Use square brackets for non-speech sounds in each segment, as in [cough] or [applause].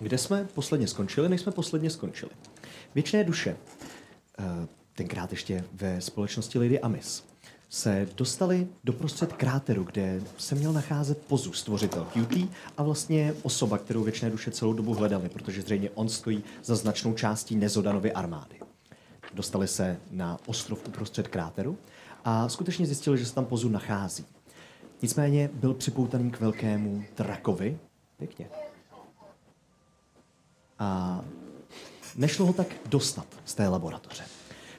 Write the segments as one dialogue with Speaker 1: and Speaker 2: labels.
Speaker 1: jsme posledně skončili, než jsme posledně skončili. Věčné duše, eh, tenkrát ještě ve společnosti Lady Amis, se dostali doprostřed kráteru, kde se měl nacházet Pozu, stvořitel Cutie, a vlastně osoba, kterou věčné duše celou dobu hledali, protože zřejmě on stojí za značnou částí Nezodanovy armády. Dostali se na ostrov uprostřed kráteru a skutečně zjistili, že se tam Pozu nachází. Nicméně byl připoutaný k velkému drakovi. Pěkně. A nešlo ho tak dostat z té laboratoře.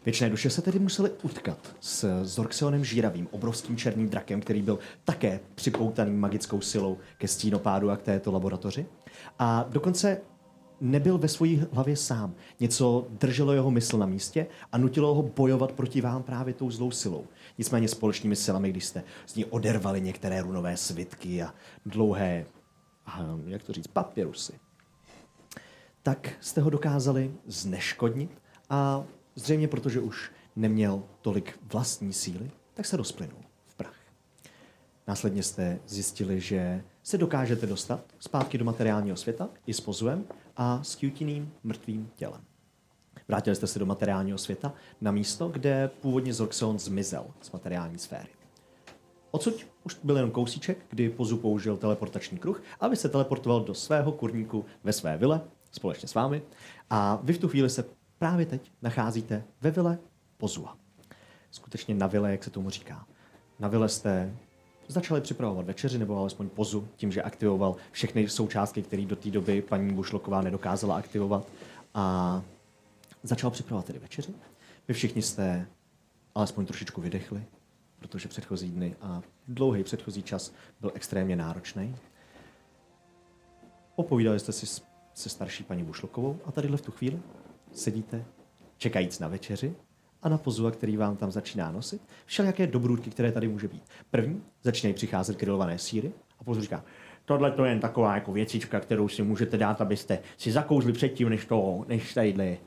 Speaker 1: Věčné duše se tedy museli utkat s Zorxionem Žíravým, obrovským černým drakem, který byl také připoutaný magickou silou ke stínopádu a k této laboratoři. A dokonce nebyl ve své hlavě sám. Něco drželo jeho mysl na místě a nutilo ho bojovat proti vám právě tou zlou silou. Nicméně společnými silami, když jste z ní odervali některé runové svitky a dlouhé, aha, jak to říct, papirusy, tak jste ho dokázali zneškodnit a zřejmě protože už neměl tolik vlastní síly, tak se rozplynul v prach. Následně jste zjistili, že se dokážete dostat zpátky do materiálního světa i s pozvem a s kjutiným mrtvým tělem. Vrátili jste se do materiálního světa na místo, kde původně Zorxon zmizel z materiální sféry. Odsud už byl jenom kousíček, kdy Pozu použil teleportační kruh, aby se teleportoval do svého kurníku ve své vile, společně s vámi. A vy v tu chvíli se právě teď nacházíte ve vile Pozua. Skutečně na vile, jak se tomu říká. Na vile jste začali připravovat večeři, nebo alespoň Pozu, tím, že aktivoval všechny součástky, které do té doby paní Bušloková nedokázala aktivovat. A začal připravovat tedy večeři. Vy všichni jste alespoň trošičku vydechli, protože předchozí dny a dlouhý předchozí čas byl extrémně náročný. Popovídali jste si s- se starší paní Bušlokovou a tadyhle v tu chvíli sedíte, čekajíc na večeři a na pozua, který vám tam začíná nosit, všelijaké dobrůdky, které tady může být. První začínají přicházet grilované síry a pozor říká, tohle to je jen taková jako věcička, kterou si můžete dát, abyste si zakouzli předtím, než to, než tadyhle,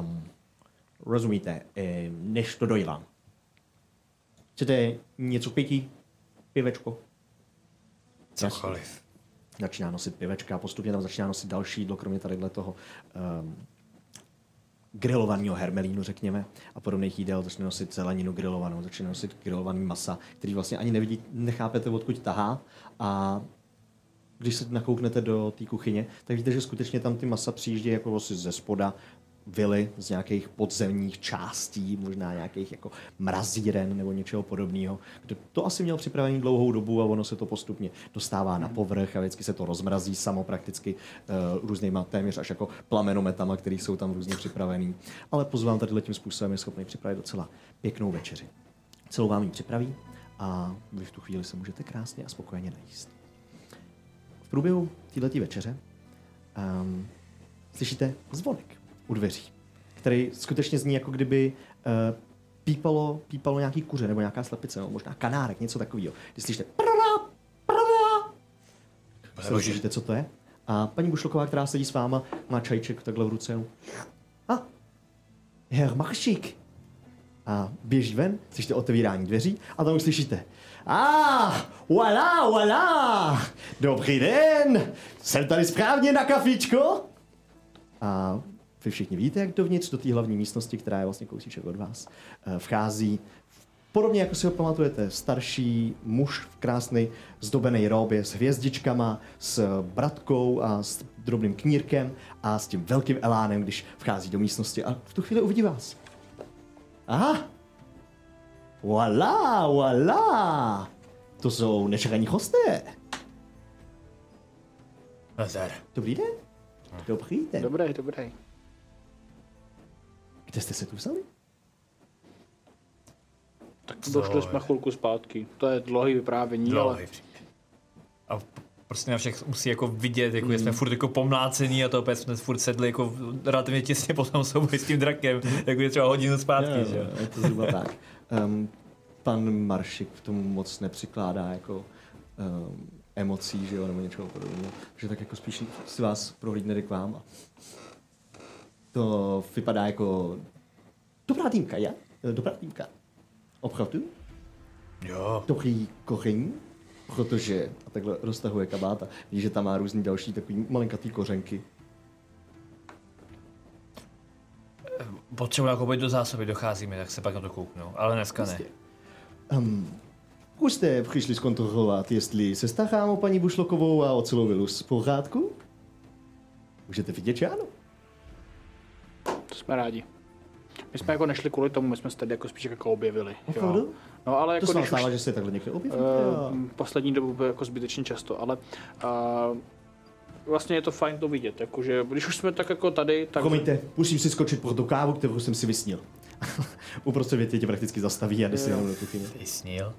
Speaker 1: um, rozumíte, eh, než to dojlám. Chcete něco k pití? Pivečko?
Speaker 2: Cokoliv.
Speaker 1: začíná nosit pivečka, postupně tam začíná nosit další jídlo, kromě tadyhle toho um, grilovaného hermelínu, řekněme, a podobných jídel, začne nosit zeleninu grilovanou, začne nosit grilovaný masa, který vlastně ani nevidí, nechápete, odkud tahá a když se nakouknete do té kuchyně, tak vidíte, že skutečně tam ty masa přijíždějí jako vlastně ze spoda vily, z nějakých podzemních částí, možná nějakých jako mrazíren nebo něčeho podobného. Kdo- To asi měl připravený dlouhou dobu a ono se to postupně dostává na povrch a vždycky se to rozmrazí samo prakticky uh, různýma téměř až jako plamenometama, které jsou tam různě připravený. Ale pozvám tady tím způsobem je schopný připravit docela pěknou večeři. Celou vám ji připraví a vy v tu chvíli se můžete krásně a spokojeně najíst. V průběhu této večeře um, slyšíte zvonek u dveří, který skutečně zní jako kdyby uh, pípalo, pípalo nějaký kuře nebo nějaká slepice, nebo možná kanárek, něco takového. Když slyšíte prala, prala, se
Speaker 2: Bože.
Speaker 1: rozhlížíte, co to je. A paní Bušloková, která sedí s váma, má čajček takhle v ruce. jenom, A, Herr Maršík. A běží ven, slyšíte otevírání dveří a tam už slyšíte. A, voilà, voilà, dobrý den, jsem tady správně na kafičko? A vy všichni víte, jak dovnitř do té hlavní místnosti, která je vlastně kousíček od vás, eh, vchází podobně jako si ho pamatujete, starší muž v krásný zdobený robě s hvězdičkama, s bratkou a s drobným knírkem a s tím velkým elánem, když vchází do místnosti a v tu chvíli uvidí vás. Aha! Voilà, voilà! To jsou nečekaní hosté.
Speaker 2: Nazar.
Speaker 1: Dobrý den. Dobrý den.
Speaker 3: Dobrý, dobrý.
Speaker 1: Kde jste se tu vzali?
Speaker 2: Tak
Speaker 3: Došli jsme chvilku zpátky. To je dlouhý vyprávění, ale
Speaker 2: Dlouhý příběh. A p- prostě na všech musí jako vidět, jako mm. jsme furt jako pomlácený a to opět jsme furt sedli jako v- relativně těsně po tom souboji s tím [laughs] drakem, jako je třeba hodinu zpátky, že jo.
Speaker 1: je to zhruba tak. Um, pan Maršik k tomu moc nepřikládá jako um, emocí, že jo, nebo něčeho podobného. Že tak jako spíš si vás prohlídne jde k vám. A to vypadá jako dobrá týmka, ja? Eh, Dobrá týmka. Opravdu?
Speaker 2: Jo,
Speaker 1: Dobrý koření? Protože, a takhle roztahuje kabát a ví, že tam má různý další takový malinkatý kořenky.
Speaker 2: potřebuji nakoupit do zásoby, docházíme, tak se pak na to kouknu. Ale dneska ne.
Speaker 1: Už jste přišli zkontrolovat, jestli se starám o paní Bušlokovou a ocelovou vilu z pořádku? Můžete vidět, že ano.
Speaker 3: To jsme rádi. My jsme jako nešli kvůli tomu, my jsme se tady jako spíš jako objevili. Jo.
Speaker 1: Opravdu?
Speaker 3: No
Speaker 1: To
Speaker 3: ale jako
Speaker 1: se vám
Speaker 3: když už,
Speaker 1: stává, že se takhle někde objeví?
Speaker 3: eh, poslední dobu bylo jako zbytečně často, ale eh, vlastně je to fajn to vidět, jakože když už jsme tak jako tady, tak...
Speaker 1: Promiňte, musím si skočit pro tu kávu, kterou jsem si vysnil. [laughs] Uprostřed věty tě prakticky zastaví a jde si jenom do kuchyně.
Speaker 2: Ty snil.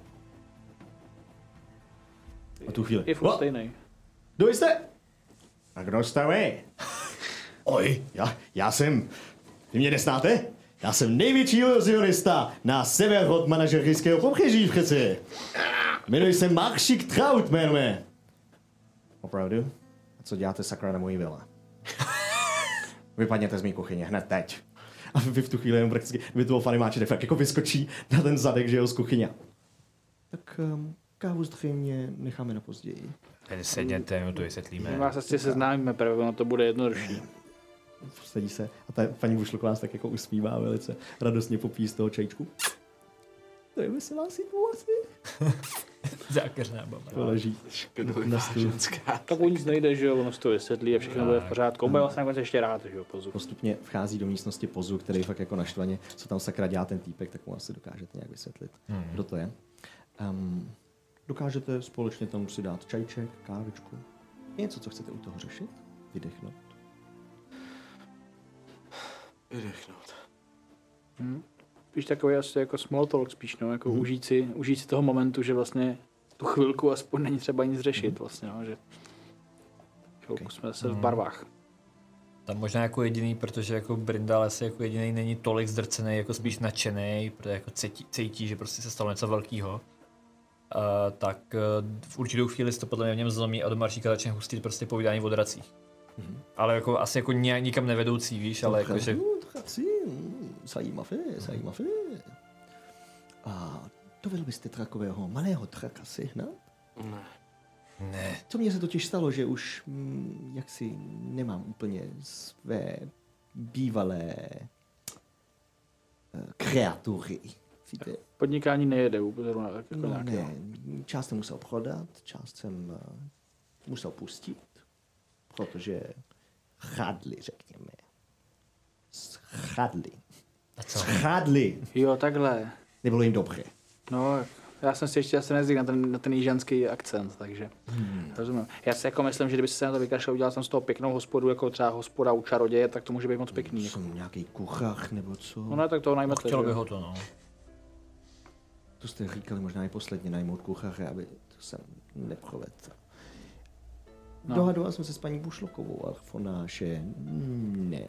Speaker 1: A tu chvíli.
Speaker 3: Je furt stejný.
Speaker 1: Kdo jste? A kdo jste vy?
Speaker 2: Oj,
Speaker 1: Já, já jsem... Vy mě neznáte? Já jsem největší iluzionista na sever od manažerského pobřeží přeci. Jmenuji se Maršik Traut, jmenuje. Opravdu? A co děláte sakra na mojí vile? Vypadněte z mý kuchyně hned teď. A vy v tu chvíli jenom prakticky, vy toho fanimáče fakt jako vyskočí na ten zadek, že jo, z kuchyně. Tak um, kávu zřejmě necháme na později.
Speaker 2: tady sedněte, my to vysvětlíme.
Speaker 3: My vás asi seznámíme právě, ono to bude jednodušší.
Speaker 1: sedí se a ta paní Bušloková se tak jako usmívá velice radostně popíjí z toho čajíčku. To je veselá situace.
Speaker 2: Zákeřná baba.
Speaker 1: To leží na stůl.
Speaker 3: Tak o nic nejde, že jo, ono si to vysvětlí a všechno bude v pořádku. On bude
Speaker 1: Mm.
Speaker 3: vlastně nakonec ještě rád, že jo, pozor.
Speaker 1: Postupně vchází do místnosti Pozu, který fakt jako naštvaně, co tam sakra dělá ten týpek, tak mu asi dokážete nějak vysvětlit, hmm. kdo to je. Um, dokážete společně tam si dát čajček, kávičku, něco, co chcete u toho řešit, vydechnout.
Speaker 4: Vydechnout.
Speaker 3: Spíš takový asi jako small talk, spíš no, jako hmm. užít, si, užít si toho momentu, že vlastně tu chvilku aspoň není třeba nic řešit vlastně, no, že chvilku
Speaker 1: Ok.
Speaker 3: jsme se v barvách.
Speaker 2: Tam možná jako jediný, protože jako Brindal asi jako jediný není tolik zdrcený, jako spíš nadšený, protože jako cítí, cítí, že prostě se stalo něco velkého. Uh, tak uh, v určitou chvíli se to podle mě v něm zlomí a do Maršíka začne hustit prostě povídání o dracích. Ale jako asi jako nějak, nikam nevedoucí, víš, ale jako, že
Speaker 1: No, draci, mm, zajímavé, zajímavé. A dovedl byste takového malého draka sehnat?
Speaker 4: Ne.
Speaker 2: ne.
Speaker 1: Co mně se totiž stalo, že už mm, jaksi nemám úplně své bývalé eh, kreatury. Víte?
Speaker 2: Jako-
Speaker 3: Podnikání nejede vůbec zrovna tak jako
Speaker 1: No
Speaker 3: nějak.
Speaker 1: ne, část jsem musel prodat, část jsem eh, musel pustit, protože chadli, řekněme. Chadli.
Speaker 2: A co?
Speaker 1: Chadli.
Speaker 3: Jo, takhle.
Speaker 1: Nebylo jim dobře.
Speaker 3: No, já jsem si ještě asi nezvykl na ten, na ten jižanský akcent, takže hmm. rozumím. Já si jako myslím, že kdyby se na to vykašel, udělal jsem z toho pěknou hospodu, jako třeba hospoda u čaroděje, tak to může být moc pěkný. Jako.
Speaker 1: Jsem nějaký kuchach nebo co?
Speaker 3: No ne, tak toho najmete.
Speaker 2: Chtělo
Speaker 3: že
Speaker 2: by
Speaker 3: jo.
Speaker 2: ho to, no.
Speaker 1: To jste říkali možná i posledně najmout kuchaře, aby to jsem neprovedl. No.
Speaker 3: No.
Speaker 1: Dohadoval jsem se s paní Bušlokovou, a ona, že ne.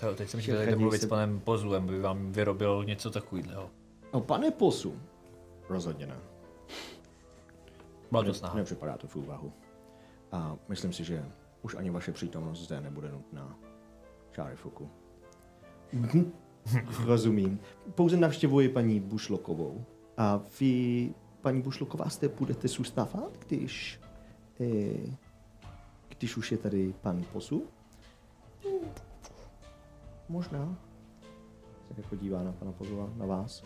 Speaker 2: To, teď jsem
Speaker 1: Všechny
Speaker 2: chtěl tady mluvit
Speaker 1: se-
Speaker 2: s panem Pozlem, by vám vyrobil něco takového.
Speaker 1: No, pane posu. Rozhodně ne.
Speaker 2: Byla
Speaker 1: Ne-
Speaker 2: to snaha.
Speaker 1: Nepřipadá to v úvahu. A myslím si, že už ani vaše přítomnost zde nebude nutná. Šárifuku. Rozumím. Pouze navštěvuji paní Bušlokovou. A vy, paní Bušloková, jste budete zůstávat, když... Eh, když už je tady pan posu? Hm. Možná. Se jako dívá na pana pozova, na vás.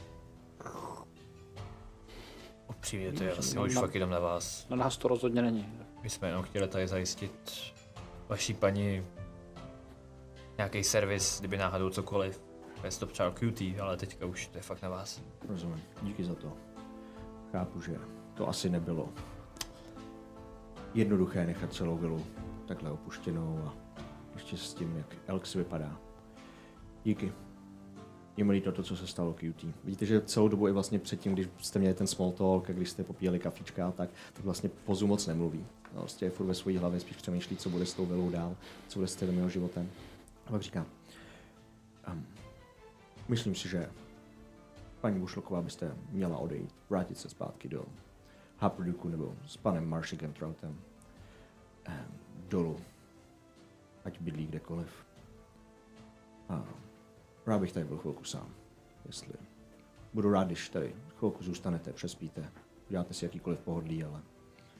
Speaker 2: Upřímně to je asi už fakt jenom na vás.
Speaker 3: No, Na nás to rozhodně není.
Speaker 2: My jsme jenom chtěli tady zajistit vaší paní nějaký servis, kdyby náhodou cokoliv. Bez to třeba QT, ale teďka už to je fakt na vás.
Speaker 1: Rozumím, díky za to. Chápu, že to asi nebylo jednoduché nechat celou vilu takhle opuštěnou a ještě s tím, jak Elks vypadá. Díky. Je mi líto to, co se stalo QT. Vidíte, že celou dobu i vlastně předtím, když jste měli ten small talk a když jste popíjeli kafička a tak, tak vlastně pozu moc nemluví. No, prostě je furt ve své hlavě, spíš přemýšlí, co bude s tou vilou dál, co bude s celým jeho životem. A pak říká, um, myslím si, že paní Bušloková byste měla odejít, vrátit se zpátky do Haprduku nebo s panem Maršikem Troutem eh, dolů, ať bydlí kdekoliv. A rád bych tady byl chvilku sám, jestli. Budu rád, když tady chvilku zůstanete, přespíte, uděláte si jakýkoliv pohodlí, ale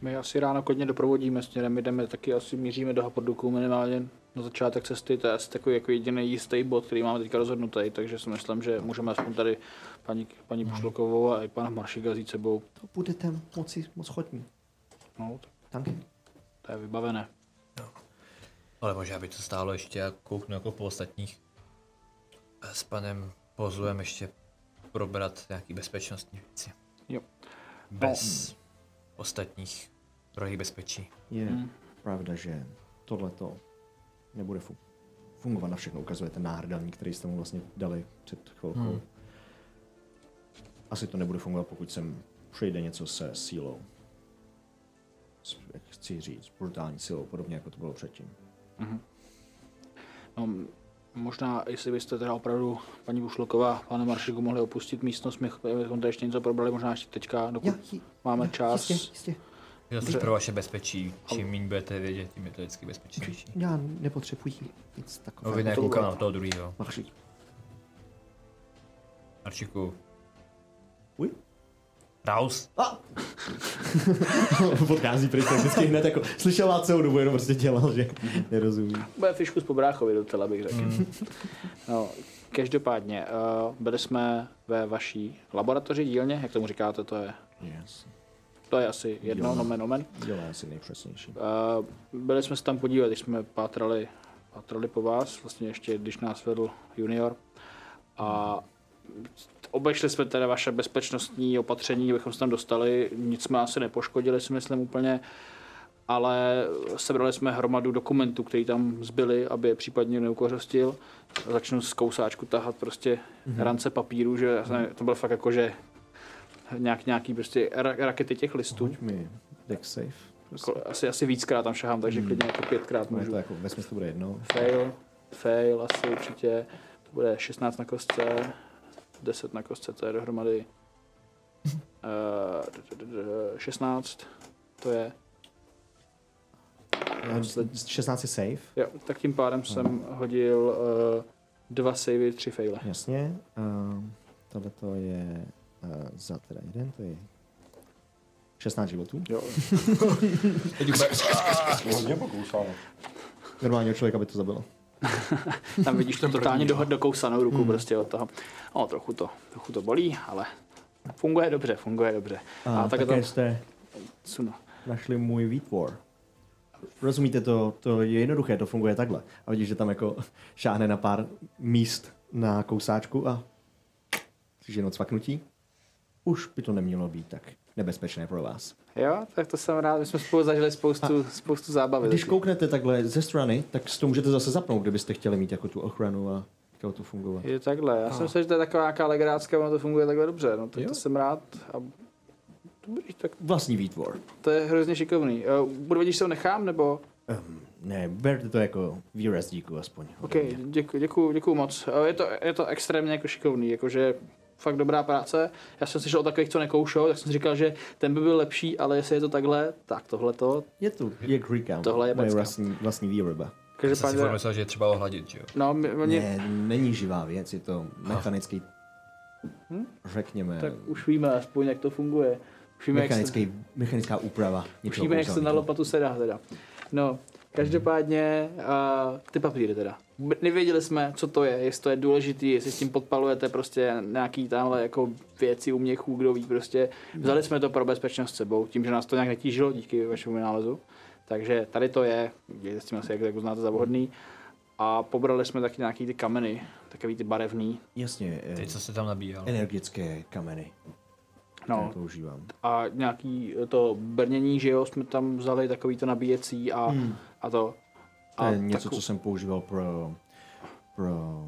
Speaker 3: My asi ráno klidně doprovodíme směrem, my jdeme taky asi míříme do Haporduku minimálně na začátek cesty, to je asi takový jako jediný jistý bod, který máme teďka rozhodnutý, takže si myslím, že můžeme aspoň tady paní, paní Pušlokovou a i pana Maršíka vzít sebou.
Speaker 1: To budete moci moc chodní.
Speaker 3: No, tak
Speaker 1: Tanky.
Speaker 3: to je vybavené.
Speaker 2: Ale možná by to stálo ještě a kouknu jako po ostatních. A s panem Pozlem ještě probrat nějaký bezpečnostní věci.
Speaker 3: Jo.
Speaker 2: Bez ostatních druhých bezpečí.
Speaker 1: Je
Speaker 3: Hmm.
Speaker 1: pravda, že tohle to nebude fun- fungovat na všechno. Ukazuje ten náhrdelník, který jste mu vlastně dali před chvilkou.
Speaker 3: Hmm.
Speaker 1: Asi to nebude fungovat, pokud sem přejde něco se sílou. S, jak chci říct, brutální silou, podobně jako to bylo předtím.
Speaker 3: No, m- možná, jestli byste teda opravdu, paní Bušloková, pane Maršiku, mohli opustit místnost, my ch- bychom tady ještě něco probrali, možná ještě teďka, dokud máme čas.
Speaker 1: Jistě, jistě.
Speaker 2: Je to spíš pro vaše bezpečí. Čím méně budete vědět, tím je to vždycky bezpečnější.
Speaker 1: Já nepotřebuji nic
Speaker 2: No
Speaker 1: takového.
Speaker 2: vy nekoukám na toho druhého.
Speaker 1: Maršík.
Speaker 2: Arčiku.
Speaker 1: Uj.
Speaker 2: Raus.
Speaker 1: [laughs] Odchází pryč, tak vždycky hned jako slyšel vás celou dobu, jenom prostě dělal, že
Speaker 3: Mhm.
Speaker 1: nerozumí.
Speaker 3: Bude fišku z pobráchovy docela, bych řekl. No, každopádně, uh, byli jsme ve vaší laboratoři, dílně, jak tomu říkáte, to je,
Speaker 1: Yes.
Speaker 3: to je asi jedno, nomen, nomen.
Speaker 1: Dělá asi nejpřesnější.
Speaker 3: Uh, byli jsme se tam podívat, když jsme pátrali, pátrali po vás, vlastně ještě když nás vedl junior. A obešli jsme teda vaše bezpečnostní opatření, abychom se tam dostali, nic jsme asi nepoškodili, si myslím úplně, ale sebrali jsme hromadu dokumentů, které tam zbyly, aby je případně neukořostil. Začnu z kousáčku tahat prostě mm-hmm. rance papíru, že já jsem, to byl fakt jako, že nějak, nějaký prostě ra- rakety těch listů.
Speaker 1: Tuď mi deck safe. Prostě.
Speaker 3: Ko- asi, asi víckrát tam šahám, takže klidně jako pětkrát
Speaker 1: No je
Speaker 3: můžu.
Speaker 1: to jako, ve smyslu bude jedno.
Speaker 3: Fail, fail asi určitě. To bude 16 na kostce, 10 na kostce, to je dohromady eh, d- d- d- 16, to je,
Speaker 1: Já- 16 Eh, je safe,
Speaker 3: jo, tak tím pádem jsem hodil eh, dva savey, tři faile.
Speaker 1: jasně. Um, tohle to je uh, za teda jeden, to je 16 životů. [laughs]
Speaker 3: Jo,
Speaker 2: Teď úplně-
Speaker 5: Hodně pokousáno.
Speaker 1: Normálního člověka by to zabilo.
Speaker 3: tam vidíš to totálně do, dokousanou ruku prostě od toho. O, trochu to, trochu to bolí, ale funguje dobře, funguje dobře. A, a tak to
Speaker 1: jste
Speaker 3: sunu.
Speaker 1: našli můj výtvor. Rozumíte, to, to je jednoduché, to funguje takhle. A vidíš, že tam jako [laughs] šáhne na pár míst na kousáčku a slyšíš jenom cvaknutí. Už by to nemělo být tak nebezpečné pro vás.
Speaker 3: Jo, tak to jsem rád, my jsme spolu zažili spoustu, spoustu zábavy.
Speaker 1: Když
Speaker 3: taky.
Speaker 1: kouknete takhle ze strany, tak si to můžete zase zapnout, kdybyste chtěli mít jako tu ochranu a chtělo to fungovat.
Speaker 3: Je takhle, já jsem myslel, že to je taková nějaká legrácka, ono to funguje takhle dobře, no tak
Speaker 1: Jo.
Speaker 3: to jsem rád. A... Dobrý, tak
Speaker 1: Vlastní výtvor.
Speaker 3: to je hrozně šikovný. Eh, Budu vědět, že se ho nechám, nebo?
Speaker 1: Um, ne, berte to jako výraz díku aspoň.
Speaker 3: OK, děkuji, děkuji, děkuji moc. Eh, Je to, je to extrémně jako šikovný, jakože fakt dobrá práce. Já jsem slyšel o takových, co nekoušou, tak jsem si říkal, že ten by byl lepší, ale jestli je to takhle, tak tohle to.
Speaker 1: Je to, je Greekam.
Speaker 3: Tohle je
Speaker 1: moje
Speaker 3: pecka.
Speaker 1: vlastní, vlastní výroba.
Speaker 2: Já jsem si furt
Speaker 3: Každopádně,
Speaker 2: myslel, že je třeba ohladit, že jo?
Speaker 3: no, mě, mě,
Speaker 1: Ne, není živá věc, je to mechanický, řekněme,
Speaker 3: Hm? tak už víme aspoň, jak to funguje. Už víme, jak se,
Speaker 1: mechanický, mechanická úprava.
Speaker 3: už
Speaker 1: něčeho
Speaker 3: víme, jak se na
Speaker 1: kouzelného.
Speaker 3: lopatu sedá teda. No, každopádně uh, ty papíry teda. B- Nevěděli jsme, co to je, jestli to je důležitý, jestli s tím podpalujete prostě nějaký tamhle jako věci uměchů, kdo ví prostě. Vzali jsme to pro bezpečnost s sebou, tím, že nás to nějak netížilo díky vašemu nálezu. Takže tady to je, dělejte s tím asi, jak, jak uznáte za vhodný. A pobrali jsme taky nějaký ty kameny, takový ty barevný.
Speaker 1: Jasně, eh,
Speaker 2: Teď, co se tam nabíjel.
Speaker 1: energické kameny, které
Speaker 3: No,
Speaker 1: používám.
Speaker 3: a nějaký to brnění, že jo, jsme tam vzali takový to nabíjecí a, a to.
Speaker 1: To
Speaker 3: A
Speaker 1: je něco,
Speaker 3: taku-
Speaker 1: co jsem používal pro, pro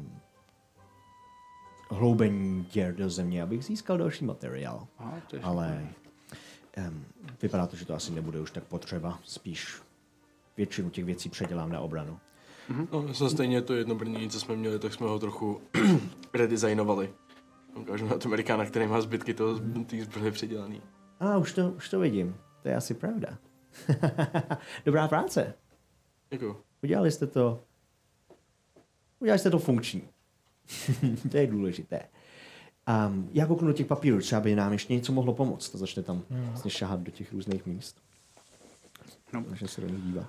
Speaker 1: hloubení děr do země, abych získal další materiál.
Speaker 3: Aha, to je
Speaker 1: Ale um, vypadá to, že to asi nebude už tak potřeba. Spíš většinu těch věcí předělám na obranu.
Speaker 4: No, já jsem stejně to jedno brnění, co jsme měli, tak jsme ho trochu [clears throat] redesignovali. Ukážu na to Amerikána, který má zbytky toho tý zbrojů předělaný.
Speaker 1: A už to, už to vidím. To je asi pravda. [laughs] Dobrá práce.
Speaker 4: Děkuju.
Speaker 1: Udělali jste to. Udělali jste to funkční. [laughs] to je důležité. Um, já kouknu do těch papírů, třeba by nám ještě něco mohlo pomoct. To začne tam vlastně šahat do těch různých míst.
Speaker 3: Hmm. No.
Speaker 1: Začne se do nich dívat.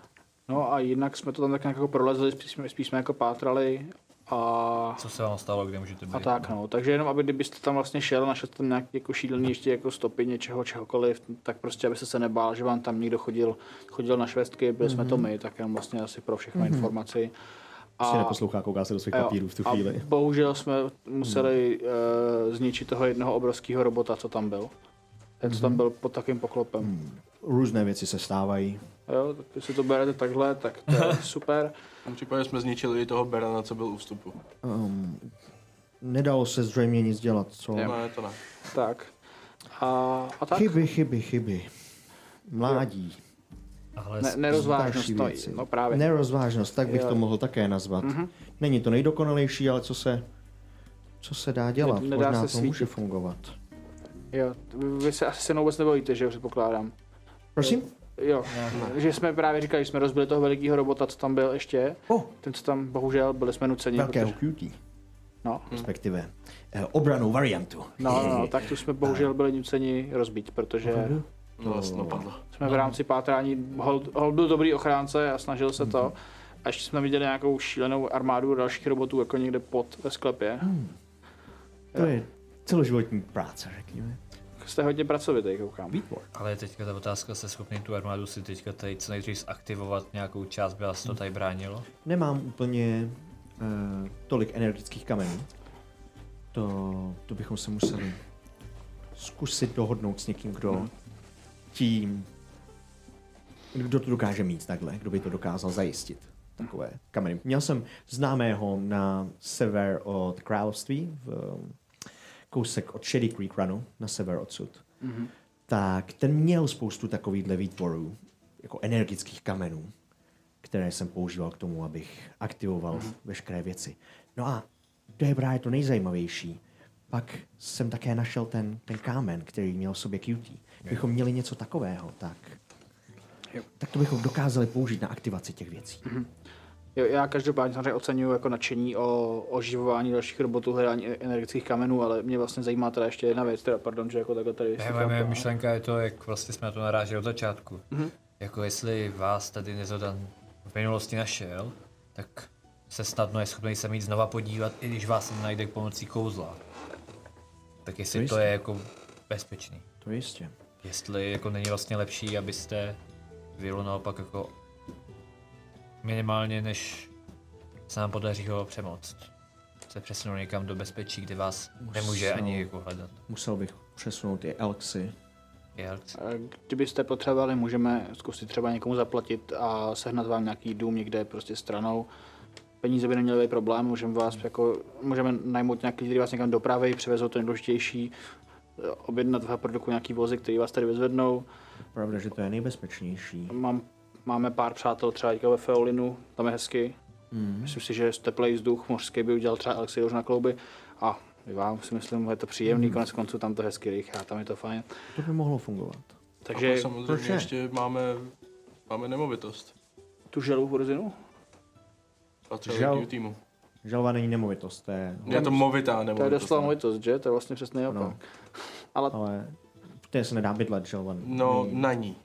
Speaker 3: No a jinak jsme to tam tak nějak jako prolezli, spíš jsme, spíš jsme jako pátrali a,
Speaker 2: Co se vám stalo, kde můžete být?
Speaker 3: a tak no. Takže jenom, aby kdybyste tam vlastně šel, našel tam nějaký jako šílený ještě jako stopy něčeho, čehokoliv, tak prostě, abyste se nebál, že vám tam někdo chodil, chodil na švestky, byli mm-hmm. jsme to
Speaker 1: Mhm.
Speaker 3: my, tak jenom vlastně asi pro všechno mm-hmm. informaci.
Speaker 1: Prostě neposlouchá, kouká se do svých
Speaker 3: Jo,
Speaker 1: papírů Mhm. v tu
Speaker 3: a
Speaker 1: chvíli. Mhm.
Speaker 3: bohužel jsme museli eh, zničit toho jednoho obrovského robota, co tam byl. Ten, co
Speaker 1: Mhm.
Speaker 3: tam byl pod takým poklopem.
Speaker 1: Různé věci se stávají.
Speaker 3: Jo, tak jestli to berete takhle, tak to
Speaker 1: [laughs]
Speaker 3: je super.
Speaker 4: V tom případě jsme zničili i toho Berana, co byl u vstupu.
Speaker 1: Um, nedalo se zřejmě nic dělat, co?
Speaker 3: Jo.
Speaker 4: Ne, No, to ne.
Speaker 3: Tak. A, a tak.
Speaker 1: Chyby, chyby, chyby. Mládí.
Speaker 2: Ale
Speaker 3: Ne,
Speaker 2: ne,
Speaker 3: nerozvážnost,
Speaker 1: další
Speaker 3: no,
Speaker 1: věci.
Speaker 3: no právě. Ne,
Speaker 1: Nerozvážnost, tak bych
Speaker 3: Jo. Mhm.
Speaker 1: to mohl také nazvat. Není to nejdokonalejší, ale co se, co se dá dělat?
Speaker 3: nedá
Speaker 1: Možná
Speaker 3: se
Speaker 1: to
Speaker 3: svítit.
Speaker 1: může fungovat.
Speaker 3: jo, vy- vy se asi se mnou vůbec nebojíte, že jo, předpokládám.
Speaker 1: Prosím?
Speaker 3: Jo, že jsme právě říkali, že jsme rozbili toho velikého robota, co tam byl ještě.
Speaker 1: O, oh,
Speaker 3: Ten, co tam, bohužel, byli jsme nuceni.
Speaker 1: velkého
Speaker 3: protože-
Speaker 1: cutie,
Speaker 3: No,
Speaker 1: respektive eh, obranou variantu.
Speaker 3: no, no, no, tak tu jsme bohužel byli nuceni rozbít, protože
Speaker 1: Opravdu?
Speaker 4: No, vlastně napadlo.
Speaker 3: jsme v rámci pátrání, hold, hold byl dobrý ochránce a snažil se
Speaker 1: Mhm.
Speaker 3: to. A ještě jsme viděli nějakou šílenou armádu dalších robotů jako někde pod ve sklepě.
Speaker 1: [laughs] Hmm. To je celoživotní práce, řekněme.
Speaker 3: Jste hodně pracovitý, koukám.
Speaker 1: Výbor.
Speaker 2: ale teďka ta otázka, jste schopný tu armádu si teďka tady co nejdřív zaktivovat nějakou část, by vás to tady bránilo?
Speaker 1: Nemám úplně uh, tolik energetických kamenů. To, to bychom se museli zkusit dohodnout s někým, kdo tím, kdo to dokáže mít takhle, kdo by to dokázal zajistit. Takové kameny. Měl jsem známého na sever od království, v, ehm, kousek od Shady Creek Runu, na sever odsud. Mm-hmm. Tak ten měl spoustu takovýchhle výtvorů, jako energických kamenů které jsem používal k tomu, abych aktivoval
Speaker 4: Mhm.
Speaker 1: veškeré věci. No a to je právě to nejzajímavější. Pak jsem také našel ten, ten kámen, který měl v sobě cutie. Kdybychom měli něco takového, tak,
Speaker 3: Jo.
Speaker 1: tak to bychom dokázali použít na aktivaci těch věcí.
Speaker 4: Mhm.
Speaker 3: Jo, já každopádně samozřejmě oceňuju jako nadšení o oživování dalších robotů, hledání e- energetických kamenů, ale mě vlastně zajímá teda ještě jedna věc, teda pardon, že jako takhle tady...
Speaker 2: Ne, moje, moje myšlenka je to, jak vlastně jsme na to naráželi od začátku. Mm-hmm.
Speaker 3: Mhm.
Speaker 2: Jako jestli vás tady Nezodan v minulosti našel, tak se snadno je schopný se mít znova podívat, i když vás najde pomocí kouzla. Tak
Speaker 3: No
Speaker 2: jestli
Speaker 1: To
Speaker 2: to je jako bezpečný.
Speaker 1: To jistě.
Speaker 2: Jestli jako není vlastně lepší, abyste Vilu naopak jako minimálně než se nám podaří ho přemoct. Se přesunul někam do bezpečí, kde vás nemůže
Speaker 1: Musel.
Speaker 2: ani jako hledat.
Speaker 1: Musel bych přesunout i Elxy.
Speaker 2: Jelc.
Speaker 3: E, Kdybyste potřebovali, můžeme zkusit třeba někomu zaplatit a sehnat vám nějaký dům někde prostě stranou. Peníze by neměly být problém, můžeme vás
Speaker 2: Hmm.
Speaker 3: jako, můžeme najmout nějaký, který vás někam dopraví, přivezou to nejdůležitější, e, objednat v produku nějaký vozy, který vás tady vyzvednou.
Speaker 1: Pravda, že to je nejbezpečnější.
Speaker 3: Mám, máme pár přátel třeba teďka ve Feolinu, tam je hezky. Mm. Myslím si, že teplej vzduch mořský by udělal třeba Alexi už na klouby. A i vám si myslím, je to příjemný, mm. konec konců tam to hezky rýchá, tam je to fajn.
Speaker 1: To by mohlo fungovat.
Speaker 4: Takže a
Speaker 3: Takže
Speaker 4: pak samozřejmě
Speaker 1: proč ne?
Speaker 4: ještě máme, máme nemovitost.
Speaker 3: tu želu v Urzinu?
Speaker 4: Patřil
Speaker 1: Žal.
Speaker 4: Žal... týmu.
Speaker 1: Žalva není nemovitost, to je,
Speaker 4: Je to movitá nemovitost.
Speaker 3: To je doslova
Speaker 4: ne?
Speaker 3: movitost, že? To je vlastně přesně
Speaker 1: No.
Speaker 3: opak. No. Ale
Speaker 1: ale to se nedá bydlet, žalva.
Speaker 4: No, na ní.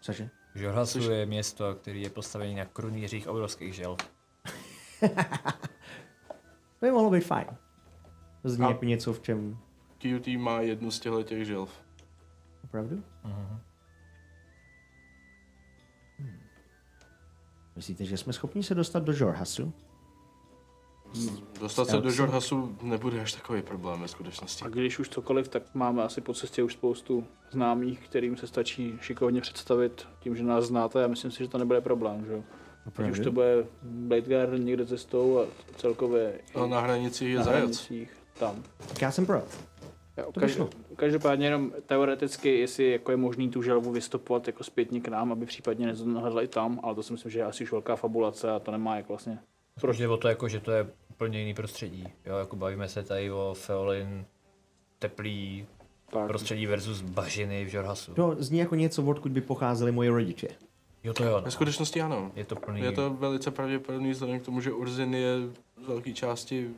Speaker 1: Cože?
Speaker 2: Žorhasu je město, který je postavený na krunýřích obrovských žel.
Speaker 1: To by mohlo být fajn. Zní
Speaker 4: A-
Speaker 1: jako něco, v čem
Speaker 4: QT má jednu z těchto těch žil.
Speaker 1: Opravdu? Hmm. Myslíte, že jsme schopni se dostat do Žorhasu?
Speaker 4: Dostat se do
Speaker 1: Elxi.
Speaker 4: Žorhasu nebude až takový problém ve skutečnosti.
Speaker 3: a když už cokoliv, tak máme asi po cestě už spoustu známých, kterým se stačí šikovně představit tím, že nás znáte. Já myslím si, že to nebude problém, že? jo? Ať už to bude Blade Garden někde cestou a celkově i
Speaker 4: A No, na hranici je
Speaker 3: na
Speaker 4: zajac.
Speaker 3: hranicích tam.
Speaker 1: Tak já jsem pro.
Speaker 3: Jo,
Speaker 1: To by
Speaker 3: každ-
Speaker 1: šlo.
Speaker 3: každopádně jenom teoreticky, jestli jako je možný tu želvu vystopovat jako zpětně k nám, aby případně nezahledla i tam, ale to si myslím, že je asi už velká fabulace a to nemá jak vlastně.
Speaker 2: Proč jde o to, jako, že to je úplně jiný prostředí? Jo, jako bavíme se tady o Feolin, teplý
Speaker 3: Tak,
Speaker 2: prostředí versus bažiny v Žorhasu.
Speaker 1: To zní jako něco, odkud by pocházeli moje rodiče.
Speaker 2: Jo, to jo.
Speaker 4: Ve
Speaker 2: No.
Speaker 4: skutečnosti ano.
Speaker 2: Je to plný.
Speaker 4: Je to velice pravděpodobný vzhledem k tomu, že Urzin je z velké části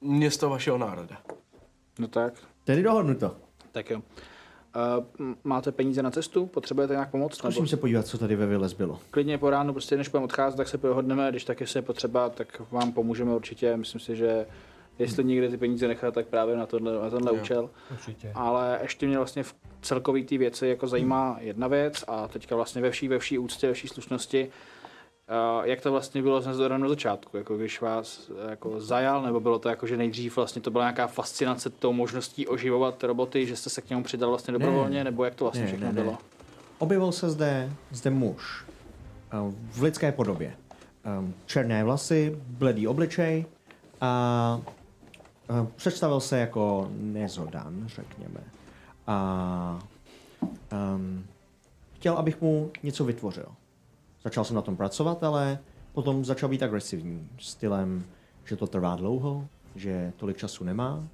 Speaker 4: město vašeho národa.
Speaker 3: no tak,
Speaker 1: Tedy dohodnuto.
Speaker 3: tak jo. Uh, máte peníze na cestu? Potřebujete nějak pomoc? Nebo
Speaker 1: Zkusím se podívat, co tady ve Vile zbylo.
Speaker 3: klidně po ránu, prostě než budeme odcházet, tak se dohodneme, když tak jestli je potřeba, tak vám pomůžeme určitě. Myslím si, že jestli někde ty peníze nechat, tak právě na tenhle, na tenhle
Speaker 4: Jo.
Speaker 3: účel.
Speaker 2: Určitě.
Speaker 3: Ale ještě mě vlastně v celkový té věci jako zajímá jedna věc a teďka vlastně ve vší, ve vší úctě, ve vší slušnosti, eh, jak to vlastně bylo s Nezdoranem na začátku, jako když vás eh, jako zajal, nebo bylo to jako, že nejdřív vlastně to byla nějaká fascinace tou možností oživovat roboty, že jste se k němu přidal vlastně dobrovolně, nebo jak to vlastně
Speaker 1: Ne,
Speaker 3: všechno
Speaker 1: ne, ne.
Speaker 3: bylo?
Speaker 1: Objevil se zde, zde muž. eh, V lidské podobě. Ehm, Černé vlasy, bledý obličej a eh, představil se jako nezodan, řekněme. A um, chtěl, abych mu něco vytvořil. Začal jsem na tom pracovat, ale potom začal být agresivní stylem, že to trvá dlouho, že tolik času nemá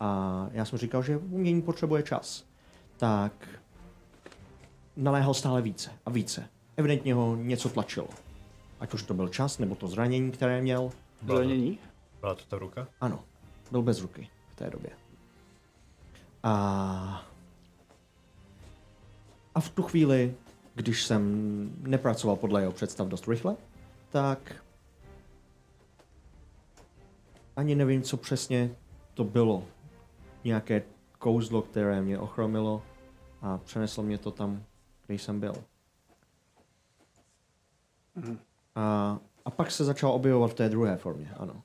Speaker 1: a já jsem říkal, že umění potřebuje čas. Tak naléhal stále více a více. Evidentně ho něco tlačilo. Ať už to byl čas, nebo to zranění, které měl.
Speaker 3: Zranění?
Speaker 2: Byla to ta ruka?
Speaker 1: Ano, byl bez ruky v té době. A... A v tu chvíli, když jsem nepracoval podle jeho představ dost rychle, tak... Ani nevím, co přesně to bylo. Nějaké kouzlo, které mě ochromilo a přeneslo mě to tam, kde jsem byl. A, a pak se začal objevovat v té druhé formě, ano.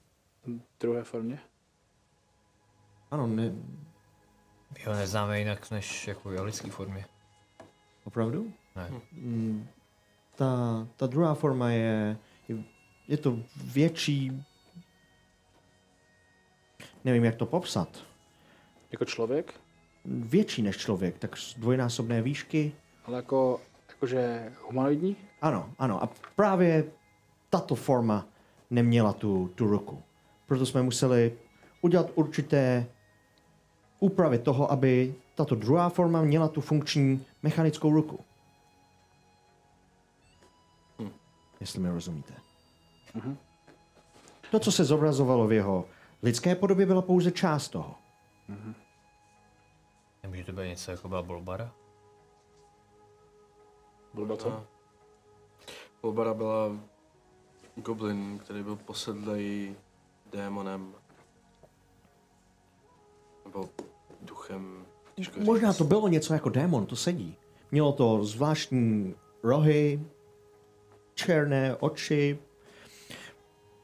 Speaker 3: druhé formě?
Speaker 1: Ano, ne,
Speaker 2: My ho neznáme jinak než jako v jeho lidský formě.
Speaker 1: Opravdu?
Speaker 2: Ne.
Speaker 1: Mm, Ta, ta druhá forma je, je, je to větší, nevím jak to popsat,
Speaker 3: Jako člověk?
Speaker 1: větší než člověk, tak z dvojnásobné výšky.
Speaker 3: Ale jako, jakože humanoidní?
Speaker 1: Ano, ano. A právě tato forma neměla tu, tu ruku. Proto jsme museli udělat určité úpravy toho, aby tato druhá forma měla tu funkční mechanickou ruku. Jestli mi rozumíte. To, co se zobrazovalo v jeho lidské podobě, byla pouze část toho.
Speaker 2: Nemůže to být něco jako byla Bolbara?
Speaker 3: Blbo to.
Speaker 4: Polbara byla goblin, který byl posedlý démonem. Nebo duchem. těžko říct.
Speaker 1: Možná to bylo něco jako démon, to sedí. Mělo to zvláštní rohy, černé oči.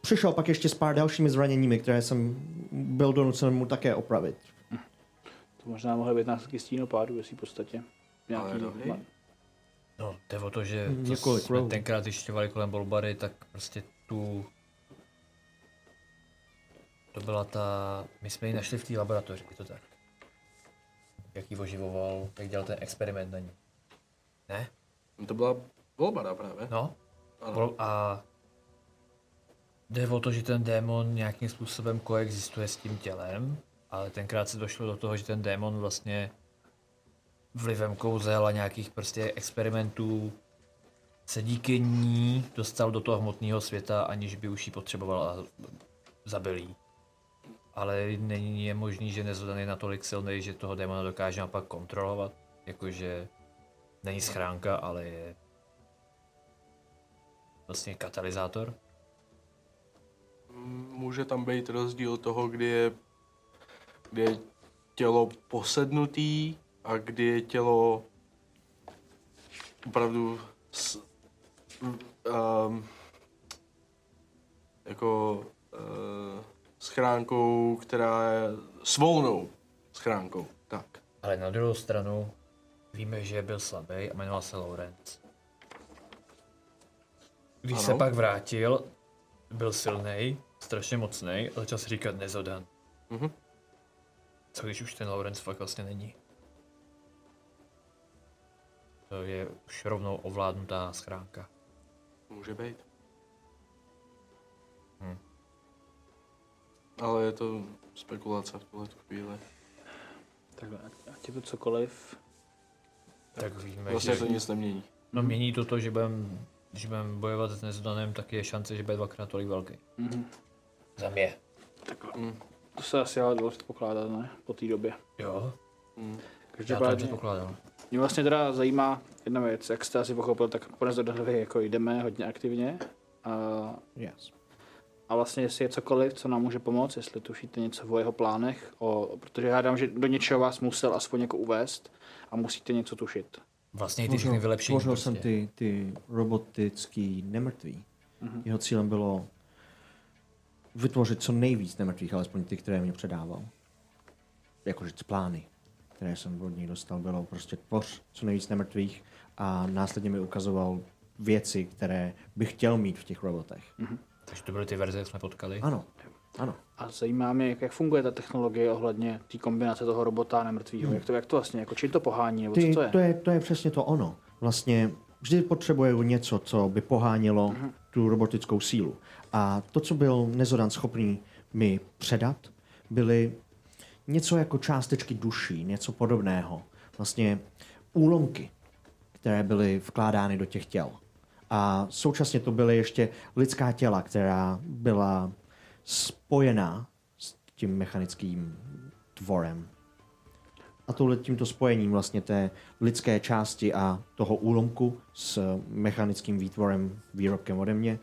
Speaker 1: Přišel pak ještě s pár dalšími zraněními, které jsem byl donucen mu také opravit.
Speaker 3: To možná mohly být následky stínopádu, jestli v podstatě.
Speaker 4: Ale
Speaker 3: Nějaký
Speaker 4: dobrý.
Speaker 3: ma-
Speaker 2: No, jde o to, že
Speaker 1: Mm,
Speaker 2: co
Speaker 1: několik
Speaker 2: jsme
Speaker 1: rohů.
Speaker 2: tenkrát zjišťovali kolem Bolbary, tak prostě tu... To byla ta... My jsme ji našli v té laboratoři, je to tak. Jak ji oživoval, jak dělal ten experiment na ní. Ne?
Speaker 4: To byla Polbara právě.
Speaker 2: No?
Speaker 4: Ano.
Speaker 2: Bol- A... Jde o to, že ten démon nějakým způsobem koexistuje s tím tělem, ale tenkrát se došlo do toho, že ten démon vlastně vlivem kouzel a nějakých prostě experimentů se díky ní dostal do toho hmotného světa, aniž by už ji potřeboval a zabil jí. Ale není je možný, že Nezodan je natolik silný, že toho démona dokáže naopak kontrolovat. Jakože není schránka, ale je vlastně katalyzátor.
Speaker 4: Může tam být rozdíl toho, kdy je, kdy je tělo posednutý a kdy je tělo opravdu s, um, jako uh, schránkou, která je svolnou schránkou. Tak.
Speaker 2: Ale na druhou stranu víme, že byl slabý a jmenoval se Lawrence. Když
Speaker 4: Ano.
Speaker 2: se pak vrátil, byl silný, strašně mocný a začal si říkat nezodan.
Speaker 4: Mhm.
Speaker 2: Co když už ten Lawrence fakt vlastně není? To je už rovnou ovládnutá schránka.
Speaker 4: Může být.
Speaker 2: Hm.
Speaker 4: Ale je to spekulace v tuhle chvíli.
Speaker 3: Takhle, ať- ať je to cokoliv.
Speaker 2: Tak víme,
Speaker 4: Vlastně
Speaker 2: že...
Speaker 4: to nic nemění.
Speaker 2: No mění to to, že budem, když budem bojovat s nezodanem, tak je šance, že bude dvakrát tolik velký.
Speaker 3: Mhm.
Speaker 2: Za mě.
Speaker 3: Takhle.
Speaker 4: Mm.
Speaker 3: To se asi ale dalo předpokládat, ne? Po té době.
Speaker 2: Jo,
Speaker 4: Mm.
Speaker 2: Já to
Speaker 3: Každopádně
Speaker 2: předpokládal.
Speaker 3: mě vlastně teda zajímá jedna věc, jak jste asi pochopil, tak nakonec do dohry jako jdeme hodně aktivně. A,
Speaker 1: Yes.
Speaker 3: a vlastně jestli je cokoliv, co nám může pomoct, jestli tušíte něco o jeho plánech, o, protože já dám, že do něčeho vás musel aspoň jako uvést a musíte něco tušit.
Speaker 2: Vlastně i ty všechny vylepšení.
Speaker 1: Tvořil
Speaker 2: prostě.
Speaker 1: jsem ty, ty robotický nemrtví. Mm-hmm. Jeho cílem bylo vytvořit co nejvíc nemrtvých, alespoň ty, které mě předával. Jakože ty plány, které jsem od něj dostal, bylo prostě tvoř co nejvíc nemrtvých a následně mi ukazoval věci, které bych chtěl mít v těch robotech. Mm-hmm.
Speaker 2: Takže to byly ty verze, jak jsme potkali.
Speaker 1: Ano, ano.
Speaker 3: A zajímá mě, jak, jak funguje ta technologie ohledně té kombinace toho robota a nemrtvýho. Hmm. Jak to, jak to vlastně, jako čím to pohání, nebo
Speaker 1: Ty,
Speaker 3: co to je?
Speaker 1: to, je, to je přesně to ono. Vlastně vždy potřebuje něco, co by pohánilo
Speaker 3: Mhm.
Speaker 1: tu robotickou sílu. A to, co byl Nezodan schopný mi předat, byly něco jako částečky duší, něco podobného. Vlastně úlomky, které byly vkládány do těch těl. A současně to byly ještě lidská těla, která byla spojená s tím mechanickým tvorem, a tohle tímto spojením vlastně té lidské části a toho úlomku s mechanickým výtvorem, výrobkem ode mě,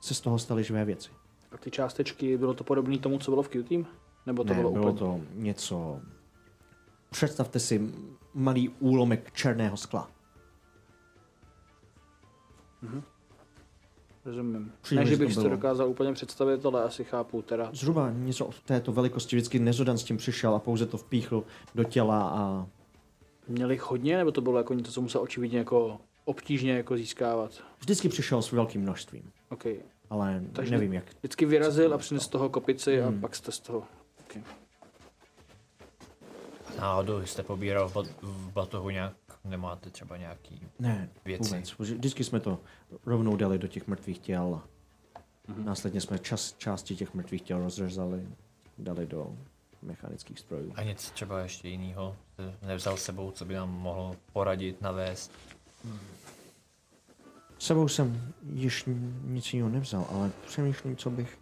Speaker 1: se z toho staly živé věci.
Speaker 3: A ty částečky, bylo to podobné tomu, co bylo v Q-Team? Nebo to
Speaker 1: ne,
Speaker 3: bylo úplně...
Speaker 1: bylo to něco... Představte si malý úlomek černého skla.
Speaker 3: Rozumím. Ne,
Speaker 1: Příliš
Speaker 3: že
Speaker 1: to
Speaker 3: bych si to
Speaker 1: bylo.
Speaker 3: dokázal úplně představit, ale asi chápu teda.
Speaker 1: Zhruba něco v této velikosti vždycky Nezodan s tím přišel a pouze to vpíchl do těla a
Speaker 3: Měli jich hodně, nebo to bylo jako něco, co musel očividně jako obtížně jako získávat?
Speaker 1: vždycky přišel s velkým množstvím.
Speaker 3: OK.
Speaker 1: Ale
Speaker 3: Takže-
Speaker 1: nevím jak.
Speaker 3: Vždycky vyrazil a přinesl z toho kopici hmm. a pak jste z toho... Okay.
Speaker 2: Náhodou jste pobíral v, Bat- v Batohu nějak, nemáte třeba nějaký...
Speaker 1: Ne,
Speaker 2: věci.
Speaker 1: vůbec. protože Vždycky jsme to rovnou dali do těch mrtvých těl. Mm-hmm. Následně jsme čas, části těch mrtvých těl rozřezali, dali do mechanických strojů.
Speaker 2: A nic třeba ještě jiného nevzal s sebou, co by nám mohlo poradit, navést.
Speaker 1: S sebou jsem již n- nic jiného nevzal, ale přemýšlím, co bych,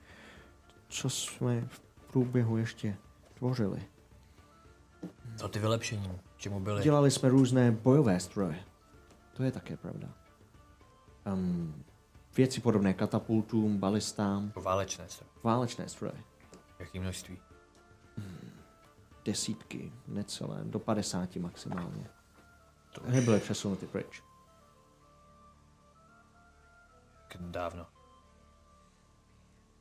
Speaker 1: co jsme v průběhu ještě tvořili.
Speaker 2: To ty vylepšení, k čemu byly.
Speaker 1: Dělali jsme různé bojové stroje. To je také pravda. Um, věci podobné katapultům, balistám,
Speaker 2: Jako Válečné se,
Speaker 1: válečné stroje.
Speaker 2: jaký množství.
Speaker 1: desítky, necelé, do 50 maximálně.
Speaker 2: To už
Speaker 1: Nebyly přesunuty pryč.
Speaker 2: k- dávno.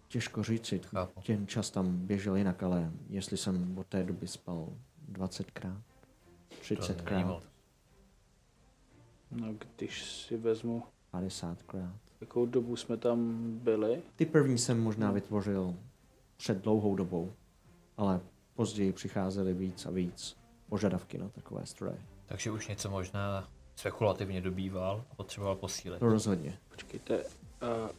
Speaker 1: Těžko říci,
Speaker 2: Chápu.
Speaker 1: ten čas tam běžel jinak, ale jestli jsem od té doby spal 20krát,
Speaker 2: To není
Speaker 1: 30krát,
Speaker 2: moc.
Speaker 3: No, když si vezmu,
Speaker 1: 50krát.
Speaker 3: jakou dobu jsme tam byli,
Speaker 1: Ty první jsem možná vytvořil před dlouhou dobou, ale později přicházely víc a víc požadavky na takové stroje.
Speaker 2: Takže už něco možná spekulativně dobýval a potřeboval posílit.
Speaker 1: To rozhodně.
Speaker 3: Počkejte, uh,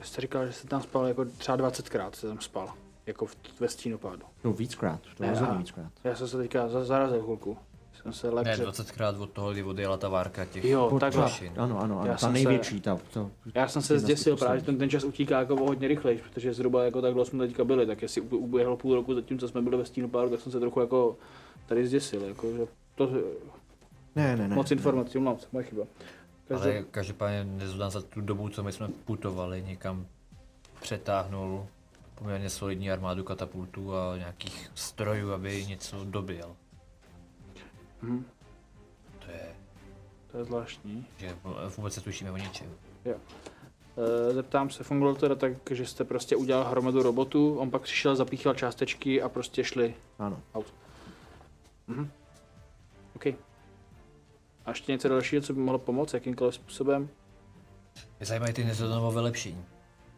Speaker 3: jste říkal, že jste tam spal jako třeba 20krát jste tam spal, jako v, ve stínopádu.
Speaker 1: No víckrát, to
Speaker 3: Ne,
Speaker 1: rozhodně
Speaker 3: a-
Speaker 1: víckrát.
Speaker 3: Já jsem se teďka za, zarazil chvilku, jsem se
Speaker 2: Ne,
Speaker 3: lepře...
Speaker 2: 20krát od toho, kdy odjela ta várka těch.
Speaker 3: Jo,
Speaker 1: Po-
Speaker 3: takhle.
Speaker 2: Počkej.
Speaker 1: Ano, ano, ano,
Speaker 3: Já
Speaker 1: ta
Speaker 3: jsem se-
Speaker 1: největší, ta, ta,
Speaker 3: Já jsem se
Speaker 1: Jedna z
Speaker 3: zděsil
Speaker 1: těch
Speaker 3: právě, že ten, ten čas utíká jako o hodně rychleji, protože zhruba jako takhle jsme teďka byli, tak jestli u- uběhlo půl roku zatím, co jsme byli ve stínu páru, tak jsem se trochu jako tady zděsil, jako, že to,
Speaker 1: ne, ne, ne.
Speaker 3: ne, moc
Speaker 1: ne.
Speaker 3: informací, mám, moje chyba. Každě,
Speaker 2: Ale každopádně nezodám za tu dobu, co my jsme putovali, někam přetáhnul poměrně solidní armádu katapultů a nějakých strojů, aby něco dobil.
Speaker 3: Mhm.
Speaker 2: To je,
Speaker 3: to je zvláštní.
Speaker 2: že vůbec se tušíme o ničem.
Speaker 3: Eh, Zeptám se, fungovalo to teda tak, že jste prostě udělal hromadu robotů, on pak přišel, zapíchal částečky a prostě šli
Speaker 1: Ano.
Speaker 3: out. Mhm. OK. A ještě něco dalšího, co by mohlo pomoct jakýmkoliv způsobem?
Speaker 2: Mě zajímají ty nezodanovo vylepšení.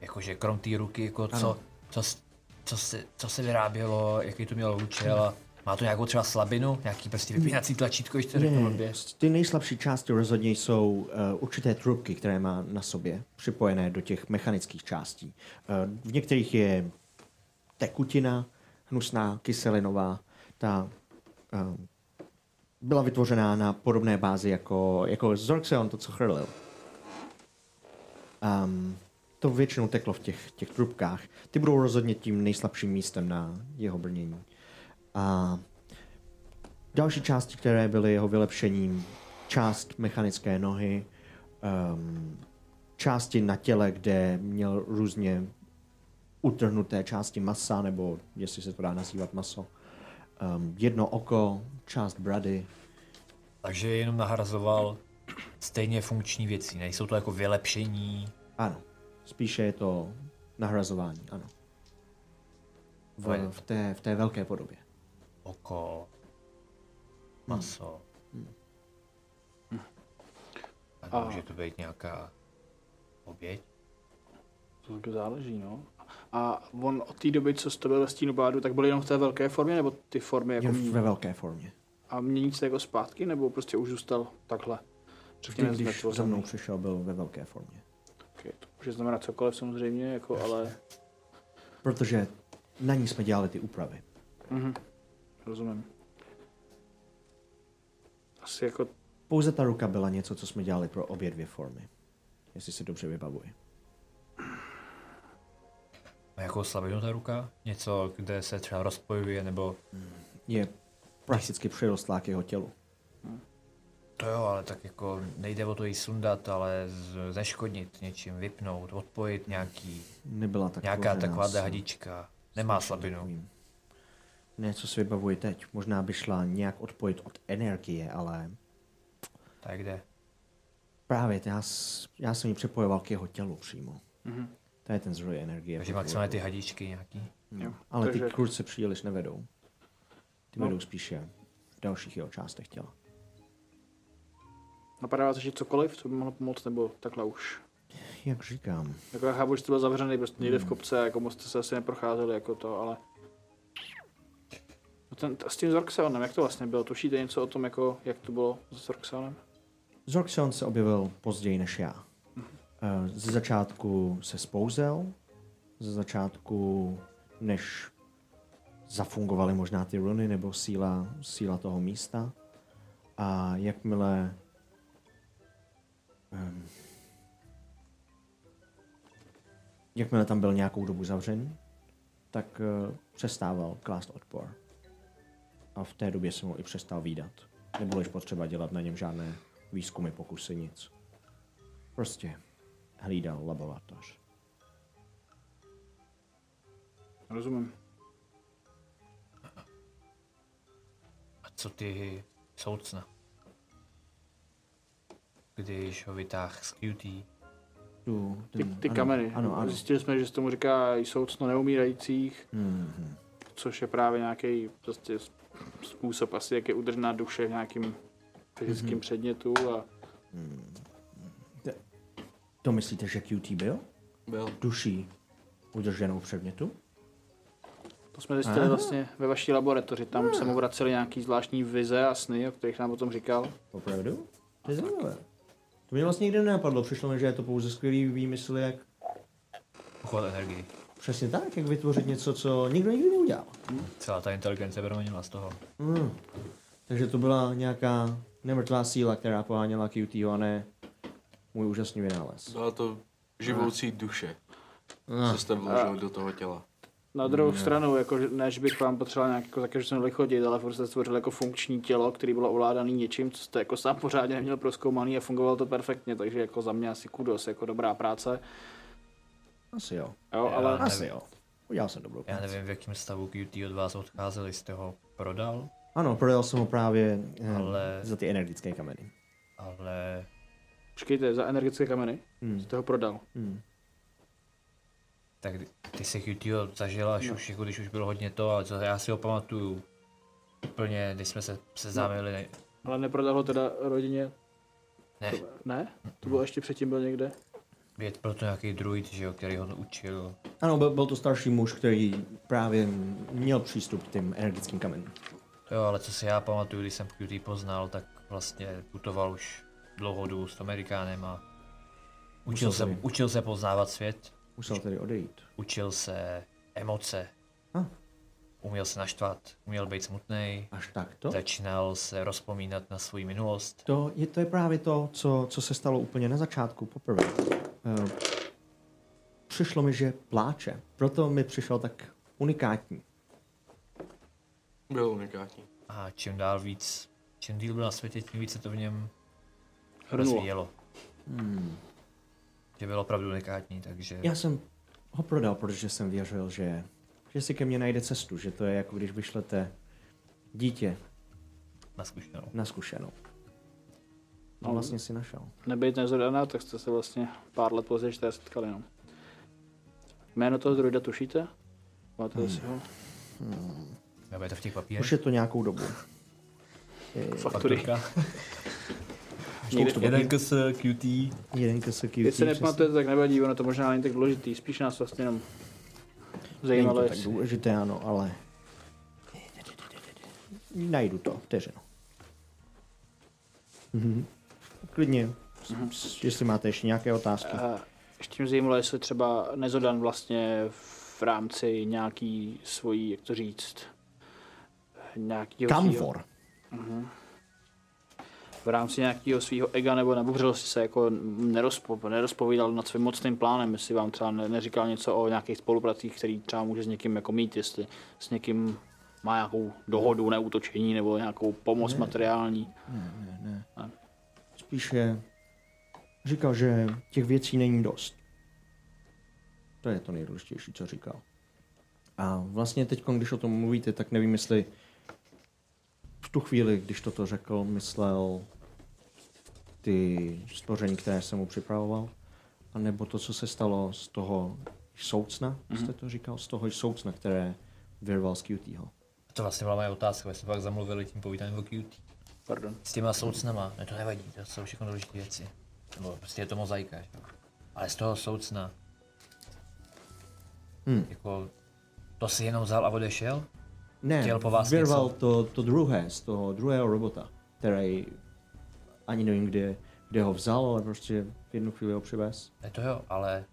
Speaker 2: Jakože krom té ruky, jako co,
Speaker 1: Ano.
Speaker 2: co, s- co, se, co se vyrábělo, jaký to mělo účel a má to nějakou třeba slabinu, nějaký prostě vypínací tlačítko, ještě řeknu blbě.
Speaker 1: Ty nejslabší části rozhodně jsou uh, určité trubky, které má na sobě, připojené do těch mechanických částí. Uh, v některých je tekutina, hnusná, kyselinová. Ta uh, byla vytvořená na podobné bázi jako, jako Zorxeon, to, co chrlil. Um, to většinou teklo v těch, těch trubkách. Ty budou rozhodně tím nejslabším místem na jeho brnění. A Další části, které byly jeho vylepšením, část mechanické nohy, um, části na těle, kde měl různě utrhnuté části masa, nebo jestli se to dá nazývat maso, um, jedno oko, část brady,
Speaker 2: Takže je jenom nahrazoval stejně funkční věci. Nejsou to jako vylepšení.
Speaker 1: Ano. Spíše je to nahrazování, ano. V, v, té, v té velké podobě.
Speaker 2: oko, maso. A
Speaker 3: A-
Speaker 2: může to být nějaká oběť?
Speaker 3: To taky záleží, no. A on od té doby, co jste byl ve stínu bádu, tak byl jenom v té velké formě, nebo ty formy jako
Speaker 1: Jen ve velké formě.
Speaker 3: A mění se jako zpátky, nebo prostě už zůstal takhle?
Speaker 1: Vždy,
Speaker 3: Řekněme,
Speaker 1: když
Speaker 3: zmetvořený.
Speaker 1: za mnou přišel, byl ve velké formě.
Speaker 3: Okay, to může znamenat cokoliv samozřejmě, jako, ale
Speaker 1: Protože na ní jsme dělali ty úpravy.
Speaker 3: Mhm. rozumím. Asi jako,
Speaker 1: Pouze ta ruka byla něco, co jsme dělali pro obě dvě formy. Jestli se dobře vybavuji.
Speaker 2: Má jakou No, jako slabinu ta ruka? Něco, kde se třeba rozpojuje, nebo...
Speaker 1: Je prakticky přirostlá k jeho tělu.
Speaker 2: To jo, ale tak jako nejde o to jí sundat, ale z- zneškodnit něčím, vypnout, odpojit nějaký,
Speaker 1: Nebyla tak
Speaker 2: nějaká
Speaker 1: tvořená
Speaker 2: taková
Speaker 1: s-
Speaker 2: hadička. Nemá slabinu.
Speaker 1: Takovým. Ne, co si vybavuji teď. Možná by šla nějak odpojit od energie, ale
Speaker 2: Tak jde.
Speaker 1: Právě, t- já, s- já jsem ji připojoval k jeho tělu přímo.
Speaker 3: Mhm.
Speaker 1: To je ten zdroj energie.
Speaker 2: Takže maximálně ty hadičky nějaký.
Speaker 3: jo.
Speaker 1: No, Ale ty
Speaker 3: Takže-
Speaker 1: kruce příliš nevedou. Ty
Speaker 3: No.
Speaker 1: vedou spíše v dalších jeho částech těla.
Speaker 3: napadá vás ještě cokoliv, co by mohlo pomoct, nebo takhle už.
Speaker 1: Jak říkám,
Speaker 3: Jako já chápu, že jste byl zavřený prostě někde v kopce, a jako moc jste se asi neprocházeli jako to, ale... No ten, s tím Zorxeonem, jak to vlastně bylo? Tušíte něco o tom, jako, jak to bylo s Zorxeonem?
Speaker 1: Zorxion se objevil později než já. Eh, Ze začátku se spouzel, ze začátku, než zafungovaly možná ty runy nebo síla, síla toho místa. A jakmile ehm, jakmile tam byl nějakou dobu zavřený, tak eh, přestával klást odpor. A v té době jsem ho i přestal výdat. Nebylo již potřeba dělat na něm žádné výzkumy, pokusy, nic. Prostě hlídal laboratoř.
Speaker 3: Rozumím.
Speaker 2: A co ty soucna? Když ho vytáhl z QT,
Speaker 1: Tu,
Speaker 3: Ty,
Speaker 1: ten-
Speaker 3: ty
Speaker 1: Hmm, ano,
Speaker 3: kameny.
Speaker 1: Ano, ano.
Speaker 3: Zjistili jsme, že se tomu říká i soucno neumírajících,
Speaker 1: Mhm.
Speaker 3: což je právě nějaký prostě s- způsob asi, jak je udržená duše v nějakým fyzickém
Speaker 1: Mhm.
Speaker 3: mm-hmm. předmětu a
Speaker 1: To myslíte, že QT byl?
Speaker 4: Byl.
Speaker 1: Duší udrženou v předmětu?
Speaker 3: to jsme zjistili
Speaker 1: Aha. Hmm.
Speaker 3: vlastně ve vaší laboratoři. Tam se mu vracely nějaký zvláštní vize a sny, o kterých nám potom říkal.
Speaker 1: Opravdu? To je zajímavé. To mě vlastně nikdy nenapadlo. Přišlo mi, že je to pouze skvělý výmysl, jak
Speaker 2: uchovat energii.
Speaker 1: přesně tak, jak vytvořit něco, co nikdo nikdy neudělal.
Speaker 2: Celá ta inteligence proměnila z toho.
Speaker 1: Mm. Takže to byla nějaká nemrtvá síla, která poháněla QT, a ne můj úžasný vynález.
Speaker 4: Byla to živoucí duše, co jste vložil do toho těla.
Speaker 3: Na druhou
Speaker 1: Hmm,
Speaker 3: stranu, jako, že- ne, že bych vám potřeboval nějak jako, taky, že jsem chodit, ale furt jste stvořil jako funkční tělo, který bylo ovládaný něčím, co jste jako sám pořádně neměl proskoumaný a fungovalo to perfektně, takže jako za mě asi kudos, jako dobrá práce.
Speaker 1: Asi jo.
Speaker 3: Jo, ale...
Speaker 1: Asi jo. Udělal jsem dobrou
Speaker 2: Já
Speaker 1: práci.
Speaker 2: nevím, v jakém stavu QT od vás odcházeli, jste ho prodal,
Speaker 1: Ano, prodal jsem ho právě eh,
Speaker 2: Ale-
Speaker 1: za ty energické kameny.
Speaker 2: ale
Speaker 3: Počkejte, za energetické kameny?
Speaker 1: Hmm.
Speaker 3: Jste ho prodal.
Speaker 1: Hmm.
Speaker 2: tak ty se QT zažil až už, jako když už bylo hodně to, ale co, já si ho pamatuju úplně, když jsme se seznámili, ne,
Speaker 3: Ale neprodal ho teda rodině?
Speaker 2: ne
Speaker 3: To, ne? To bylo ještě předtím byl někde?
Speaker 2: věd, byl to nějaký druid, že jo, který ho učil.
Speaker 1: Ano, byl, byl to starší muž, který právě měl přístup k těm energickým kamenům.
Speaker 2: Jo, ale co si já pamatuju, když jsem QT poznal, tak vlastně putoval už dlouhou dobu s Amerikánem a učil se,
Speaker 1: tady.
Speaker 2: učil se poznávat svět,
Speaker 1: Musel tedy odejít.
Speaker 2: učil se emoce,
Speaker 1: Ah,
Speaker 2: uměl se naštvat, uměl být smutný,
Speaker 1: až tak to?
Speaker 2: začínal se rozpomínat na svou minulost.
Speaker 1: To je, to je právě to, co, co se stalo úplně na začátku, poprvé. Eh, Přišlo mi, že
Speaker 2: Hmm.
Speaker 1: pláče. Proto mi přišel tak unikátní.
Speaker 4: Byl unikátní.
Speaker 2: a čím dál víc, čím díl byl na světě, tím víc se to v něm
Speaker 3: Hrnulo.
Speaker 2: rozvíjelo. Hmm. Že byl opravdu unikátní, takže
Speaker 1: Já jsem ho prodal, protože jsem věřil, že, že si ke mně najde cestu, že to je jako když vyšlete dítě
Speaker 2: na zkušenou.
Speaker 1: na zkušenou. A vlastně si našel.
Speaker 3: Nebejt nezadaná, tak jste se vlastně pár let později jste setkali jenom. Jméno toho druida tušíte? Máte hmm. si ho?
Speaker 2: Nebo je to v těch papírech?
Speaker 1: Už je to nějakou dobu.
Speaker 3: Faktury.
Speaker 1: Spoustu
Speaker 2: Jeden kus eh, QT,
Speaker 1: Jeden kese QT.
Speaker 3: Když
Speaker 1: přesně.
Speaker 3: se nepamatujete, tak nevadí, ono to možná není tak důležitý. Spíš nás vlastně jenom
Speaker 1: Není
Speaker 3: zajímalo,
Speaker 1: to tak
Speaker 3: jestli...
Speaker 1: důležité, ano, ale... Najdu to, vteřinu. Mhm. Klidně, s- jestli máte ještě nějaké otázky.
Speaker 3: Eh, Mhm. Ještě mě zajímalo, jestli třeba Nezodan vlastně v rámci nějaký svojí, jak to říct, nějakýho svýho-
Speaker 1: Kamfor.
Speaker 3: v rámci nějakého svého ega nebo nabubřilosti se jako nerozpo, nerozpovídal nad svým mocným plánem, jestli vám třeba ne- neříkal něco o nějakých spolupracích, který třeba může s někým jako mít, jestli s někým má nějakou dohodu, neútočení nebo nějakou pomoc materiální.
Speaker 1: Spíše říkal, že těch věcí není dost. To je to nejdůležitější, co říkal. A vlastně teď, když o tom mluvíte, tak nevím, jestli v tu chvíli, když toto řekl, myslel ty stvoření, které jsem mu připravoval, anebo to, co se stalo z toho soucna, mm-hmm. jste to říkal, z toho soucna, které vyrval z QTho.
Speaker 2: to vlastně byla moje otázka, my jsme pak zamluvili tím povídáním o QT.
Speaker 3: Pardon.
Speaker 2: S těma soucnama, ne to nevadí, to jsou všechno důležité věci. Nebo prostě je to mozaika, že? jo. Ale z toho soucna,
Speaker 1: Hmm.
Speaker 2: jako, to si jenom vzal a odešel?
Speaker 1: Ne,
Speaker 2: Chtěl po vás
Speaker 1: vyrval
Speaker 2: něco?
Speaker 1: to, to druhé, z toho druhého robota, který ani nevím, kde, kde ho vzal, ale prostě v jednu chvíli ho přivez.
Speaker 2: Ne to jo, ale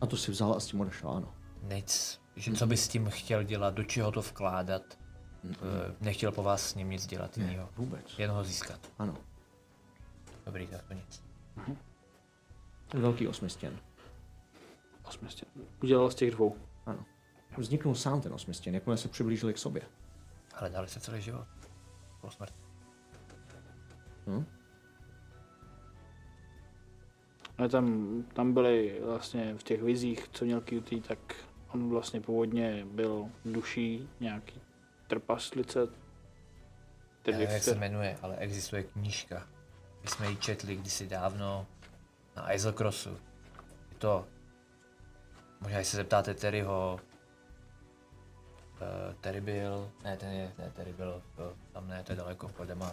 Speaker 1: A to si vzal a s tím odešel, ano.
Speaker 2: nic, že co by s tím chtěl dělat, do čeho to vkládat, eh, nechtěl po vás s ním nic dělat jiného.
Speaker 1: Vůbec.
Speaker 2: Jen ho získat.
Speaker 1: Ano.
Speaker 2: Dobrý, tak to nic.
Speaker 1: Ten velký osmistěn.
Speaker 3: Osměstě. Udělal z těch dvou.
Speaker 1: Ano. Vzniknul sám ten osmistěn, jakmile se přiblížili k sobě.
Speaker 2: Ale dali se celý život. Po smrti.
Speaker 3: No tam, tam byly vlastně v těch vizích, co měl QT, tak on vlastně původně byl duší nějaký trpaslice.
Speaker 2: Já nevím,
Speaker 3: Takže
Speaker 2: jak se
Speaker 3: jste-
Speaker 2: jmenuje, ale existuje knížka. My jsme ji četli kdysi dávno na Iselcrossu. Je to... Možná, když se zeptáte Terryho... Uh, Terry byl... Ne, ten je... Ne, Terry byl... To, tam ne, to je daleko, pojďme uh,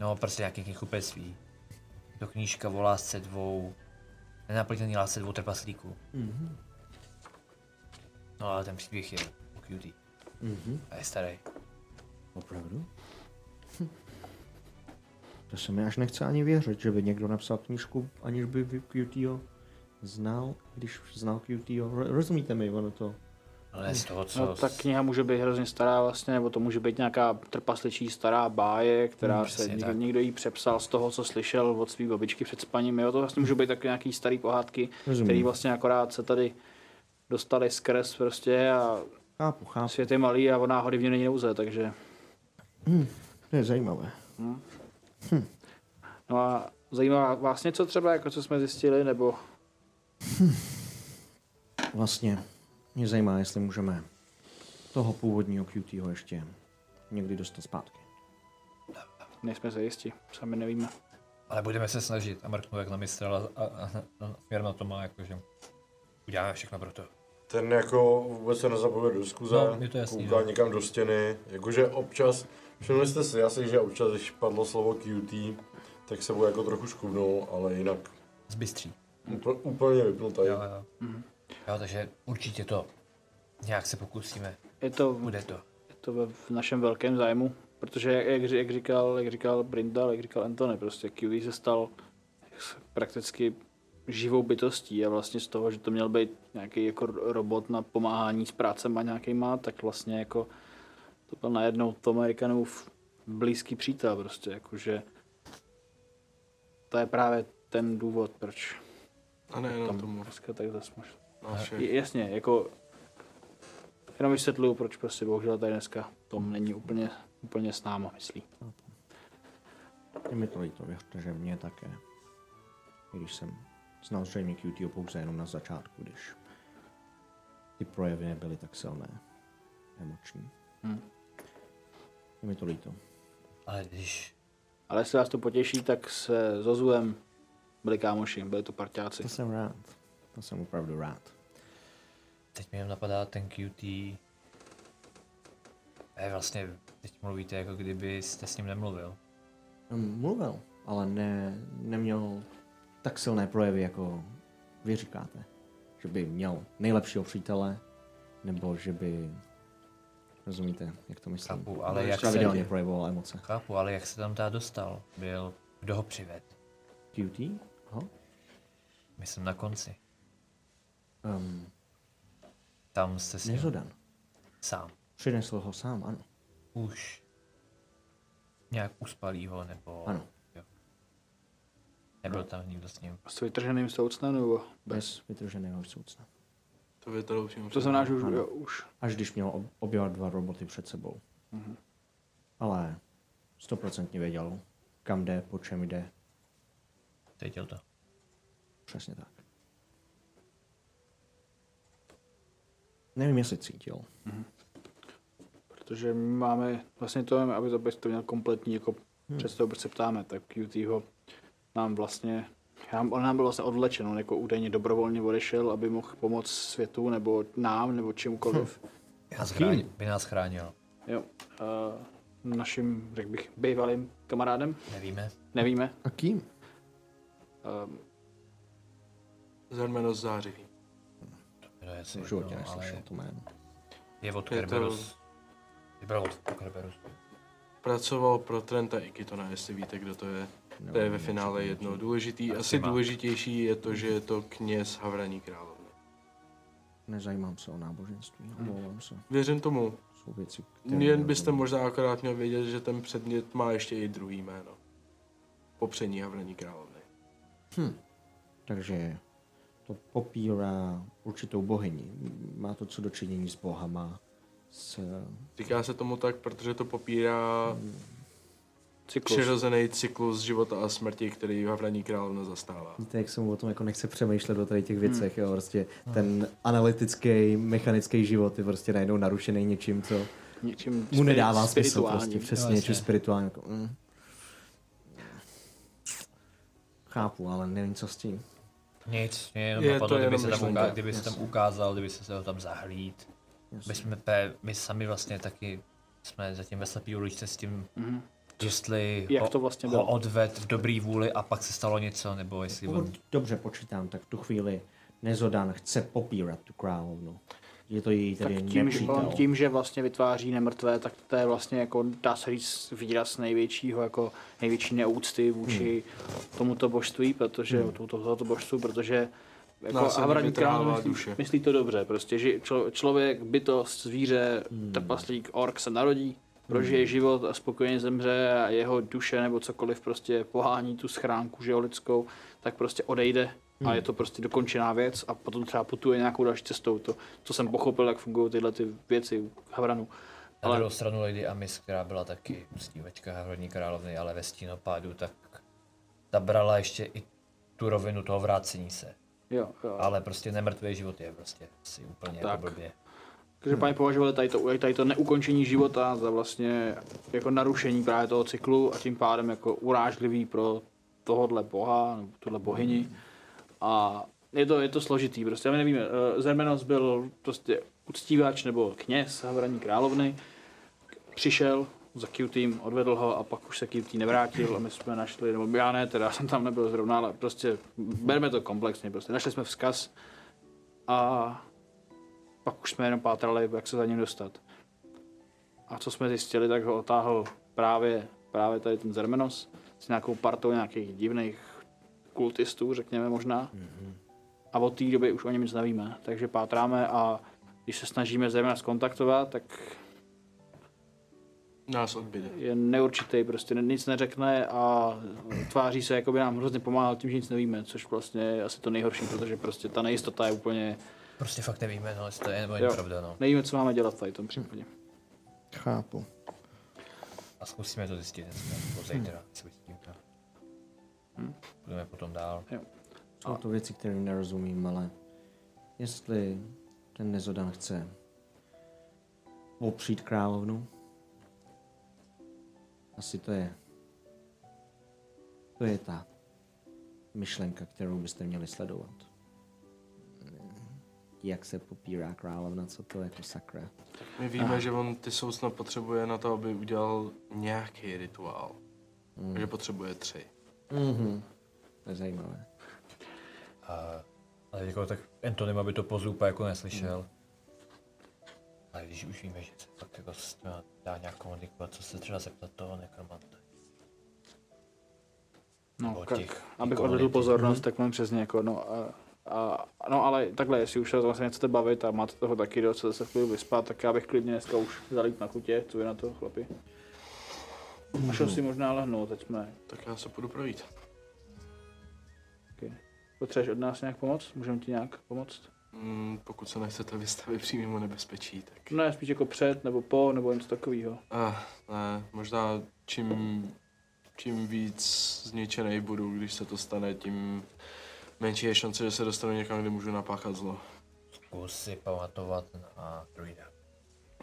Speaker 2: No, prostě nějaký knihkupectví. To knížka o lásce dvou... Nenaplněný lásce dvou trpaslíků. No ale ten příběh je o cutie.
Speaker 1: Mhm.
Speaker 2: A je starý.
Speaker 1: Opravdu? Hm. [laughs] To se mi až nechce ani věřit, že by někdo napsal knížku, aniž by vy- QTO znal, když znal QTO. Ro- Rozumíte mi, ono to...
Speaker 2: Ale z toho, co...
Speaker 3: No, ta kniha může být hrozně stará vlastně, nebo to může být nějaká trpasličí stará báje, která
Speaker 2: Hmm,
Speaker 3: hmm, se
Speaker 2: přesně
Speaker 3: někdo,
Speaker 2: tak.
Speaker 3: někdo jí přepsal z toho, co slyšel od své babičky před spaním. Jo? To vlastně můžou být tak nějaký starý pohádky,
Speaker 1: Rozumím.
Speaker 3: které vlastně akorát se tady dostali skrz prostě a
Speaker 1: Chápu, chápu.
Speaker 3: svět je malý a o náhody v něm není nouze, takže...
Speaker 1: To je zajímavé.
Speaker 3: No a zajímá vás něco třeba, jako co jsme zjistili, nebo
Speaker 1: Vlastně mě zajímá, jestli můžeme toho původního QTho ještě někdy dostat zpátky.
Speaker 3: nejsme se jistí, sami nevíme.
Speaker 2: Ale budeme se snažit. A Mark Novák na Mistrala a, a, a směr na to má, jakože uděláme všechno pro to.
Speaker 5: Ten jako vůbec se nezapojil do diskuze,
Speaker 2: No, je to jasný,
Speaker 5: kouká
Speaker 2: no.
Speaker 5: někam do stěny, jakože občas, všimli jste si asi, že občas, když padlo slovo QT, tak se mu jako trochu škubnul, ale jinak
Speaker 2: Zbystří.
Speaker 5: úpl, úplně vypnutý.
Speaker 2: Jo, jo. jo, takže určitě to. Nějak se pokusíme.
Speaker 3: Je to,
Speaker 2: Bude to.
Speaker 3: je to ve- v našem velkém zájmu, protože jak, jak, ři- jak říkal, jak říkal Brindal, jak říkal Antony, prostě QV se stal s- prakticky živou bytostí a vlastně z toho, že to měl být nějaký jako ro- robot na pomáhání s prácema nějakýma, tak vlastně jako to byl najednou to Amerikanův blízký přítel prostě, jakože to je právě ten důvod, proč
Speaker 4: A nejenom tomu.
Speaker 3: dneska takhle smažil.
Speaker 4: Na všech.
Speaker 3: J- Jasně, jako Jenom vysvětluju, proč prostě bohužel tady dneska Tom není úplně, úplně s náma, myslí.
Speaker 1: Je mi to líto, věřte, že mě také. I Když jsem znal zřejmě QTO pouze jenom na začátku, když ty projevy nebyly tak silné, emoční.
Speaker 3: Hmm.
Speaker 1: Je mi to líto.
Speaker 2: Ale když...
Speaker 3: Ale jestli vás to potěší, tak se Zozuem byli kámoši, byli to parťáci.
Speaker 1: To jsem rád. To jsem opravdu rád.
Speaker 2: Teď mi jenom napadá ten QT. Eh, vlastně teď mluvíte jako kdyby jste s ním nemluvil.
Speaker 1: No, Mluvil, ale ne, neměl tak silné projevy, jako vy říkáte. Že by měl nejlepšího přítele, nebo že by... Rozumíte, jak to myslím?
Speaker 2: Chápu, ale jak se-
Speaker 1: Pravidelně projevoval emoce.
Speaker 2: Chápu, ale jak se tam ta dostal? Byl, kdo ho přived?
Speaker 1: QT? Aha.
Speaker 2: Myslím na konci.
Speaker 1: Um,
Speaker 2: Tam jste si
Speaker 1: Nezodan.
Speaker 2: sám.
Speaker 1: Přinesl ho sám, ano.
Speaker 2: Už nějak uspalýho, nebo...
Speaker 1: Ano.
Speaker 2: Jo. Nebyl tam nikdo s ním.
Speaker 3: S vytrženým soucnem nebo bez?
Speaker 1: Bez vytrženého soucna.
Speaker 4: To vytadou přímo.
Speaker 3: To
Speaker 4: před-
Speaker 3: znamená, že už,
Speaker 1: Ano.
Speaker 3: jo, už
Speaker 1: Až když měl ob- oběma dva roboty před sebou.
Speaker 2: Mhm.
Speaker 1: Ale stoprocentně věděl, kam jde, po čem jde.
Speaker 2: Cítil to.
Speaker 1: Přesně tak. Nevím, jestli cítil.
Speaker 3: Protože my máme, vlastně to, aby to, to měl kompletní jako hmm. představu, proč se ptáme, tak QT ho nám vlastně, já, on nám byl vlastně odlečen, on jako údajně dobrovolně odešel, aby mohl pomoct světu, nebo nám, nebo čímkoliv.
Speaker 2: Nás chránil, by nás chránil.
Speaker 3: Jo. Uh, naším, řekl bych, bývalým kamarádem,
Speaker 2: Nevíme.
Speaker 3: nevíme.
Speaker 1: A kým?
Speaker 3: Uh,
Speaker 4: Zermenos zářivý.
Speaker 2: Kdo je,
Speaker 1: Jsem v
Speaker 2: si,
Speaker 1: životě
Speaker 2: no,
Speaker 1: neslyšel
Speaker 2: ale
Speaker 1: to jméno.
Speaker 2: je od
Speaker 4: Je to-
Speaker 2: Kerberus. Vybral od Kerberus.
Speaker 4: Pracoval pro Trenta Ikitona, jestli víte, kdo to je. To je ve finále jedno. Důležitý, asi
Speaker 2: Maximák.
Speaker 4: důležitější je to, že je to kněz Havraní královny.
Speaker 1: Nezajímám se o náboženství, omlouvám se.
Speaker 4: Věřím tomu.
Speaker 1: Jsou věci, které
Speaker 4: Hmm. Jen byste
Speaker 1: nerozumím.
Speaker 4: možná akorát měl vědět, že ten předmět má ještě i druhý jméno. Popření Havraní královny.
Speaker 1: Takže to popírá určitou bohyni. Má to co dočinění s bohama, s
Speaker 4: Říká se tomu tak, protože to popírá
Speaker 3: cyklus.
Speaker 4: přirozený cyklus života a smrti, který Havraní královna zastává.
Speaker 6: Víte, jak jsem o tom jako nechci přemýšlet o tady těch
Speaker 4: Hmm.
Speaker 6: věcech, jo, prostě ten analytický, mechanický život je prostě najednou narušený něčím, co
Speaker 3: Něčím
Speaker 6: mu nedává
Speaker 3: spiri-
Speaker 6: smysl prostě,
Speaker 3: spirituálním.
Speaker 6: přesně,
Speaker 2: No,
Speaker 6: něčím
Speaker 2: jasně.
Speaker 6: spirituálním. Jako, mm.
Speaker 1: Chápu, ale nevím, co s tím.
Speaker 2: Nic, mě jenom
Speaker 4: Je
Speaker 2: je
Speaker 4: to
Speaker 2: napadlo,
Speaker 4: jenom
Speaker 2: kdyby, se tam,
Speaker 4: myšlenka,
Speaker 2: uká, kdyby se tam ukázal, kdyby se ho tam zahlíd. My, jsme, pe- my sami vlastně taky jsme zatím ve slepý uličce s tím, mm-hmm.
Speaker 4: Mhm.
Speaker 2: jestli
Speaker 3: Jak
Speaker 2: ho,
Speaker 3: to vlastně
Speaker 2: ho
Speaker 3: bylo?
Speaker 2: odved v dobrý vůli a pak se stalo něco, nebo jestli on...
Speaker 1: Pokud dobře počítám, tak v tu chvíli Nezodan chce popírat tu královnu. Je to její
Speaker 3: Tak
Speaker 1: tedy
Speaker 3: tím, že, on
Speaker 1: nepřítel.
Speaker 3: tím, že vlastně vytváří nemrtvé, tak to je vlastně jako, dá se říct, výraz největšího, jako největší neúcty vůči tomuto božství, protože hmm. tomuto, tohoto božstvu, protože jako
Speaker 4: Násilně
Speaker 3: Havraní
Speaker 4: vytrhává
Speaker 3: král myslí,
Speaker 4: duše.
Speaker 3: myslí, to dobře, prostě, že člo, člověk, bytost, zvíře, hmm. trpaslík, ork se narodí, prožije život a spokojeně zemře a jeho duše nebo cokoliv prostě pohání tu schránku, že jo, lidskou, tak prostě odejde a je to prostě dokončená věc a potom třeba putuje nějakou další cestou. To, co jsem pochopil, jak fungují tyhle ty věci u Havranu.
Speaker 2: Na
Speaker 3: Ale
Speaker 2: druhou stranu Lady Amis, která byla taky snívečka Hrodní královny, ale ve stínopádu, tak ta brala ještě i tu rovinu toho vrácení se.
Speaker 3: jo, jo.
Speaker 2: Ale prostě nemrtvý život je prostě si úplně
Speaker 3: Tak.
Speaker 2: jako blbě.
Speaker 3: Každopádně považovali tady to, tady to neukončení života za vlastně jako narušení právě toho cyklu a tím pádem jako urážlivý pro tohohle boha, nebo tuhle bohyni. A je to, je to složitý prostě, my nevíme, eh, Zermenos byl prostě uctívač nebo kněz Havraní královny, přišel za Q-team, odvedl ho a pak už se Q-team nevrátil a my jsme našli, nebo já ne, teda [laughs] já jsem tam nebyl zrovna, ale prostě berme to komplexně, prostě našli jsme vzkaz a pak už jsme jenom pátrali, jak se za ním dostat. A co jsme zjistili, tak ho otáhl právě, právě tady ten Zermenos s nějakou partou nějakých divných kultistů, řekněme možná. A od té doby už o něm nic nevíme, takže pátráme a když se snažíme zejména skontaktovat, tak
Speaker 4: Nás odbyde.
Speaker 3: je neurčitý, prostě ne- nic neřekne a tváří se, jako by nám hrozně pomáhal tím, že nic nevíme, což vlastně je asi to nejhorší, protože prostě ta nejistota je úplně
Speaker 2: Prostě fakt nevíme, no, jestli to je nebo
Speaker 3: Jo.
Speaker 2: není pravda, no.
Speaker 3: Nevíme, co máme dělat tady v tom případě.
Speaker 7: Chápu.
Speaker 2: A zkusíme to zjistit dneska, nebo
Speaker 3: Hm.
Speaker 2: zítra, co by s tím to. Budeme potom dál.
Speaker 6: Jsou to věci, které nerozumím, ale jestli ten Nezodan chce opřít královnu, asi to je. To je ta myšlenka, kterou byste měli sledovat. Jak se popírá královna, co to je jako sakra.
Speaker 4: My víme, že on ty soucna potřebuje na to, aby udělal nějaký rituál. Mm. Že potřebuje tři.
Speaker 6: Mhm. To je zajímavé.
Speaker 2: Ale jako tak Antonym, aby to pozupa jako neslyšel. Ale když už víme, že se fakt jako s tím dá nějak komunikovat, co se třeba zeptat toho nekromanta.
Speaker 3: No,
Speaker 2: Nebo
Speaker 3: tak,
Speaker 2: těch
Speaker 3: abych
Speaker 2: komunity.
Speaker 3: odvedl pozornost, tak mám přesně jako, no, a, a, no ale takhle, jestli už se vlastně nechcete bavit a máte toho taky dost, chcete se v klidu vyspat, tak já bych klidně dneska už zalít na kutě, co je na to, chlapi. A šel si možná lehnout, teď jsme.
Speaker 4: Tak já se půjdu projít.
Speaker 3: Potřebuješ od nás nějak pomoc? Můžeme ti nějak pomoct?
Speaker 4: Mm, pokud se nechcete vystavit přímému nebezpečí, tak...
Speaker 3: No, spíš jako před, nebo po, nebo něco takového.
Speaker 4: Ah, ne, možná čím, čím víc zničený budu, když se to stane, tím menší je šance, že se dostanu někam, kde můžu napáchat zlo.
Speaker 2: Zkus si pamatovat na druida.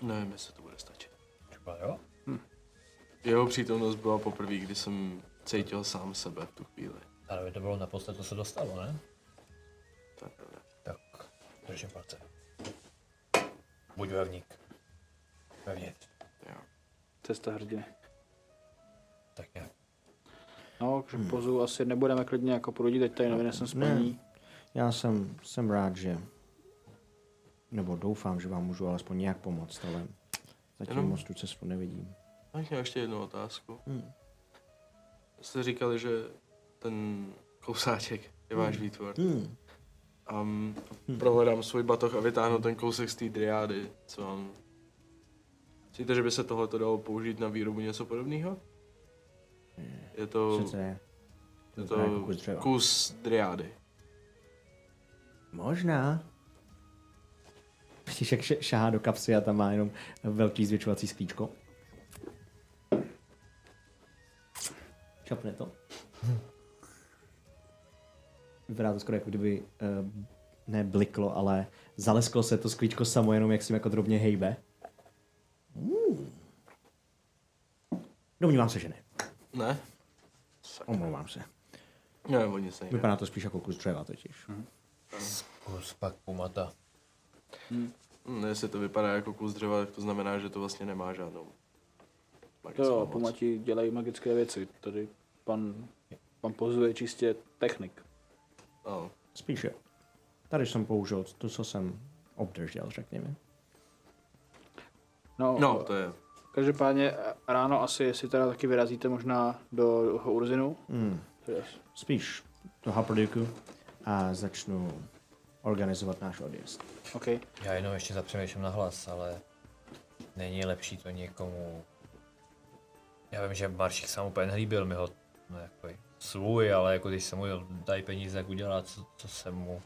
Speaker 4: Nevím, jestli to bude stačit.
Speaker 2: Třeba jo?
Speaker 4: Jeho přítomnost byla poprvé, kdy jsem cítil sám sebe v tu chvíli.
Speaker 2: Ale to bylo naposled, co se dostalo, ne?
Speaker 4: Tak,
Speaker 2: Tak, držím palce. Buď vevník. Vevnitř.
Speaker 4: jo.
Speaker 3: Cesta hrdiny.
Speaker 2: Tak nějak.
Speaker 3: No, takže hmm. pozu asi nebudeme klidně jako prudit, teď tady nevynesem spaní.
Speaker 6: Já jsem, jsem rád, že... Nebo doufám, že vám můžu alespoň nějak pomoct, ale zatím
Speaker 4: Jenom-
Speaker 6: moc tu cestu nevidím.
Speaker 4: Abych měl ještě jednu otázku.
Speaker 6: Hmm.
Speaker 4: Jste říkali, že ten kousáček je váš výtvor.
Speaker 6: Hmm.
Speaker 4: Um, prohledám svůj batoh a vytáhnu ten kousek z té driády, co mám. Myslíte, že by se tohleto dalo použít na výrobu něco podobného? Je to,
Speaker 6: Hmm. Přece je.
Speaker 4: je
Speaker 6: To je
Speaker 4: to
Speaker 6: kus dřeva.
Speaker 4: kus driády.
Speaker 6: Možná.
Speaker 1: Vidíš, jak š- šahá do kapsy a tam má jenom velký zvětšovací sklíčko. Čapne to. Vypadá to skoro jako kdyby eh, ne bliklo, ale zalesklo se to sklíčko samo, jenom jak si jako drobně hejbe. Mm. Domnívám se, že ne.
Speaker 4: Ne?
Speaker 6: Omlouvám se.
Speaker 4: Ne, o nic nejde.
Speaker 6: Vypadá to spíš jako kus dřeva totiž.
Speaker 2: Kus pak pumata.
Speaker 4: Hm, Jestli to vypadá jako kus dřeva, tak to znamená, že to vlastně nemá žádnou
Speaker 3: To
Speaker 4: magickou
Speaker 3: jo,
Speaker 4: moc.
Speaker 3: pomati dělají magické věci. Tady pan, pan pozu je čistě technik.
Speaker 4: No,
Speaker 6: Spíš jo. Tady jsem použil to, co jsem obdržel, řekněme.
Speaker 3: No,
Speaker 4: no, to je.
Speaker 3: Každopádně eh, ráno asi, jestli teda taky vyrazíte možná do Urzinu.
Speaker 6: Hmm.
Speaker 3: Yes.
Speaker 6: Spíš do Haprdyku a začnu organizovat náš odjezd.
Speaker 3: OK.
Speaker 2: Já jenom ještě zapřemýšlím na hlas, ale není lepší to někomu. Já vím, že Maršík sám úplně nelíbil mi ho no, jako svůj, ale jako když se mu dají peníze, jak udělá, co, co se mu,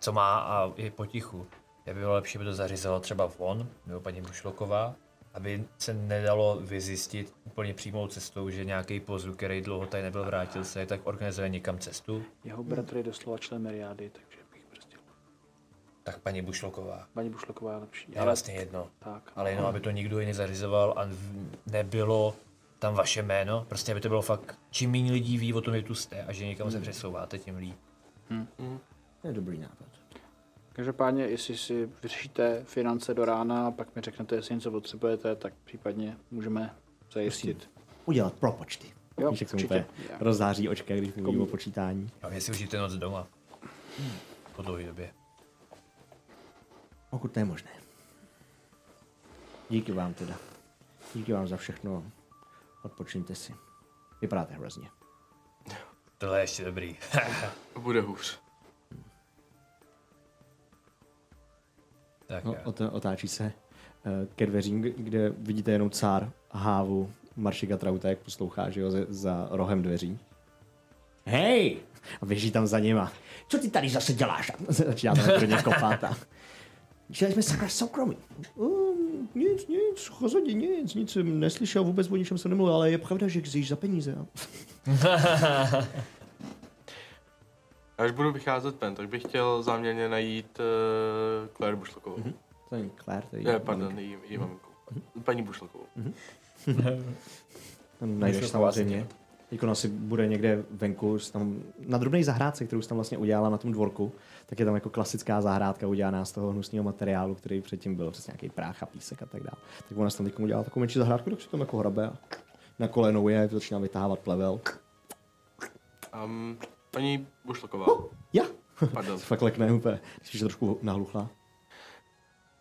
Speaker 2: co má a je potichu. Já by bylo lepší, aby to zařizoval třeba on, nebo paní Bušloková, aby se nedalo vyzjistit úplně přímou cestou, že nějaký pozru, který dlouho tady nebyl, vrátil se, tak organizuje někam cestu.
Speaker 3: Jeho bratr je doslova člen Meriády, takže bych prostě...
Speaker 2: Tak paní Bušloková.
Speaker 3: Paní Bušloková je lepší.
Speaker 2: Je vlastně jedno.
Speaker 3: Tak.
Speaker 2: Ale jenom, aby to nikdo jiný zařizoval a v- nebylo tam vaše jméno. Prostě, aby to bylo fakt, čím méně lidí ví o tom, že tu jste a že někam se přesouváte, tím líp.
Speaker 6: To je dobrý nápad.
Speaker 3: Každopádně, jestli si vyřešíte finance do rána, pak mi řeknete, jestli něco potřebujete, tak případně můžeme zajistit.
Speaker 1: Udělat propočty.
Speaker 3: Jo,
Speaker 1: Víš, jak se mu
Speaker 3: určitě. Jako
Speaker 1: úplně rozzáří očka, když mluví o počítání.
Speaker 2: Hlavně si užijte noc doma. Hmm. Po dlouhé době.
Speaker 6: Pokud to je možné. Díky vám teda. Díky vám za všechno. Odpočiňte si. Vypadáte hrozně.
Speaker 2: Tohle je ještě dobrý. [laughs]
Speaker 4: Bude hůř.
Speaker 2: tak,
Speaker 1: No,
Speaker 2: jo.
Speaker 1: ot- otáčí se eh, ke dveřím, kde- kde vidíte jenom cár a hávu Maršika Trauta, jak poslouchá, že jo, ze- za rohem dveří. [laughs] Hej! A běží tam za nima. Co ty tady zase děláš? A začíná tam pro ně kopat a Žili jsme sakra soukromí. Um, nic, nic, chozodi, nic, nic jsem neslyšel, vůbec o ničem jsem nemluvil, ale je pravda, že kříž za peníze. jo.
Speaker 4: Až budu vycházet ven, tak bych chtěl záměrně najít uh, Claire Bušlokovou.
Speaker 3: Mhm,
Speaker 4: Mm-hmm.
Speaker 1: To není Claire, to je
Speaker 4: Ne, pardon, její, její maminku. Paní Bušlokovou.
Speaker 3: Mhm.
Speaker 1: Tam najdeš
Speaker 2: Myšlenková
Speaker 1: samozřejmě. Jako asi bude někde venku, s tam, na drobné zahrádce, kterou jsi tam vlastně udělala na tom dvorku, tak je tam jako klasická zahrádka udělaná z toho hnusného materiálu, který předtím byl přes nějaký prách a písek a tak dále. Tak ona si tam teď udělala takovou menší zahrádku, tak si tam jako hrabe a na kolenou je, začíná vytáhávat plevel.
Speaker 4: Um, paní Bušloková,
Speaker 3: Uh!
Speaker 1: Ja, [laughs]
Speaker 4: pardon.
Speaker 1: fakt lekne úplně, když je trošku nahluchlá.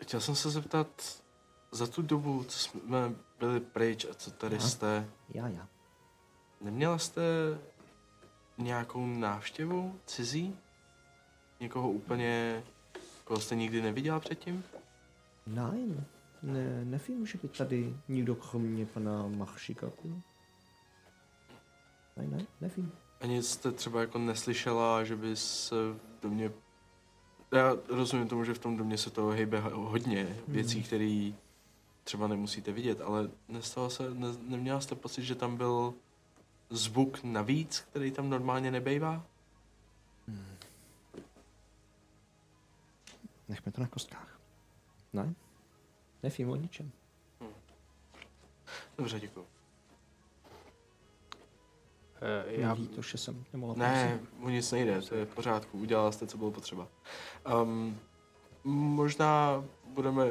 Speaker 4: Chtěl jsem se zeptat, za tu dobu, co jsme byli pryč a co tady
Speaker 1: Aha.
Speaker 4: jste,
Speaker 1: Já, já.
Speaker 4: neměla jste nějakou návštěvu cizí? Někoho úplně, koho jste nikdy neviděla předtím?
Speaker 1: Nein, ne, nevím, že by tady nikdo kromě pana Machšika byl. Ne, ne, nevím.
Speaker 4: Ani jste třeba jako neslyšela, že by se v domě... Já rozumím tomu, že v tom domě se toho hejbe h- hodně věcí, které třeba nemusíte vidět, ale nestalo se, ne, neměla jste pocit, že tam byl zvuk navíc, který tam normálně nebejvá?
Speaker 1: Nechme to na kostkách. Ne? Nevím o ničem.
Speaker 4: Dobře, děkuji.
Speaker 3: Eh, Já,
Speaker 1: Neví to, že jsem nemohla
Speaker 4: Ne, o nic nejde, to je v pořádku, udělala jste, co bylo potřeba. Um, možná budeme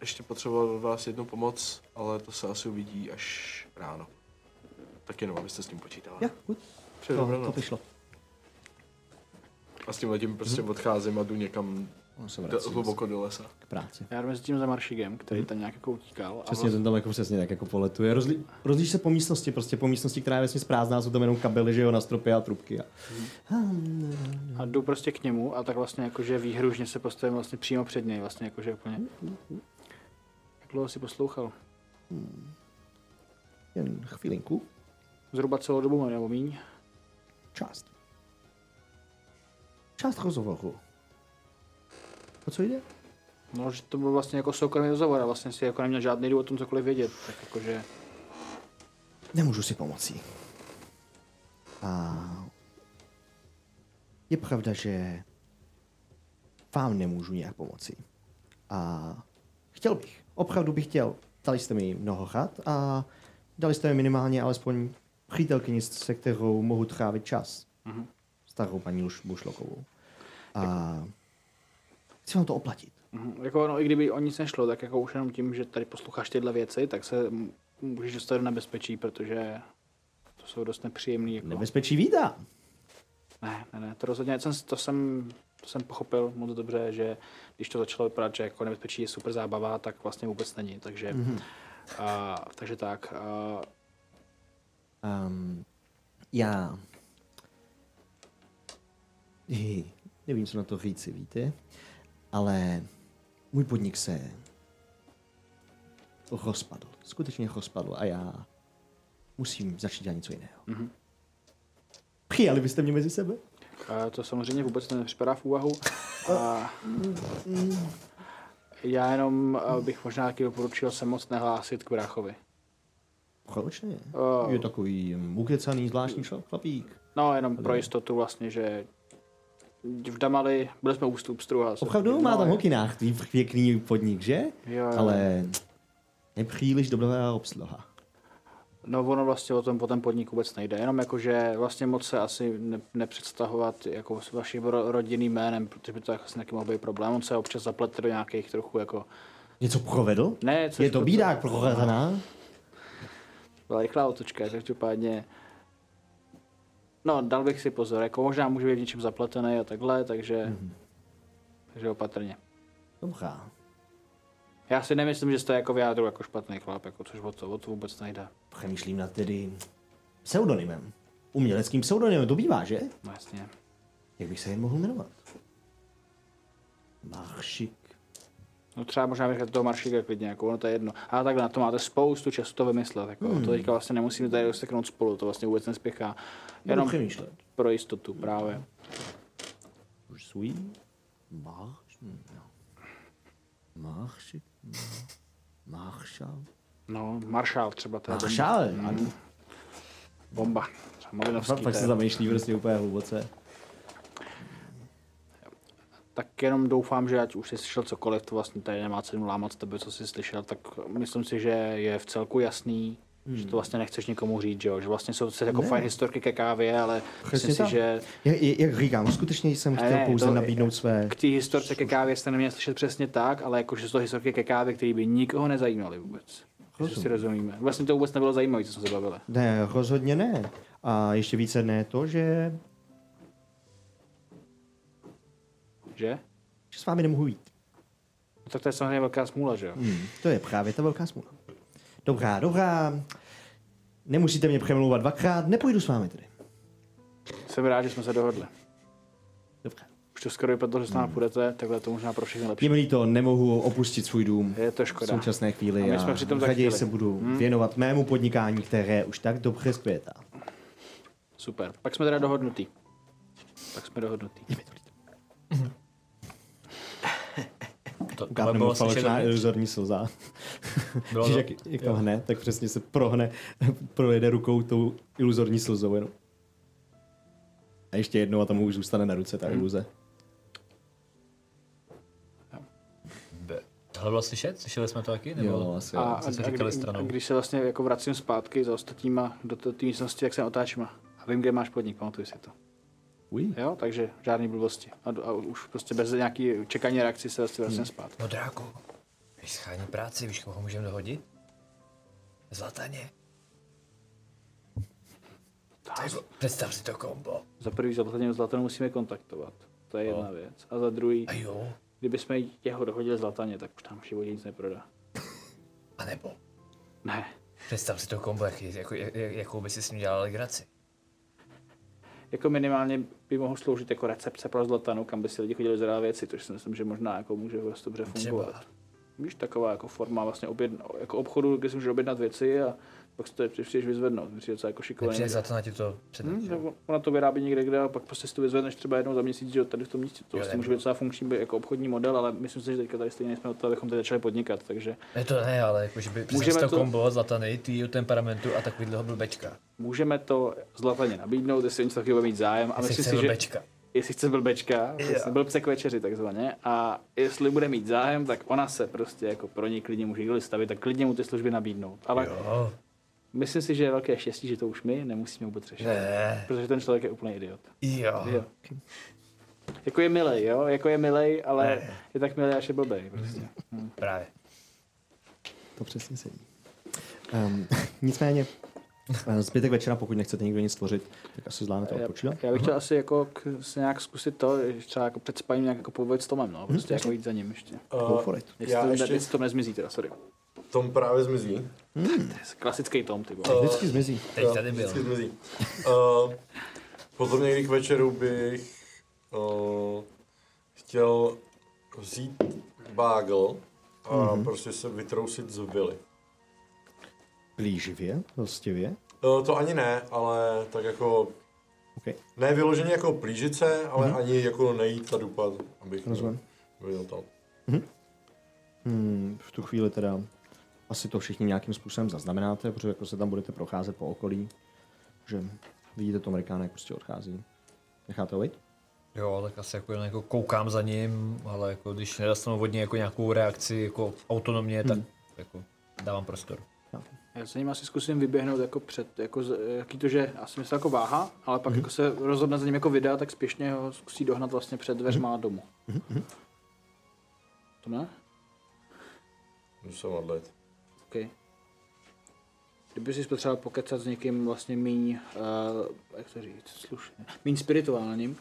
Speaker 4: ještě potřebovat od vás jednu pomoc, ale to se asi uvidí až ráno. Tak jenom, abyste s tím počítala.
Speaker 1: Ja, good.
Speaker 4: Přeji dobrou
Speaker 1: To, to
Speaker 4: noc.
Speaker 1: by šlo.
Speaker 4: A s tím letím prostě odcházím a jdu někam
Speaker 1: Mhm. On se
Speaker 4: do,
Speaker 1: vrací
Speaker 4: hluboko do lesa.
Speaker 1: k práci.
Speaker 3: já jdu mezi tím za Maršigem, který tam nějak jako utíkal. a
Speaker 6: Hmm. Přesně, ten tam jako přesně tak jako poletuje. Rozlí, rozlíš se po místnosti, prostě po místnosti, která je vesměs prázdná, jsou tam jenom kabely, že jo, na stropě a trubky. A...
Speaker 3: A jdu prostě k němu a tak vlastně jakože výhružně se postavím vlastně přímo před něj, vlastně jakože úplně.
Speaker 6: Hmm.
Speaker 3: Jak dlouho si poslouchal?
Speaker 1: Jen chvilinku.
Speaker 3: Zhruba celou dobu nebo míň.
Speaker 1: Část. Část rozhovoru. O co jde?
Speaker 3: No, že to byl vlastně jako soukromý rozhovor a vlastně si jako neměl žádný důvod o tom cokoliv vědět. Tak jakože,
Speaker 1: Nemůžu si pomoci. A je pravda, že vám nemůžu nějak pomoci. A chtěl bych, opravdu bych chtěl. Dali jste mi mnoho rad a dali jste mi minimálně alespoň přítelkyni, se kterou mohu trávit čas. Starou paní Luš- Bušlokovou. A chci vám to oplatit.
Speaker 3: mhm, jako no, i kdyby o nic nešlo, tak jako už jenom tím, že tady posloucháš tyhle věci, tak se m- můžeš dostat do nebezpečí, protože to jsou dost nepříjemný. Jako...
Speaker 1: Nebezpečí vítám.
Speaker 3: Ne, ne, ne, to rozhodně, jsem, to jsem, to jsem pochopil moc dobře, že když to začalo vypadat, že jako nebezpečí je super zábava, tak vlastně vůbec není, takže, mm-hmm. a, takže tak. A,
Speaker 1: Um, já... Hi, nevím, co na to říci, víte? Ale můj podnik se rozpadl. Skutečně rozpadl a já musím začít dělat něco jiného.
Speaker 3: Mhm.
Speaker 1: Mm-hmm. Přijali byste mě mezi sebe?
Speaker 3: a to samozřejmě vůbec nepřipadá v úvahu. A, já jenom a bych možná taky doporučil se moc nehlásit k bráchovi.
Speaker 1: Proč ne?
Speaker 3: A,
Speaker 1: Je takový um, ukecaný, zvláštní člo- chlapík.
Speaker 3: no, jenom pro jistotu vlastně, že v Damali byli jsme ústup struha.
Speaker 1: Opravdu má
Speaker 3: No,
Speaker 1: tam hokinách, tvý pěkný podnik, že?
Speaker 3: Jo, jo.
Speaker 1: Ale nepříliš dobrá obsluha.
Speaker 3: No ono vlastně o tom potom podnik vůbec nejde, jenom jakože vlastně moc se asi ne, nepředstavovat jako s vaším ro, rodinným jménem, protože by to jako s nějakým mohl být problém, on se občas zaplete do nějakých trochu jako,
Speaker 1: Něco provedl?
Speaker 3: ne, což
Speaker 1: Je to bídák prohledaná?
Speaker 3: byla rychlá otočka, každopádně, no dal bych si pozor, jako možná může být v něčem zapletený a takhle, takže, mm-hmm.
Speaker 1: Mhm.
Speaker 3: takže opatrně.
Speaker 1: Dobrá.
Speaker 3: Já si nemyslím, že jste jako v jádru jako špatný chlap, jako, což o to, o to vůbec nejde.
Speaker 1: Přemýšlím nad tedy pseudonymem. Uměleckým pseudonymem to bývá, že?
Speaker 3: No jasně.
Speaker 1: Jak bych se jen mohl jmenovat? Maršik.
Speaker 3: No třeba možná bych toho Maršíka klidně, jako ono to je jedno. A tak na to máte spoustu času to vymyslet, jako
Speaker 1: Mhm.
Speaker 3: hmm. to teďka vlastně nemusíme tady rozseknout spolu, to vlastně vůbec nespěchá.
Speaker 1: Jenom
Speaker 3: Jenom
Speaker 1: přemýšlet.
Speaker 3: pro jistotu právě.
Speaker 1: Svůj? Marš? hm, No. Marši... Maršal?
Speaker 3: No, maršál třeba. to je bomba.
Speaker 1: Maršal, Hm, ano.
Speaker 3: Bomba. Třeba Malinovský.
Speaker 1: Fakt, fakt
Speaker 3: to
Speaker 1: se
Speaker 3: je.
Speaker 1: zamýšlí prostě úplně hluboce.
Speaker 3: Tak jenom doufám, že ať už jsi slyšel cokoliv, to vlastně tady nemá cenu lámat tebe, co jsi slyšel, tak myslím si, že je v celku jasný, hmm. že to vlastně nechceš nikomu říct, že, jo? že vlastně jsou to jako ne. fajn historky ke kávě, ale
Speaker 1: Přesně
Speaker 3: myslím
Speaker 1: tak.
Speaker 3: si, že
Speaker 1: Jak, jak říkám, skutečně jsem chtěl
Speaker 3: Ne,
Speaker 1: pouze
Speaker 3: to-
Speaker 1: nabídnout své...
Speaker 3: k té historce ke kávě jste neměl slyšet přesně tak, ale jakože jsou to historky ke kávě, které by nikoho nezajímaly vůbec. Že si rozumíme. Vlastně to vůbec nebylo zajímavé, co jsme se bavili.
Speaker 1: Ne, rozhodně ne. A ještě více ne to, že,
Speaker 3: Že?
Speaker 1: že s vámi nemohu jít.
Speaker 3: No, tak to je samozřejmě velká smůla, že jo?
Speaker 1: Hmm, to je právě ta velká smůla. Dobrá, dobrá. Nemusíte mě přemlouvat dvakrát, nepůjdu s vámi tedy.
Speaker 3: Jsem rád, že jsme se dohodli.
Speaker 1: Dobrá.
Speaker 3: Už to skoro vypadlo, že s
Speaker 1: Hmm.
Speaker 3: námi půjdete, takhle je to možná pro všechny lepší.
Speaker 1: Je mi líto, nemohu opustit svůj dům.
Speaker 3: Je to
Speaker 1: v
Speaker 3: škoda.
Speaker 1: současné chvíli
Speaker 3: A my jsme
Speaker 1: a
Speaker 3: přitom tak
Speaker 1: raději
Speaker 3: chtěli. Hmm?
Speaker 1: se budu věnovat mému podnikání, které už tak dobře zpětá.
Speaker 3: Super. Pak jsme teda dohodnutý. Pak jsme dohodnutý.
Speaker 2: no, To, tohle
Speaker 1: Ukázne mu
Speaker 2: bylo
Speaker 1: falešná
Speaker 2: slyšet,
Speaker 1: iluzorní slza.
Speaker 2: bylo,
Speaker 1: Víš, jak, jak tam hne, tak přesně se prohne, [laughs] projede rukou tou iluzorní slzou jenom. A ještě jednou a tam mu už zůstane na ruce ta iluze.
Speaker 2: tohle bylo slyšet? Slyšeli jsme to taky? Nebo
Speaker 1: asi
Speaker 3: A,
Speaker 1: jo.
Speaker 3: a,
Speaker 2: Co jste
Speaker 3: a,
Speaker 2: říkali
Speaker 3: kdy,
Speaker 2: stranou?
Speaker 3: a když se vlastně jako vracím zpátky za ostatníma do té té místnosti, tak se otáčím a a vím, kde máš podnik, pamatuju si to.
Speaker 1: Uj.
Speaker 3: Jo, takže žádný blbosti. A, a už prostě bez nějaký čekání reakcí se vlastně vracím zpátky.
Speaker 2: No dráku, když schání práci, víš, koho můžeme dohodit? Zlataně. Tak představ si to kombo.
Speaker 3: Za prvý zaplatení Zlatanou musíme kontaktovat. To je jedna věc. A za druhý,
Speaker 2: A jo,
Speaker 3: kdybychom jeho dohodili Zlataně, tak už tam v životě nic neprodá.
Speaker 2: a nebo.
Speaker 3: Ne.
Speaker 2: Představ si to kombo, jak, jako, jak, jakou by si s ním dělal legraci.
Speaker 3: Jako minimálně by mohl sloužit jako recepce pro Zlatanu, kam by si lidi chodili zadávat věci, což si myslím, že možná jako může dost dobře fungovat.
Speaker 2: Třeba.
Speaker 3: Víš, taková jako forma vlastně objedna, jako obchodu, kde si můžeš objednat věci a pak si to přijdeš vyzvednout. Myslím, že je docela jako šikovné.
Speaker 2: Nepřijde za to na ti to předat.
Speaker 3: Hm,
Speaker 2: Hmm,
Speaker 3: nebo ona to vyrábí někde kde a pak prostě si to vyzvedneš třeba jednou za měsíc, že jo, tady v tom místě. To
Speaker 2: Jo, no.
Speaker 3: vlastně
Speaker 2: nebo-
Speaker 3: může být docela funkční být jako obchodní model, ale myslím si, že teďka tady stejně jsme od toho, abychom tady začali podnikat, takže
Speaker 2: ne, to ne, ale jakože by představ
Speaker 3: Můžeme
Speaker 2: si to,
Speaker 3: to-
Speaker 2: kombo, zlatany, tvýho temperamentu a takovýhleho blbečka.
Speaker 3: můžeme to Zlataně nabídnout, jestli oni taky bude mít zájem a
Speaker 2: Jestli
Speaker 3: myslím
Speaker 2: chce
Speaker 3: si, že
Speaker 2: blbečka.
Speaker 3: jestli chce blbečka, yeah. blbce k večeři takzvaně a jestli bude mít zájem, tak ona se prostě jako pro něj klidně může jít stavit a klidně mu ty služby nabídnout, ale
Speaker 2: Jo,
Speaker 3: myslím si, že je velké štěstí, že to už my nemusíme vůbec řešit,
Speaker 2: ne,
Speaker 3: protože ten člověk je úplně idiot.
Speaker 2: jo.
Speaker 3: Jo. Jako je milej, jo? Jako je milej, ale je tak milej, až je blbej. Prostě.
Speaker 2: Právě.
Speaker 1: To přesně sedí. Um, [laughs] nicméně, eh, zbytek večera, pokud nechcete nikdo nic tvořit, tak asi zvládnete
Speaker 3: Já,
Speaker 1: odpočinout.
Speaker 3: já bych chtěl asi jako k, se nějak zkusit to, že třeba jako před spáním nějak jako povolit s Tomem, no,
Speaker 2: Mhm.
Speaker 3: prostě jako jít za ním ještě.
Speaker 1: Go for it.
Speaker 3: Jestli to,
Speaker 5: já ještě
Speaker 3: jestli to nezmizí teda, sorry. To
Speaker 5: tom právě zmizí.
Speaker 3: je klasický Tom, ty
Speaker 5: Eh,
Speaker 3: vole.
Speaker 1: Vždycky zmizí.
Speaker 2: Teď tady byl.
Speaker 5: Vždycky zmizí. Uh, potom někdy k večeru bych uh, chtěl vzít bágl a prostě se vytrousit z vily.
Speaker 1: Plíživě, hostivě.
Speaker 5: Uh, to ani ne, ale tak jako
Speaker 1: OK.
Speaker 5: ne vyloženě jako plížice, ale ani jako nejít a dupat, abych
Speaker 1: Rozumím.
Speaker 5: viděl to.
Speaker 1: Hmm, v tu chvíli teda asi to všichni nějakým způsobem zaznamenáte, protože jako se tam budete procházet po okolí, že vidíte to Amerikána, jak prostě odchází. Necháte ho být?
Speaker 2: Jo, tak asi jako, jen jako koukám za ním, ale jako když nedostanu od něj jako nějakou reakci jako autonomně, tak
Speaker 3: Hmm.
Speaker 2: jako dávám prostor.
Speaker 3: Já za ním asi zkusím vyběhnout jako před, jako z- jaký to, že asi mi se jako váha, ale
Speaker 5: Mhm.
Speaker 3: pak jako se rozhodne za ním jako vydat, tak spěšně ho zkusí dohnat vlastně před
Speaker 5: Mhm.
Speaker 3: dveřma domů. To ne?
Speaker 5: Jdu se modlit.
Speaker 3: OK. Kdyby si potřeboval pokecat s někým vlastně míň, uh, jak to říct, slušně, míň spirituálním,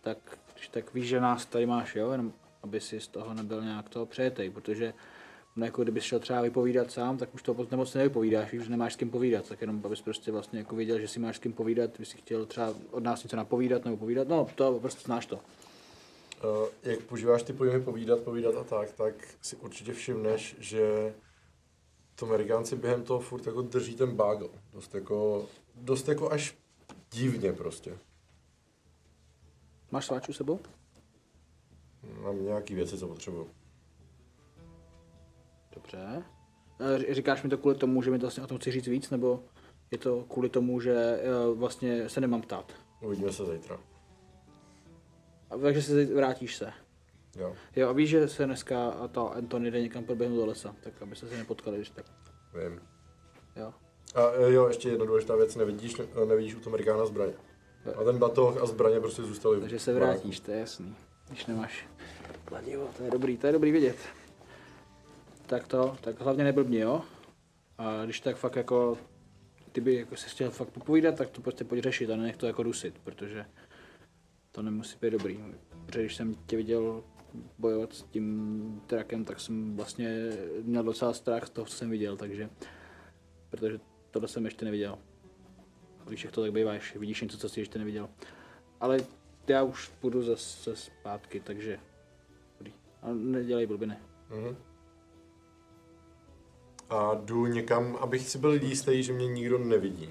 Speaker 3: tak když tak víš, že nás tady máš, jo, jenom aby si z toho nebyl nějak toho přejetej, protože no, jako kdyby šel třeba vypovídat sám, tak už to moc- moc nevypovídáš, víš, že nemáš s kým povídat, tak jenom abys prostě vlastně jako věděl, že si máš s kým povídat, kdyby si chtěl třeba od nás něco napovídat nebo povídat, no to prostě znáš to.
Speaker 5: Uh, jak používáš ty pojmy povídat, povídat a tak, tak si určitě všimneš, že to Amerikánci během toho furt jako drží ten bágl. Dost jako, dost jako až divně prostě.
Speaker 3: Máš sváču s sebou?
Speaker 5: Mám nějaký věci, co potřebuju.
Speaker 3: Dobře. E, ř- Říkáš mi to kvůli tomu, že mi to vlastně o tom chci říct víc, nebo je to kvůli tomu, že e, vlastně se nemám ptát?
Speaker 5: Uvidíme se zítra.
Speaker 3: A Takže se vrátíš se.
Speaker 5: Jo,
Speaker 3: Jo, a víš, že se dneska ta Antony jde někam proběhnout do lesa, tak aby se se nepotkali, když tak.
Speaker 5: vím.
Speaker 3: Jo.
Speaker 5: A e, jo, ještě jedna důležitá věc, nevidíš, e, nevidíš u tom Rikána zbraně. A ten batoh a zbraně prostě zůstaly. v
Speaker 3: Takže se
Speaker 5: baráku.
Speaker 3: vrátíš, to je jasný. Když nemáš kladivo, to je dobrý, to je dobrý vědět. Tak to, tak hlavně neblbni, jo? A když tak fakt jako, ty by jako si chtěl fakt popovídat, tak to prostě pojď řešit a nech to jako dusit, protože to nemusí být dobrý. Protože když jsem tě viděl bojovat s tím trakem, tak jsem vlastně měl docela strach z toho, co jsem viděl, takže, protože tohle jsem ještě neviděl. Víš, jak to tak bývá, že vidíš něco, co jsi ještě neviděl. Ale já už půjdu zase zpátky, takže... Dobrý. A nedělej blbiny.
Speaker 5: Mhm. A jdu někam, abych si byl jistý, že mě nikdo nevidí.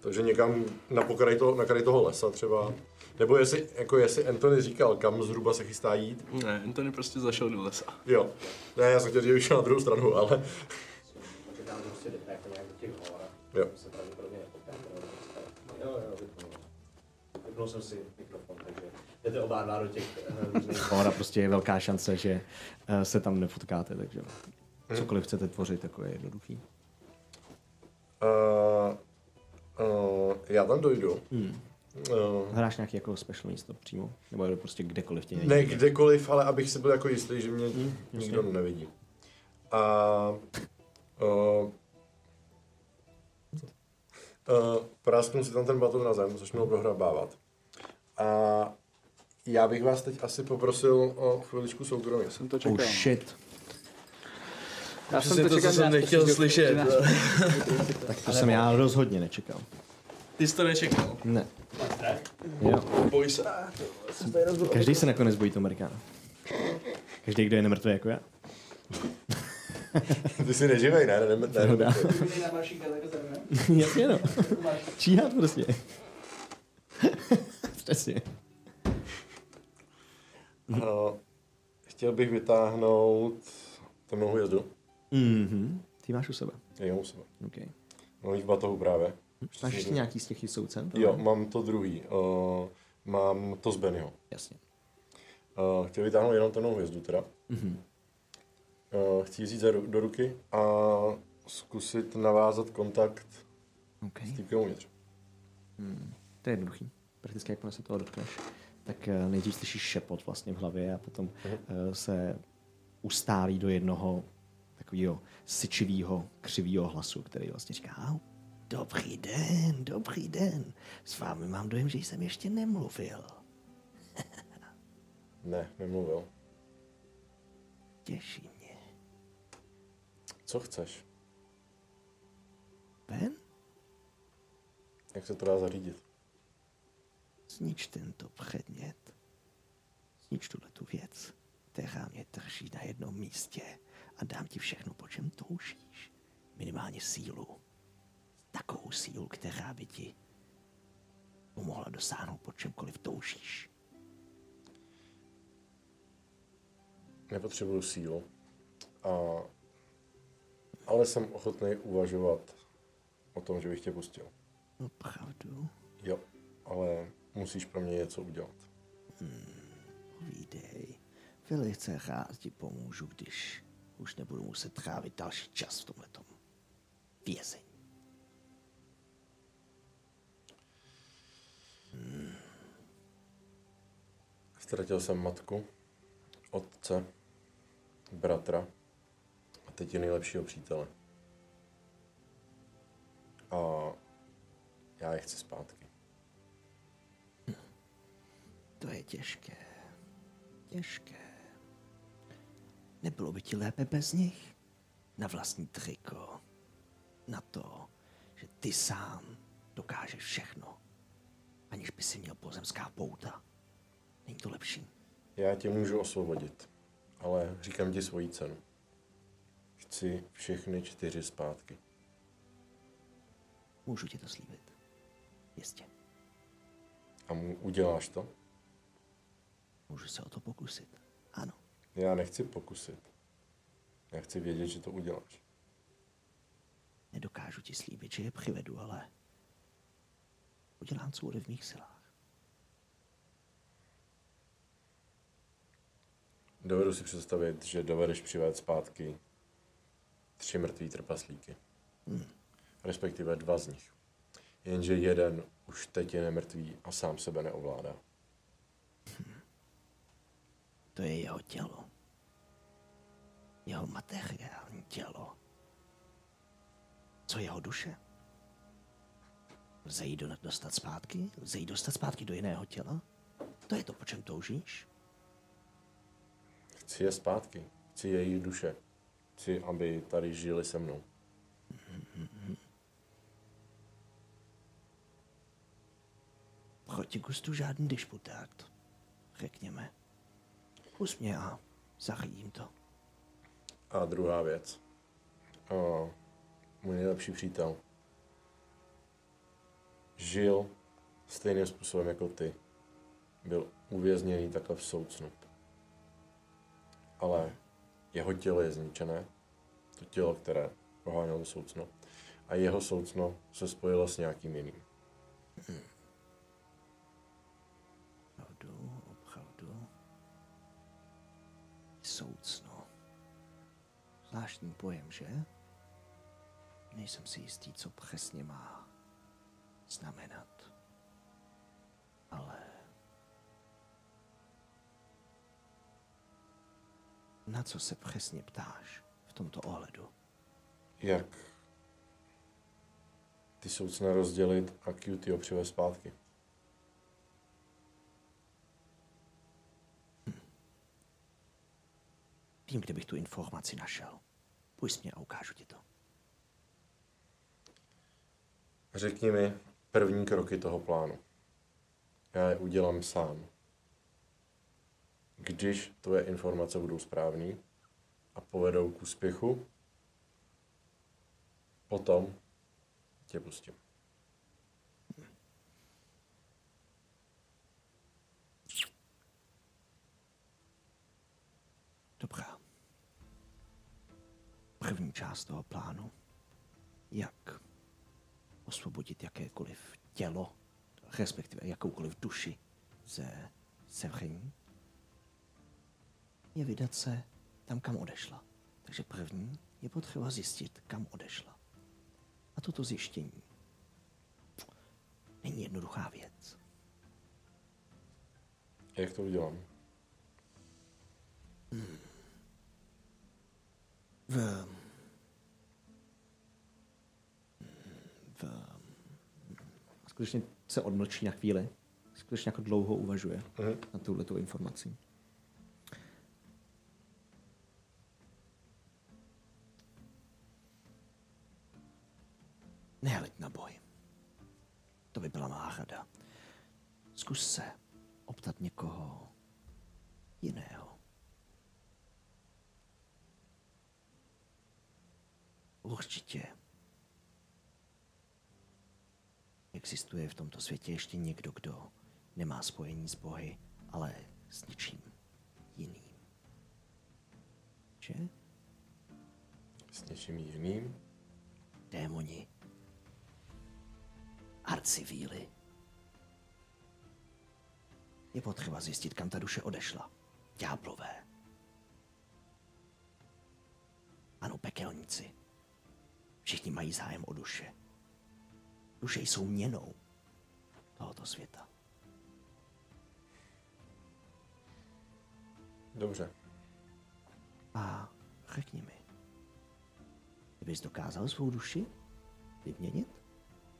Speaker 5: Takže někam na pokraj toho, na kraj toho lesa třeba. Nebo jestli, jako jestli Anthony říkal, kam zhruba se chystá jít.
Speaker 4: Ne, Anthony prostě zašel do lesa.
Speaker 5: Jo. Ne, já jsem chtěl, že už na druhou stranu, ale
Speaker 7: že tam prostě jdete jako nějak do těch hor a
Speaker 5: jo.
Speaker 7: tam se pravděpodobně nepotkáte. nebo něco. Jo, jo, vypnul. Vypnul jsem si mikrofon, takže jdete oba dva do těch eh, různých
Speaker 6: [laughs] Hora prostě je velká šance, že eh, se tam nepotkáte, takže cokoliv chcete tvořit, jako je jednoduchý.
Speaker 5: Uh, uh, já tam dojdu. Uh,
Speaker 6: Hráš nějaký jako special místo přímo? Nebo je to prostě kdekoliv tě
Speaker 5: ne kdekoliv, ale abych si byl jako jistý, že mě
Speaker 6: Hmm,
Speaker 5: nikdo nevidí. A... Uh, Uh, prásknu si tam ten batoh na zem, začnu ho prohrabávat. A já bych vás teď asi poprosil o chviličku soukromí. [laughs]
Speaker 3: Jsem to čekal. no.
Speaker 6: Oh shit.
Speaker 3: já
Speaker 4: Přesně to, co
Speaker 3: čekal, že
Speaker 4: jsem
Speaker 3: nás
Speaker 4: nechtěl
Speaker 3: pustíš do-
Speaker 4: slyšet.
Speaker 3: že nás-
Speaker 4: [laughs]
Speaker 6: To jsem já rozhodně nečekal.
Speaker 4: Ty jsi to nečekal.
Speaker 6: Ne. Jo.
Speaker 4: Boj se.
Speaker 6: Každý se nakonec bojí toho Amerikána. Každý, kdo je nemrtvý jako já.
Speaker 5: Ty jsi neživej, ne? ne, ne, ne, ne.
Speaker 6: [laughs] Jasně no. Číhat prostě. [laughs] Přesně.
Speaker 5: Uh, chtěl bych vytáhnout temnou hvězdu.
Speaker 6: Mhm. Ty máš u sebe.
Speaker 5: Jo, u sebe.
Speaker 6: Okay.
Speaker 5: Mám jich v batohu právě.
Speaker 6: Máš ještě nějaký z těch soucen?
Speaker 5: Jo, mám to druhý. Uh, mám to z Bennyho.
Speaker 6: Jasně.
Speaker 5: Uh, chtěl vytáhnout jenom temnou hvězdu teda. Mm-hmm. Uh, chci ji vzít za ru- do ruky a zkusit navázat kontakt
Speaker 6: Okay.
Speaker 5: s týpkem uvnitř.
Speaker 6: To je jednoduchý. Prakticky jakmile se toho dotkneš, tak eh, nejdřív slyšíš šepot vlastně v hlavě a potom eh, se ustálí do jednoho takového syčivého, křivého hlasu, který vlastně říká "Au, Dobrý den, dobrý den. S vámi mám dojem, že jsem ještě nemluvil.
Speaker 5: Ne, nemluvil.
Speaker 6: Těší mě.
Speaker 5: Co chceš?
Speaker 6: Ben,
Speaker 5: Jak se to dá zařídit?
Speaker 6: znič tento předmět. Znič tuhle tu věc, která mě drží na jednom místě a dám ti všechno, po čem toužíš. Minimálně sílu. Takovou sílu, která by ti pomohla dosáhnout po čemkoliv toužíš.
Speaker 5: Nepotřebuju sílu. A... Ale jsem ochotný uvažovat o tom, že bych tě pustil.
Speaker 6: No, Opravdu,
Speaker 5: Jo, ale musíš pro mě něco udělat.
Speaker 6: povídej. Velice rád ti pomůžu, když už nebudu muset trávit další čas v tomhletom vězení.
Speaker 5: Ztratil jsem matku, otce, bratra a teď je nejlepšího přítele. A já je chci zpátky.
Speaker 6: To je těžké. Těžké. Nebylo by ti lépe bez nich? Na vlastní triko. Na to, že ty sám dokážeš všechno. Aniž by si měl pozemská pouta. Není to lepší?
Speaker 5: Já tě můžu osvobodit, ale říkám ti svoji cenu. Chci všechny čtyři zpátky.
Speaker 6: Můžu ti to slíbit. Jistě.
Speaker 5: A mu uděláš to?
Speaker 6: Můžu se o to pokusit. Ano.
Speaker 5: Já nechci pokusit. Já chci vědět, že to uděláš.
Speaker 6: Nedokážu ti slíbit, že je přivedu, ale udělám, co bude v mých silách.
Speaker 5: Dovedu si představit, že dovedeš přivést zpátky tři mrtvý trpaslíky. Respektive dva z nich. Jenže jeden už teď je nemrtvý a sám sebe neovládá.
Speaker 6: To je jeho tělo. Jeho materiální tělo. Co jeho duše? Lze ji do- dostat zpátky? Lze ji dostat zpátky do jiného těla? To je to, po čem toužíš?
Speaker 5: Chci je zpátky. Chci její duše. Chci, aby tady žili se mnou.
Speaker 6: Proti gustu žádný disputát, řekněme. Usmě a zahýjím to.
Speaker 5: A druhá věc. A můj nejlepší přítel žil stejným způsobem jako ty. Byl uvězněný takhle v soucnu. Ale jeho tělo je zničené. To tělo, které pohánělo soucno. A jeho soucno se spojilo s nějakým jiným.
Speaker 6: Opravdu, opravdu. Soucno. Zvláštní pojem, že? Nejsem si jistý, co přesně má znamenat. Ale... Na co se přesně ptáš v tomto ohledu?
Speaker 5: Jak ty soucna rozdělit a Cutie ho přivez zpátky.
Speaker 6: Vím, kde bych tu informaci našel. Půjď mě a ukážu ti to.
Speaker 5: Řekni mi první kroky toho plánu. Já je udělám sám. Když tvoje informace budou správný a povedou k úspěchu, potom tě pustím.
Speaker 6: Dobrá. První část toho plánu. Jak osvobodit jakékoliv tělo, respektive jakoukoliv duši ze sevření, je vydat se tam, kam odešla. Takže první je potřeba zjistit, kam odešla. A toto zjištění není jednoduchá věc.
Speaker 5: Jak to udělám?
Speaker 6: v, v,
Speaker 1: Skutečně se odmlčí na chvíli. Skutečně jako dlouho uvažuje na tuhle tu informaci.
Speaker 6: nehleď na boj. To by byla má rada. Zkus se optat někoho jiného. Určitě existuje v tomto světě ještě někdo, kdo nemá spojení s bohy, ale s ničím jiným. Že?
Speaker 5: S něčím jiným?
Speaker 6: démoni, arcivíly. Je potřeba zjistit, kam ta duše odešla. Ďáblové. Ano, pekelníci. Všichni mají zájem o duše. Duše jsou měnou tohoto světa.
Speaker 5: Dobře.
Speaker 6: A řekni mi, kdybys dokázal svou duši vyměnit,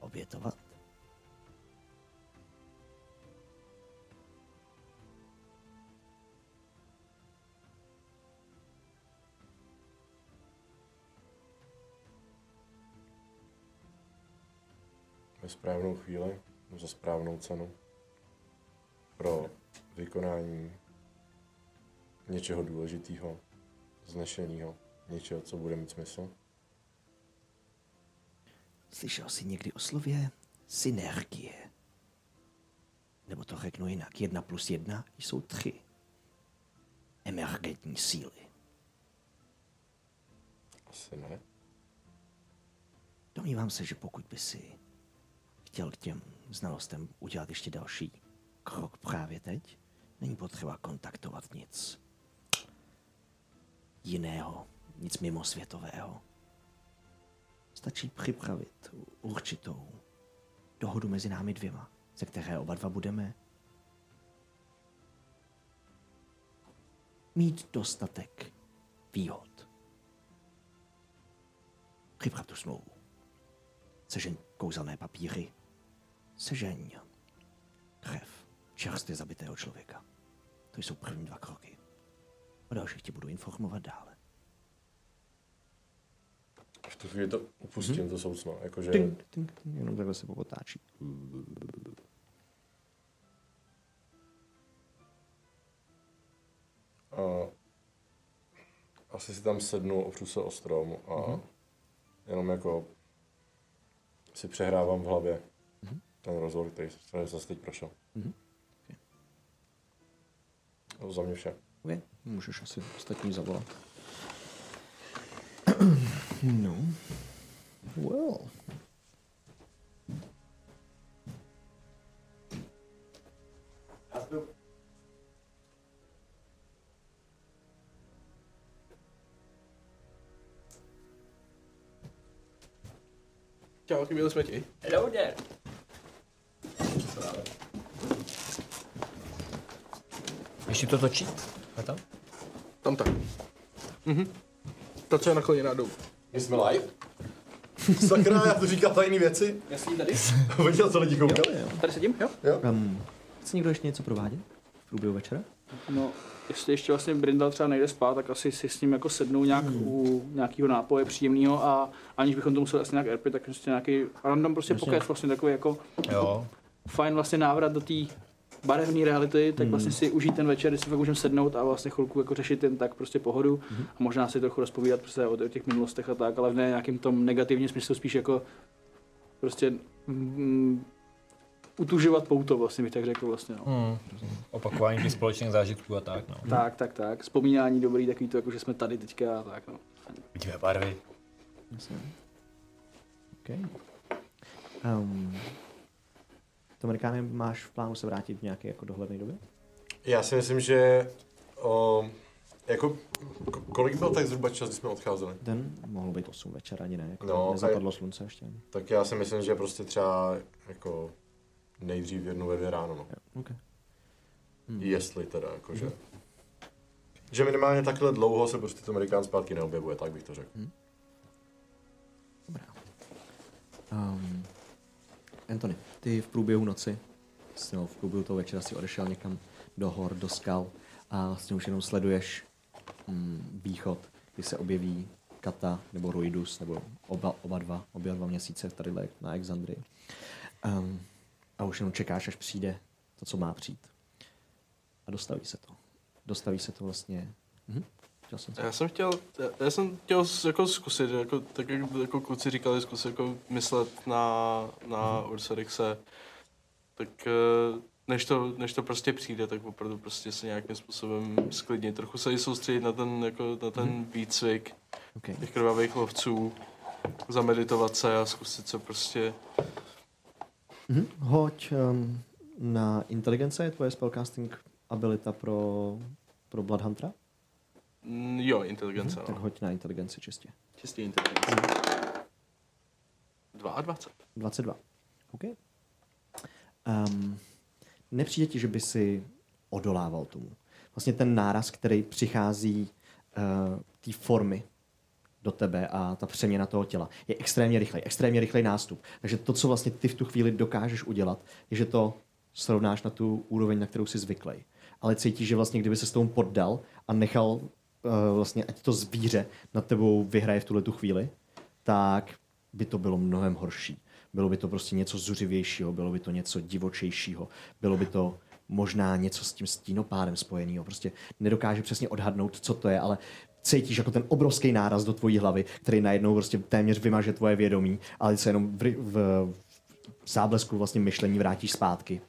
Speaker 6: obětovat?
Speaker 5: Ve správnou chvíli, no za správnou cenu, pro vykonání něčeho důležitého, znešeného, něčeho, co bude mít smysl.
Speaker 6: Slyšel jsi někdy o slově synergie? Nebo to řeknu jinak, jedna plus jedna jsou tři. Emergentní síly.
Speaker 5: Asi ne.
Speaker 6: Domnívám se, že pokud by si chtěl k těm znalostem udělat ještě další krok právě teď, není potřeba kontaktovat nic jiného, nic mimosvětového. Stačí připravit určitou dohodu mezi námi dvěma, ze které oba dva budeme mít dostatek výhod. Připrav tu smlouvu. Sežeň kouzelné papíry. Sežeň krev čerstvě zabitého člověka. To jsou první dva kroky. O dalších ti budu informovat dále.
Speaker 5: V tu chvíli to upustím, to soucno. Jakože
Speaker 1: Tink, tink, tink, jenom takhle se popotáčí.
Speaker 5: a, asi si tam sednu, opřu se o strom a jenom jako si přehrávám v hlavě ten rozhovor, který jsem zase teď prošel. To No, za mě vše.
Speaker 1: Okay. Můžeš asi ostatní zavolat. no. Well.
Speaker 4: Čau, chyběli jsme ti.
Speaker 2: Hello there. Ještě to točí? A tam?
Speaker 4: Tam tak. Mhm. Ta, co je nakloněná dolů.
Speaker 5: My jsme live? Sakra, já tu říkám tajné věci.
Speaker 3: Jasný tady?
Speaker 5: Viděl, co lidi koukali?
Speaker 3: Tady sedím, jo?
Speaker 1: Um, chce někdo ještě něco provádět v průběhu večera?
Speaker 3: No, jestli ještě vlastně Brindal třeba nejde spát, tak asi si s ním jako sednou nějak
Speaker 4: Hmm.
Speaker 3: u nějakého nápoje příjemného a aniž bychom to museli asi nějak erpit, tak prostě nějaký random prostě pokec, vlastně takový jako
Speaker 2: Jo.
Speaker 3: fajn vlastně návrat do té barevné reality, tak vlastně si užít ten večer, když si fakt můžeme sednout a vlastně chvilku jako řešit jen tak prostě pohodu a možná si trochu rozpovídat prostě o, o těch minulostech a tak, ale v ne nějakém tom negativním smyslu spíš jako prostě mm, utužovat pouto vlastně bych tak řekl vlastně no.
Speaker 2: Hmm. Opakování těch společných zážitků a tak, no.
Speaker 3: Tak, tak, tak. Vzpomínání dobrý, takový to, jako že jsme tady teďka a tak, no.
Speaker 2: Vidíme barvy.
Speaker 1: Okay. Um, to Amerikány máš v plánu se vrátit v nějaké jako dohledné době?
Speaker 5: Já si myslím, že o, jako, ko- kolik byl tak zhruba čas, když jsme odcházeli?
Speaker 1: Den mohlo být 8 večer, ani ne. Jako
Speaker 5: No, a-
Speaker 1: no, nezapadlo slunce ještě. Ani.
Speaker 5: Tak já si myslím, že prostě třeba jako nejdřív v jednu ve dvě ráno, no.
Speaker 1: Okay. Hmm.
Speaker 5: Jestli teda, jakože. Že minimálně takhle dlouho se prostě ten Amerikán zpátky neobjevuje, tak bych to řekl.
Speaker 1: Hmm. Dobrá. Um, Anthony, ty v průběhu noci, s- no, v průběhu toho večera si odešel někam do hor, do skal a s tím už jenom sleduješ mm, východ, kdy se objeví Kata nebo Ruidus, nebo oba, oba dva, obě dva měsíce tady na Exandrii. Um, a už jenom čekáš, až přijde to, co má přijít. A dostaví se to. Dostaví se to vlastně... Mhm. Chtěl jsem se...
Speaker 4: Já jsem chtěl, já- já jsem chtěl s- jako zkusit, jako, tak jak jako kluci říkali, zkusit jako myslet na, na Ursa Rexe. Tak eh, než to, než to prostě přijde, tak opravdu prostě se nějakým způsobem sklidnit. Trochu se i soustředit na ten, jako, na ten
Speaker 2: Mhm.
Speaker 4: výcvik
Speaker 1: Okay.
Speaker 4: těch krvavých lovců, zameditovat se a zkusit se prostě
Speaker 1: Mhm. Hoď um, na inteligence, je tvoje spellcasting abilita pro, pro Bloodhuntera,
Speaker 4: Mm, Jo, inteligence,
Speaker 1: Mhm, tak
Speaker 4: no.
Speaker 1: hoď na inteligenci čistě.
Speaker 4: Čistý inteligence. 22.
Speaker 1: 22. OK. Um, nepřijde ti, že by si odolával tomu. Vlastně ten náraz, který přichází uh, té formy do tebe a ta přeměna toho těla je extrémně rychlej, extrémně rychlej nástup. Takže to, co vlastně ty v tu chvíli dokážeš udělat, je, že to srovnáš na tu úroveň, na kterou jsi zvyklej. Ale cítíš, že vlastně kdyby se s tomu poddal a nechal uh, vlastně, ať to zvíře nad tebou vyhraje v tuhle tu chvíli, tak by to bylo mnohem horší. Bylo by to prostě něco zuřivějšího, bylo by to něco divočejšího, bylo by to možná něco s tím stínopádem spojeného. Prostě nedokáže přesně odhadnout, co to je, ale cítíš jako ten obrovský náraz do tvojí hlavy, který najednou prostě téměř vymaže tvoje vědomí, ale se jenom v, v, v záblesku vlastně myšlení vrátíš zpátky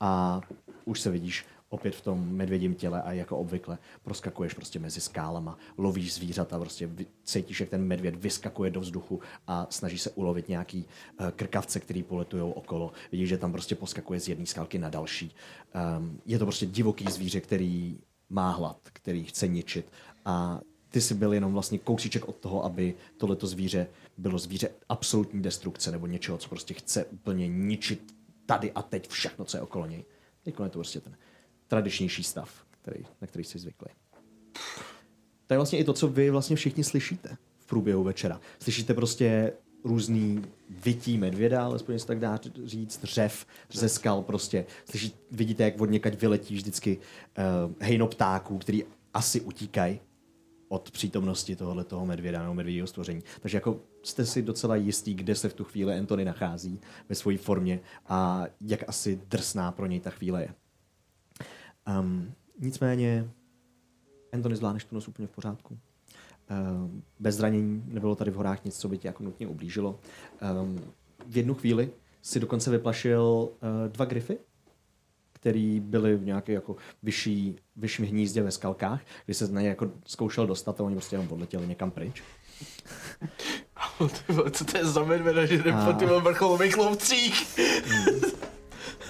Speaker 1: a už se vidíš opět v tom medvědím těle a jako obvykle proskakuješ prostě mezi skálama, lovíš zvířata, prostě vy- cítíš, jak ten medvěd vyskakuje do vzduchu a snaží se ulovit nějaký eh, krkavce, který poletují okolo. Vidíš, že tam prostě poskakuje z jedné skalky na další. Ehm, Je to prostě divoký zvíře, který má hlad, který chce ničit a ty jsi byl jenom vlastně kousíček od toho, aby tohleto zvíře bylo zvíře absolutní destrukce nebo něčeho, co prostě chce úplně ničit tady a teď všechno, co je okolo něj. Teď je to prostě ten tradičnější stav, který, na který jsi zvyklý. To je vlastně i to, co vy vlastně všichni slyšíte v průběhu večera. Slyšíte prostě různý vytí medvěda, alespoň se tak dá říct, řev ze skal prostě. Slyší, vidíte, jak od někať vyletí vždycky uh, hejno ptáků, který asi utíkají od přítomnosti tohohle toho medvěda nebo medvědího stvoření. Takže jako jste si docela jistí, kde se v tu chvíli Anthony nachází ve své formě a jak asi drsná pro něj ta chvíle je. Um, nicméně Anthony zvládneš tu noc úplně v pořádku. Ehm, Bez zranění nebylo tady v horách nic, co by tě jako nutně ublížilo. Ehm, V jednu chvíli si dokonce vyplašil eh, dva grify, který byly v nějaké jako vyšší, vyšším hnízdě ve skalkách, kdy se na ně jako zkoušel dostat a oni prostě jenom odletěli někam pryč.
Speaker 4: [laughs] Ty vole, co to je za medvěda, že jde
Speaker 1: A.
Speaker 4: po ty vole vrcholových lovcích?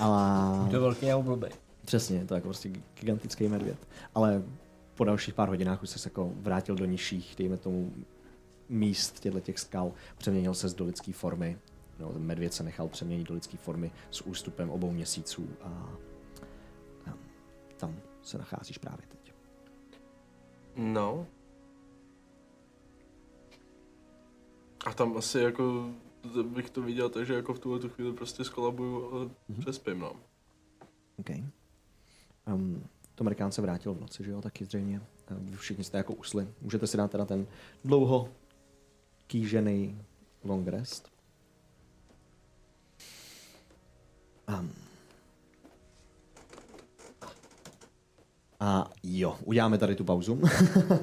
Speaker 1: Ale
Speaker 2: To je velký a blbej.
Speaker 1: Přesně, je to jako prostě gigantický medvěd. Ale po dalších pár hodinách už se jako vrátil do nižších, dejme tomu, míst těchto těch skal. Přeměnil se do lidské formy. No, ten medvěd se nechal přeměnit do lidské formy s ústupem obou měsíců a, a tam se nacházíš právě teď.
Speaker 4: No. A tam asi jako to bych to viděl takže jako v tuhle tu chvíli prostě skolabuju, ale
Speaker 1: Mhm.
Speaker 4: mm-hmm. přespím, no.
Speaker 1: Okay. Um, to Amerikán se vrátil v noci, že jo, taky zřejmě. Eh, Vy všichni jste jako usli. Můžete si dát teda ten dlouho kýžený long rest. Um. A jo, uděláme tady tu pauzu.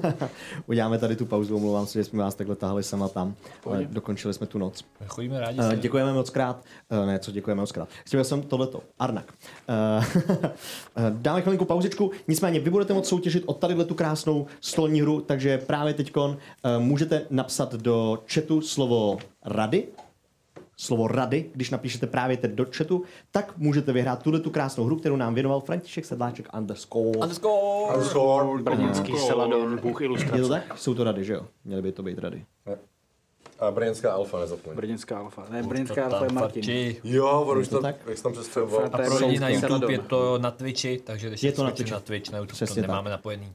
Speaker 1: [laughs] uděláme tady tu pauzu, omlouvám se, že jsme vás takhle tahli sem a tam, ale dokončili jsme tu noc.
Speaker 2: My chodíme rádi
Speaker 1: Eh,
Speaker 2: se.
Speaker 1: Děkujeme moc krát. Eh, Ne, co děkujeme moc krát. Chtěl jsem tohleto. Arnak. Eh, [laughs] Dáme chvilinku pauzičku, nicméně vy budete moct soutěžit o tadyhle tu krásnou stolní hru, takže právě teďkon eh, můžete napsat do chatu slovo rady, slovo rady, když napíšete právě teď do chatu, tak můžete vyhrát tuhle tu krásnou hru, kterou nám věnoval František Sedláček underscore.
Speaker 2: Underscore!
Speaker 5: Score.
Speaker 3: Brněnský Seladon, bůh
Speaker 1: Je to
Speaker 3: ilustrace.
Speaker 1: tak? Jsou to rady, že jo? Měly by to být rady.
Speaker 5: A brněnská alfa nezapomeň.
Speaker 3: Brněnská alfa. Ne, Brněnská alfa je Martin.
Speaker 2: Fači.
Speaker 5: Jo, on už
Speaker 1: to
Speaker 5: tam,
Speaker 1: tak?
Speaker 5: jak jsi tam přestěhoval.
Speaker 3: Fra-
Speaker 2: A pro
Speaker 3: Fra-
Speaker 2: lidi na
Speaker 3: Fra-
Speaker 2: YouTube
Speaker 3: Fra-
Speaker 2: je to na Twitchi, takže když
Speaker 1: Je to na
Speaker 2: skočím
Speaker 1: Twitchi.
Speaker 2: na Twitch, na YouTube
Speaker 1: Přesně
Speaker 2: to
Speaker 1: tak.
Speaker 2: nemáme napojený.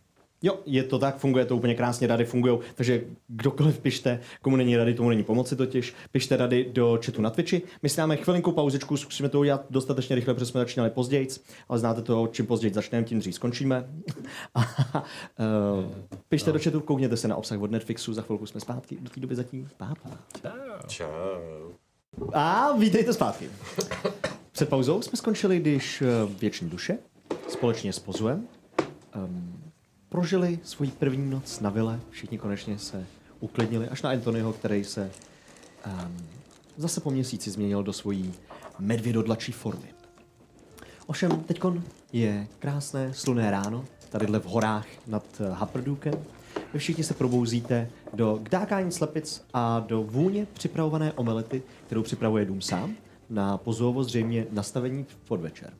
Speaker 1: Jo, je to tak, funguje to úplně krásně, rady fungují, takže kdokoliv pište, komu není rady, tomu není pomoci totiž, pište rady do chatu na Twitchi. My si dáme chvilinku pauzičku, zkusíme to udělat dostatečně rychle, protože jsme začínali později, ale znáte to, čím později začneme, tím dřív skončíme. [laughs] A, uh, pište do chatu, koukněte se na obsah od Netflixu, za chvilku jsme zpátky, do té doby zatím pápa.
Speaker 5: Čau.
Speaker 1: A vítejte zpátky. Před pauzou jsme skončili, když eh, Věční duše společně s Pozuem um, prožili svoji první noc na vile. Všichni konečně se uklidnili, až na Antonyho, který se um, zase po měsíci změnil do svojí medvědodlačí formy. Ovšem, teďkon je krásné slunné ráno, tadyhle v horách nad eh, Haprdukem. Vy všichni se probouzíte do kdákání slepic a do vůně připravované omelety, kterou připravuje dům sám, na pozovo zřejmě nastavení v podvečer.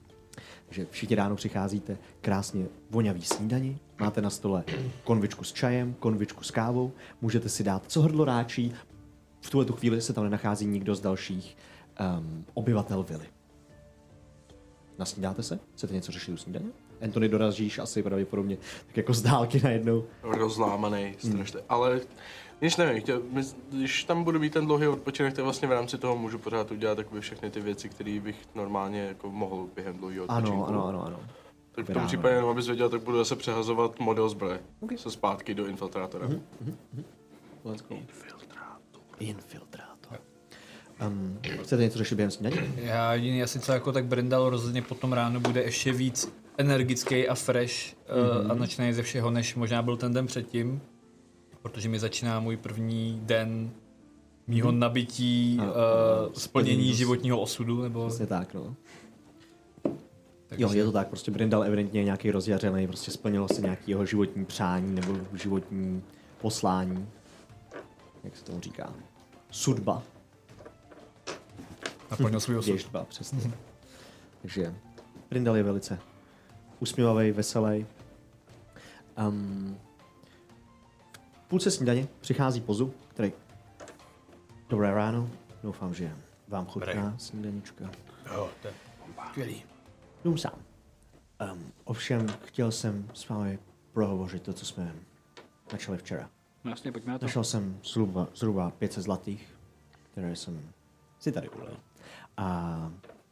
Speaker 1: Takže všichni ráno přicházíte krásně voňavý snídani, máte na stole konvičku s čajem, konvičku s kávou, můžete si dát co hrdlo ráčí, v tuhle tu chvíli se tam nenachází nikdo z dalších um, obyvatel vily. Nasnídáte se? Chcete něco řešit u snídaně? Anthony dorazíš asi pravděpodobně tak jako z dálky najednou.
Speaker 4: Rozlámaný, strašně. Hmm. Ale když nevím, chtěl, mys- když tam budu mít ten dlouhý odpočinek, tak vlastně v rámci toho můžu pořád udělat takové všechny ty věci, které bych normálně jako mohl během dlouhého odpočinku.
Speaker 1: Ano, ano, ano, ano.
Speaker 4: Tak v tom
Speaker 1: Vyráno.
Speaker 4: případě, jenom abys věděl, tak budu zase přehazovat model zbroje okay. se zpátky do infiltrátora.
Speaker 1: Mhm.
Speaker 4: Mm-hmm.
Speaker 1: Let's go. Infiltrátor. Infiltrátor. Um, chcete něco řešit během snídaně?
Speaker 2: Já jediný asi co jako tak Brindal rozhodně potom ráno bude ještě víc energický a fresh
Speaker 1: Mhm.
Speaker 2: mm-hmm. a načnej ze všeho, než možná byl ten den předtím, protože mi začíná můj první den mýho mm-hmm. nabití, uh,
Speaker 1: Mhm. ano,
Speaker 2: splnění
Speaker 1: s-
Speaker 2: životního osudu, nebo
Speaker 1: Přesně tak, no.
Speaker 2: Takže
Speaker 1: Jo, je to tak, prostě Brindal evidentně je nějaký rozjařený, prostě splnilo se nějaký jeho životní přání nebo životní poslání. Jak se tomu říká? Sudba,
Speaker 2: naplnil svůj osud.
Speaker 1: Věžba, přesně. [laughs] Takže Brindal je velice usměvavý, veselý. Um, v půlce snídaně přichází Pozu, který... Dobré ráno, doufám, že vám chutná snídanička.
Speaker 2: Jo, to je skvělý.
Speaker 1: Jdu sám. Um, ovšem, chtěl jsem s vámi prohovořit to, co jsme začali včera.
Speaker 3: No jasně, pojďme na to.
Speaker 1: Našel jsem zhruba, zhruba 500 zlatých, které jsem si tady ulil. A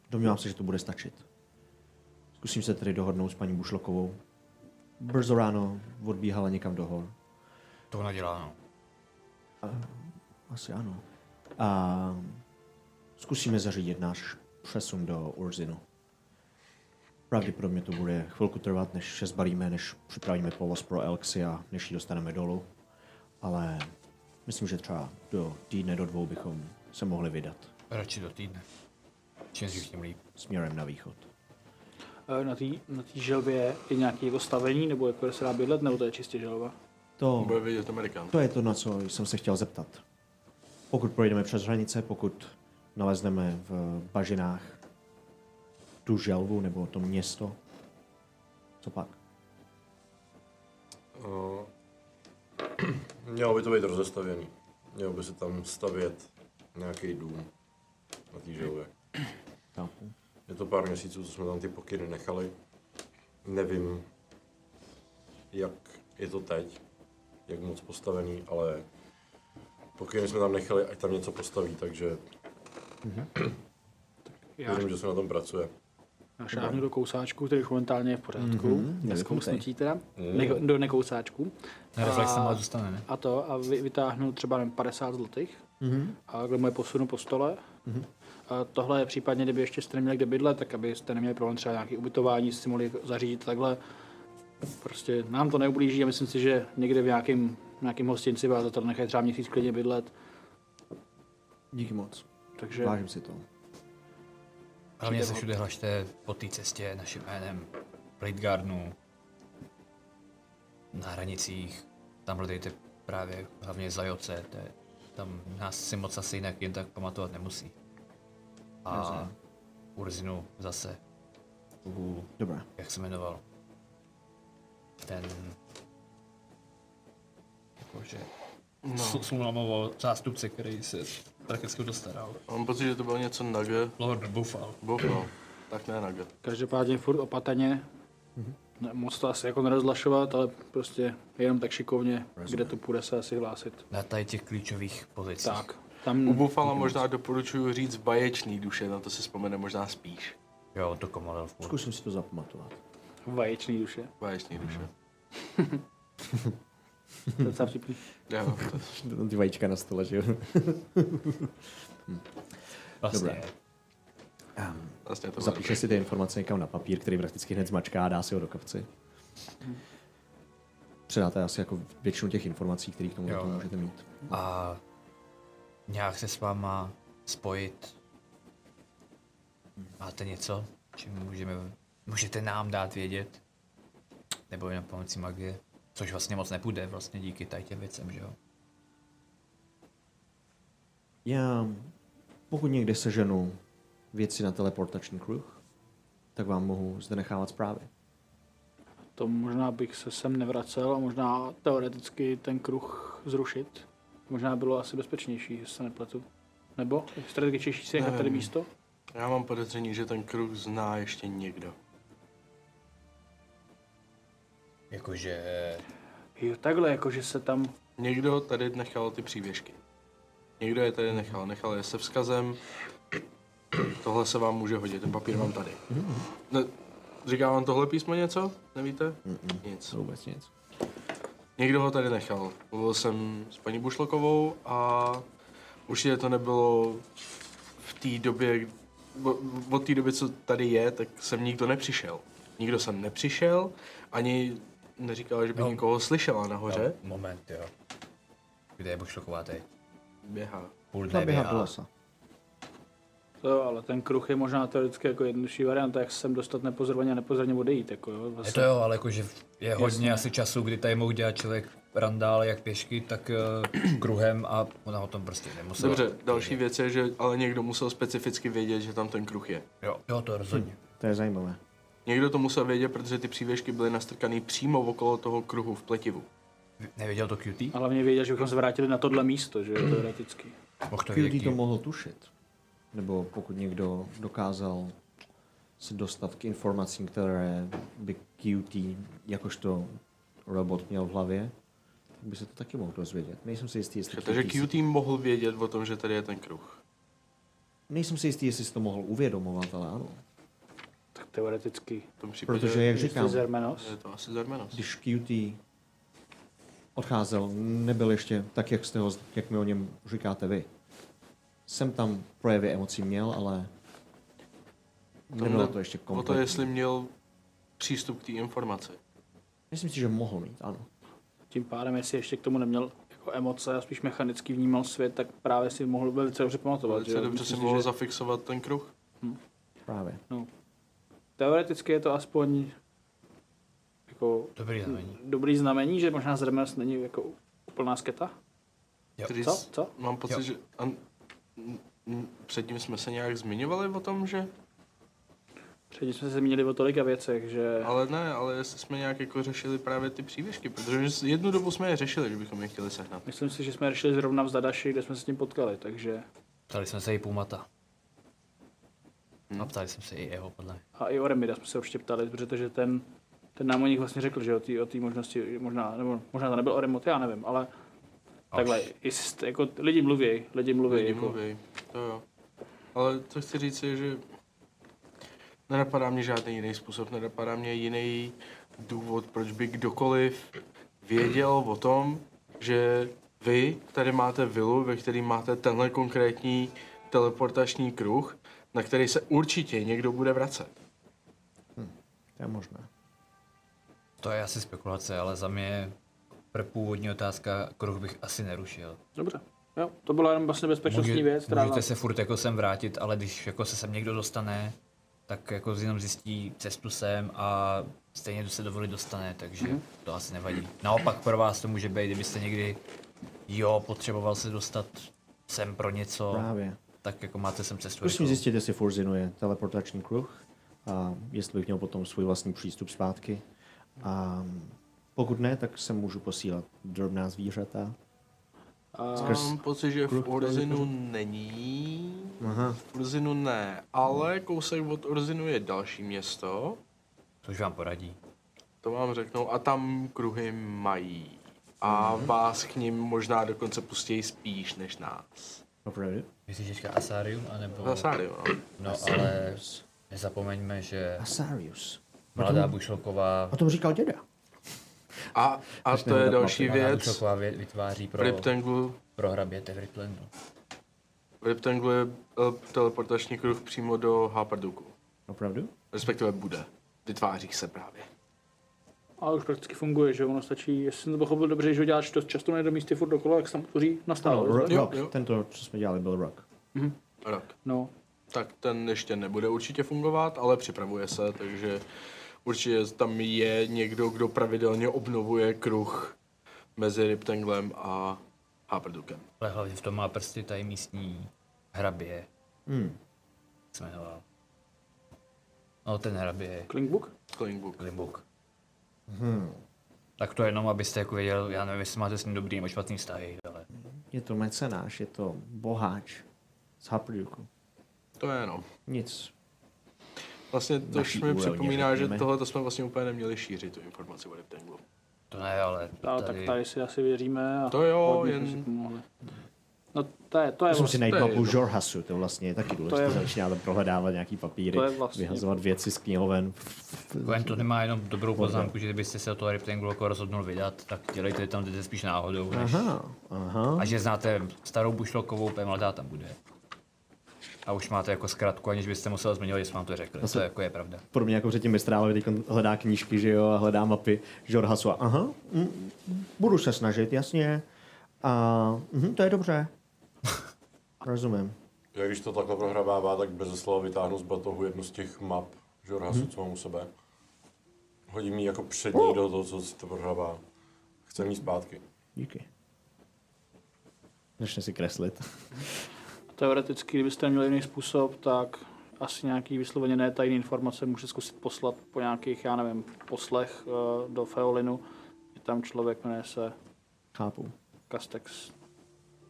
Speaker 1: domnívám se, že to bude stačit. Zkusím se tedy dohodnout s paní Bušlokovou. Brzo ráno odbíhala někam do hor.
Speaker 2: To ona dělá, no.
Speaker 1: Asi ano. A zkusíme zařídit náš přesun do Urzinu. Pravděpodobně to bude chvilku trvat, než se zbalíme, než připravíme povoz pro Elxi a než ji dostaneme dolů. Ale myslím, že třeba do týdne, do dvou bychom se mohli vydat
Speaker 2: Radši do týdne. Čím dřív, tím líp.
Speaker 1: směrem na východ.
Speaker 3: E, Na té na tý želvě je nějaké jako stavení, nebo jako kde se dá bydlet, nebo to je čistě želva?
Speaker 1: To,
Speaker 4: Bude vidět Amerikán.
Speaker 1: to je to, na co jsem se chtěl zeptat. Pokud projdeme přes hranice, pokud nalezneme v bažinách tu želvu nebo to město, co pak?
Speaker 5: No. Mělo by to být rozestavěný. Mělo by se tam stavět nějaký dům na té želvě.
Speaker 1: Chápu.
Speaker 5: Je to pár měsíců, co jsme tam ty pokyny nechali. Nevím, jak je to teď, jak moc postavený, ale pokyny jsme tam nechali, ať tam něco postaví, takže
Speaker 3: Já,
Speaker 5: věřím, že se na tom pracuje.
Speaker 3: já šáhnu do kousáčku, který už momentálně je v pořádku. Mm-hmm, Neskousnutí teda. Ne, do nekousáčku.
Speaker 2: Na reflex tam ale zůstane, ne?
Speaker 3: A to a vy, vytáhnu třeba nevím, 50 zlatých mm-hmm. a kde mu je posunu po stole. Mm-hmm. A tohle je případně, kdyby ještě jste neměli kde bydlet, tak abyste neměli problém třeba nějaký ubytování, si mohli zařídit takhle. Prostě nám to neublíží a myslím si, že někde v nějakém, nějakém hostinci vás za to nechají třeba měsíc klidně bydlet.
Speaker 1: Díky moc.
Speaker 3: Takže
Speaker 1: Vážím si to.
Speaker 2: Hlavně se všude hlašte po té cestě našim jménem Blade na hranicích, tam hledejte právě hlavně za Joce, to je, tam nás si moc asi jinak jen tak pamatovat nemusí. A Urzinu zase, u,
Speaker 1: Dobrá.
Speaker 2: jak se jmenoval, ten, jakože, no. Sulamovo zástupce, který se prakticky dostaral.
Speaker 4: Mám pocit, že to bylo něco nage.
Speaker 2: Lord Buffalo.
Speaker 4: Bůh no. Tak ne nage.
Speaker 3: každopádně furt opatrně.
Speaker 2: Mhm.
Speaker 3: Ne, moc to asi jako nerozlašovat, ale prostě jenom tak šikovně, kde to půjde se asi hlásit.
Speaker 2: Na tady těch klíčových pozicích.
Speaker 3: Tak,
Speaker 4: U
Speaker 1: Mhm.
Speaker 3: tam
Speaker 4: Bufala možná doporučuji říct baječný duše, na to si vzpomene možná spíš.
Speaker 2: Jo, dokonalil.
Speaker 1: Zkusím si to zapamatovat.
Speaker 2: [laughs]
Speaker 3: vaječný duše.
Speaker 4: Baječný duše.
Speaker 1: Mhm.
Speaker 3: To je docela vtipný.
Speaker 4: Jo, to
Speaker 1: Tam ty vajíčka na stole, že jo?
Speaker 2: Vlastně.
Speaker 1: Dobré.
Speaker 4: vlastně to
Speaker 1: Zapíše si ty informace někam na papír, který prakticky hned zmačká a dá si ho do kapci. Předáte asi jako většinu těch informací, které k tomu
Speaker 2: Jo.
Speaker 1: tomu můžete mít.
Speaker 2: A nějak se s váma spojit. Máte něco, čím můžeme, můžete nám dát vědět? Nebo jenom pomocí magie? Což vlastně moc nepůjde, vlastně díky tady těm věcem, že jo?
Speaker 1: Já, pokud někde seženu věci na teleportační kruh, tak vám mohu zde nechávat zprávy.
Speaker 3: To možná bych se sem nevracel a možná teoreticky ten kruh zrušit. Možná bylo asi bezpečnější, jestli se nepletu. Nebo je strategičtější si nechat tady
Speaker 4: Nevím.
Speaker 3: místo?
Speaker 4: Já mám podezření, že ten kruh zná ještě někdo.
Speaker 2: Jakože...
Speaker 3: Jo, takhle, jakože se tam...
Speaker 4: Někdo tady nechal ty přívěšky. Někdo je tady nechal. Nechal je se vzkazem. Tohle se vám může hodit, ten papír mám tady. Ne, říká vám tohle písmo něco? Nevíte? Nic.
Speaker 1: Vůbec nic.
Speaker 4: Někdo ho tady nechal. Mluvil jsem s paní Bušlokovou a určitě to nebylo v té době, bo- od té doby, co tady je, tak sem nikdo nepřišel. Nikdo sem nepřišel, ani neříkala, že by
Speaker 2: No.
Speaker 4: někoho slyšela nahoře.
Speaker 2: No, moment, jo. Kde je Bušloková teď?
Speaker 4: Běhá.
Speaker 2: Půl
Speaker 1: Ta
Speaker 2: dne
Speaker 1: běha do
Speaker 2: běhá.
Speaker 1: lesa.
Speaker 3: To jo, ale ten kruh je možná teoreticky jako jednodušší varianta, jak sem dostat nepozorovaně a nepozorně odejít. Jako jo,
Speaker 2: Je
Speaker 3: vlastně.
Speaker 2: to jo, ale jakože je hodně asi času, kdy tady mohl dělat člověk randál jak pěšky, tak eh, kruhem a ona o tom prostě nemusela.
Speaker 4: Dobře, další věc je, že ale někdo musel specificky vědět, že tam ten kruh je.
Speaker 2: Jo, jo to rozhodně.
Speaker 6: To je zajímavé.
Speaker 4: Někdo to musel vědět, protože ty přívěšky byly nastrkaný přímo okolo toho kruhu v pletivu.
Speaker 2: Hm. Nevěděl to QT?
Speaker 3: A hlavně věděl, že bychom se vrátili na tohle místo, že jo, teoreticky.
Speaker 2: Mohl to
Speaker 1: QT
Speaker 2: vědět
Speaker 1: to mohl tušit. Nebo pokud někdo dokázal se dostat k informacím, které by QT jakožto robot měl v hlavě, tak by se to taky mohl dozvědět. Nejsem si jistý, jestli
Speaker 4: Takže
Speaker 1: si-
Speaker 4: QT mohl vědět o tom, že tady je ten kruh.
Speaker 1: Nejsem si jistý, jestli si to mohl uvědomovat, ale ano.
Speaker 3: Tak teoreticky.
Speaker 4: V tom případě
Speaker 1: Protože, jak
Speaker 3: Jestli
Speaker 1: říkám,
Speaker 3: Zermenos.
Speaker 4: je to asi zermenost.
Speaker 1: když QT odcházel, nebyl ještě tak, jak, jste ho, jak mi o něm říkáte vy. Jsem tam projevy emocí měl, ale nebylo to ještě
Speaker 4: O to,
Speaker 1: kompletní.
Speaker 4: jestli měl přístup k té informaci.
Speaker 1: Myslím si, že mohl mít, ano.
Speaker 3: Tím pádem, jestli ještě k tomu neměl jako emoce a spíš mechanicky vnímal svět, tak právě si mohl velice dobře pamatovat. že
Speaker 4: Velice
Speaker 3: jo.
Speaker 4: dobře si
Speaker 3: Myslím si,
Speaker 4: mohl
Speaker 3: že no.
Speaker 4: zafixovat ten kruh.
Speaker 1: Právě.
Speaker 3: Teoreticky je to aspoň jako
Speaker 2: Dobrý znamení.
Speaker 3: dobrý znamení, že možná Zermenos není jako úplná sketa.
Speaker 2: Jo.
Speaker 4: Který
Speaker 3: Co?
Speaker 4: s-
Speaker 3: Co?
Speaker 4: Mám pocit,
Speaker 2: Jo.
Speaker 4: že... A, m- m- předtím jsme se nějak zmiňovali o tom, že...
Speaker 3: Předtím jsme se zmínili o tolika věcech, že...
Speaker 4: Ale ne, ale jestli jsme nějak jako řešili právě ty přívěšky, protože jednu dobu jsme je řešili, že bychom je chtěli sehnat.
Speaker 3: Myslím si, že jsme řešili zrovna v Zadaši, kde jsme se s ním potkali, takže...
Speaker 2: Ptali jsme se i Pumata.
Speaker 4: Hmm.
Speaker 3: Hm.
Speaker 2: A ptali jsme se i jeho, podle mě.
Speaker 3: A i o Remida jsme se určitě ptali, protože ten, ten nám o nich vlastně řekl, že o té o té možnosti, možná, nebo možná to nebyl o Remot, já nevím, ale takhle, jestli, jste- jako lidi mluví, lidi mluví,
Speaker 4: Lidi
Speaker 3: jako,
Speaker 4: mluví, to jo. Ale co chci říct je, že nenapadá mě žádný jiný způsob, nenapadá mě jiný důvod, proč by kdokoliv věděl o tom, že vy tady máte vilu, ve který máte tenhle konkrétní teleportační kruh, na který se určitě někdo bude vracet.
Speaker 1: To je možné.
Speaker 2: To je asi spekulace, ale za mě pro původní otázka kruh bych asi nerušil.
Speaker 3: Dobře, jo, to byla jenom vlastně bezpečnostní
Speaker 2: Může-
Speaker 3: věc, která
Speaker 2: můžete
Speaker 3: nás,
Speaker 2: se furt jako sem vrátit, ale když jako se sem někdo dostane, tak jako jenom zjistí cestu sem a stejně se do vody dostane, takže
Speaker 3: Mhm.
Speaker 2: to asi nevadí. Naopak pro vás to může být, kdybyste někdy, jo, potřeboval se dostat sem pro něco,
Speaker 1: Právě.
Speaker 2: tak jako máte sem cestu.
Speaker 1: Zkusím
Speaker 2: rychlou.
Speaker 1: zjistit, jestli Forzinu je teleportační kruh a jestli bych měl potom svůj vlastní přístup zpátky. A pokud ne, tak se můžu posílat drobná zvířata.
Speaker 3: a,
Speaker 1: Skrz-
Speaker 4: Mám pocit, že
Speaker 1: kruh,
Speaker 4: v
Speaker 1: který
Speaker 4: Orzinu není.
Speaker 1: Aha.
Speaker 4: V Orzinu ne, ale kousek od Orzinu je další město.
Speaker 2: Což vám poradí.
Speaker 4: To vám řeknou a tam kruhy mají. A vás k ním možná dokonce pustí spíš než nás.
Speaker 1: Opravdu?
Speaker 2: Myslíš, že říká Asarium, anebo...
Speaker 4: Zasády, no.
Speaker 2: No, ale nezapomeňme, že
Speaker 1: Asarius.
Speaker 2: mladá Bušilková
Speaker 1: O tom říkal děda.
Speaker 4: A, a to je další věc.
Speaker 2: Bušilková vě- vytváří
Speaker 4: V
Speaker 2: pro,
Speaker 4: Riptanglu,
Speaker 2: pro hraběte v Riplandu.
Speaker 4: v Riptanglu je eh, teleportační kruh přímo do Haparduku.
Speaker 1: Opravdu?
Speaker 4: Respektive bude. Vytváří se právě.
Speaker 3: a už prakticky funguje, že jo, ono stačí, jestli jsem to pochopil dobře, že ho děláš dost často na jednom místě furt dokola, jak se tam tvoří
Speaker 1: Ano,
Speaker 3: nastálo.
Speaker 1: ro-
Speaker 4: jo,
Speaker 1: rock.
Speaker 4: jo.
Speaker 1: Tento, co jsme dělali, byl rock.
Speaker 4: Rok.
Speaker 3: No,
Speaker 4: Tak ten ještě nebude určitě fungovat, ale připravuje se, takže určitě tam je někdo, kdo pravidelně obnovuje kruh mezi Riptanglem a Hapardukem.
Speaker 2: Ale hlavně v tom má prsty tady místní hrabě.
Speaker 1: Hmm.
Speaker 2: jak Se jmenoval. No ten hrabě
Speaker 3: Klinkbook?
Speaker 4: Klingbook.
Speaker 2: Glimbuk. Hmm. Tak to jenom, abyste jako věděl, já nevím, jestli máte s ním dobrý nebo špatný vztahy, ale
Speaker 1: Je to mecenáš, je to boháč z Haprduku.
Speaker 4: To je jenom.
Speaker 1: Nic.
Speaker 4: Vlastně to
Speaker 1: Naší
Speaker 4: mi
Speaker 1: úrovně,
Speaker 4: připomíná, že
Speaker 1: řekněme.
Speaker 4: tohle to jsme vlastně úplně neměli šířit, tu informaci o Reptanglu.
Speaker 2: to ne, ale
Speaker 3: A
Speaker 2: tady,
Speaker 3: tak tady si asi věříme. A
Speaker 4: To jo,
Speaker 3: hodně jsme
Speaker 4: jen-
Speaker 3: si pomohli. No to je, to je,
Speaker 1: Já jsem si
Speaker 3: vlastně,
Speaker 1: najít
Speaker 4: to je
Speaker 1: mapu
Speaker 4: jedno.
Speaker 1: Žorhasu, to vlastně je taky důležité.
Speaker 3: je-
Speaker 1: Začínáte prohledávat nějaký papíry,
Speaker 3: To je vlastně-
Speaker 1: vyhazovat věci z knihoven.
Speaker 2: Kojen to nemá jenom dobrou poznámku, že kdybyste se o toho Riptanglu jako rozhodnul vydat, tak dělejte tam jdete spíš náhodou, než...
Speaker 1: Aha, aha.
Speaker 2: A že znáte starou bušlokovou, úplně mladá tam bude. A už máte jako zkratku, aniž byste musel zmiňovat, jestli vám to řekli. To jako je pravda.
Speaker 1: Podobně jako předtím Mistrálovi, teď hledá knížky, že jo, a hledá mapy Žorhasu. A aha, mm, budu se
Speaker 3: [laughs]
Speaker 1: snažit, jasně. A mhm, to je dobře. Rozumím.
Speaker 8: Já když to takhle prohrabává, tak bez slova vytáhnu z batohu jednu z těch map, že odhasu, co mám u sebe. Hodím ji jako přední do toho, co si to prohrabá. Chcem jí zpátky.
Speaker 1: Díky. Začne si kreslit.
Speaker 3: Teoreticky, kdybyste měli jiný způsob, tak asi nějaký vysloveně ne tajný informace může zkusit poslat po nějakých, já nevím, poslech eh, do Feolinu. Je tam člověk, jmenuje se
Speaker 1: Chápu.
Speaker 3: Castex.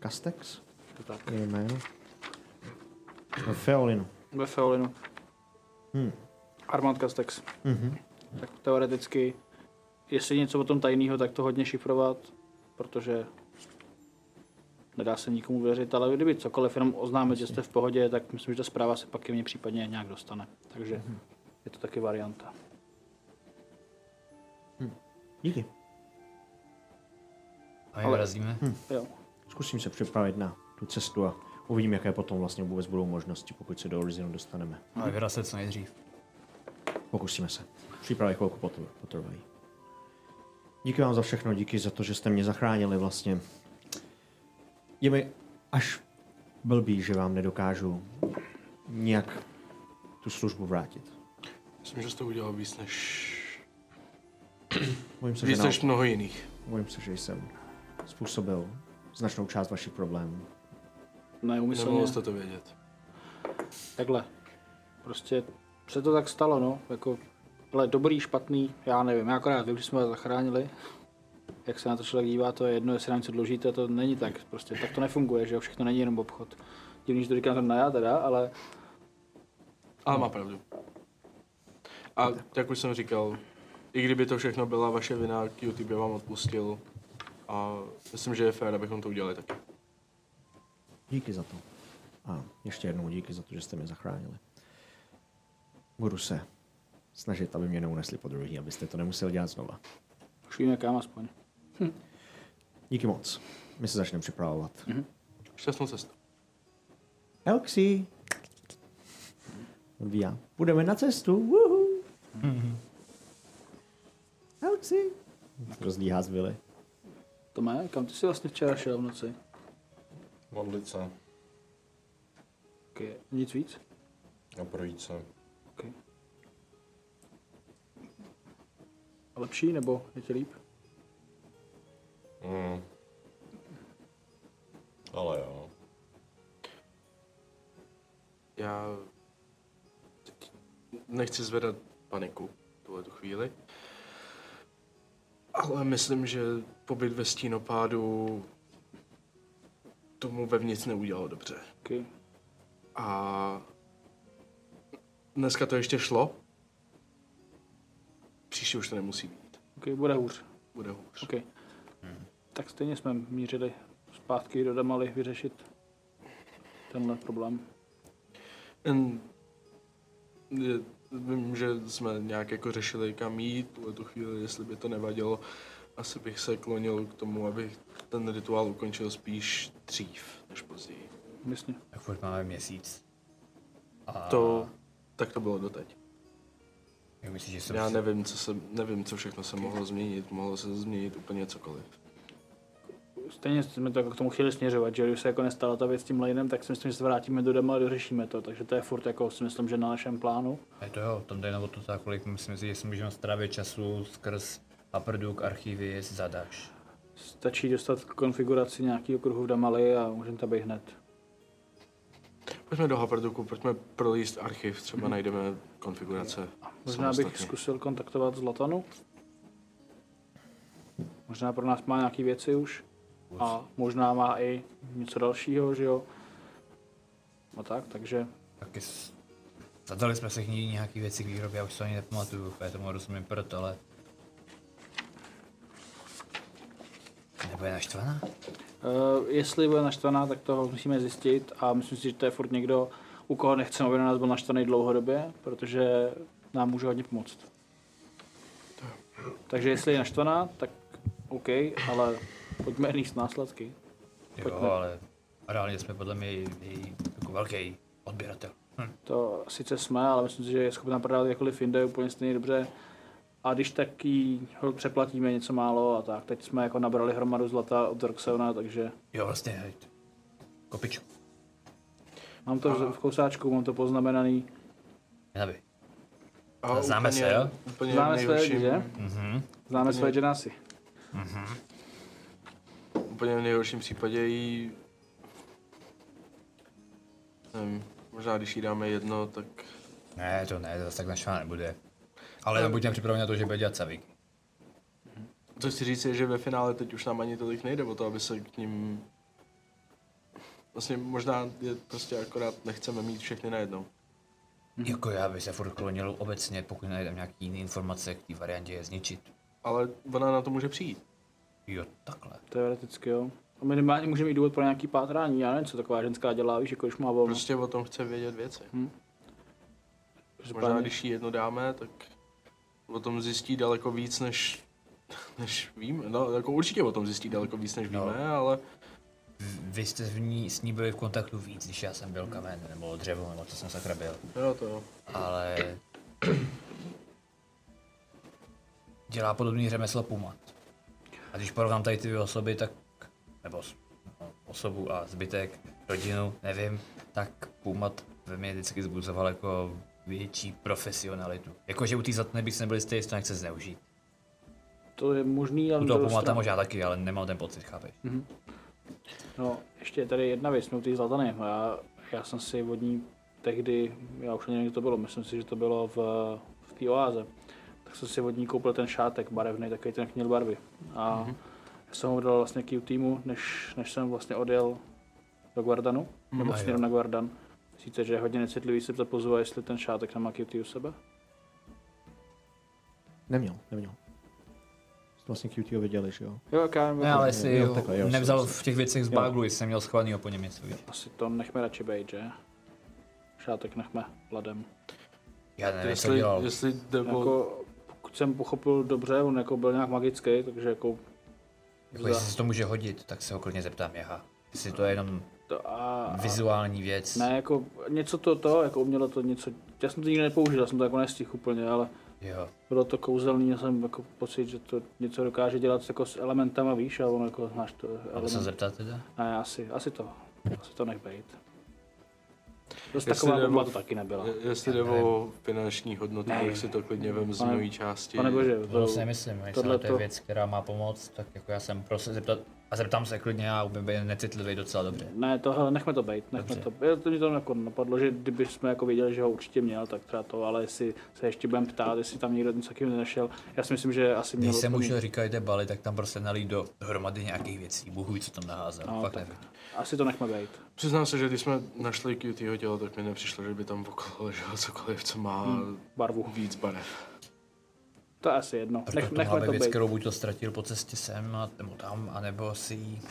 Speaker 1: Castex?
Speaker 3: Je to tak.
Speaker 1: Je jméno. No, Feolinu.
Speaker 3: Ve Feolinu.
Speaker 1: Hmm.
Speaker 3: Armand Castex.
Speaker 1: Mhm.
Speaker 3: Tak teoreticky, jestli něco o tom tajného, tak to hodně šifrovat, protože nedá se nikomu věřit, ale kdyby cokoliv jenom oznámit, že jste v pohodě, tak myslím, že ta zpráva se pak ke mně případně nějak dostane. Takže
Speaker 1: Mhm.
Speaker 3: je to taky varianta.
Speaker 1: Díky.
Speaker 2: A
Speaker 3: Ale-
Speaker 2: ale... razíme. Hm.
Speaker 3: Jo.
Speaker 1: Zkusím se připravit na tu cestu a uvidím, jaké potom vlastně vůbec budou možnosti, pokud se do Orizonu dostaneme.
Speaker 2: A vydat se co nejdřív.
Speaker 1: Pokusíme se. Přípravy chvilku potr- potrvají. Díky vám za všechno, díky za to, že jste mě zachránili vlastně. Je mi až blbý, že vám nedokážu nějak tu službu vrátit.
Speaker 4: Myslím, že jsi to udělal víc než...
Speaker 1: Bojím se, že, no.
Speaker 4: Víc
Speaker 1: na,
Speaker 4: než mnoho jiných.
Speaker 1: bojím se, že jsem způsobil značnou část vašich problémů.
Speaker 4: Nemohl
Speaker 3: Neumyslně.
Speaker 4: jste to vědět.
Speaker 3: Takhle. Prostě se to tak stalo, no. Jako, ale dobrý, špatný, já nevím. Já akorát vím, že jsme vás zachránili. Jak se na to člověk dívá, to je jedno, jestli na něco dlužíte, to není tak. Prostě tak to nefunguje, že jo. Všechno není jenom obchod. Divný, že to říkám na já teda, ale
Speaker 1: No.
Speaker 4: Ale má pravdu. A jak už jsem říkal, i kdyby to všechno byla vaše vina, QT by vám odpustil. A myslím, že je fér, abychom to udělali taky.
Speaker 1: Díky za to. A ještě jednou díky za to, že jste mě zachránili. Budu se snažit, aby mě neunesli po druhý, abyste to nemuseli dělat znova.
Speaker 3: už víme kam aspoň.
Speaker 1: Díky moc. My se začneme připravovat.
Speaker 4: Šťastnou cestu.
Speaker 1: Elxi! Odvíjá. Půjdeme na cestu. Uhu. Mhm. Elxi! Rozlíhá zbyly.
Speaker 3: Tome, kam ty jsi vlastně včera šel v noci?
Speaker 8: Modlit se
Speaker 3: Okay. Nic víc?
Speaker 8: a projít se.
Speaker 3: Okay. Lepší nebo je ti líp?
Speaker 8: Mm. Ale jo.
Speaker 4: Já teď nechci zvedat paniku v tuhle tu chvíli. Ale myslím, že pobyt ve stínopádu tomu vevnitř neudělal dobře.
Speaker 3: Okay.
Speaker 4: A dneska to ještě šlo. Příště už to nemusí být.
Speaker 3: Okay, bude hůř.
Speaker 4: Bude hůř.
Speaker 3: OK. Tak stejně jsme mířili zpátky do Damaly vyřešit tenhle problém.
Speaker 4: Jen, je, vím, že jsme nějak jako řešili, kam jít tuhle tu chvíli, jestli by to nevadilo. Asi bych se klonil k tomu, abych ten rituál ukončil spíš dřív než později.
Speaker 3: Myslím.
Speaker 2: Tak furt máme měsíc. A
Speaker 4: To, tak to bylo doteď.
Speaker 2: jak myslíš, že jsem
Speaker 4: Já
Speaker 2: si-
Speaker 4: nevím, co, se, nevím, co všechno se mohlo změnit. Mohlo se změnit úplně cokoliv.
Speaker 3: Stejně jsme to jako k tomu chtěli směřovat, že když se jako nestala ta věc s tím lanem, tak si myslím, že se vrátíme do Damaly a dořešíme to. Takže to je furt jako si myslím, že na našem plánu.
Speaker 2: A to jo, tam jde jenom o to, za kolik myslím si, že si můžeme strávit času skrz Upperduke, archivy, zadaš.
Speaker 3: Stačí dostat konfiguraci nějakého kruhu v Damaly a můžeme tam být hned.
Speaker 4: Pojďme do Haverduku, pojďme prolíst archiv, třeba
Speaker 2: Mhm.
Speaker 4: najdeme konfigurace.
Speaker 3: Možná bych
Speaker 4: samostatně.
Speaker 3: zkusil kontaktovat Zlatanu. Možná pro nás má nějaké věci už. A možná má i něco dalšího, že jo. A tak, takže
Speaker 2: Taky s... Zadali jsme se k ní nějaký věci k výrobě, já už to ani nepamatuju, úplně tomu rozumím proto, ale... Nebo je naštvaná?
Speaker 3: Eh, jestli bude naštvaná, tak to musíme zjistit a myslím si, že to je furt někdo, u koho nechceme, aby na nás byl naštvaný dlouhodobě, protože nám může hodně pomoct. Takže jestli je naštvaná, tak OK, ale pojďme nést následky.
Speaker 2: Jo,
Speaker 3: Pojďme.
Speaker 2: ale reálně jsme podle mě její- její jako velký odběratel. Hm.
Speaker 3: To sice jsme, ale myslím si, že je schopná prodávat jakkoliv jinde úplně stejně dobře. A když tak jí ho přeplatíme něco málo a tak. Teď jsme jako nabrali hromadu zlata od Roxeona, takže
Speaker 2: Jo, vlastně, hej. Kopičku.
Speaker 3: Mám to v- v kousáčku, mám to poznamenaný.
Speaker 2: Aby.
Speaker 4: A
Speaker 2: Známe
Speaker 4: úplně,
Speaker 2: se, jo?
Speaker 4: Úplně
Speaker 3: Známe své
Speaker 4: nejhorším,
Speaker 3: lidi, že?
Speaker 2: Mhm.
Speaker 3: Známe své dženasy.
Speaker 4: Úplně v nejhorším případě jí... Nevím, možná když jí dáme jedno, tak...
Speaker 2: Ne, to ne, to zase tak naštvá nebude. Ale buďme připraveni na to, že bude dělat savík.
Speaker 4: Co chci říct je, že ve finále teď už nám ani tolik nejde o to, aby se k ním... Vlastně možná je prostě akorát nechceme mít všechny najednou.
Speaker 2: Jako já bych se furt klonil obecně, pokud najdem nějaký jiný informace k té variantě je zničit.
Speaker 4: Ale ona na to může přijít.
Speaker 2: Jo, takhle.
Speaker 3: Teoreticky, jo. A minimálně může mít důvod pro nějaký pátrání, já nevím, co taková ženská dělá, víš, jako když má volno.
Speaker 4: Prostě o tom chce vědět věci.
Speaker 2: Hmm,
Speaker 4: Možná
Speaker 3: Každopádně-
Speaker 4: Prostě když jí jedno dáme, tak o tom zjistí daleko víc, než, [laughs] než víme. No, jako určitě o tom zjistí daleko víc, než
Speaker 2: No.
Speaker 4: víme, ale
Speaker 2: V- Vy jste v ní, s ní byli v kontaktu víc, když já jsem byl kamen, nebo dřevo, nebo co jsem sakra byl.
Speaker 4: jo, to jo.
Speaker 2: Ale... Dělá podobný řemeslo Pumat. A když porovnám tady ty dvě osoby, tak... Nebo s- no, osobu a zbytek, rodinu, nevím, tak Pumat ve mně vždycky zbuzoval jako větší profesionalitu. Jakože u té zatné bych se nebyl jistý, jestli to nechce zneužít.
Speaker 3: To je možný, ale
Speaker 2: U
Speaker 3: na
Speaker 2: toho
Speaker 3: druhou
Speaker 2: Pumata
Speaker 3: stranu-
Speaker 2: možná taky, ale nemám ten pocit, chápeš?
Speaker 3: No, ještě je tady jedna věc, no ty zlatany. Já, já jsem si od ní tehdy, já už nevím, kdy to bylo, myslím si, že to bylo v, v té oáze, tak jsem si od ní koupil ten šátek barevný, takový ten jak měl barvy. A mm-hmm. já jsem ho dal vlastně k týmu, než, než jsem vlastně odjel do Guardanu, nebo
Speaker 2: A jo.
Speaker 3: směrem na Guardan. Myslíte, že je hodně necitlivý se zapozuje, jestli ten šátek nemá QT u sebe?
Speaker 1: Neměl, neměl. Vlastně QT ho viděli, že jo?
Speaker 3: Jo, jak já nevím,
Speaker 2: Ne,
Speaker 3: jako-
Speaker 2: No, ale jestli
Speaker 1: jo,
Speaker 2: jo,
Speaker 1: takhle, jo,
Speaker 2: nevzal
Speaker 1: souhlasím.
Speaker 2: v těch věcech z
Speaker 1: Jo.
Speaker 2: baglu, jestli měl schovaný po něm něco. víš?
Speaker 3: Asi to nechme radši být, že? Šátek nechme ladem.
Speaker 2: Já nevím, co
Speaker 4: Jestli,
Speaker 2: dělal.
Speaker 4: jestli jde o...
Speaker 3: Jako, pokud jsem pochopil dobře, on jako byl nějak magický, takže jako...
Speaker 2: Jako jestli se to může hodit, tak se ho klidně zeptám Jaha. Jestli to je jenom
Speaker 3: To a, a,
Speaker 2: vizuální věc.
Speaker 3: ne, jako něco to, to, jako umělo to něco... Já jsem to nikdy nepoužil, já jsem to jako nestihl úplně, ale
Speaker 2: Jo.
Speaker 3: bylo to kouzelný, já jsem jako pocit, že to něco dokáže dělat jako s elementama, víš, a ono jako znáš to
Speaker 2: Ale se
Speaker 3: element.
Speaker 2: zeptat teda?
Speaker 3: Ne, asi, asi to, asi to nech bejt. Dost
Speaker 4: Jestli
Speaker 3: taková
Speaker 4: nebo-
Speaker 3: bomba to taky nebyla.
Speaker 4: je- Jestli jde o finanční hodnotu, tak si to klidně vem z
Speaker 3: Pane-
Speaker 4: mojí části.
Speaker 3: Pane bože,
Speaker 2: To
Speaker 3: to,
Speaker 2: si nemyslím, jestli to
Speaker 3: tohleto-
Speaker 2: je věc, která má pomoct, tak jako já jsem prostě zeptat a zeptám se klidně, já bych byl necitlivý docela dobře.
Speaker 3: ne, tohle nechme to bejt, nechme
Speaker 2: Dobře.
Speaker 3: to. Já to mi to jako napadlo, že kdyby jsme jako věděli, že ho určitě měl, tak třeba to, ale jestli se ještě budeme ptát, jestli tam někdo něco takového nenašel, já si myslím, že asi měl.
Speaker 2: Když jsem
Speaker 3: úplně-
Speaker 2: už říkal, jde bali, tak tam prostě nalí do hromady nějakých věcí. Bůh ví, co tam naházel.
Speaker 3: No,
Speaker 2: Fakt
Speaker 3: tak.
Speaker 2: nevím.
Speaker 3: Asi to nechme být.
Speaker 4: Přiznám se, že když jsme našli QTho tělo, tak mi nepřišlo, že by tam okolo leželo cokoliv, co má
Speaker 3: Barvu.
Speaker 4: víc barev.
Speaker 3: To je asi jedno.
Speaker 2: Proto
Speaker 3: Nech,
Speaker 2: to mohla
Speaker 3: nechme
Speaker 2: být
Speaker 3: to
Speaker 2: věc,
Speaker 3: být.
Speaker 2: kterou buď to ztratil po cestě sem, a, nebo tam, anebo si ji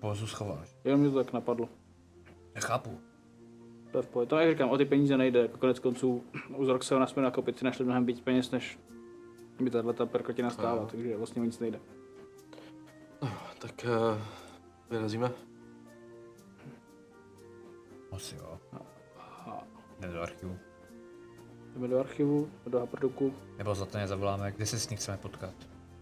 Speaker 2: pozu schoval.
Speaker 3: Jenom mi to tak napadlo.
Speaker 2: Nechápu.
Speaker 3: To je v pohodě. To jak říkám, o ty peníze nejde. Jako konec konců u Zroxeona jsme na kopici našli mnohem víc peněz, než by tahle ta perkotina stála, takže vlastně o nic nejde.
Speaker 4: Tak uh, vyrazíme.
Speaker 2: Asi jo. No. Jdem do archivu.
Speaker 3: Jdeme do archivu, do Haprduku.
Speaker 2: Nebo za ten zavoláme, kde se s ní chceme potkat.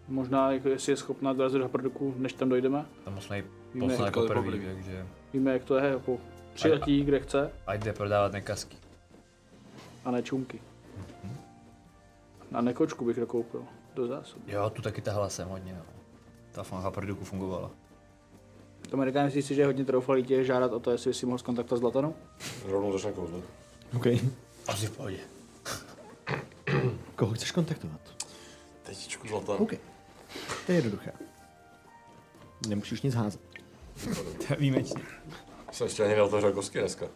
Speaker 3: Možná, jako jestli je schopná dorazit do Haprduku, než tam dojdeme.
Speaker 2: Tam jsme ji
Speaker 3: Víme,
Speaker 2: poslali
Speaker 4: Potkali
Speaker 2: jako první,
Speaker 4: poprvé.
Speaker 2: takže
Speaker 3: Víme, jak to je, jako přiletí, kde chce,
Speaker 2: ať jde prodávat nekasky.
Speaker 3: a ne čumky. A nekočku bych dokoupil do zásob.
Speaker 2: Jo, tu taky tahla jsem hodně, no. Ta fancha produku fungovala.
Speaker 3: To Amerikán si že je hodně troufalý tě žádat o to, jestli si mohl skontaktovat Zlatanu.
Speaker 8: Rovnou začne kouzlet.
Speaker 1: OK.
Speaker 2: Asi v pohodě.
Speaker 1: Koho chceš kontaktovat?
Speaker 8: Tetičku zlata.
Speaker 1: OK. To je jednoduché. Nemusíš nic házet.
Speaker 2: To je výjimečný.
Speaker 8: Jsem ještě ani nedal to žagosky dneska.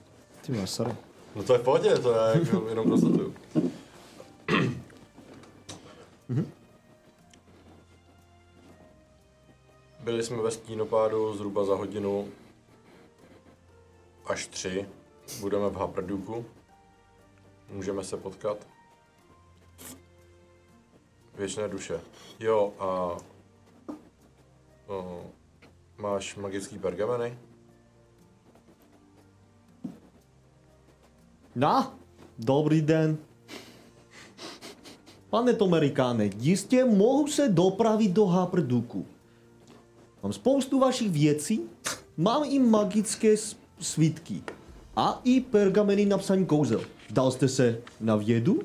Speaker 1: Ty jo, sorry.
Speaker 8: No to je v pohodě, to já jako jenom konstatuju. Mhm. Byli jsme ve stínopádu zhruba za hodinu až tři. Budeme v Haprduku. Můžeme se potkat. Věčné duše. Jo a... O, máš magický pergameny?
Speaker 1: No, dobrý den. Pane Tomerikáne, jistě mohu se dopravit do Haprduku. Mám spoustu vašich věcí, mám i magické s- svítky. a i pergameny na psaní kouzel. Dal jste se na vědu?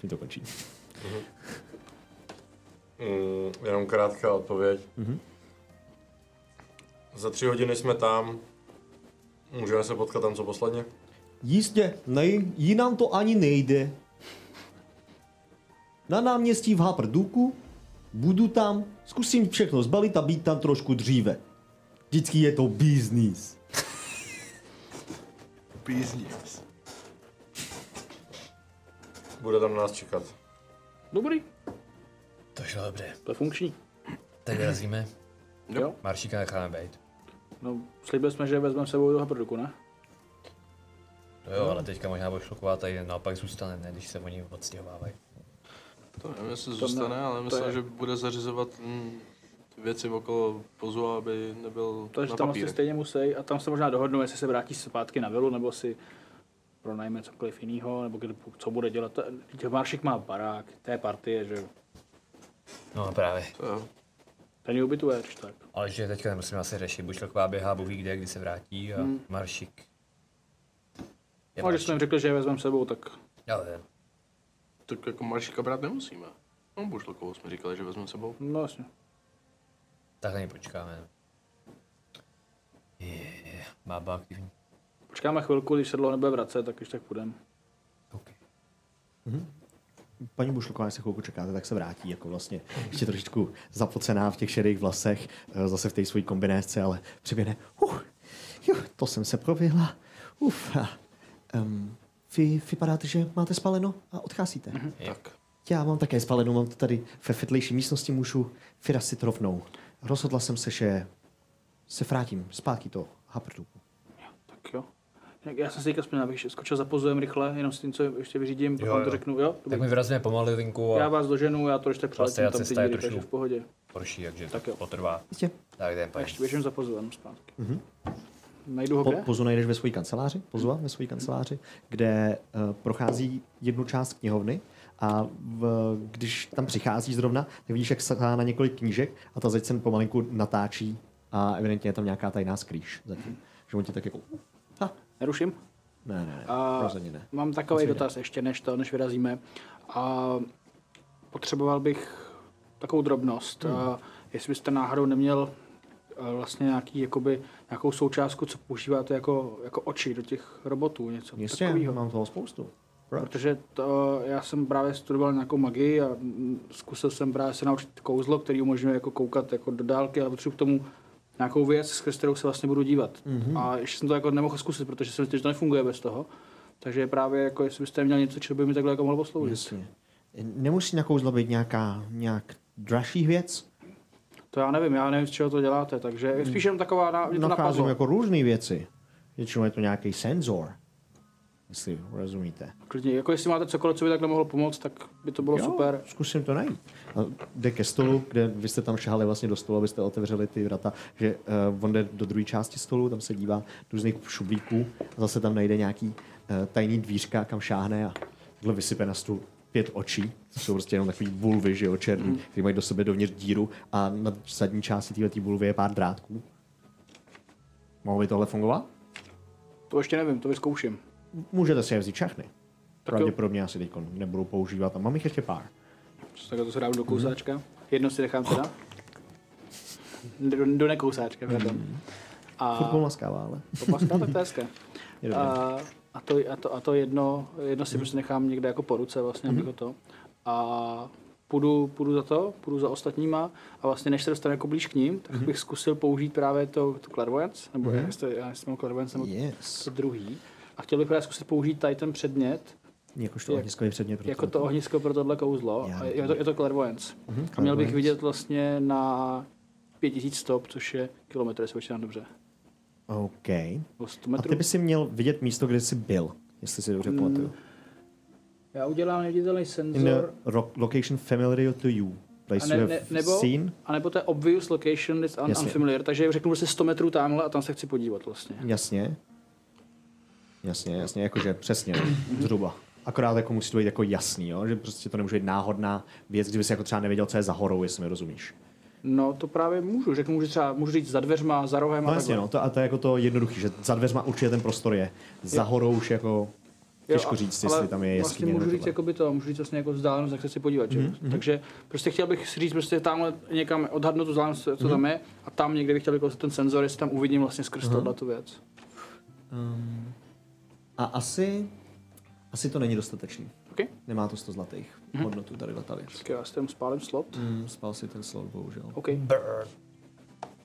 Speaker 1: Tím to končí.
Speaker 8: Mm, jenom krátká odpověď.
Speaker 4: Mhm.
Speaker 8: Mm-hmm. Za tři hodiny jsme tam. Můžeme se potkat tam co posledně?
Speaker 1: Jistě, nej, jinam to ani nejde. Na náměstí v Haprduku, budu tam, zkusím všechno zbalit a být tam trošku dříve. Vždycky je to biznis.
Speaker 4: Business.
Speaker 8: Bude tam na nás čekat.
Speaker 3: Dobrý,
Speaker 2: To šlo dobře.
Speaker 3: to je funkční.
Speaker 2: Tak vyrazíme.
Speaker 3: Jo. jo.
Speaker 2: Maršíka necháme být.
Speaker 3: No, slíbili jsme, že vezmeme s sebou toho produku, ne?
Speaker 2: No jo, ale teďka možná bude šloková tady naopak zůstane, ne, když se oni odstěhovávají.
Speaker 4: To nevím, jestli zůstane, ale
Speaker 3: je-
Speaker 4: myslím, že bude zařizovat mm, ty věci okolo pozu, aby nebyl
Speaker 3: To, že
Speaker 4: na
Speaker 3: tam asi
Speaker 4: papíře.
Speaker 3: stejně musí a tam se možná dohodnou, jestli se vrátí zpátky na vilu, nebo si pronajme cokoliv jiného, nebo kdy, co bude dělat. To- vždyť Maršik má barák, té partie, že jo.
Speaker 2: No právě.
Speaker 4: To jo.
Speaker 3: ten ji ubytuje, když tak. No,
Speaker 2: Ale že teďka nemusíme asi řešit, buď šloková běhá, Bůh ví kde, kdy se vrátí a hmm. Maršík. Je
Speaker 3: No, když jsme jim řekli, že je vezmeme s sebou, tak
Speaker 2: Já vím.
Speaker 4: Tak jako Maršíka brát nemusíme. No, Bušlokovou jsme říkali, že vezmeme s sebou.
Speaker 3: no jasně.
Speaker 2: Tak na něj počkáme. Je, má bá aktivní.
Speaker 3: Počkáme chvilku, když se dlouho nebude vracet, tak když tak půjdeme.
Speaker 2: Okay.
Speaker 1: Paní Bušluková, jak se chvilku čekáte, tak se vrátí, jako vlastně ještě trošičku zapocená v těch šedých vlasech, eh, zase v té své kombinézce, ale přiběhne. Uh, jo, to jsem se proběhla. Uf. A, um, vy vypadáte, že máte spaleno a odcházíte.
Speaker 4: Tak.
Speaker 1: Já mám také spalenu, mám to tady ve vedlejší místnosti, můžu vyrazit rovnou. Rozhodla jsem se, že se vrátím zpátky do Haprduku.
Speaker 3: Tak jo. Jak- Já jsem si teďka vzpomněl, abych skočil za pozojem rychle, jenom s tím, co ještě vyřídím, pak vám to
Speaker 2: jo.
Speaker 3: řeknu, jo?
Speaker 2: Tak
Speaker 3: Dobrý.
Speaker 2: my vyrazíme pomalinku
Speaker 3: Já
Speaker 2: a
Speaker 3: vás doženu, já to ještě tak
Speaker 2: Vlastně
Speaker 3: přeletím
Speaker 2: já
Speaker 3: tam ty
Speaker 2: cesta je
Speaker 3: díry, takže v
Speaker 2: trošku-
Speaker 3: pohodě.
Speaker 2: horší, takže
Speaker 3: Tak
Speaker 2: tak
Speaker 3: jo.
Speaker 2: potrvá.
Speaker 1: Jistě.
Speaker 2: Tak jdem,
Speaker 3: A
Speaker 2: paní.
Speaker 3: ještě běžím za pozvem zpátky.
Speaker 2: Mhm.
Speaker 3: Najdu ho
Speaker 1: Po,
Speaker 3: kde?
Speaker 1: pozu najdeš ve své kanceláři, pozva ve své kanceláři, kde uh, prochází jednu část knihovny a v, když tam přichází zrovna, tak vidíš, jak sahá na několik knížek a ta zeď se pomalinku natáčí a evidentně je tam nějaká tajná skrýš zatím. Že on ti tak jako... Ha,
Speaker 3: Neruším?
Speaker 1: ne, ne, ne,
Speaker 3: A- no,
Speaker 1: rozhodně ne.
Speaker 3: Mám takový dotaz ještě, než to, než vyrazíme. A potřeboval bych takovou drobnost. Hmm. A jestli byste náhodou neměl eh, vlastně nějaký, jakoby, nějakou součástku, co používáte jako, jako oči do těch robotů, něco
Speaker 1: Jistě,
Speaker 3: takového.
Speaker 1: mám toho spoustu. Proč?
Speaker 3: Protože to, já jsem právě studoval nějakou magii a mm, zkusil jsem právě se naučit kouzlo, který umožňuje jako koukat jako do dálky, ale potřebuji k tomu nějakou věc, skrz kterou se vlastně budu dívat. Mm-hmm. A ještě jsem to jako nemohl zkusit, protože jsem myslel, že to nefunguje bez toho. Takže právě jako jestli byste měl něco, co by mi takhle jako mohlo posloužit.
Speaker 1: Jasně. Nemusí na kouzlo být nějaká, nějak dražší věc?
Speaker 3: To já nevím, já nevím, z čeho to děláte, takže spíš jenom taková, na, mě to
Speaker 1: Nacházím
Speaker 3: napadlo.
Speaker 1: jako různé věci. Většinou je to nějaký senzor, jestli rozumíte.
Speaker 3: Klidně, jako jestli máte cokoliv, co by takhle mohlo pomoct, tak by to bylo jo. super.
Speaker 1: Zkusím to najít. A jde ke stolu, kde vy jste tam šahali vlastně do stolu, abyste otevřeli ty vrata, že uh, on jde do druhé části stolu, tam se dívá do různých šublíků a zase tam najde nějaký uh, tajný dvířka, kam šáhne a takhle vysype na stůl pět očí, to jsou prostě jenom takový bulvy, že jo, černý,
Speaker 3: Mm.
Speaker 1: který mají do sebe dovnitř díru a na zadní části této bulvy je pár drátků. Mohlo by tohle fungovat?
Speaker 3: To ještě nevím, to vyzkouším.
Speaker 1: Můžete si je vzít všechny.
Speaker 3: jo.
Speaker 1: Pravděpodobně asi teď nebudou používat a mám jich ještě pár.
Speaker 3: Tak to se dám do kousáčka. Jedno si nechám teda. Do, do nekousáčka, pardon.
Speaker 1: Furt
Speaker 3: A
Speaker 1: pomaskává, ale...
Speaker 3: popaska, tak to je hezké.
Speaker 1: Je dobré.
Speaker 3: A, a, to, a, to, a to jedno, jedno si prostě nechám někde jako po ruce vlastně,
Speaker 1: Mhm.
Speaker 3: abych ho to. A půjdu, půjdu za to, půjdu za ostatníma a vlastně než se dostanu jako blíž k ním,
Speaker 1: Mhm.
Speaker 3: tak bych zkusil použít právě to, to clairvoyance, nebo jak jste, já jsem clairvoyance, nebo
Speaker 1: Yes.
Speaker 3: to druhý. A chtěl bych právě zkusit použít tady ten předmět,
Speaker 1: Jakož to ohniskový předmět pro
Speaker 3: jako to
Speaker 1: tohleto.
Speaker 3: ohnisko pro tohle kouzlo.
Speaker 1: Já
Speaker 3: A
Speaker 1: vím.
Speaker 3: Je to, je to clairvoyance. Mm-hmm, a měl bych
Speaker 1: clairvoyance.
Speaker 3: vidět vlastně na 5000 stop, což je kilometr, jestli počítám dobře.
Speaker 1: OK.
Speaker 3: Nebo 100
Speaker 1: A
Speaker 3: metrů.
Speaker 1: ty by si měl vidět místo, kde jsi byl, jestli si
Speaker 3: Mm,
Speaker 1: dobře pamatuju.
Speaker 3: Já udělám neviditelný
Speaker 1: In
Speaker 3: senzor.
Speaker 1: the ro- location familiar to you.
Speaker 3: A,
Speaker 1: Place
Speaker 3: ne,
Speaker 1: you
Speaker 3: ne,
Speaker 1: have
Speaker 3: nebo,
Speaker 1: seen.
Speaker 3: a nebo to je obvious location is un,
Speaker 1: Jasně.
Speaker 3: unfamiliar, takže řeknu prostě 100 metrů tamhle a tam se chci podívat vlastně.
Speaker 1: Jasně. Jasně, jasně, jakože přesně, zhruba. Akorát jako musí to být jako jasný, jo? že prostě to nemůže být náhodná věc, kdyby si jako třeba nevěděl, co je za horou, jestli mi rozumíš.
Speaker 3: No to právě můžu, řeknu, že třeba můžu říct za dveřma, za rohem
Speaker 1: No
Speaker 3: a
Speaker 1: jasně,
Speaker 3: takhle.
Speaker 1: no, to, a to je jako to jednoduchý, že za dveřma určitě ten prostor je. Za horou už jako těžko
Speaker 3: a-
Speaker 1: říct,
Speaker 3: ale
Speaker 1: jestli tam je
Speaker 3: vlastně
Speaker 1: jeskyně
Speaker 3: můžu
Speaker 1: nebo tohle.
Speaker 3: říct
Speaker 1: Mhm,
Speaker 3: jakoby to, můžu říct vlastně jako vzdálenost, jak se chci podívat, že? Takže prostě chtěl bych si říct, prostě tamhle někam odhadnout tu vzdálenost, co
Speaker 1: Mhm.
Speaker 3: co tam je, a tam někde bych chtěl jako ten senzor, jestli tam uvidím vlastně skrz tohle tu věc.
Speaker 1: A asi, asi to není dostatečný.
Speaker 3: OK?
Speaker 1: Nemá to 100 zlatých hodnotu tady ta věc.
Speaker 3: Tak já s tím spálím slot.
Speaker 1: Mm, spal si ten slot, bohužel.
Speaker 3: OK.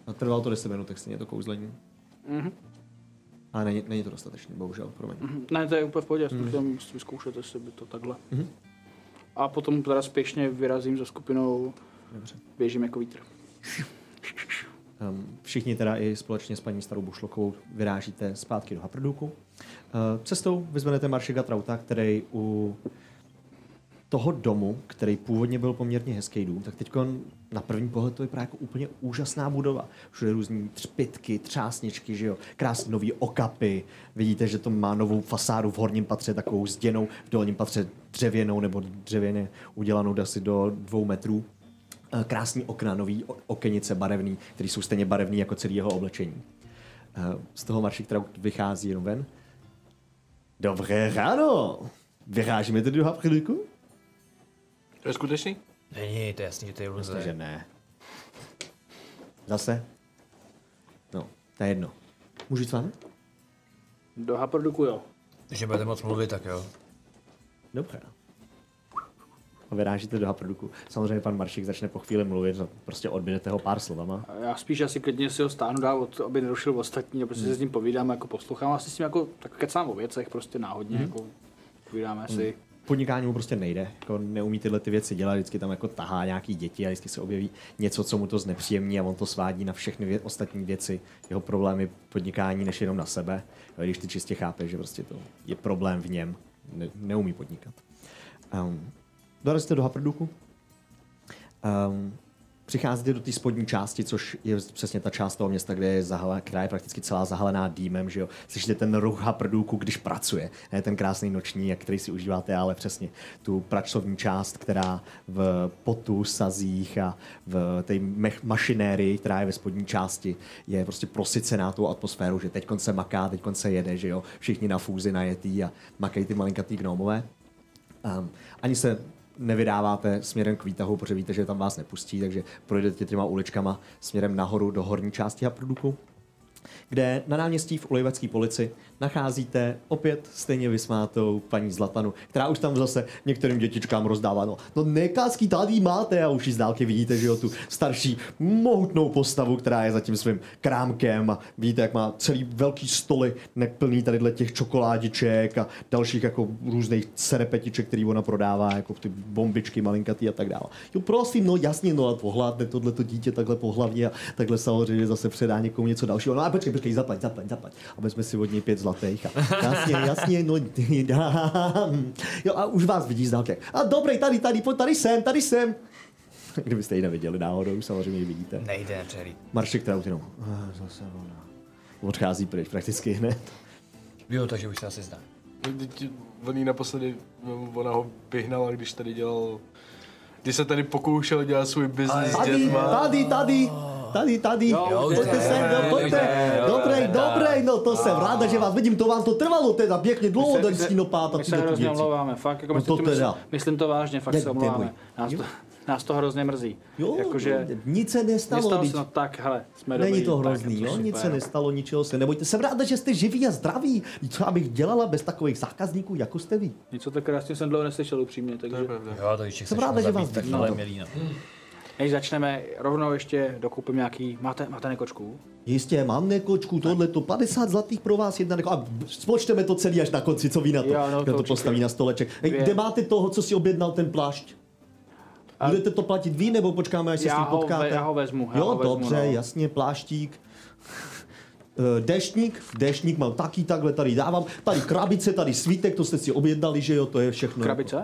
Speaker 1: A trvalo to 10 minut, tak stejně to kouzlení.
Speaker 3: Mhm.
Speaker 1: Ale není, není to dostatečný, bohužel, promiň.
Speaker 3: Mhm. Ne, to je úplně v pohodě, mm. tam musím vyzkoušet, jestli by to takhle.
Speaker 1: Mhm.
Speaker 3: A potom teda spěšně vyrazím za skupinou,
Speaker 1: Dobře.
Speaker 3: běžím jako vítr.
Speaker 1: Um, všichni teda i společně s paní starou Bušlokovou vyrážíte zpátky do Haprduku. Uh, cestou vyzvednete Maršiga Trauta, který u toho domu, který původně byl poměrně hezký dům, tak teď na první pohled to vypadá jako úplně úžasná budova. Všude různý třpitky, třásničky, že jo, krásný nový okapy. Vidíte, že to má novou fasádu v horním patře takovou zděnou, v dolním patře dřevěnou nebo dřevěně udělanou asi do dvou metrů. Eh, Krásný okna, nový o- okenice barevný, které jsou stejně barevný jako celý jeho oblečení. Eh, Z toho Maršik Traut vychází jenom ven. Dobré ráno! Vyrážíme tedy do Haprduku?
Speaker 4: To je skutečný?
Speaker 2: Není, to je jasný, že to je iluze.
Speaker 1: Takže ne. Zase? No, to je jedno. Můžu jít s vámi?
Speaker 3: Do Haproduku jo.
Speaker 2: Když nebudete moc mluvit, tak jo.
Speaker 1: Dobré. A vyrážíte do Haproduku. Samozřejmě pan Maršík začne po chvíli mluvit, no, prostě odbědete ho pár slovama.
Speaker 3: A Já spíš asi klidně si ho stáhnu dál, od, aby nerušil ostatní a prostě se s ním povídám, jako poslouchám, asi s ním jako tak kecám o věcech prostě náhodně,
Speaker 1: Mhm.
Speaker 3: jako povídáme si.
Speaker 1: Podnikání mu prostě nejde, jako neumí tyhle ty věci dělat, vždycky tam jako tahá nějaký děti a vždycky se objeví něco, co mu to znepříjemní a on to svádí na všechny vě- ostatní věci, jeho problémy podnikání než jenom na sebe, Jo, když ty čistě chápe, že prostě to je problém v něm, ne- neumí podnikat. Um, dorazíte do Haprduku, Um, přicházíte do té spodní části, což je přesně ta část toho města, kde je zahale, která je prakticky celá zahalená dýmem, že jo. Slyšíte ten ruch haprdůku, když pracuje. Ne ten krásný noční, jak který si užíváte, ale přesně tu pracovní část, která v potu, sazích a v té mech- mašinérii, která je ve spodní části, je prostě prosycená tou atmosférou, že teď se maká, teď se jede, že jo. Všichni na fúzi najetý a makají ty malinkatý gnomové. Um, ani se nevydáváte směrem k výtahu, protože víte, že tam vás nepustí, takže projdete těma uličkama směrem nahoru do horní části Haprduku, kde na náměstí v Olivecké polici nacházíte opět stejně vysmátou paní Zlatanu, která už tam zase některým dětičkám rozdává. No, no nekázky tady máte a už ji z dálky vidíte, že jo, tu starší mohutnou postavu, která je za tím svým krámkem a vidíte, jak má celý velký stoly neplný tady těch čokoládiček a dalších jako různých serepetiček, který ona prodává, jako ty bombičky malinkatý a tak dále. Jo, prosím, no jasně, no a pohladne tohleto dítě takhle po hlavě a takhle samozřejmě zase předá někomu něco dalšího. No a počkej, počkej, zaplať, zaplať, zaplať. A vezme si od něj pět zlatých. A jasně, jasně, no. [laughs] jo, a už vás vidí z dálky. A dobrý, tady, tady, pojď, tady jsem, tady jsem. [laughs] Kdybyste ji neviděli náhodou, samozřejmě ji vidíte.
Speaker 2: Nejde nepřehlíd.
Speaker 1: Maršek Traut jenom. "Ah, Zase ona. Odchází pryč prakticky hned.
Speaker 2: Jo, takže už se asi zdá.
Speaker 4: No, teď On jí naposledy, no, ona ho vyhnala, když tady dělal, když se tady pokoušel dělat svůj biznis s
Speaker 1: Tady,
Speaker 4: dětma.
Speaker 1: tady, tady, tady, tady,
Speaker 3: Jo, už
Speaker 1: pojďte
Speaker 2: jde,
Speaker 1: sem, no,
Speaker 2: už
Speaker 1: pojďte,
Speaker 2: jde, jo,
Speaker 1: dobrej,
Speaker 2: tak.
Speaker 1: dobrej, no to jsem ráda, že vás vidím, to vám to trvalo teda pěkně dlouho, ten stínopát a
Speaker 3: my se
Speaker 1: tyhle ty
Speaker 3: hrozně
Speaker 1: věci.
Speaker 3: omlouváme, fakt, jako
Speaker 1: No
Speaker 3: myslím,
Speaker 1: to
Speaker 3: to myslím,
Speaker 1: teda.
Speaker 3: myslím, to vážně, fakt
Speaker 1: Ne,
Speaker 3: se omlouváme.
Speaker 1: neboj.
Speaker 3: Nás
Speaker 1: Jo.
Speaker 3: to, nás to hrozně mrzí.
Speaker 1: Jo,
Speaker 3: Jakože,
Speaker 1: nic se nestalo,
Speaker 3: nestalo
Speaker 1: vždyť
Speaker 3: se, no tak, hele, jsme
Speaker 1: Není
Speaker 3: dobrý,
Speaker 1: to
Speaker 3: tak,
Speaker 1: hrozný,
Speaker 3: je to
Speaker 1: jo? Nic se
Speaker 3: super. no.
Speaker 1: nestalo, ničeho se nebojte. Jsem ráda, že jste živí a zdraví. Co abych dělala bez takových zákazníků, jako jste vy?
Speaker 3: Něco tak krásně jsem dlouho neslyšel upřímně,
Speaker 4: To je
Speaker 3: takže
Speaker 4: pravda.
Speaker 2: Jo, to ještě
Speaker 1: Jsem ráda, že vás
Speaker 2: tak
Speaker 1: vidím.
Speaker 2: ale
Speaker 1: No.
Speaker 2: milína.
Speaker 3: než začneme, rovnou ještě dokoupím nějaký, máte, máte nekočku?
Speaker 1: Jistě, mám nekočku, tohle to 50 zlatých pro vás, jedna neko... A spočteme to celý až na konci, co ví na to.
Speaker 3: Jo, no, to
Speaker 1: Kdo to
Speaker 3: určitě.
Speaker 1: postaví na stoleček. Ej,
Speaker 3: Dvě.
Speaker 1: kde máte toho, co si objednal ten plášť?
Speaker 3: A-
Speaker 1: Budete to platit vy, nebo počkáme, až se s
Speaker 3: Já
Speaker 1: tím
Speaker 3: ho ve-
Speaker 1: potkáte?
Speaker 3: já ho vezmu, já
Speaker 1: jo,
Speaker 3: ho vezmu,
Speaker 1: dobře,
Speaker 3: no.
Speaker 1: jasně, pláštík. Eh, Deštník, deštník mám taky, takhle tady dávám. Tady krabice, tady svítek, to jste si objednali, že jo, to je všechno.
Speaker 3: Krabice?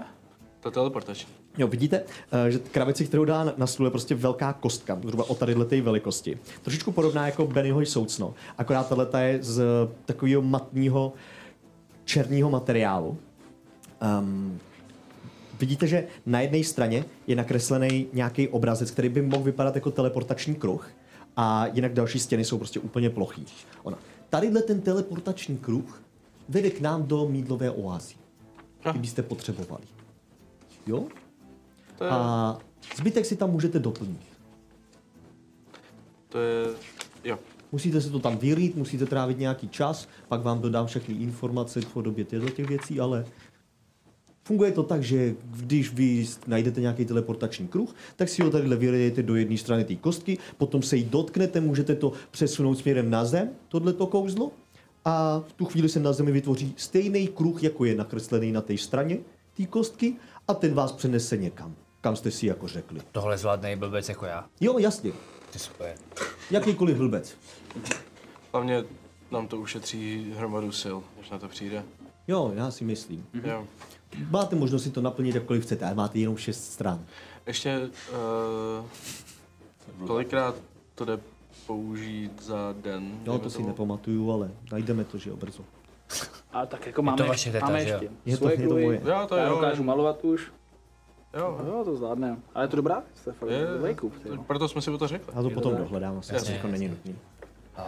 Speaker 4: To teleportační.
Speaker 1: Jo, vidíte, eh, že krabici, kterou dá na- na stůl, je prostě velká kostka, zhruba o tadyhle té velikosti. Trošičku podobná jako Bennyho soucno, akorát tahle je z eh, takového matného černého materiálu. Um, Vidíte, že na jedné straně je nakreslený nějaký obrazec, který by mohl vypadat jako teleportační kruh, a jinak další stěny jsou prostě úplně plochý. Ona. Tadyhle ten teleportační kruh vede k nám do mídlové oázy, kdybyste potřebovali. Jo?
Speaker 4: To je,
Speaker 1: A Eh. zbytek si tam můžete doplnit.
Speaker 4: to je, jo.
Speaker 1: Musíte se to tam vyrýt, musíte trávit nějaký čas, pak vám dodám všechny informace v podobě těchto těch věcí, ale funguje to tak, že když vy najdete nějaký teleportační kruh, tak si ho tadyhle vylijete do jedné strany té kostky, potom se jí dotknete, můžete to přesunout směrem na zem, tohleto kouzlo, a v tu chvíli se na zemi vytvoří stejný kruh, jako je nakreslený na té straně té kostky, a ten vás přenese někam, kam jste si jako řekli.
Speaker 2: Tohle zvládne i blbec jako já.
Speaker 1: Jo, jasně,
Speaker 2: Ty super.
Speaker 1: jakýkoliv blbec.
Speaker 4: Hlavně nám to ušetří hromadu sil, než na to přijde.
Speaker 1: Jo, já si myslím.
Speaker 4: Jo.
Speaker 1: Máte možnost si to naplnit, jakkoliv chcete, ale máte jenom šest stran.
Speaker 4: Ještě, uh, kolikrát to jde použít za den?
Speaker 1: Jo,
Speaker 4: dejme
Speaker 1: to si
Speaker 4: tomu?
Speaker 1: nepamatuju, ale najdeme to, že jo, brzo.
Speaker 3: A tak jako máme,
Speaker 2: vaše
Speaker 3: ještě-
Speaker 2: teta,
Speaker 3: máme
Speaker 2: že jo?
Speaker 3: ještě
Speaker 1: Je to,
Speaker 3: svoje
Speaker 1: je to
Speaker 3: kruhy.
Speaker 1: moje.
Speaker 4: Jo, to
Speaker 3: já
Speaker 4: jo,
Speaker 3: dokážu
Speaker 4: jo,
Speaker 3: malovat už.
Speaker 4: jo,
Speaker 3: Jo, to zvládne. Ale je to dobrá věc, to je fakt
Speaker 4: Je,
Speaker 3: dobrý kup. ty no. jo.
Speaker 4: to- proto jsme si o to řekli.
Speaker 1: Já to potom dohledám, asi
Speaker 2: Jasně,
Speaker 1: to jako není nutné.
Speaker 2: A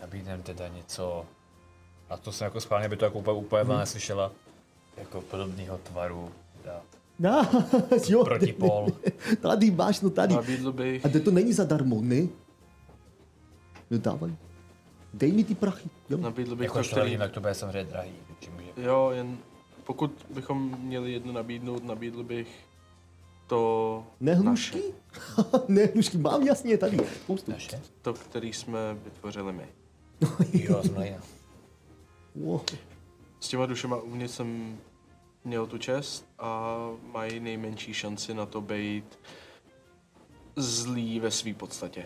Speaker 2: nabídnem teda něco, a to jsem jako schválně, aby to jako úplně, úplně hmm. neslyšela, jako podobného tvaru. Teda.
Speaker 1: No, [laughs] jo,
Speaker 2: Protipol.
Speaker 1: tady máš, no tady.
Speaker 4: Nabídl bych,
Speaker 1: A to, to není zadarmo, ne? No dávaj. Dej mi ty prachy, jo.
Speaker 4: nabídl bych
Speaker 2: Jako
Speaker 4: to,
Speaker 2: to
Speaker 4: který...
Speaker 2: jinak to bude samozřejmě drahý. takže může-
Speaker 4: Jo, jen pokud bychom měli jedno nabídnout, nabídl bych to,
Speaker 1: Nehlušky? [laughs] Nehlušky, mám jasně, tady. Spoustu.
Speaker 2: Naše?
Speaker 4: to, který jsme vytvořili my.
Speaker 2: [laughs] Jo, z mlýna.
Speaker 1: Wow.
Speaker 4: S těma dušema uvnitř jsem měl tu čest a mají nejmenší šanci na to být zlý ve své podstatě.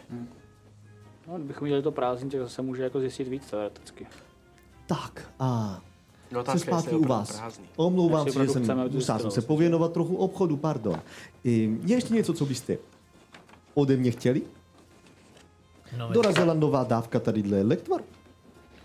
Speaker 3: No, kdybychom měli to prázdní, tak zase může jako zjistit víc teoreticky.
Speaker 1: Tak, a
Speaker 4: No,
Speaker 1: Jsem zpátky u vás.
Speaker 4: Prázdný.
Speaker 1: Omlouvám
Speaker 3: Jestli
Speaker 1: se, že
Speaker 3: opravdu chceme,
Speaker 1: jsem
Speaker 3: aby to
Speaker 1: musel jsem
Speaker 3: zůstalo.
Speaker 1: se pověnovat trochu obchodu, pardon. I, Je ještě něco, co byste ode mě chtěli?
Speaker 2: No, my-
Speaker 1: Dorazila nová dávka tadyhle lektvar.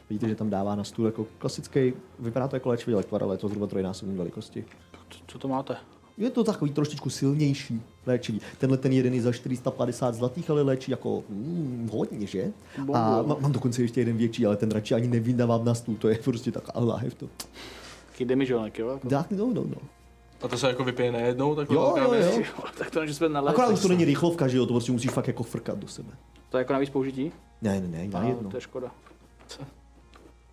Speaker 1: Vidíte, že tam dává na stůl jako klasický, vypadá to jako léčivý lektvar, ale je to zhruba trojnásobní velikosti.
Speaker 3: Co- Co to máte?
Speaker 1: Je to takový trošičku silnější léčivý. Tenhle ten jeden je za 450 zlatých, ale léčí jako mm, hodně, že? A má- mám dokonce ještě jeden větší, ale ten radši ani nevydávám na stůl, to je prostě taková láhev to.
Speaker 3: Taky demižonek, jo? Jako-
Speaker 1: Dák, no, no, no.
Speaker 4: A to se jako vypije najednou, tak
Speaker 1: Jo, jo, jo.
Speaker 3: [laughs] Ty vole, Tak to ne, že jsme nalézli.
Speaker 1: Akorát už to není rychlovka, že jo, to prostě musíš fakt jako frkat do sebe.
Speaker 3: To je jako navíc použití?
Speaker 1: Ne, ne, ne, na
Speaker 3: No,
Speaker 1: jedno.
Speaker 3: To je škoda. To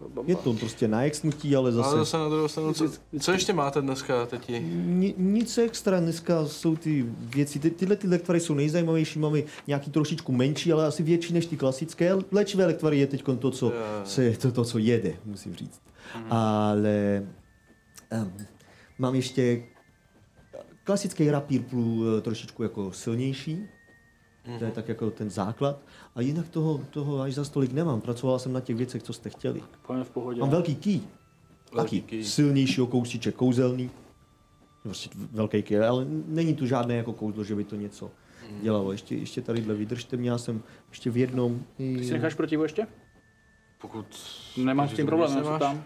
Speaker 3: je bomba.
Speaker 1: Je to prostě na exnutí, ale
Speaker 4: Ale
Speaker 1: zase Hmm.
Speaker 4: zase na druhou stranu, co, co ještě máte dneska, teti?
Speaker 1: Ni- nic extra, dneska jsou ty věci, ty, tyhle ty lektvary jsou nejzajímavější, máme nějaký trošičku menší, ale asi větší než ty klasické. Léčivé lektvary je teď to, co
Speaker 4: Jo, jo.
Speaker 1: se, to, to, co jede, musím říct. Ale um, mám ještě klasický rapír plus eh, trošičku jako silnější, to je tak jako ten základ. A jinak toho, toho až za stolik nemám, pracovala jsem na těch věcech, co jste chtěli.
Speaker 3: Pojďme v pohodě.
Speaker 1: Mám velký ký.
Speaker 4: Velký
Speaker 1: Taky
Speaker 4: ký.
Speaker 1: ký. silnějšího kousíček kouzelný. Prostě velký ký, ale není tu žádné jako kouzlo, že by to něco dělalo. Ještě, ještě tadyhle vydržte mě, já jsem ještě v jednom...
Speaker 3: Ty si necháš protivu ještě?
Speaker 4: Pokud...
Speaker 3: Nemám s
Speaker 4: že
Speaker 3: tím
Speaker 4: to
Speaker 3: problém, já
Speaker 4: nemáš?
Speaker 3: jsem tam.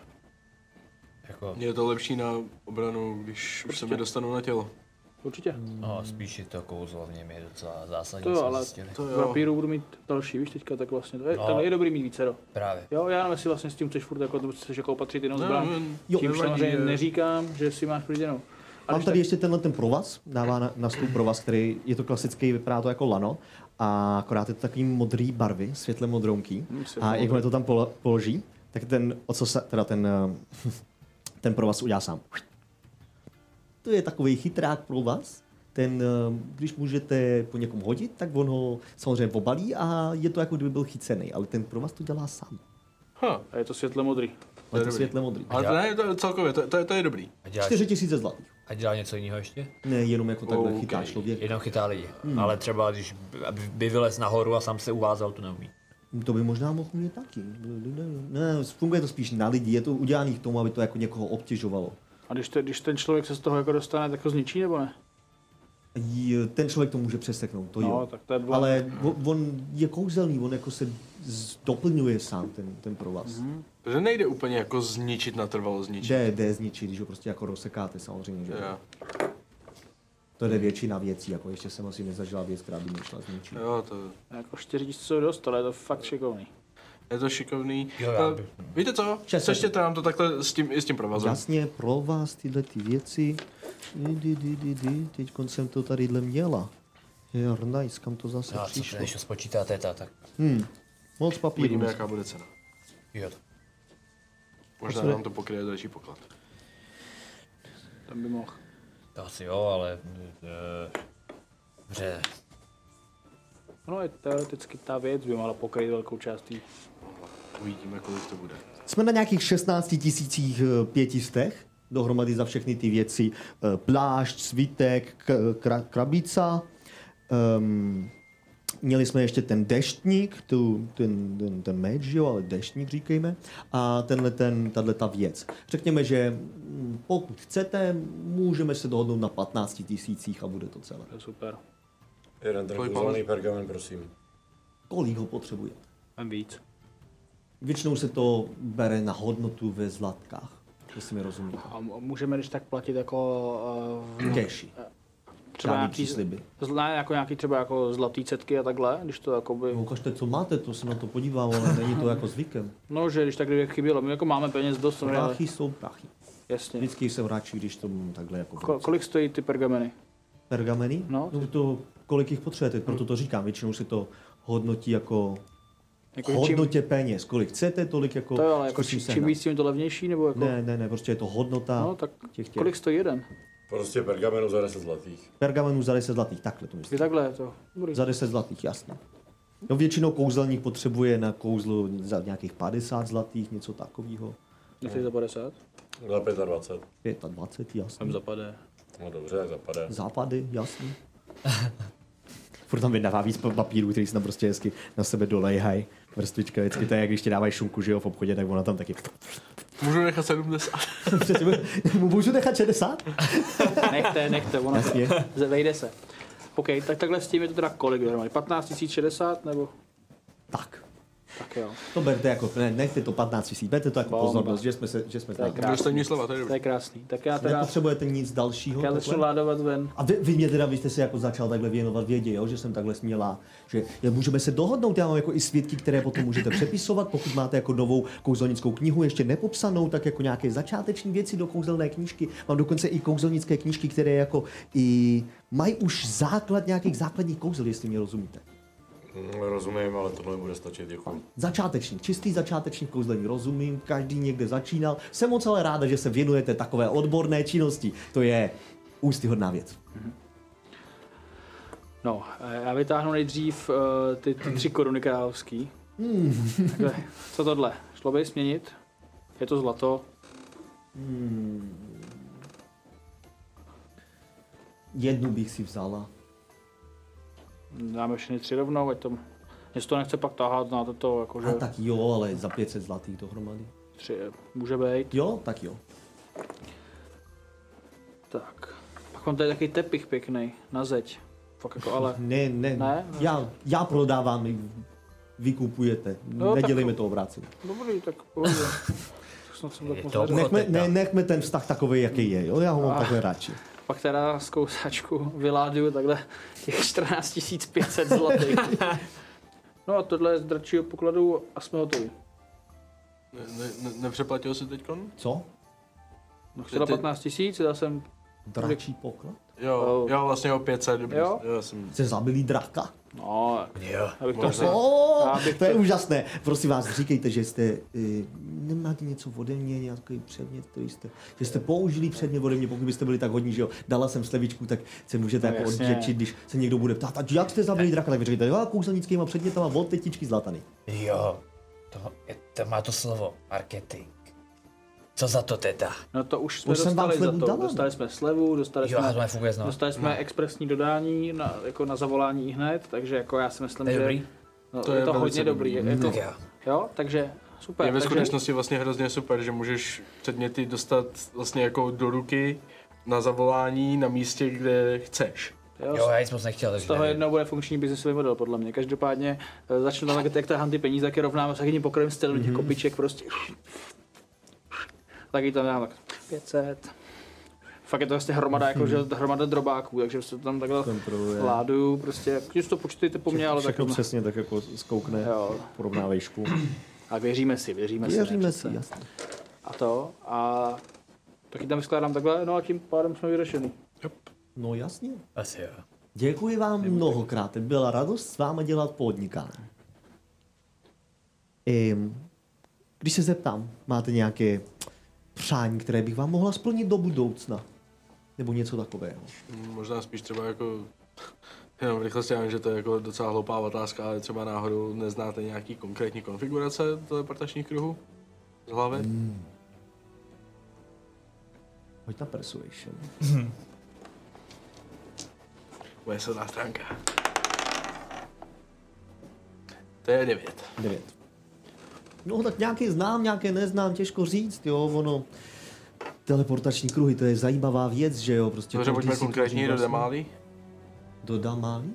Speaker 2: Jako,
Speaker 4: Mně je to lepší na obranu, když už se mi dostanou na tělo.
Speaker 3: Určitě.
Speaker 1: Hmm,
Speaker 2: no, spíš je to kouzlo v něm je docela zásadní,
Speaker 3: To jo,
Speaker 2: jsme
Speaker 3: ale-
Speaker 2: zjistili.
Speaker 4: To
Speaker 3: V
Speaker 4: jo.
Speaker 3: rapíru budu mít další, víš teďka, tak vlastně to je,
Speaker 2: No.
Speaker 3: no. je dobrý mít vícero.
Speaker 2: Právě.
Speaker 3: Jo, já nevím, jestli vlastně s tím chceš furt jako, chceš jako opatřit jenom
Speaker 4: Ne,
Speaker 3: zbraň.
Speaker 4: ne,
Speaker 1: Jo,
Speaker 3: Tím
Speaker 4: nevadí,
Speaker 3: samozřejmě
Speaker 4: je-
Speaker 3: neříkám, že si máš proděnou. A
Speaker 1: Mám
Speaker 3: když
Speaker 1: tady ještě tenhle ten provaz, dává na, na stůl provaz, který je to klasický, vypadá to jako lano, a akorát je to takový modrý barvy, světle modrounký.
Speaker 4: Mm,
Speaker 3: světle
Speaker 1: A jakmile to tam polo- položí, tak ten, o co se, teda ten, [laughs] eh, ten provaz udělá sám. To je takový chytrák provaz, ten, eh, když můžete po někom hodit, tak on ho samozřejmě obalí a je to jako kdyby byl chycený, ale ten provaz to dělá sám.
Speaker 4: Ha,
Speaker 3: A je to světle modrý.
Speaker 1: Ale to
Speaker 4: dobrý.
Speaker 1: světle modrý.
Speaker 4: ale to ne, to, celkově, to, to, je- to je dobrý.
Speaker 2: A dělá,
Speaker 1: 4 tisíce zlatých.
Speaker 2: a dělá něco jiného ještě?
Speaker 1: Ne, jenom jako takhle
Speaker 4: OK.
Speaker 1: chytá člověk.
Speaker 2: Jenom chytá lidi. Hmm. Ale třeba, když by- aby by vylez nahoru a sám se uvázal, to neumí.
Speaker 1: To by možná mohl mít taky. Ne, funguje to spíš na lidi, je to udělané k tomu, aby to jako někoho obtěžovalo.
Speaker 3: A když, te, když ten člověk se z toho jako dostane, tak ho zničí nebo ne?
Speaker 1: jí- ten člověk to může přeseknout, to
Speaker 3: No,
Speaker 1: jo.
Speaker 3: tak to je bylo.
Speaker 1: Ale on, on je kouzelný, on jako se z- doplňuje sám ten, ten provaz.
Speaker 3: Mhm.
Speaker 1: Mm-hmm.
Speaker 4: Protože nejde úplně jako zničit natrvalo zničit.
Speaker 1: Jde, jde zničit, když ho prostě jako rozsekáte samozřejmě, že?
Speaker 4: Jo.
Speaker 1: To jde většina věcí, jako ještě jsem asi nezažila věc, která by nešla zničit.
Speaker 4: Jo, to
Speaker 3: Jako 4000 jsou dost, ale je to fakt šikovný.
Speaker 4: je to šikovný.
Speaker 2: Jo, já
Speaker 4: Ale
Speaker 2: bych-
Speaker 4: Víte co?
Speaker 1: Čas-
Speaker 4: Sečtěte nám to takhle s tím, i s tím provazem.
Speaker 1: Jasně, pro vás tyhle ty věci. Di, di, di, di. Teď jsem to tadyhle měla. Jo, nice, kam to zase
Speaker 2: No, co,
Speaker 1: přišlo.
Speaker 2: když to spočítáte, ta, tak
Speaker 1: Hmm. Moc papíru.
Speaker 4: Uvidíme, jaká bude cena.
Speaker 2: jo. to-
Speaker 4: Možná nám to pokryje další poklad.
Speaker 3: Tam by mohl.
Speaker 2: To asi jo, ale... eh, Dobře,
Speaker 3: No, je teoreticky ta věc by mohla pokrýt velkou část tý.
Speaker 4: Uvidíme, kolik to bude.
Speaker 1: Jsme na nějakých 16 500 dohromady za všechny ty věci. Eh, Plášť, svitek, k- kra, krabica. Um, měli jsme ještě ten deštník, tu, ten, ten, ten meč, že jo, ale deštník říkejme. A tenhle, ten, tahle ta věc. Řekněme, že mm, pokud chcete, můžeme se dohodnout na 15 tisících a bude to celé.
Speaker 3: To je super.
Speaker 8: Jeden ten
Speaker 4: Kolik
Speaker 8: kouzelný pergamen, prosím.
Speaker 1: Kolik ho potřebujete?
Speaker 3: Mám víc.
Speaker 1: Většinou se to bere na hodnotu ve zlatkách, jestli mi rozumíte.
Speaker 3: A m- můžeme když tak platit jako uh, v
Speaker 1: Keši.
Speaker 3: třeba
Speaker 1: Žádný
Speaker 3: nějaký,
Speaker 1: přísliby.
Speaker 3: zlá, jako nějaký třeba jako zlatý cetky a takhle, když to jako jakoby,
Speaker 1: No, ukažte, co máte, to se na to podívám, ale není to jako zvykem.
Speaker 3: no že když tak kdyby chybělo, my jako máme peněz dost, no, ale,
Speaker 1: Prachy jsou prachy.
Speaker 3: jasně.
Speaker 1: Vždycky se vráčí, když to mám takhle jako
Speaker 3: Ko, kolik stojí ty pergameny?
Speaker 1: pergameny.
Speaker 3: No.
Speaker 1: no to, kolik jich potřebujete, proto to říkám, většinou se to hodnotí jako
Speaker 3: Jako, že čím,
Speaker 1: hodnotě peněz. Kolik chcete, tolik jako
Speaker 3: to je ale jako,
Speaker 1: zkusím
Speaker 3: čím, čím
Speaker 1: sehnat.
Speaker 3: víc, tím je to levnější, nebo jako,
Speaker 1: Ne, ne, ne, prostě je to hodnota
Speaker 3: no tak
Speaker 1: těch, těch
Speaker 3: kolik stojí jeden?
Speaker 8: Prostě pergamenu za 10 zlatých.
Speaker 1: pergamenů za 10 zlatých, takhle to
Speaker 3: Je
Speaker 1: myslím.
Speaker 3: takhle to, dobrý.
Speaker 1: Za 10 zlatých, jasně. No většinou kouzelník potřebuje na kouzlo za nějakých 50 zlatých, něco takového.
Speaker 3: Nechci za 50?
Speaker 8: Za 25.
Speaker 1: 25, jasně.
Speaker 3: Tam zapadá.
Speaker 8: No dobře, tak zapadá.
Speaker 1: Západy, jasný. [laughs] Furt tam vydává víc pa- papírů, který se tam prostě hezky na sebe dolejhaj. Vrstvička, vždycky to je, jak když ti dávají šunku, že jo, v obchodě, tak ona tam taky... [laughs]
Speaker 4: Můžu nechat 70.
Speaker 1: Přesně, mu můžu nechat 60?
Speaker 3: [laughs] Nechte, nechte, ono to,
Speaker 1: Jasně.
Speaker 3: ze- vejde se. OK, tak takhle s tím je to teda kolik dohromady? 15 060 nebo?
Speaker 1: Tak.
Speaker 3: Tak jo,
Speaker 1: To berte jako, ne, nechte to 15 tisíc, berte to jako
Speaker 3: Bomba.
Speaker 1: pozornost, že jsme, se, že jsme
Speaker 3: Tak
Speaker 1: znali.
Speaker 3: rád.
Speaker 4: Dostaň mi slova, to je
Speaker 3: to
Speaker 4: dobrý.
Speaker 3: je krásný. Tak já teda,
Speaker 1: Nepotřebujete nic dalšího.
Speaker 3: tak já začnu
Speaker 1: takhle?
Speaker 3: ládovat ven.
Speaker 1: A vy, vy mě teda, vy jste se jako začal takhle věnovat vědě, jo? že jsem takhle směla, že je, můžeme se dohodnout, já mám jako i svědky, které potom můžete přepisovat, pokud máte jako novou kouzelnickou knihu, ještě nepopsanou, tak jako nějaké začáteční věci do kouzelné knížky. Mám dokonce i kouzelnické knížky, které jako i mají už základ nějakých základních kouzel, jestli mě rozumíte.
Speaker 8: Mm, Rozumím, ale tohle mi bude stačit, děkuji.
Speaker 1: Začáteční, čistý začáteční kouzlení, rozumím, každý někde začínal. Jsem moc ale ráda, že se věnujete takové odborné činnosti. To je ústyhodná věc.
Speaker 3: No, eh, já vytáhnu nejdřív eh, ty, ty tři koruny královský.
Speaker 1: Hmm.
Speaker 3: Takhle, co tohle? Šlo by směnit? Je to zlato?
Speaker 1: Jednu bych si vzala.
Speaker 3: Dáme všechny tři rovnou, ať to... Mě se to nechce pak tahat, znáte to, jakože
Speaker 1: A tak jo, ale za 500 zlatých dohromady.
Speaker 3: tři eh, může být.
Speaker 1: Jo, tak jo.
Speaker 3: Tak. Pak mám tady takový tepich pěkný na zeď. Fakt jako, ale...
Speaker 1: Ne, ne,
Speaker 3: Ne?
Speaker 1: Já, já prodávám, vy- vy kupujete.
Speaker 3: No,
Speaker 1: No,
Speaker 3: tak-
Speaker 1: Nedělejme to obráceně.
Speaker 3: [laughs] Dobrý, tak [laughs] pohodě. Snad jsem tak
Speaker 2: Je
Speaker 3: moc
Speaker 2: to
Speaker 3: neřekl.
Speaker 2: obchod.
Speaker 1: Nechme, ne,
Speaker 2: tak.
Speaker 1: nechme ten vztah takový, jaký je, jo? Já ho mám
Speaker 3: Ah.
Speaker 1: takhle radši.
Speaker 3: Pak teda z kousáčku vyláduju takhle těch 14 500 zlatých. [laughs] No a tohle je z dračího pokladu a jsme hotovi.
Speaker 4: Ne, ne, ne, nepřeplatil jsi teďkon?
Speaker 1: Co?
Speaker 3: No chtěla
Speaker 4: Ty-
Speaker 3: 15 tisíc, já jsem
Speaker 1: Dračí poklad?
Speaker 4: Jo,
Speaker 3: Oh.
Speaker 4: oh. jo, vlastně o 500, dobrý.
Speaker 3: Jo.
Speaker 4: jo jsem...
Speaker 1: Jste zabilí draka?
Speaker 3: No,
Speaker 2: Jo.
Speaker 3: abych to si...
Speaker 1: O,
Speaker 3: Já bych
Speaker 1: to je
Speaker 3: to-
Speaker 1: úžasné. Prosím vás, říkejte, že jste, eh, nemáte něco ode mě, nějaký předmět, který jste, že jste použili předmět ode mě, pokud byste byli tak hodní, že jo, dala jsem slevičku, tak se můžete
Speaker 3: No
Speaker 1: jako
Speaker 3: jasně.
Speaker 1: odděčit, když se někdo bude ptát, a jak jste zabili draka, tak vy řekněte, jo, kouzelnickýma předmětama od tetičky zlatany.
Speaker 2: Jo, to, je, to má to slovo, marketing. Co za to teda?
Speaker 3: No to už jsme
Speaker 1: Už jsem vám
Speaker 3: dostali za
Speaker 1: slevu
Speaker 3: to.
Speaker 1: dala, ne?
Speaker 3: Dostali jsme slevu, dostali
Speaker 2: Jo, no. já to
Speaker 3: jsme...
Speaker 2: mám funguje znovu.
Speaker 3: Dostali jsme expresní dodání na, jako na zavolání i hned, takže jako já si myslím,
Speaker 2: To je
Speaker 3: že
Speaker 2: dobrý.
Speaker 3: No,
Speaker 4: To
Speaker 3: je,
Speaker 4: je
Speaker 3: to
Speaker 4: velice
Speaker 3: hodně dobrý.
Speaker 4: dobrý.
Speaker 3: Jako,
Speaker 2: Tak jo.
Speaker 3: jo, takže super.
Speaker 4: Je ve
Speaker 3: takže,
Speaker 4: skutečnosti vlastně hrozně super, že můžeš předměty dostat vlastně jako do ruky na zavolání na místě, kde chceš.
Speaker 2: Jo, já nic moc nechtěl,
Speaker 3: Z
Speaker 2: takže
Speaker 3: toho
Speaker 2: nevím.
Speaker 3: jednou bude funkční biznesový model, podle mě. Každopádně eh, začnu tam, jak, jak tahan ty peníze, tak je rovnáme s takým pokrojem stylu
Speaker 1: Mhm.
Speaker 3: těch kopiček prostě. Tak ji tam dám tak 500. Fakt je to vlastně hromada, jako, že hromada drobáků, takže se to tam takhle
Speaker 1: Mhm. Kontroluje.
Speaker 3: vládu, prostě, když to počítejte po mně, ale tak...
Speaker 1: Všechno přesně tak jako zkoukne,
Speaker 3: Jo.
Speaker 1: porovná vejšku.
Speaker 3: A věříme si, věříme, si. ne,
Speaker 1: Věříme si,
Speaker 3: přece.
Speaker 1: jasně.
Speaker 3: A to, a taky tam vyskládám takhle, no a tím pádem jsme vyřešený.
Speaker 1: No jasně.
Speaker 2: Asi jo.
Speaker 1: Děkuji vám mnohokrát. Byla radost s váma dělat podnikání. I, když se zeptám, máte nějaké přání, které bych vám mohla splnit do budoucna? Nebo něco takového?
Speaker 4: Možná spíš třeba jako, jenom v rychlosti, já vím, že to je jako docela hloupá otázka, ale třeba náhodou neznáte nějaký konkrétní konfigurace teleportačních kruhů z hlavy?
Speaker 1: Mm. Hoď na persuasion.
Speaker 4: Moje silná stránka. To je 9.
Speaker 1: 9. No tak nějaké znám, nějaké neznám, těžko říct, jo, ono... Teleportační kruhy, to je zajímavá věc, že jo, prostě...
Speaker 4: Dobře,
Speaker 1: každý
Speaker 4: pojďme
Speaker 1: si to vlastně.
Speaker 4: konkrétně
Speaker 1: říká
Speaker 4: do
Speaker 1: svůj-
Speaker 4: Demály.
Speaker 1: Do Damály?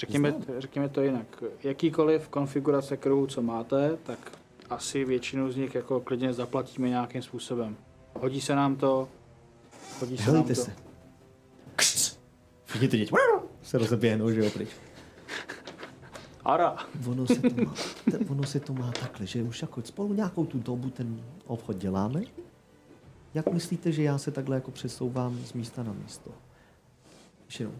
Speaker 3: Řekněme, řekněme to jinak. Jakýkoliv konfigurace kruhů, co máte, tak asi většinu z nich jako klidně zaplatíme nějakým způsobem. Hodí se nám to, hodí se nám
Speaker 1: Helejte
Speaker 3: to.
Speaker 1: se. Kšc. Všichni ty děti [laughs] se rozeběhnou, že jo, pryč.
Speaker 3: Ara,
Speaker 1: Ono se, to má, te- ono se to má takhle, že už jako spolu nějakou tu dobu ten obchod děláme. Jak myslíte, že já se takhle jako přesouvám z místa na místo? Už jenom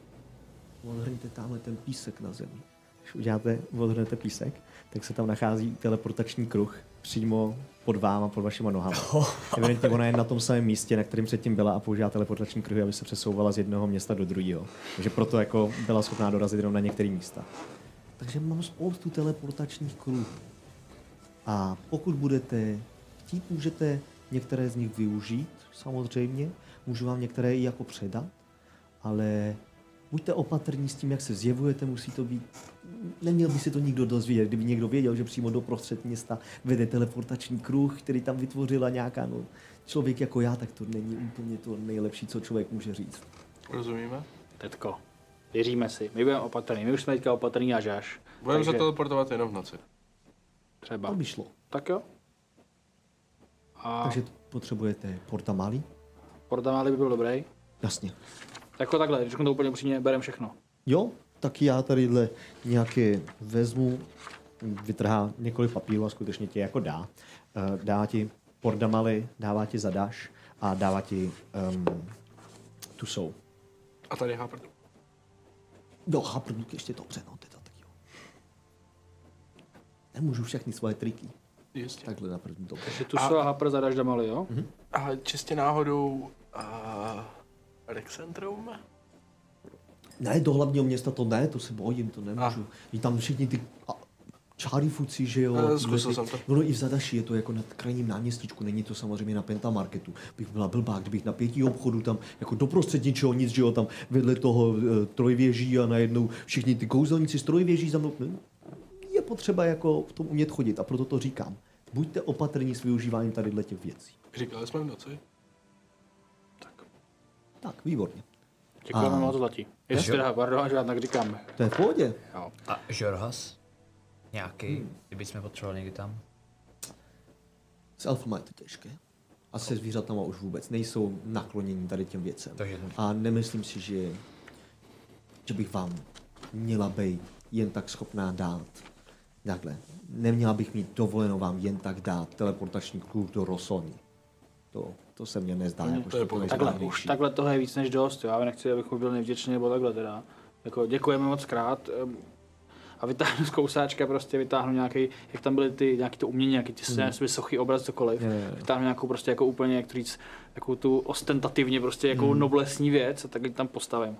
Speaker 1: odhrňte tamhle ten písek na zemi. Když uděláte, odhrnete písek, tak se tam nachází teleportační kruh přímo pod váma, pod vašima nohama. Evidentně ona je na tom samém místě, na kterém předtím byla a používá teleportační kruhy, aby se přesouvala z jednoho města do druhého. Takže proto jako byla schopná dorazit jenom na některé místa. Takže mám spoustu teleportačních kruhů. A pokud budete chtít, můžete některé z nich využít, samozřejmě. Můžu vám některé i jako předat, ale buďte opatrní s tím, jak se zjevujete, musí to být... Neměl by se to nikdo dozvědět, kdyby někdo věděl, že přímo do prostřed města vede teleportační kruh, který tam vytvořila nějaká, no, člověk jako já, tak to není úplně to nejlepší, co člověk může říct.
Speaker 4: Rozumíme?
Speaker 3: Tetko, věříme si, my budeme opatrní, my už jsme teďka opatrní až až.
Speaker 4: Budeme se
Speaker 3: Takže
Speaker 4: teleportovat jenom v noci.
Speaker 1: To
Speaker 3: Třeba.
Speaker 1: by šlo.
Speaker 3: Tak jo. A
Speaker 1: Takže potřebujete porta malý?
Speaker 3: portamály by byl dobrý.
Speaker 1: Jasně.
Speaker 3: Jako takhle, řeknu to úplně upřímně, bereme všechno.
Speaker 1: Jo, tak já tadyhle nějaké vezmu, vytrhá několik papírů a skutečně ti jako dá. Eh, Dá ti pordamaly, dává ti zadáš a dává ti um, tu jsou.
Speaker 4: A tady háprdu.
Speaker 1: Jo, haprnuk ještě dobře, no teda tak jo. Nemůžu všechny svoje triky
Speaker 4: Jistě.
Speaker 1: takhle na první dobře.
Speaker 3: Že tu se a hapr zadáš damali, jo?
Speaker 1: Mhm.
Speaker 4: A čistě náhodou... A... Rexentrum?
Speaker 1: Ne, do hlavního města to ne, to se bojím, to nemůžu. I tam všichni ty a, čárifuci, že jo.
Speaker 4: Eh,
Speaker 1: tyhle
Speaker 4: zkusil
Speaker 1: ty-
Speaker 4: jsem to.
Speaker 1: No, no i v Zadaši je to jako na krajním náměstíčku, není to samozřejmě na Pentamarketu. Bych byla blbá, kdybych na pěti obchodů tam jako doprostřed ničeho nic, že jo, tam vedle toho e, trojvěží a najednou všichni ty kouzelníci z trojvěží za mnou. No, Je potřeba jako v tom umět chodit a proto to říkám. Buďte opatrní s využíváním tady těch věcí.
Speaker 4: Říkali jsme v noci.
Speaker 1: Tak, výborně.
Speaker 3: Děkujeme
Speaker 1: A-
Speaker 3: moc zlatí. Jestli teda, pardon, že já tak říkáme.
Speaker 1: To je v pohodě.
Speaker 3: Jo.
Speaker 2: A Žorhas? Nějaký,
Speaker 3: Hm.
Speaker 2: kdybychom potřebovali někdy tam.
Speaker 1: S elfama je to těžké. A se zvířatama už vůbec nejsou naklonění tady těm věcem.
Speaker 2: Takže-
Speaker 1: A nemyslím si, že, že bych vám měla být jen tak schopná dát. Takhle, neměla bych mít dovoleno vám jen tak dát teleportační klub do Rosony. To, to se mně nezdá
Speaker 3: No,
Speaker 1: jako
Speaker 4: to je pohodě.
Speaker 3: Takhle, už takhle toho je víc než dost, jo. Já nechci, abych mu byl nevděčný, nebo takhle teda. Jako, děkujeme moc krát. ehm, A vytáhnu z kousáčka, prostě vytáhnu nějaký, jak tam byly ty, nějaký to umění, nějaký ty
Speaker 1: Hmm.
Speaker 3: mm. vysoký obraz, cokoliv.
Speaker 1: Jo, jo, jo.
Speaker 3: Vytáhnu nějakou prostě jako úplně, jak to říct, jako tu ostentativně prostě jako
Speaker 1: Hmm.
Speaker 3: noblesní věc a tak ji tam postavím.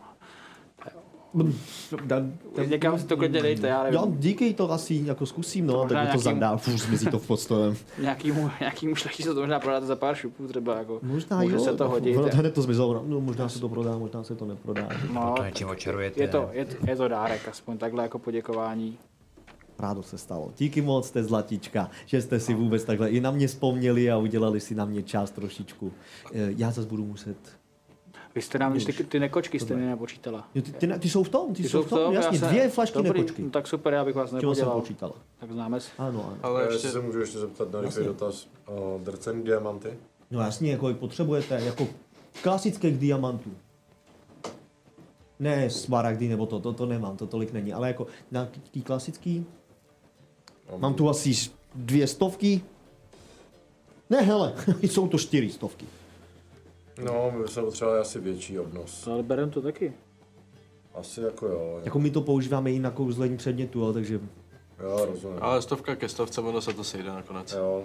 Speaker 3: Někam si to klidně
Speaker 1: Hmm.
Speaker 3: dejte, já nevím.
Speaker 1: Já díky to asi jako zkusím, no,
Speaker 3: To
Speaker 1: a tak
Speaker 3: možná
Speaker 1: mi to
Speaker 3: nějakým-
Speaker 1: zandá, fůz, zmizí to v podstolem.
Speaker 3: Nějakýmu, nějakýmu šlechticu to možná prodáte za pár šupů třeba, jako.
Speaker 1: Možná
Speaker 3: Může
Speaker 1: jo,
Speaker 3: se to
Speaker 1: tak
Speaker 3: hodit.
Speaker 1: ono Hned to zmizelo, no, možná se to prodá, možná se to neprodá.
Speaker 3: No,
Speaker 2: To něčím očarujete.
Speaker 3: je to, je, je to dárek, aspoň takhle jako poděkování.
Speaker 1: Rádo se stalo. Díky moc, jste zlatička, že jste si vůbec takhle i na mě vzpomněli a udělali si na mě část trošičku. Eh, Já zase budu muset...
Speaker 3: Vy jste nám ty, ty nekočky jste mi nepočítala.
Speaker 1: Jo, ty, ty, ty, jsou v tom, ty,
Speaker 3: Ty
Speaker 1: jsou v tom, jasně,
Speaker 3: já se-
Speaker 1: dvě flašky
Speaker 3: Dobrý,
Speaker 1: nepočky.
Speaker 3: no tak super, já bych vás
Speaker 1: Čeho jsem
Speaker 3: nepodělal.
Speaker 1: počítal.
Speaker 3: Tak známe se.
Speaker 1: Ano, ano.
Speaker 4: Ale
Speaker 8: Ještě
Speaker 4: ještě,
Speaker 8: Eh, se můžu ještě zeptat na rychlý dotaz. A Drcený diamanty?
Speaker 1: No jasně, jako je potřebujete, jako klasických diamantů. Ne smaragdy nebo to, to, to nemám, to tolik není, ale jako na k- tý klasický. Mám tu asi š- dvě stovky. Ne, hele, [laughs] jsou to čtyři stovky.
Speaker 8: No, my bychom potřebovali asi větší obnos.
Speaker 3: Ale berem to taky.
Speaker 8: Asi jako jo.
Speaker 1: Jako my to používáme i na kouzlení předmětu, ale takže
Speaker 8: Jo, rozumím.
Speaker 4: ale stovka ke stovce, ono se to sejde nakonec.
Speaker 8: Jo.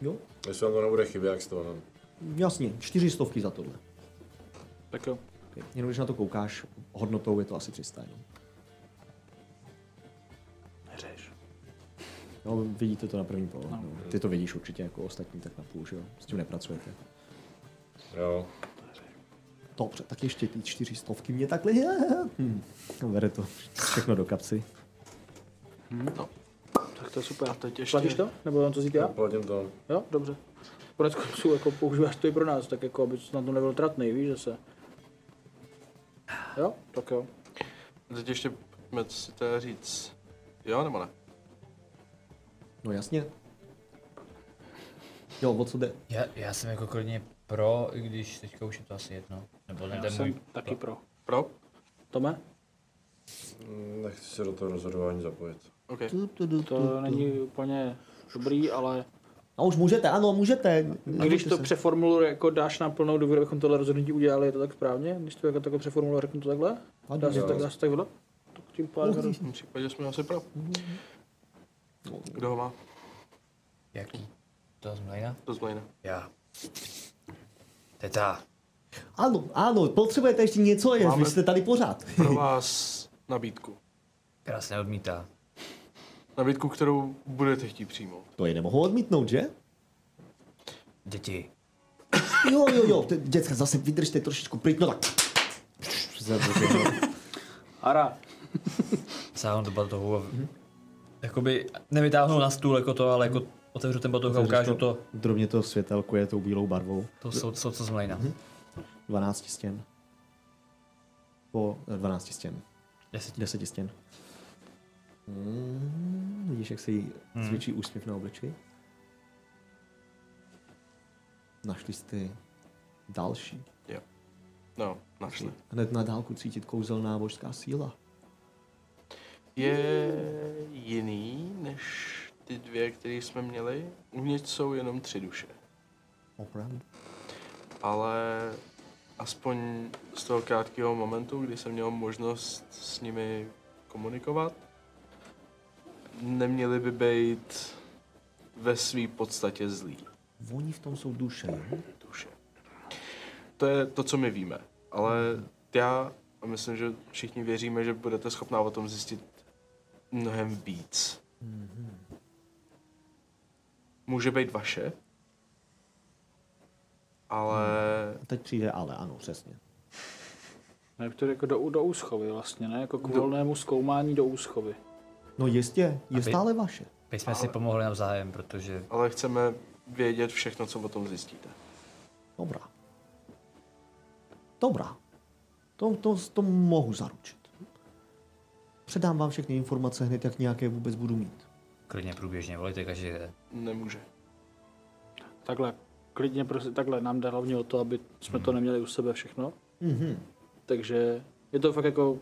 Speaker 1: Jo.
Speaker 8: Jestli vám to nebude chybět, jak z toho no. nám.
Speaker 1: jasně, čtyři stovky za tohle.
Speaker 3: Tak jo.
Speaker 1: Okay. Jenom když na to koukáš, hodnotou je to asi no. 300 jenom.
Speaker 3: Neřeš.
Speaker 1: No, vidíte to na první pohled. No. Ty to vidíš určitě jako ostatní, tak na půl, že jo? S tím nepracujete.
Speaker 8: Jo.
Speaker 1: Dobře, tak ještě ty čtyři stovky mě takhle... Hm. Bere to všechno do kapsy.
Speaker 3: Tak to je super.
Speaker 4: A teď ještě-
Speaker 3: Platíš to? Nebo on to zítra?
Speaker 8: Platím to.
Speaker 3: Jo, dobře. Konec konců, jako používáš to i pro nás, tak jako, aby snad to nebyl tratný, víš, zase. Jo, tak jo.
Speaker 4: A teď ještě pojďme si to říct, jo nebo ne?
Speaker 1: No jasně. Jo, o co jde?
Speaker 2: Já, já jsem jako klidně pro, i když teďka už je to asi jedno. Nebo ne, to
Speaker 3: Já
Speaker 2: je můj...
Speaker 3: jsem taky pro.
Speaker 4: Pro?
Speaker 3: Tome?
Speaker 8: Mm, Nechci se do toho rozhodování zapojit.
Speaker 4: OK.
Speaker 1: Tu, tu, tu, tu,
Speaker 3: To
Speaker 1: tu.
Speaker 3: není úplně dobrý, ale
Speaker 1: A už můžete, ano, můžete.
Speaker 3: když
Speaker 1: Nebojte
Speaker 3: to
Speaker 1: se.
Speaker 3: přeformuluji, jako dáš na plnou důvěru, abychom tohle rozhodnutí udělali, je to tak správně? Když to jako takhle přeformuluji, řeknu to takhle?
Speaker 1: A
Speaker 3: Dá se
Speaker 1: jo.
Speaker 3: tak, dá se tak vodat? Tak tím pádem...
Speaker 4: V tom případě jsme asi pro. Kdo ho má?
Speaker 2: Jaký? To z mlejna?
Speaker 4: To zblejne.
Speaker 2: Já. Teta.
Speaker 1: Ano, ano, potřebujete ještě něco, jest,
Speaker 4: Máme-
Speaker 1: vy jste tady pořád.
Speaker 4: Pro vás nabídku.
Speaker 2: Která se neodmítá.
Speaker 4: Nabídku, kterou budete chtít přijmout.
Speaker 1: To je nemohu odmítnout, že?
Speaker 2: Děti.
Speaker 1: Jo, jo, jo, te- děcka, zase vydržte trošičku pryč, no tak.
Speaker 3: Ara,
Speaker 2: Sáhnu do batohu a... Mm-hmm.
Speaker 3: Mhm.
Speaker 2: Jakoby nevytáhnu na stůl jako to, ale jako otevřu ten batoh a ukážu to.
Speaker 1: Drobně to světelku je tou bílou barvou.
Speaker 2: To jsou, jsou co z mlejna.
Speaker 3: Mhm.
Speaker 1: 12 stěn. Po eh, 12 stěn.
Speaker 2: Deseti.
Speaker 1: Deseti stěn. Mm, vidíš, jak se jí zvětší úsměv na obličeji? Našli jste další.
Speaker 4: Jo. No, našli.
Speaker 1: Hned na dálku cítit kouzelná božská síla.
Speaker 4: Je jiný než ty dvě, které jsme měli. Uvnitř jsou jenom tři duše.
Speaker 1: Opravdu.
Speaker 4: ale aspoň z toho krátkého momentu, kdy jsem měl možnost s nimi komunikovat, neměli by být ve své podstatě zlí
Speaker 1: Oni v tom jsou duše. jo?
Speaker 4: duše. To je to, co my víme, ale já a myslím, že všichni věříme, že budete schopná o tom zjistit mnohem víc. Může být vaše, ale
Speaker 1: A teď přijde ale, ano, přesně.
Speaker 3: ne, to je jako do, do úschovy vlastně, ne? Jako k volnému zkoumání do úschovy.
Speaker 1: No jistě, je
Speaker 2: vy-
Speaker 1: stále vaše.
Speaker 2: My jsme si pomohli navzájem, protože
Speaker 4: ale chceme vědět všechno, co o tom zjistíte.
Speaker 1: Dobrá. Dobrá. To, to, to mohu zaručit. Předám vám všechny informace hned, jak nějaké vůbec budu mít.
Speaker 2: klidně průběžně volíte každý den.
Speaker 4: Nemůže.
Speaker 3: Takhle, klidně, prosím, takhle nám jde hlavně o to, aby jsme to neměli u sebe všechno.
Speaker 1: Mhm.
Speaker 3: Takže je to fakt jako,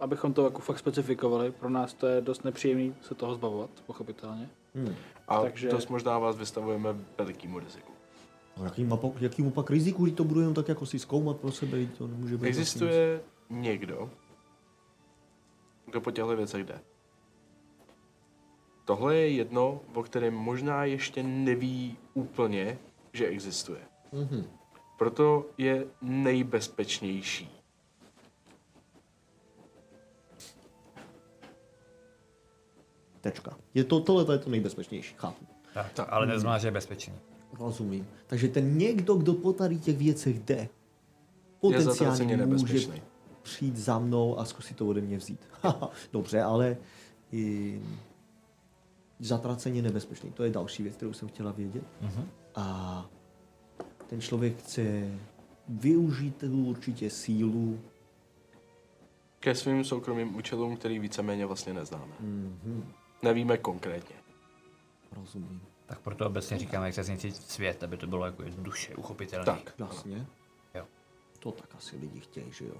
Speaker 3: abychom to jako fakt specifikovali, pro nás to je dost nepříjemný se toho zbavovat, pochopitelně.
Speaker 1: Hmm.
Speaker 4: A
Speaker 3: Takže-
Speaker 4: Takže... dost možná vás vystavujeme velikému riziku.
Speaker 1: No jakým, mapa- jakýmu pak riziku, když to budu jenom tak jako si zkoumat pro sebe, vždyť to nemůže být. vlastně
Speaker 4: Existuje někdo, kdo po těchto věcech jde. Tohle je jedno, o kterém možná ještě neví úplně, že existuje. Mm-hmm. Proto je nejbezpečnější.
Speaker 1: nic. Tečka. Je to, tohle je to nejbezpečnější, chápu.
Speaker 2: Tak, ale
Speaker 4: Mm.
Speaker 2: neznamená, že je bezpečný.
Speaker 1: Rozumím. Takže ten někdo, kdo po tady těch věcech jde,
Speaker 4: zatraceně
Speaker 1: potenciálně může
Speaker 4: nebezpečný.
Speaker 1: přijít za mnou a zkusit to ode mě vzít. Haha, [laughs] Dobře, ale i zatraceně nebezpečný. To je další věc, kterou jsem chtěla vědět.
Speaker 2: Mhm.
Speaker 1: A ten člověk chce využít tu určitě sílu.
Speaker 4: Ke svým soukromým účelům, který víceméně vlastně neznáme. Nevíme konkrétně.
Speaker 1: Rozumím.
Speaker 2: Tak proto obecně říkáme, jak se zničit svět, aby to bylo jako jednoduše uchopitelné.
Speaker 4: Tak.
Speaker 1: Jasně.
Speaker 2: Jo.
Speaker 1: To tak asi lidi chtějí, že jo?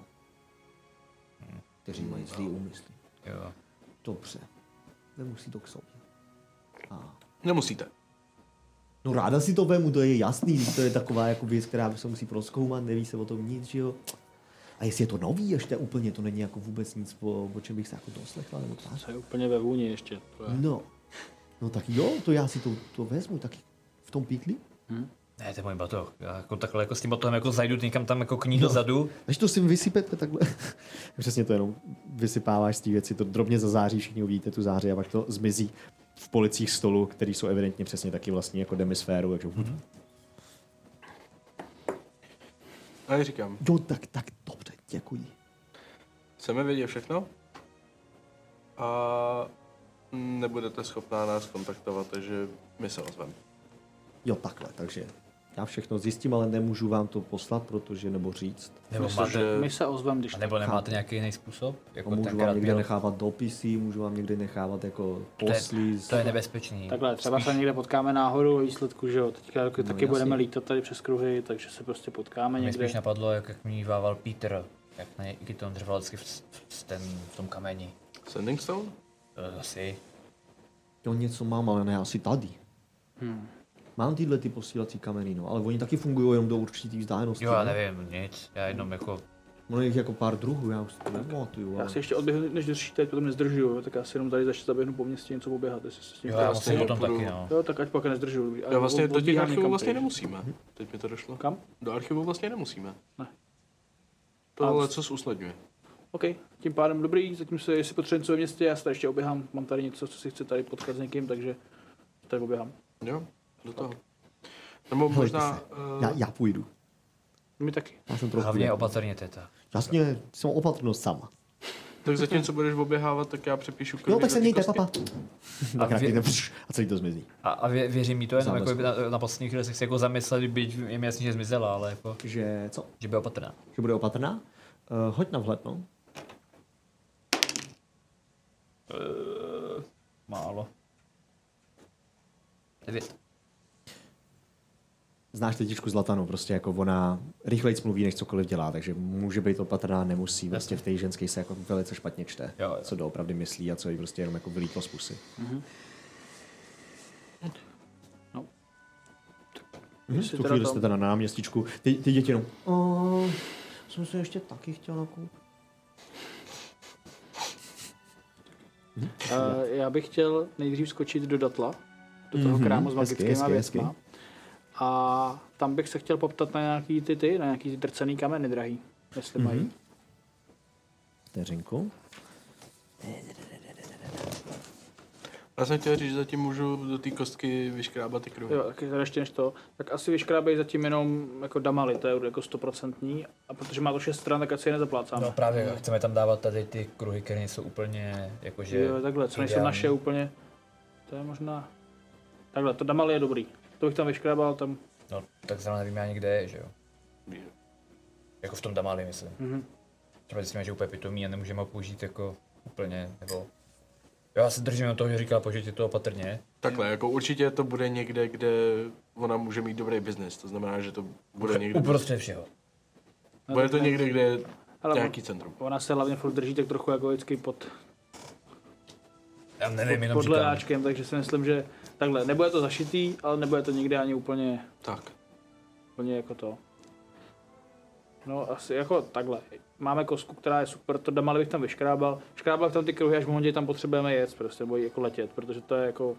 Speaker 1: Kteří mají zlý úmysly.
Speaker 2: Jo.
Speaker 1: Dobře. Nemusí to k sobě. A
Speaker 4: Nemusíte.
Speaker 1: No ráda si to vemu, to je jasný, to je taková jako věc, která se musí proskoumat, neví se o tom nic, že jo. A jestli je to nový ještě úplně, to není jako vůbec nic, o, o čem bych se jako doslechla nebo tak.
Speaker 3: To je úplně ve vůni ještě. To je.
Speaker 1: No, no tak jo, to já si to, to vezmu taky v tom pítli.
Speaker 2: Ne, to je můj batoh. Já jako takhle jako s tím batohem jako zajdu někam tam jako k
Speaker 4: No.
Speaker 2: ní dozadu.
Speaker 1: Než to si vysypete takhle, [laughs] přesně to jenom vysypáváš z té věci, to drobně zazáří, všichni uvidíte tu záři a pak to zmizí v policích stolu, které jsou evidentně přesně taky vlastní jako demisféru, takže mm-hmm.
Speaker 4: A já říkám,
Speaker 1: jo, tak, tak, dobře, děkuji.
Speaker 4: chceme vědět všechno? A nebudete schopná nás kontaktovat, takže my se ozveme.
Speaker 1: Jo, takhle, takže já všechno zjistím, ale nemůžu vám to poslat, protože, nebo říct.
Speaker 2: Nebo máte,
Speaker 4: Že
Speaker 3: My se ozveme, když
Speaker 2: a nebo nemáte nějaký jiný způsob?
Speaker 1: A
Speaker 2: Jako
Speaker 1: můžu vám
Speaker 2: tenkrát
Speaker 1: někde
Speaker 2: byl,
Speaker 1: nechávat dopisy, můžu vám někde nechávat jako
Speaker 2: to, je,
Speaker 1: posly. z-
Speaker 2: to je nebezpečný.
Speaker 3: Takhle, třeba se někde potkáme náhodou ve výsledku, že jo. Teďka taky, no, taky
Speaker 1: jasně.
Speaker 3: budeme lítat tady přes kruhy, takže se prostě potkáme
Speaker 2: Mě
Speaker 3: někde.
Speaker 2: spíš napadlo, jak, jak mývával Peter, jak na něj to držel vždycky v, v, ten, v tom kameni.
Speaker 4: Sending Stone?
Speaker 2: Eh, Asi.
Speaker 1: Jo, něco mám, ale ne asi tady.
Speaker 2: Hmm.
Speaker 1: Mám tyhle ty posílací kameny, no, ale oni taky fungují jenom do určitý vzdálenosti.
Speaker 2: Jo, já
Speaker 1: ne?
Speaker 2: nevím, nic. Já jenom jako...
Speaker 1: Ono je jich jako pár druhů, já už to nepamatuju,
Speaker 3: Já
Speaker 1: ale...
Speaker 3: si ještě odběhnu, než dořešíte, ať potom nezdržuju, jo, tak já si jenom tady začít zaběhnu po městě něco poběhat, jestli se s tím
Speaker 2: Jo, já
Speaker 3: teda-
Speaker 2: musím potom
Speaker 4: nepůjdu.
Speaker 2: taky, no.
Speaker 3: jo, tak ať pak nezdržuju. dobrý. A
Speaker 1: Eh,
Speaker 4: Já vlastně
Speaker 3: od-
Speaker 4: do těch
Speaker 3: odbíhám
Speaker 4: archivů
Speaker 3: někam
Speaker 4: vlastně
Speaker 3: pryč.
Speaker 4: nemusíme.
Speaker 1: Mhm.
Speaker 4: Teď mi to došlo.
Speaker 3: jako Kam?
Speaker 4: Do archivu vlastně nemusíme.
Speaker 3: Ne.
Speaker 4: Tohle co usnadňuje.
Speaker 3: OK, tím pádem dobrý, zatím se, jestli potřebujeme něco ve městě, já se tady ještě oběhám, mám tady něco, co si chci tady potkat s někým, takže tak oběhám.
Speaker 4: Jo, do toho. Nebo
Speaker 1: Helejte
Speaker 4: možná...
Speaker 1: se.
Speaker 4: eh,
Speaker 1: Já, já půjdu.
Speaker 3: My taky.
Speaker 1: Já jsem trochu...
Speaker 2: Hlavně opatrně teta.
Speaker 1: Jasně, jsem opatrnost sama.
Speaker 4: Tak zatímco budeš oběhávat, tak já přepíšu krví
Speaker 1: Jo, tak
Speaker 4: do
Speaker 1: se
Speaker 4: té
Speaker 1: mějte,
Speaker 4: kosti.
Speaker 1: papa. [laughs] A,
Speaker 2: A vy-
Speaker 1: krakne, pš, a celý to zmizí.
Speaker 2: A, a vě, věřím mi to jenom, jako,
Speaker 1: Zábezpečí.
Speaker 2: na, na poslední chvíli se chci jako zamyslet, byť je mi jasný, že zmizela, ale jako,
Speaker 1: Že co?
Speaker 2: že by opatrná.
Speaker 1: Že bude opatrná? Uh, hoď na vhled, no.
Speaker 2: Málo. Devět.
Speaker 1: Znáš tetičku Zlatanu, prostě jako ona rychleji mluví, než cokoliv dělá, takže může být opatrná, nemusí. Vlastně v té ženské se jako velice špatně čte,
Speaker 2: Jo, jo.
Speaker 1: co doopravdy myslí a co jí prostě jenom jako vylítlo z pusy.
Speaker 3: No.
Speaker 1: Mhm, v
Speaker 3: Jestli
Speaker 1: tu
Speaker 3: teda
Speaker 1: chvíli
Speaker 3: tam-
Speaker 1: jste teda na náměstíčku, ty, ty děti jenom, "A, jsem se ještě taky chtěla koupit.
Speaker 3: Eh, já bych chtěl nejdřív skočit do Datla, do toho
Speaker 1: Mhm,
Speaker 3: krámu s
Speaker 1: hezky,
Speaker 3: magickými
Speaker 1: hezky,
Speaker 3: věcmi.
Speaker 1: hezky.
Speaker 3: A tam bych se chtěl poptat na nějaký ty, ty na nějaký ty drcený kameny drahý, jestli
Speaker 1: Mhm.
Speaker 3: mají.
Speaker 1: Vteřinku.
Speaker 4: Já jsem chtěl říct, že zatím můžu do té kostky vyškrábat ty kruhy.
Speaker 3: Jo, tak teda ještě než to, tak asi vyškrábej zatím jenom jako damaly, to je jako stoprocentní, a protože má to šest stran, tak asi je nezaplácáme.
Speaker 2: No právě chceme tam dávat tady ty kruhy, které nejsou úplně jakože...
Speaker 3: Jo, takhle, co nejsou
Speaker 2: ideální.
Speaker 3: naše úplně, to je možná, takhle, to damaly je dobrý, to bych tam vyškrábal, tam,
Speaker 2: No, tak zrovna nevím já nikde je, že jo. Jako v tom Damali, myslím.
Speaker 3: Mhm.
Speaker 2: Třeba zjistíme, že je úplně pitomý a nemůžeme ho použít jako úplně, nebo... Jo, já se držím na toho, že říkal, použijte to opatrně.
Speaker 4: Takhle, jako určitě to bude někde, kde ona může mít dobrý biznis. To znamená, že to bude někde.
Speaker 2: Uprostřed všeho.
Speaker 4: Bude to někde, kde je
Speaker 3: ale
Speaker 4: nějaký centrum.
Speaker 3: ona se hlavně furt drží tak trochu jako vždycky pod,
Speaker 2: Já nevím, jenom
Speaker 3: pod
Speaker 2: říkám.
Speaker 3: ledáčkem, takže si myslím, že takhle, nebude to zašitý, ale nebude to někde ani úplně,
Speaker 4: Tak.
Speaker 3: úplně jako to. No asi jako takhle. Máme kosku, která je super, to damaly bych tam vyškrábal. Škrábal bych tam ty kruhy, až v momentě tam potřebujeme jet prostě, nebo jako letět, protože to je jako,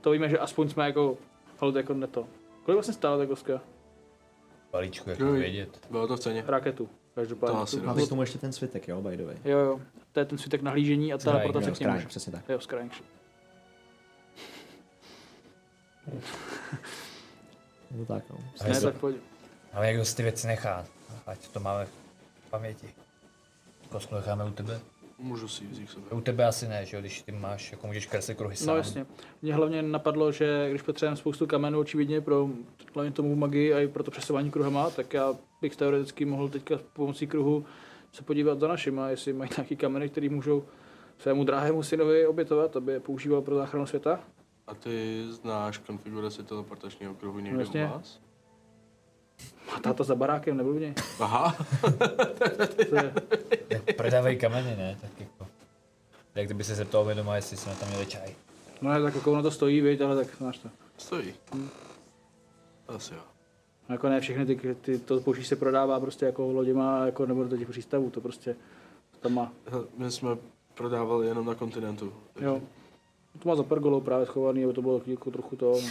Speaker 3: to víme, že aspoň jsme jako, ale jako ne to. Kolik vlastně stála ta koska?
Speaker 2: Balíčku, jak
Speaker 4: Jo,
Speaker 2: to
Speaker 4: jo.
Speaker 2: vědět.
Speaker 4: Bylo to v ceně.
Speaker 3: Raketu. Každopádně.
Speaker 4: To asi
Speaker 3: tu-
Speaker 4: jo.
Speaker 1: Máte k tomu ještě ten svitek, jo, by the way.
Speaker 3: Jo, jo. To je ten svitek nahlížení a teleportace
Speaker 1: Jo,
Speaker 3: k němu.
Speaker 1: skráň, přesně tak.
Speaker 3: Jo, skrank.
Speaker 1: No tak, no.
Speaker 2: Ale
Speaker 3: Ne,
Speaker 2: to-
Speaker 3: tak pojď.
Speaker 2: Ale jak dost ty věci nechá, ať to máme v paměti. Kostku necháme Jako u tebe.
Speaker 4: Můžu si ji vzít k sobě.
Speaker 2: U tebe asi ne, že jo, když ty máš, jako můžeš kreslit kruhy sám.
Speaker 3: No jasně. Mně hlavně napadlo, že když potřebujeme spoustu kamenů, očividně pro hlavně tomu magii a i pro to přesování kruhama, tak já bych teoreticky mohl teďka pomocí kruhu se podívat za našima, jestli mají nějaký kameny, které můžou svému dráhému synovi obětovat, aby je používal pro záchranu světa.
Speaker 4: A ty znáš konfiguraci teleportačního kruhu někde
Speaker 3: Vlastně.
Speaker 4: u vás?
Speaker 3: A táta za barákem, nebyl v něj.
Speaker 4: Aha, [laughs]
Speaker 3: To je,
Speaker 2: Tak prodávej kameny, ne? Tak jako. Jak kdyby se zeptal mi doma, jestli jsme tam měli čaj.
Speaker 3: no ne, tak jako ono to stojí, viď, ale tak znáš to.
Speaker 4: stojí. Asi jo.
Speaker 3: No Jako ne všechny ty, ty to zboží se prodává prostě jako loděma, jako nebo do těch přístavů, to prostě to má.
Speaker 4: Hele, My jsme prodávali jenom na kontinentu. takže-
Speaker 3: Jo. To má za pergolou právě schovaný, aby to bylo jako trochu to. No.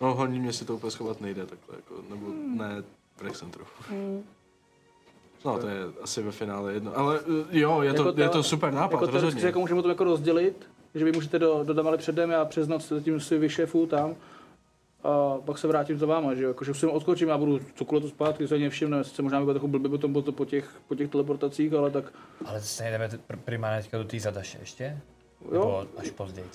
Speaker 4: No hlavně mě si to úplně schovat nejde takhle, jako, nebo
Speaker 3: Hmm.
Speaker 4: ne, prek jsem trochu. No to je asi ve finále jedno, ale eh, jo, je to,
Speaker 3: Jako
Speaker 4: je to
Speaker 3: tele-
Speaker 4: super nápad,
Speaker 3: jako teoreticky
Speaker 4: rozhodně.
Speaker 3: jako můžeme to jako rozdělit, že vy můžete do, do Damali předem, já přes noc zatím si vyšefu tam a pak se vrátím za váma, že jo, jakože si odskočím, já budu cokoliv tu zpátky, se mě všimne, sice možná bych byl takový blbý potom po, to- po, těch, po těch teleportacích, ale tak
Speaker 2: Ale to se nejdeme t- pr- primárně teďka do té zadaše ještě?
Speaker 3: Jo.
Speaker 2: Nebo až později.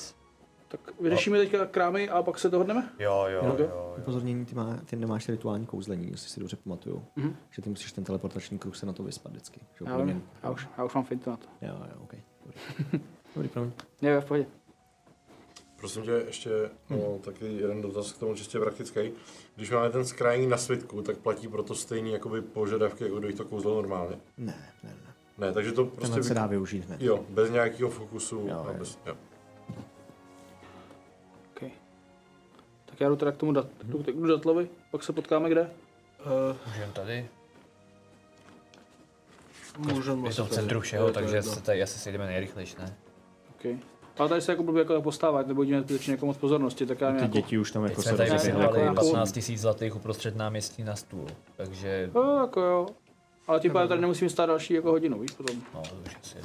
Speaker 3: tak vyřešíme
Speaker 4: No.
Speaker 3: teďka krámy a pak se dohodneme.
Speaker 2: Jo, jo, jo.
Speaker 3: Jo.
Speaker 2: jo.
Speaker 1: Upozornění, ty, má, ty nemáš rituální kouzlení, jestli si dobře pamatuju. Mm-hmm. Že ty musíš ten teleportační kruh se na to vyspat vždycky. Že
Speaker 3: Já, vím, já, už, já už mám fintu na to.
Speaker 1: Jo, jo, OK. Dobrý, Dobrý promiň.
Speaker 3: Ne, v pohodě.
Speaker 5: Prosím tě, ještě
Speaker 1: Mhm.
Speaker 5: no, taky jeden dotaz k tomu čistě praktický. Když máme ten skrajní na svitku, tak platí proto stejný jakoby, požadavky, jako když to kouzlo normálně.
Speaker 1: Ne, ne, ne.
Speaker 5: Ne, takže to prostě...
Speaker 1: Tenhle se
Speaker 5: vy-
Speaker 1: dá využít hned.
Speaker 5: Jo, bez nějakého fokusu.
Speaker 1: Jo,
Speaker 5: a
Speaker 1: jo.
Speaker 5: bez, jo.
Speaker 3: Okay. Tak já jdu teda k tomu dat,
Speaker 4: Mhm.
Speaker 3: jdu, jdu datlovi, pak se potkáme kde? Eh,
Speaker 4: Uh,
Speaker 2: Můžeme tady.
Speaker 4: můžeme
Speaker 2: Je to v
Speaker 4: asi
Speaker 2: centru
Speaker 4: tady.
Speaker 2: všeho,
Speaker 4: Je to
Speaker 2: takže
Speaker 4: jedno.
Speaker 2: se tady asi sejdeme nejrychlejší, ne?
Speaker 3: Okay. Ale tady se jako blbě jako tak postávat, nebo budeme skutečně jako moc pozornosti, tak já
Speaker 1: Ty
Speaker 3: nějakou...
Speaker 1: děti už tam
Speaker 2: Teď
Speaker 1: jako se
Speaker 2: jsme tady
Speaker 1: rozběhly.
Speaker 3: jako
Speaker 2: vyhrali
Speaker 3: nějakou-
Speaker 2: 15 000 zlatých uprostřed náměstí na stůl. Takže,
Speaker 3: No, jako jo. Ale tím pádem tady nemusíme stát další jako hodinu, víš, potom.
Speaker 2: no, to už asi je.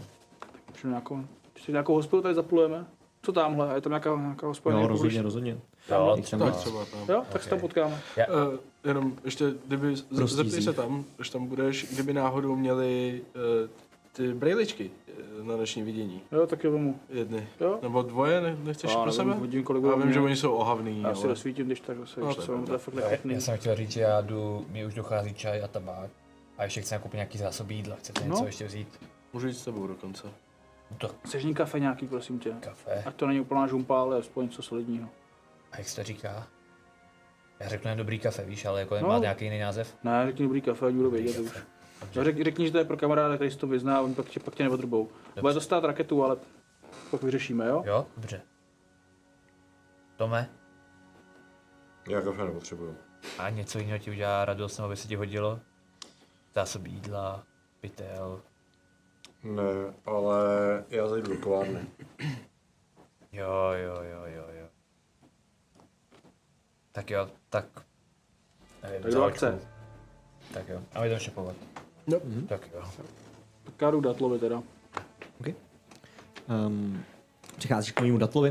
Speaker 3: Přijde nějakou, přijde nějakou hospodu tady zaplujeme. Co tamhle? A Je tam nějaká, nějaká
Speaker 5: Jako-
Speaker 3: hospoda?
Speaker 1: Jo,
Speaker 3: nějakou
Speaker 1: No, rozhodně,
Speaker 3: blíž?
Speaker 1: rozhodně.
Speaker 2: Jo,
Speaker 1: Teď tam
Speaker 4: Tak
Speaker 1: máš.
Speaker 4: třeba tam.
Speaker 3: Jo, tak se tam potkáme.
Speaker 4: Uh, jenom ještě, kdyby, z-
Speaker 1: Prostý
Speaker 4: zeptej se
Speaker 1: zích.
Speaker 4: tam, když tam budeš, kdyby náhodou měli uh, ty brejličky eh, na noční vidění.
Speaker 3: Jo, tak jo, vemu.
Speaker 4: Jedny.
Speaker 3: Jo?
Speaker 4: Nebo dvoje, ne, nechceš
Speaker 3: Já
Speaker 4: pro
Speaker 3: nevím,
Speaker 4: sebe?
Speaker 3: hodím, kolik
Speaker 4: Já
Speaker 3: budu
Speaker 4: vím, že
Speaker 3: mít.
Speaker 4: oni jsou ohavný,
Speaker 3: Já si
Speaker 4: ale...
Speaker 3: rozsvítím, když tak zase,
Speaker 4: No,
Speaker 3: no,
Speaker 4: to je
Speaker 3: že jsem
Speaker 4: pravda.
Speaker 3: teda fakt nechytný.
Speaker 2: Já jsem chtěl říct, že já jdu, mi už dochází čaj a tabák. A ještě chceme koupit nějaký zásoby jídla, chcete
Speaker 3: No.
Speaker 2: něco ještě vzít?
Speaker 4: Můžu jít s tebou dokonce.
Speaker 2: No to
Speaker 3: Sežní kafe nějaký, prosím tě.
Speaker 2: kafe.
Speaker 3: Ať to není úplná žumpa, ale aspoň něco solidního.
Speaker 2: A jak se to říká? Já řeknu jen dobrý kafe, víš, ale jako
Speaker 3: No.
Speaker 2: má nějaký jiný název?
Speaker 3: Ne, řekni dobrý kafe, ať budu vědět už. No, řek, řekni, že to je pro kamaráda, který si to vyzná, on pak tě, pak tě neodrbou. Bude to stát raketu, ale pak vyřešíme, jo?
Speaker 2: Jo, dobře. Tome,
Speaker 5: Já kafe nepotřebuju.
Speaker 2: a něco jiného ti udělá radost, nebo by se ti hodilo? Zásoby jídla, pytel,
Speaker 5: Ne, ale já zajdu do kovárny.
Speaker 2: jo, jo, jo, jo, jo. Tak jo, tak... Nevím,
Speaker 3: Tak do
Speaker 2: za
Speaker 3: akce. Mhm.
Speaker 2: hoďku. Tak jo, a my jdeme šepovat.
Speaker 4: No.
Speaker 2: Tak jo.
Speaker 3: Tak já jdu datlovi teda.
Speaker 1: Um, přicházíš k mému datlovi.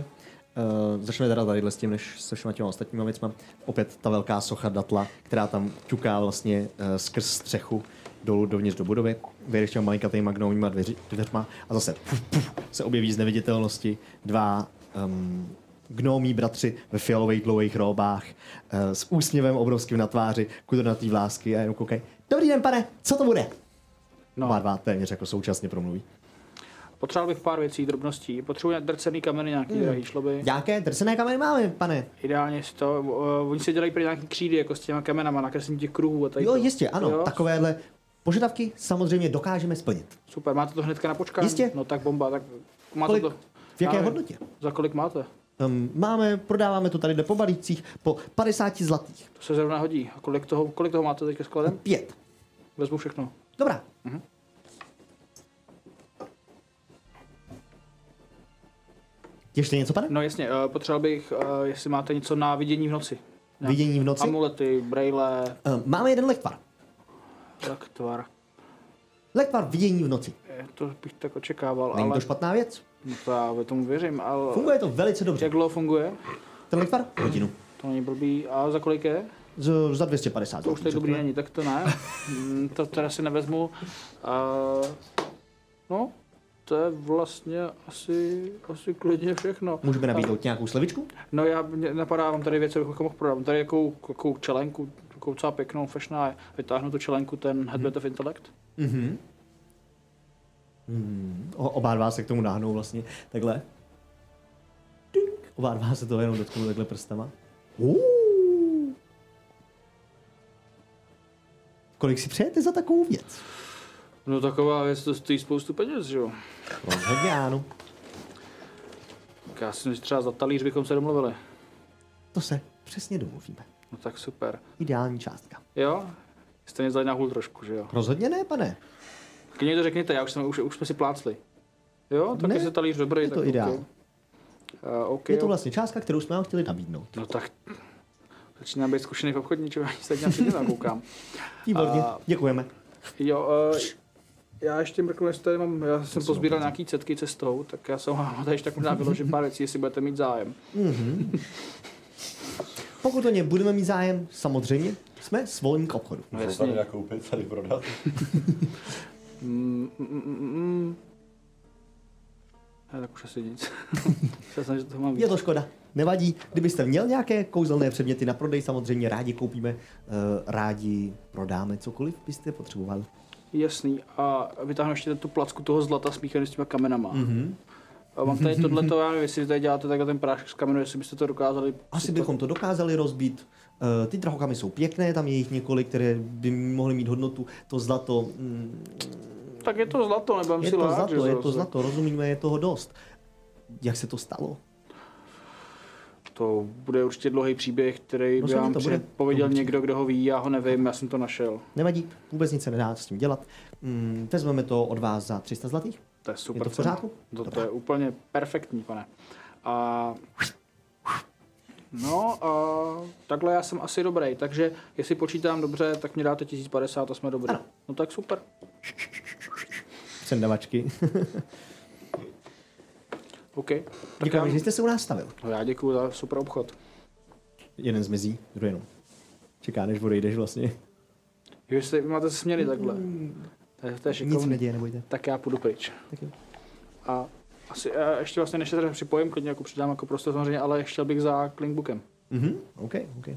Speaker 1: Uh, začne teda tady s tím, než se všema těma ostatníma věcma. Opět ta velká socha datla, která tam ťuká vlastně uh, skrz střechu dolů dovnitř do budovy. Vyjdeš těma malinkatýma gnomýma dveři, dveřma a zase puf, puf, se objeví z neviditelnosti dva um, gnomí bratři ve fialových dlouhých robách uh, s úsměvem obrovským na tváři, kudrnatý vlásky a jenom koukají. Dobrý den, pane, co to bude? No. Má dva téměř jako současně promluví.
Speaker 3: Potřeboval bych pár věcí, drobností. Potřebuji drcený kameny nějaký,
Speaker 1: Hmm.
Speaker 3: mm. drahý šlo by.
Speaker 1: Jaké drcené kamery máme, pane?
Speaker 3: Ideálně si to, uh, oni si dělají pro nějaký křídy, jako s těma kamenama, nakreslení těch kruhů a tady
Speaker 1: Jo,
Speaker 3: to.
Speaker 1: jistě, ano.
Speaker 3: Jo?
Speaker 1: Takovéhle požadavky samozřejmě dokážeme splnit.
Speaker 3: Super, máte to hnedka na počkání?
Speaker 1: Jistě.
Speaker 3: No tak bomba, tak máte
Speaker 1: Kolik-
Speaker 3: to.
Speaker 1: v jaké
Speaker 3: Já nevím,
Speaker 1: hodnotě?
Speaker 3: Za kolik máte?
Speaker 1: Um, máme, prodáváme to tady po balících po 50 zlatých.
Speaker 3: To se zrovna hodí. A kolik toho, kolik toho máte teďka skladem?
Speaker 1: Pět.
Speaker 3: Vezmu všechno.
Speaker 1: Dobrá.
Speaker 3: Mhm.
Speaker 1: Ještě něco, pane?
Speaker 3: No jasně, uh, potřeboval bych, uh, jestli máte něco na vidění v noci. Nějak-
Speaker 1: Vidění v noci?
Speaker 3: Amulety, brejle,
Speaker 1: Um, máme jeden lektvar.
Speaker 3: lektvar.
Speaker 1: Lektvar vidění v noci.
Speaker 3: Eh, To bych tak očekával,
Speaker 1: Není
Speaker 3: ale
Speaker 1: to špatná věc.
Speaker 3: No to já ve tomu věřím, ale
Speaker 1: Funguje to velice dobře.
Speaker 3: jak dlouho funguje?
Speaker 1: Ten lektvar? Hodinu.
Speaker 3: To není blbý. A za kolik je?
Speaker 1: Z, za 250
Speaker 3: To už
Speaker 1: zlatých,
Speaker 3: tak dobrý
Speaker 1: řekněme.
Speaker 3: není, tak to ne. Mm, to teda si nevezmu. Uh, No, to je vlastně asi, asi klidně všechno.
Speaker 1: Můžeme nabídnout nějakou slevičku?
Speaker 3: No já mě napadá, mám tady věci, abych mohl prodat. Mám tady jakou, jakou čelenku, takovou docela pěknou, fešná. je. Vytáhnu tu čelenku, ten Headband of Intellect.
Speaker 1: Mhm. Hmm. O, oba dva se k tomu náhnou vlastně takhle. Dink. Oba dva se toho jenom dotknou takhle prstama. Uuu. Kolik si přejete za takovou věc?
Speaker 3: No taková věc, to stojí spoustu peněz, že jo?
Speaker 1: Rozhodně ano.
Speaker 3: Tak já si myslím, že třeba za talíř bychom se domluvili.
Speaker 1: To se přesně domluvíme.
Speaker 3: No tak super.
Speaker 1: Ideální částka.
Speaker 3: Jo? Jste mě vzali na hůl trošku, že jo?
Speaker 1: Rozhodně ne, pane.
Speaker 3: Tak mě to řekněte, já už, jsem, už, už jsme si plácli. Jo? Tak
Speaker 1: Ne,
Speaker 3: jestli talíř dobrý,
Speaker 1: je to
Speaker 3: tak
Speaker 1: ideál.
Speaker 3: Okay. Uh, okay,
Speaker 1: Je to
Speaker 3: jo.
Speaker 1: vlastně částka, kterou jsme vám chtěli nabídnout.
Speaker 3: No tak začínám být zkušený v obchodní, čo [laughs] ani se nějak koukám.
Speaker 1: Výborně,
Speaker 3: A-
Speaker 1: děkujeme.
Speaker 3: Jo, uh, já ještě mrknu, jestli tady mám, já jsem pozbíral nějaký cetky cestou, tak já se vám [laughs] tady ještě tak možná vyložím pár věcí, jestli budete mít zájem.
Speaker 1: Pokud o ně budeme mít zájem, samozřejmě jsme svolní k obchodu.
Speaker 3: No
Speaker 8: Můžu tady
Speaker 3: jasně.
Speaker 8: nakoupit, tady prodat.
Speaker 3: Mm, mm, mm, mm. Ne, Eh, tak už asi nic. [laughs] já jsem, že toho mám
Speaker 1: Je
Speaker 3: víc.
Speaker 1: to škoda, nevadí. Kdybyste měl nějaké kouzelné předměty na prodej, samozřejmě rádi koupíme, eh, rádi prodáme cokoliv byste potřeboval.
Speaker 3: Jasný. A vytáhnu ještě tu placku toho zlata smíchaného s těma kamenama.
Speaker 1: Mhm.
Speaker 3: Mm-hmm. A
Speaker 1: [laughs]
Speaker 3: mám tady tohleto, já nevím, jestli tady děláte takhle ten prášek z kamenu, jestli byste to dokázali...
Speaker 1: Asi bychom to dokázali rozbít. Eh, Ty drahokamy jsou pěkné, tam je jich několik, které by mohly mít hodnotu. To zlato, mm,
Speaker 3: Tak je to zlato, nebudem
Speaker 1: je
Speaker 3: si
Speaker 1: to
Speaker 3: lhát, že
Speaker 1: zlato, je
Speaker 3: jo,
Speaker 1: to
Speaker 3: tak-
Speaker 1: zlato, rozumíme, je toho dost. Jak se to stalo?
Speaker 3: To bude určitě dlouhý příběh, který by
Speaker 1: Rozhodně
Speaker 3: vám
Speaker 1: to bude.
Speaker 3: předpověděl
Speaker 1: To bude.
Speaker 3: někdo, kdo ho ví, já ho nevím, já jsem to našel.
Speaker 1: Nevadí, vůbec nic se nedá s tím dělat. Mm, Vezmeme to od vás za 300 zlatých.
Speaker 3: To je super.
Speaker 1: Je to v
Speaker 3: cena.
Speaker 1: pořádku?
Speaker 3: To, to
Speaker 1: Dobrá.
Speaker 3: je úplně perfektní, pane. A... No a takhle já jsem asi dobrý, takže jestli počítám dobře, tak mě dáte 1050 a jsme dobrý.
Speaker 1: Ano.
Speaker 3: No tak super.
Speaker 1: Sendavačky.
Speaker 3: OK. Tak
Speaker 1: Děkujeme,
Speaker 3: já,
Speaker 1: že jste se u nás stavil.
Speaker 3: no já děkuji za super obchod.
Speaker 1: Jeden zmizí, druhý jenom. Čeká, než odejdeš vlastně.
Speaker 3: Jo, Jestli vy máte se směli takhle. To je, to je
Speaker 1: Mm. Nic
Speaker 3: šikovný.
Speaker 1: neděje, nebojte.
Speaker 3: Tak já půjdu pryč.
Speaker 1: Tak jo.
Speaker 3: A asi a ještě vlastně, než se teda připojím, klidně jako přidám jako prostě samozřejmě, ale chtěl bych za Klinkbookem.
Speaker 1: Mhm, OK, OK.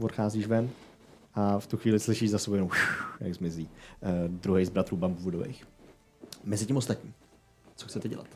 Speaker 1: Odcházíš ven a v tu chvíli slyšíš za sebou jenom jak zmizí uh, druhý z bratrů bambudových. Mezi tím ostatní. Co chcete dělat?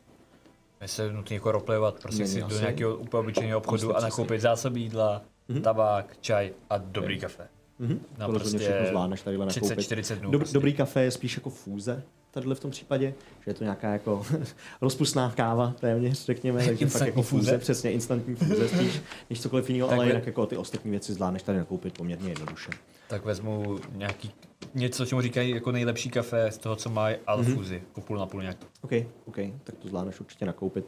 Speaker 2: Mně se nutně jako roplejovat, prostě
Speaker 1: Není
Speaker 2: si
Speaker 1: asi. Prostě
Speaker 2: do nějakého úplně obyčejného
Speaker 1: Tam
Speaker 2: obchodu
Speaker 1: jste
Speaker 2: a nakoupit zásoby jídla, tabák, čaj a dobrý kafe. No,
Speaker 1: Mhm.
Speaker 2: Na
Speaker 1: to rozhodně všechno zvládneš tadyhle nakoupit.
Speaker 2: 30-40 prostě dnů.
Speaker 1: Dob-
Speaker 2: prostě.
Speaker 1: Dobrý kafe je spíš jako fůze tadyhle v tom případě, že je to nějaká jako [laughs] rozpustná káva téměř, řekněme, takže fakt
Speaker 2: Instantní
Speaker 1: jako fůze,
Speaker 2: fůze.
Speaker 1: přesně instantní fůze
Speaker 2: [laughs]
Speaker 1: spíš, než cokoliv jiného, ale
Speaker 2: Takhle.
Speaker 1: jinak jako ty ostatní věci zvládneš tady nakoupit poměrně jednoduše.
Speaker 2: Tak vezmu nějaký, něco, čemu říkají jako nejlepší kafe z toho, co má
Speaker 1: Mhm.
Speaker 2: Alfuzi. Mm-hmm. půl na půl nějak.
Speaker 1: OK, OK, tak to zvládneš určitě nakoupit.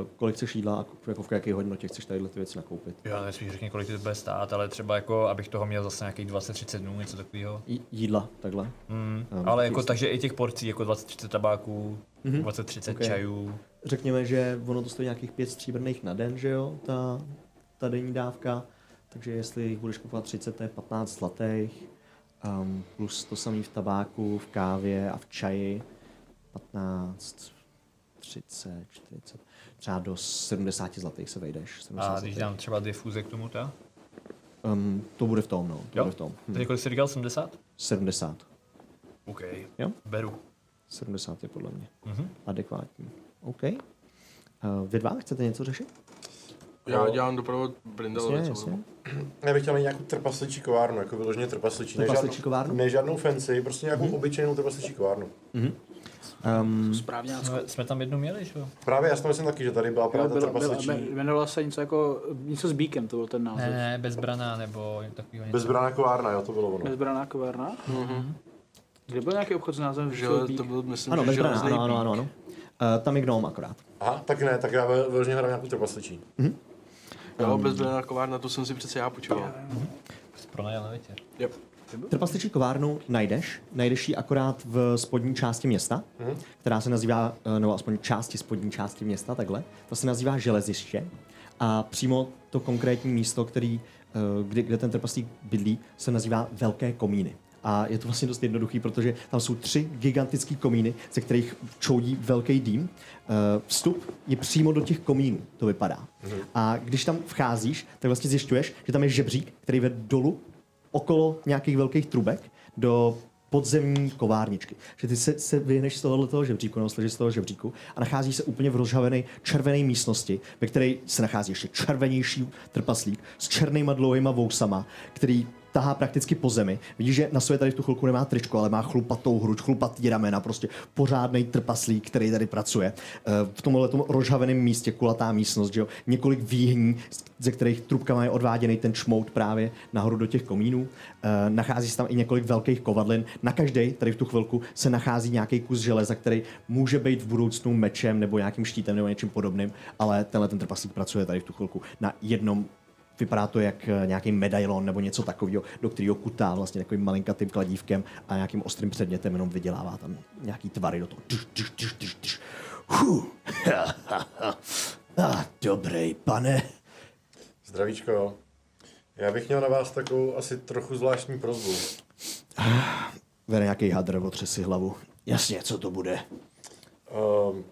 Speaker 1: Uh, kolik chceš jídla a k- jako v jaké hodnotě chceš tadyhle ty věci nakoupit?
Speaker 2: Já nespíš řekni, kolik to bude stát, ale třeba jako, abych toho měl zase nějakých 20-30 dnů, něco takového.
Speaker 1: J- jídla, takhle.
Speaker 2: Mm.
Speaker 1: Um,
Speaker 2: ale jako
Speaker 1: jistě.
Speaker 2: takže i těch porcí, jako 20-30 tabáků, mm-hmm. 20-30
Speaker 1: Mhm. Ok.
Speaker 2: okay. čajů.
Speaker 1: Řekněme, že ono to stojí nějakých pět stříbrných na den, že jo, ta, ta denní dávka. Takže jestli jich budeš kupovat 30, to je 15 zlatých. Um, plus to samé v tabáku, v kávě a v čaji. 15, 30, 40. Třeba do 70 zlatých se vejdeš. 70
Speaker 2: A
Speaker 1: zlatých.
Speaker 2: když dám třeba dvě fůze k tomu, ta?
Speaker 1: um, to bude v tom, no. To
Speaker 2: Jo?
Speaker 1: bude v tom. Hm.
Speaker 2: Takže kolik jsi říkal, 70?
Speaker 1: 70.
Speaker 2: OK,
Speaker 1: Jo?
Speaker 2: beru.
Speaker 1: 70 je podle mě
Speaker 2: Mhm.
Speaker 1: adekvátní. OK. Uh, vy dva chcete něco řešit?
Speaker 4: Já dělám doprovod Brindalovi. co budu-
Speaker 5: Já bych chtěl mít nějakou trpasličí kovárnu, jako vyloženě trpasličí. Ne
Speaker 1: Trpasličí
Speaker 5: žádnou-
Speaker 1: kovárnu? Mhm.
Speaker 5: Ne žádnou fancy, prostě nějakou obyčejnou trpasličí kovárnu.
Speaker 1: Um,
Speaker 3: Správně, Jacku.
Speaker 2: No, Jsme, jsme tam jednu měli, že jo?
Speaker 5: Právě já jsem myslím taky, že tady byla
Speaker 3: Jo,
Speaker 5: právě ta
Speaker 3: byla, byla,
Speaker 5: trpasličí.
Speaker 3: jmenovala se něco jako, něco s bíkem, to byl ten název.
Speaker 2: Ne, ne, bezbraná nebo takového něco.
Speaker 5: Bezbraná kovárna, jo, to bylo ono.
Speaker 3: Bezbraná kavárna? Kde byl nějaký obchod s názvem Žil
Speaker 4: Žele,
Speaker 3: bík?
Speaker 4: to byl, myslím,
Speaker 1: Ano,
Speaker 4: že
Speaker 1: bezbraná,
Speaker 4: železný
Speaker 1: ano, ano, ano. ano. Uh, tam je gnóm akorát.
Speaker 5: Aha, tak ne, tak já ve- vyloženě hrám nějakou trpasličí.
Speaker 4: pík. Jo, bezbraná kovárna, to jsem si přece já půjčoval.
Speaker 2: Pronajel na večer.
Speaker 4: Yep.
Speaker 1: Trpasličí kovárnu najdeš. Najdeš ji akorát v spodní části města, která se nazývá, eh, nebo aspoň části spodní části města, takhle. Ta se nazývá železiště. A přímo to konkrétní místo, který, eh, kde, kde ten trpaslík bydlí, se nazývá Velké komíny. A A je to vlastně dost jednoduchý, protože tam jsou tři gigantické komíny, ze kterých čoudí velký dým. Eh, Vstup je přímo do těch komínů, to vypadá. A když tam vcházíš, tak vlastně zjišťuješ, že tam je žebřík, který vede dolů okolo nějakých velkých trubek do podzemní kovárničky. Že ty se, se vyhneš z tohohle toho žebříku, nebo sležeš z toho žebříku a nacházíš se úplně v rozhavené červené místnosti, ve které se nachází ještě červenější trpaslík s černýma dlouhýma vousama, který tahá prakticky po zemi. Vidíš, že na sobě tady v tu chvilku nemá tričko, ale má chlupatou hruď, chlupatý ramena, prostě pořádný trpaslík, který tady pracuje. Eh, V tomhle tom rozhaveném místě, kulatá místnost, že jo? několik výhní, z- ze kterých trubkama je odváděný ten čmout právě nahoru do těch komínů. Eh, Nachází se tam i několik velkých kovadlin. Na každé tady v tu chvilku se nachází nějaký kus železa, který může být v budoucnu mečem nebo nějakým štítem nebo něčím podobným, ale tenhle ten trpaslík pracuje tady v tu chvilku na jednom Vypadá to jak eh, nějaký medailon nebo něco takového, do kterého kutá vlastně takovým malinkatým kladívkem a nějakým ostrým předmětem jenom vydělává tam nějaký tvary do toho. Tš, tš, tš, tš, tš. Huh. [laughs] Ah, Dobrý, pane.
Speaker 8: Zdravíčko, jo. Já bych měl na vás takovou asi trochu zvláštní prozbu.
Speaker 1: Vede nějaký hadr, otře si hlavu. Jasně, co to bude?
Speaker 8: Um,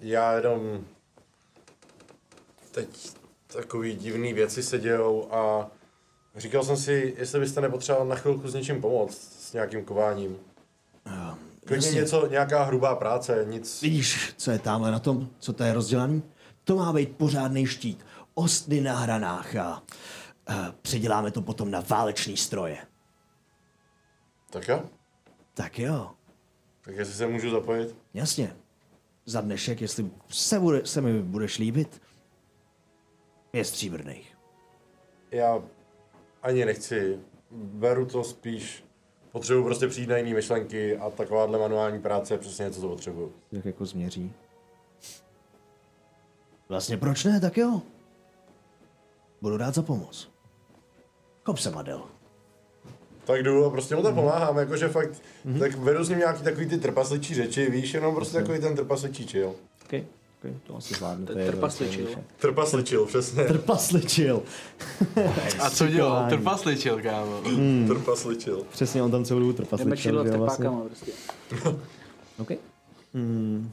Speaker 8: já jenom teď takový divný věci se dějou a říkal jsem si, jestli byste nepotřeboval na chvilku s něčím pomoct, s nějakým kováním.
Speaker 3: Ehm,
Speaker 8: Klidně
Speaker 1: jasně.
Speaker 8: něco, nějaká hrubá práce, nic.
Speaker 1: Vidíš, co je tamhle na tom? Co to je rozdělaný? To má být pořádný štít. Ostny na hranách a eh, předěláme to potom na váleční stroje.
Speaker 8: Tak jo,
Speaker 1: Tak jo.
Speaker 8: tak jestli se můžu zapojit.
Speaker 1: Jasně. Za dnešek, jestli se, bude, se mi budeš líbit, je stříbrných.
Speaker 8: Já ani nechci. Beru to spíš. Potřebuji prostě přijít na jiný myšlenky a takováhle manuální práce je přesně něco, co potřebuju.
Speaker 1: Jak jako změří. Vlastně proč ne, tak jo. Budu rád za pomoc. Kop se, Madel.
Speaker 8: Tak jdu a prostě mu tam pomáhám, jakože fakt, mm-hmm. tak vedu s ním nějaký takový ty trpasličí řeči, víš, jenom prostě takový ten trpasličí chill.
Speaker 1: Okay. Okay, to asi zvládnu.
Speaker 3: To je trpasličil.
Speaker 8: Trpasličil, přesně.
Speaker 1: Trpasličil.
Speaker 4: A co dělal? Trpasličil, kámo.
Speaker 8: Hmm. Trpasličil.
Speaker 1: Přesně, on tam celou dobu
Speaker 3: Jdeme
Speaker 1: trpasličil.
Speaker 3: čidlo
Speaker 1: že
Speaker 3: s
Speaker 1: jo, vlastně.
Speaker 3: trpákama prostě.
Speaker 1: OK. Hmm.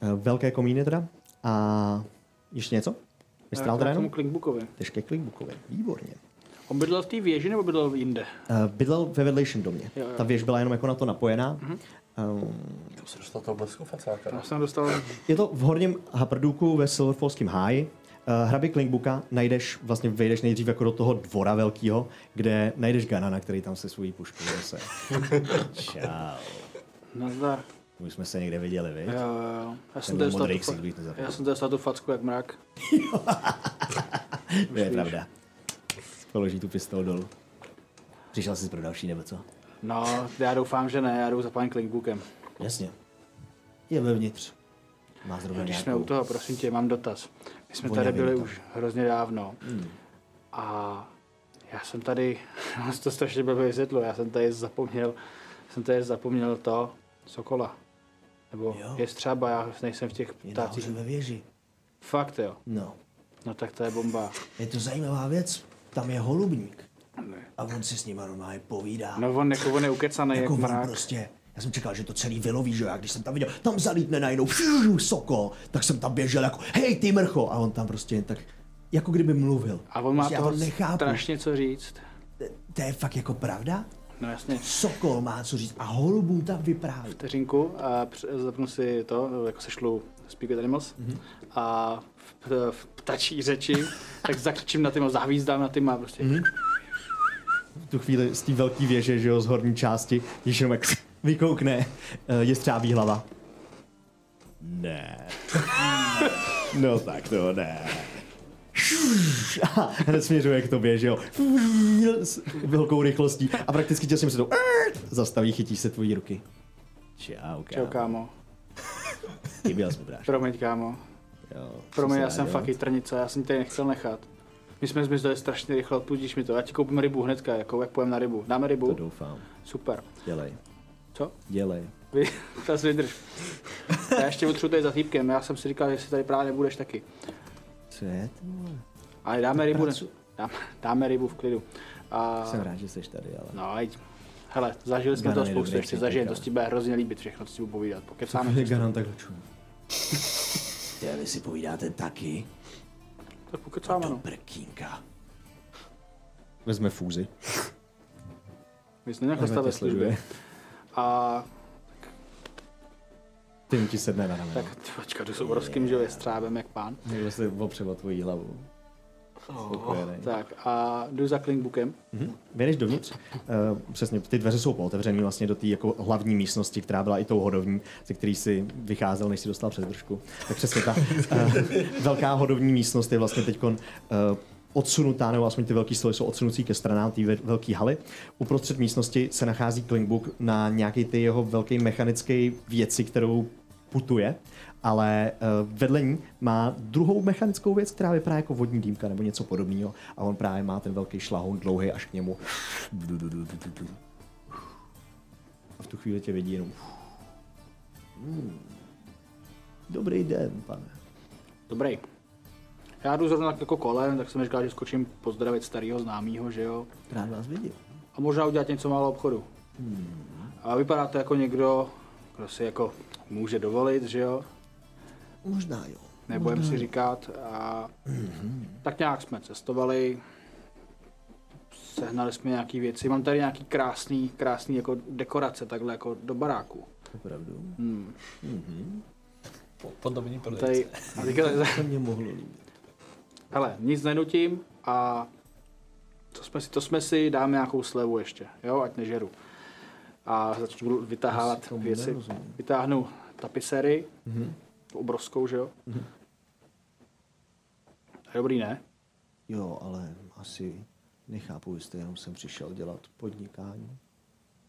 Speaker 1: Mm. Velké komíny teda. A ještě něco? Mistral
Speaker 3: k tomu
Speaker 1: teda
Speaker 3: Klinkbookovi.
Speaker 1: Těžké klikbukovi. Výborně.
Speaker 3: On bydlel v té věži nebo bydlel jinde?
Speaker 1: Eh, Bydlel ve vedlejším domě.
Speaker 3: Jo, Mhm. jo.
Speaker 1: Ta věž byla jenom jako na to napojená. Ehm,
Speaker 8: Tam se dostal toho blesku facáka.
Speaker 3: Já jsem dostal
Speaker 1: Je to v horním Haprduku ve Silverfallském háji. Eh, Hrabě Klingbuka najdeš, vlastně vejdeš nejdřív jako do toho dvora velkého, kde najdeš Ganana, který tam se svojí puškou zase. Čau.
Speaker 3: nazdar.
Speaker 1: Už jsme se někde viděli, viď?
Speaker 3: Jo, jo, jo. Já
Speaker 1: Tenhle
Speaker 3: jsem tady dostal tu
Speaker 1: Jako modrý ksik
Speaker 3: fa-
Speaker 1: bych nezapomněl.
Speaker 3: já jsem tady dostal tu facku
Speaker 1: [laughs]
Speaker 3: jak mrak.
Speaker 1: To je pravda. Položí tu pistol dolů. Přišel jsi pro další nebo co?
Speaker 3: No, já doufám, že ne, já jdu za panem Klinkbookem.
Speaker 1: Jasně. Je vevnitř. Má zrovna
Speaker 3: Když jsme
Speaker 1: nějakou-
Speaker 3: u toho, prosím tě, mám dotaz. My jsme
Speaker 1: Voňavý
Speaker 3: tady byli
Speaker 1: dotaz. Hmm.
Speaker 3: už hrozně dávno. A já jsem tady, [laughs] já to strašně blbě vysvětlu, já jsem tady zapomněl, jsem tady zapomněl to, Sokola. Nebo
Speaker 1: Jo.
Speaker 3: je třeba, já nejsem v těch
Speaker 1: Je
Speaker 3: ptácích.
Speaker 1: nahoře ve věži.
Speaker 3: Fakt jo.
Speaker 1: No.
Speaker 3: No tak to je bomba.
Speaker 1: Je to zajímavá věc. Tam je holubník. A on si s nima normálně povídá.
Speaker 3: No on jako on je ukecanej
Speaker 1: Jako
Speaker 3: jako
Speaker 1: on
Speaker 3: mrak.
Speaker 1: prostě, já jsem čekal, že to celý vyloví, že jo, já když jsem tam viděl, tam zalítne najednou, fiu, soko, tak jsem tam běžel jako, hej ty mrcho, a on tam prostě jen tak, jako kdyby mluvil.
Speaker 3: A on má
Speaker 1: prostě, já
Speaker 3: toho
Speaker 1: to nechápu,
Speaker 3: strašně co říct.
Speaker 1: to je fakt jako pravda?
Speaker 3: No jasně.
Speaker 1: Sokol má co říct a holubům tam vypráví.
Speaker 3: Vteřinku a př- zapnu si to, jako sešlu Speak with Animals
Speaker 1: Mhm.
Speaker 3: mm-hmm. a v, p- v
Speaker 1: [laughs]
Speaker 3: ptačí řeči, tak zakřičím na týma, zahvízdám na týma prostě.
Speaker 1: Mhm.
Speaker 3: Mm-hmm.
Speaker 1: v tu chvíli z té velké věže, že jo, z horní části, když jenom jak vykoukne, eh, je střábí hlava. Ne. [laughs] No tak to [laughs] ne. A hned směřuje k tobě, že jo. S velkou rychlostí a prakticky tě s tím se to zastaví, chytí se tvojí ruky. Čau,
Speaker 3: Čau
Speaker 1: kámo.
Speaker 3: kámo,
Speaker 1: Chyběl jsi mi, bráško.
Speaker 3: promiň kámo,
Speaker 1: Jo, co
Speaker 3: promiň,
Speaker 1: se
Speaker 3: já
Speaker 1: dá
Speaker 3: jsem
Speaker 1: dělat?
Speaker 3: fakt trnice, já jsem tě nechtěl nechat. My jsme zmizeli strašně rychle, odpustíš mi to, já ti koupím rybu hnedka, jako jak pojem na rybu. Dáme
Speaker 1: To
Speaker 3: rybu?
Speaker 1: doufám.
Speaker 3: Super.
Speaker 1: Dělej,
Speaker 3: Co?
Speaker 1: dělej.
Speaker 3: Vy, [laughs] ta
Speaker 1: [laughs]
Speaker 3: si vydrž. Já ještě utřu tady za týpkem, já jsem si říkal, že si tady právě nebudeš taky.
Speaker 1: Co je to?
Speaker 3: Ale dáme rybu, ne,
Speaker 1: Pracu-
Speaker 3: dáme, dáme rybu v klidu. A,
Speaker 1: Jsem rád, že jsi tady, ale...
Speaker 3: no, ať. Hele, zažili jsme
Speaker 1: Garan
Speaker 3: to
Speaker 1: je
Speaker 3: spoustu,
Speaker 1: dobrý
Speaker 3: ještě
Speaker 1: přítel,
Speaker 3: zažijeme, to
Speaker 1: kámo.
Speaker 3: s tím bude hrozně líbit všechno, co si budu povídat. Pokecáme.
Speaker 1: Sám
Speaker 3: často.
Speaker 1: Garan tak hoču.
Speaker 9: Ty, vy si povídáte taky?
Speaker 3: Tak pokecáme, no.
Speaker 9: Prkínka.
Speaker 1: Vezme fúzi.
Speaker 3: My jsme nějak nastavili služby. A
Speaker 1: Tím ti sedne na rameno.
Speaker 3: tak ty počka, jdu s obrovským, že jo, je strábem jak pán.
Speaker 1: Někdo si opřeba tvoji hlavu.
Speaker 3: Oh.
Speaker 1: Spokojený.
Speaker 3: Tak a jdu za Klingbukem.
Speaker 1: Mhm. Vyjdeš dovnitz, uh, přesně, ty dveře jsou pootevřené vlastně do té jako hlavní místnosti, která byla i tou hodovní, ze který si vycházel, než si dostal přes držku. Tak přesně ta uh, velká hodovní místnost je vlastně teď uh, odsunutá, nebo aspoň ty velké stoly jsou odsunucí ke stranám té ve- velké haly. Uprostřed místnosti se nachází Klingbook na nějaký ty jeho velký mechanický věci, kterou putuje, ale uh, vedle ní má druhou mechanickou věc, která vypadá jako vodní dýmka nebo něco podobného a on právě má ten velký šlahoun dlouhý až k němu. A v tu chvíli tě vidí jenom. Hmm. Dobrý den, pane.
Speaker 3: Dobrý. Já jdu zrovna tak jako kolem, tak jsem říkal, že skočím pozdravit starého známého, že jo.
Speaker 1: Rád vás vidím. Hmm.
Speaker 3: A možná udělat něco málo obchodu. A vypadá to jako někdo, kdo si jako může dovolit, že jo.
Speaker 1: Možná jo. Mhm.
Speaker 3: Nebudem si říkat. A tak nějak jsme cestovali, sehnali jsme nějaký věci. Mám tady nějaký krásný, krásný jako dekorace takhle jako do baráku.
Speaker 1: Opravdu.
Speaker 3: Hmm.
Speaker 2: Po- Podobný prodej.
Speaker 3: Tady, a teďka,
Speaker 1: To mě mohlo líbit.
Speaker 3: Hele, nic nenutím a to jsme si, to jsme si dáme nějakou slevu ještě, jo, ať nežeru. A začnu vytahávat věci. Vytáhnu tapisery, mm-hmm.
Speaker 1: Mhm.
Speaker 3: obrovskou, že jo? Mm-hmm. Dobrý, ne?
Speaker 1: Jo, No, ale asi nechápu, jestli jenom jsem přišel dělat podnikání.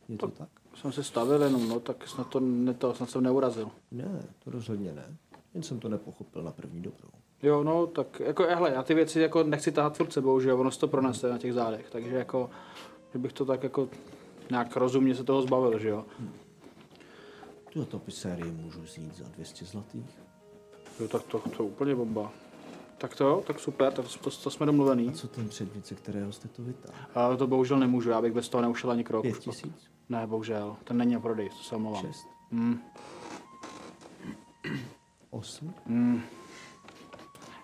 Speaker 1: Je to tak?
Speaker 3: Jsem se stavil jenom, no, tak snad to, ne, to snad jsem neurazil.
Speaker 1: Ne, to rozhodně ne. Jen jsem to nepochopil na první dobrou.
Speaker 3: Jo, no, tak jako, hele, já ty věci jako nechci tahat furt sebou, že jo, ono se to pronese na těch zádech, takže jako, že bych to tak jako nějak rozumně se toho zbavil, že jo.
Speaker 1: Tuto tapisérii můžu vzít za 200 zlatých.
Speaker 3: Jo, tak to, to je úplně bomba. Tak to, tak super, tak to, to jsme domluvený.
Speaker 1: A co ten předmět, ze kterého jste to vytáhl?
Speaker 3: Ale to bohužel nemůžu, já bych bez toho neušel ani krok.
Speaker 1: Pět
Speaker 3: už pak.
Speaker 1: tisíc?
Speaker 3: Ne, bohužel, ten není na prodej, to se omlouvám.
Speaker 1: Šest?
Speaker 3: Hmm.
Speaker 1: Osm?
Speaker 3: Hmm.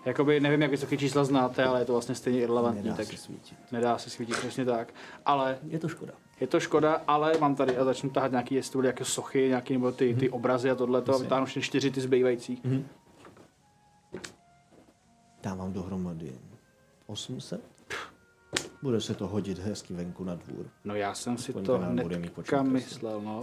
Speaker 3: Jakoby nevím, jak vysoké čísla znáte, ale je to vlastně stejně irrelevantní,
Speaker 1: Nedá
Speaker 3: tak
Speaker 1: se svítit.
Speaker 3: nedá se svítit přesně tak. Ale
Speaker 1: Je to škoda.
Speaker 3: je to škoda, ale mám tady a začnu tahat nějaký, jestli to byly jako sochy, nějaký nebo ty, ty obrazy a tohleto a vytáhnu ještě čtyři ty
Speaker 1: Mhm.
Speaker 3: zbývající.
Speaker 1: Dám vám dohromady 800. Bude se to hodit hezky venku na dvůr.
Speaker 3: No já jsem si
Speaker 1: Aspoň
Speaker 3: to
Speaker 1: kanál bude mít
Speaker 3: hnedka
Speaker 1: počítač.
Speaker 3: myslel, no.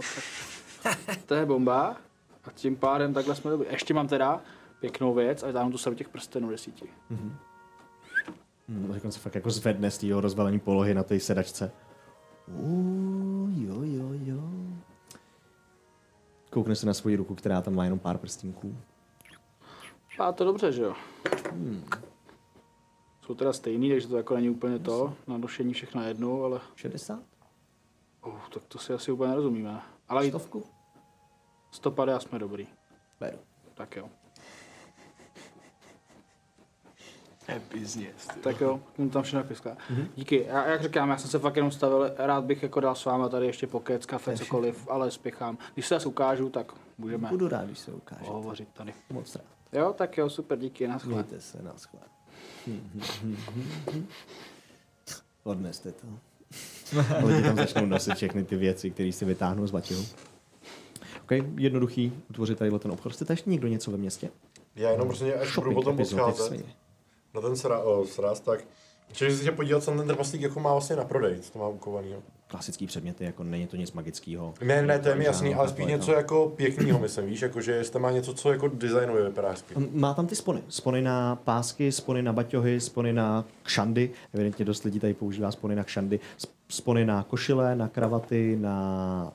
Speaker 3: Tak. to je bomba. A tím pádem takhle jsme dobrý. Ještě mám teda pěknou věc a vytáhnu tu sadu těch prstenů desíti.
Speaker 1: Hm. Hmm, tak on se fakt jako zvedne z tého rozvalení polohy na té sedačce. Uuu, jo, jo, jo. Koukne se na svoji ruku, která tam má jenom pár prstinků.
Speaker 3: A to dobře, že jo?
Speaker 1: Hmm.
Speaker 3: Jsou teda stejný, takže to jako není úplně to, na nošení všech na jednu, ale
Speaker 1: 60?
Speaker 3: oh, tak to si asi úplně nerozumíme. Ale i
Speaker 1: Stovku?
Speaker 3: 150 jsme dobrý,
Speaker 1: Beru.
Speaker 3: tak jo.
Speaker 4: To je business. ty.
Speaker 3: Tak jo, mu tam všechno píská.
Speaker 1: Mhm.
Speaker 3: Díky. Já, jak říkám, já jsem se fakt jenom stavil, rád bych jako dal s váma tady ještě pokec, kafe, cokoliv, ale spěchám. Když se zase ukážu, tak můžeme
Speaker 1: Budu rád, když se ukáže.
Speaker 3: hovořit tady.
Speaker 1: Moc rád.
Speaker 3: Jo, tak jo, super, díky, naschle.
Speaker 1: Mějte se na schvál. [laughs] Odneste [laughs] to. Lidi tam začnou nosit všechny ty věci, které si vytáhnou z baťihu. OK, jednoduchý utvořit tadyhle ten obchod. Chcete ještě někdo něco ve městě?
Speaker 5: Já jenom prostě, až budu
Speaker 1: Shopping
Speaker 5: potom
Speaker 1: epizody v
Speaker 5: odcházet
Speaker 1: svině.
Speaker 5: na ten sra, o, sraz, tak Čili se tě podívat, co ten trpaslík jako má vlastně na prodej, co to má ukovaný.
Speaker 1: Klasický předměty, jako není to nic magického.
Speaker 5: Ne, ne, to je
Speaker 1: Žádná
Speaker 5: mi jasný, ale spíš
Speaker 1: kapaleta.
Speaker 5: něco jako pěkného, myslím, víš, jako že jestli má něco, co jako designově vypadá hezky.
Speaker 1: Má tam ty spony. Spony na pásky, spony na baťohy, spony na kšandy. Evidentně dost lidí tady používá spony na kšandy. Sp- Spony na košile, na kravaty, na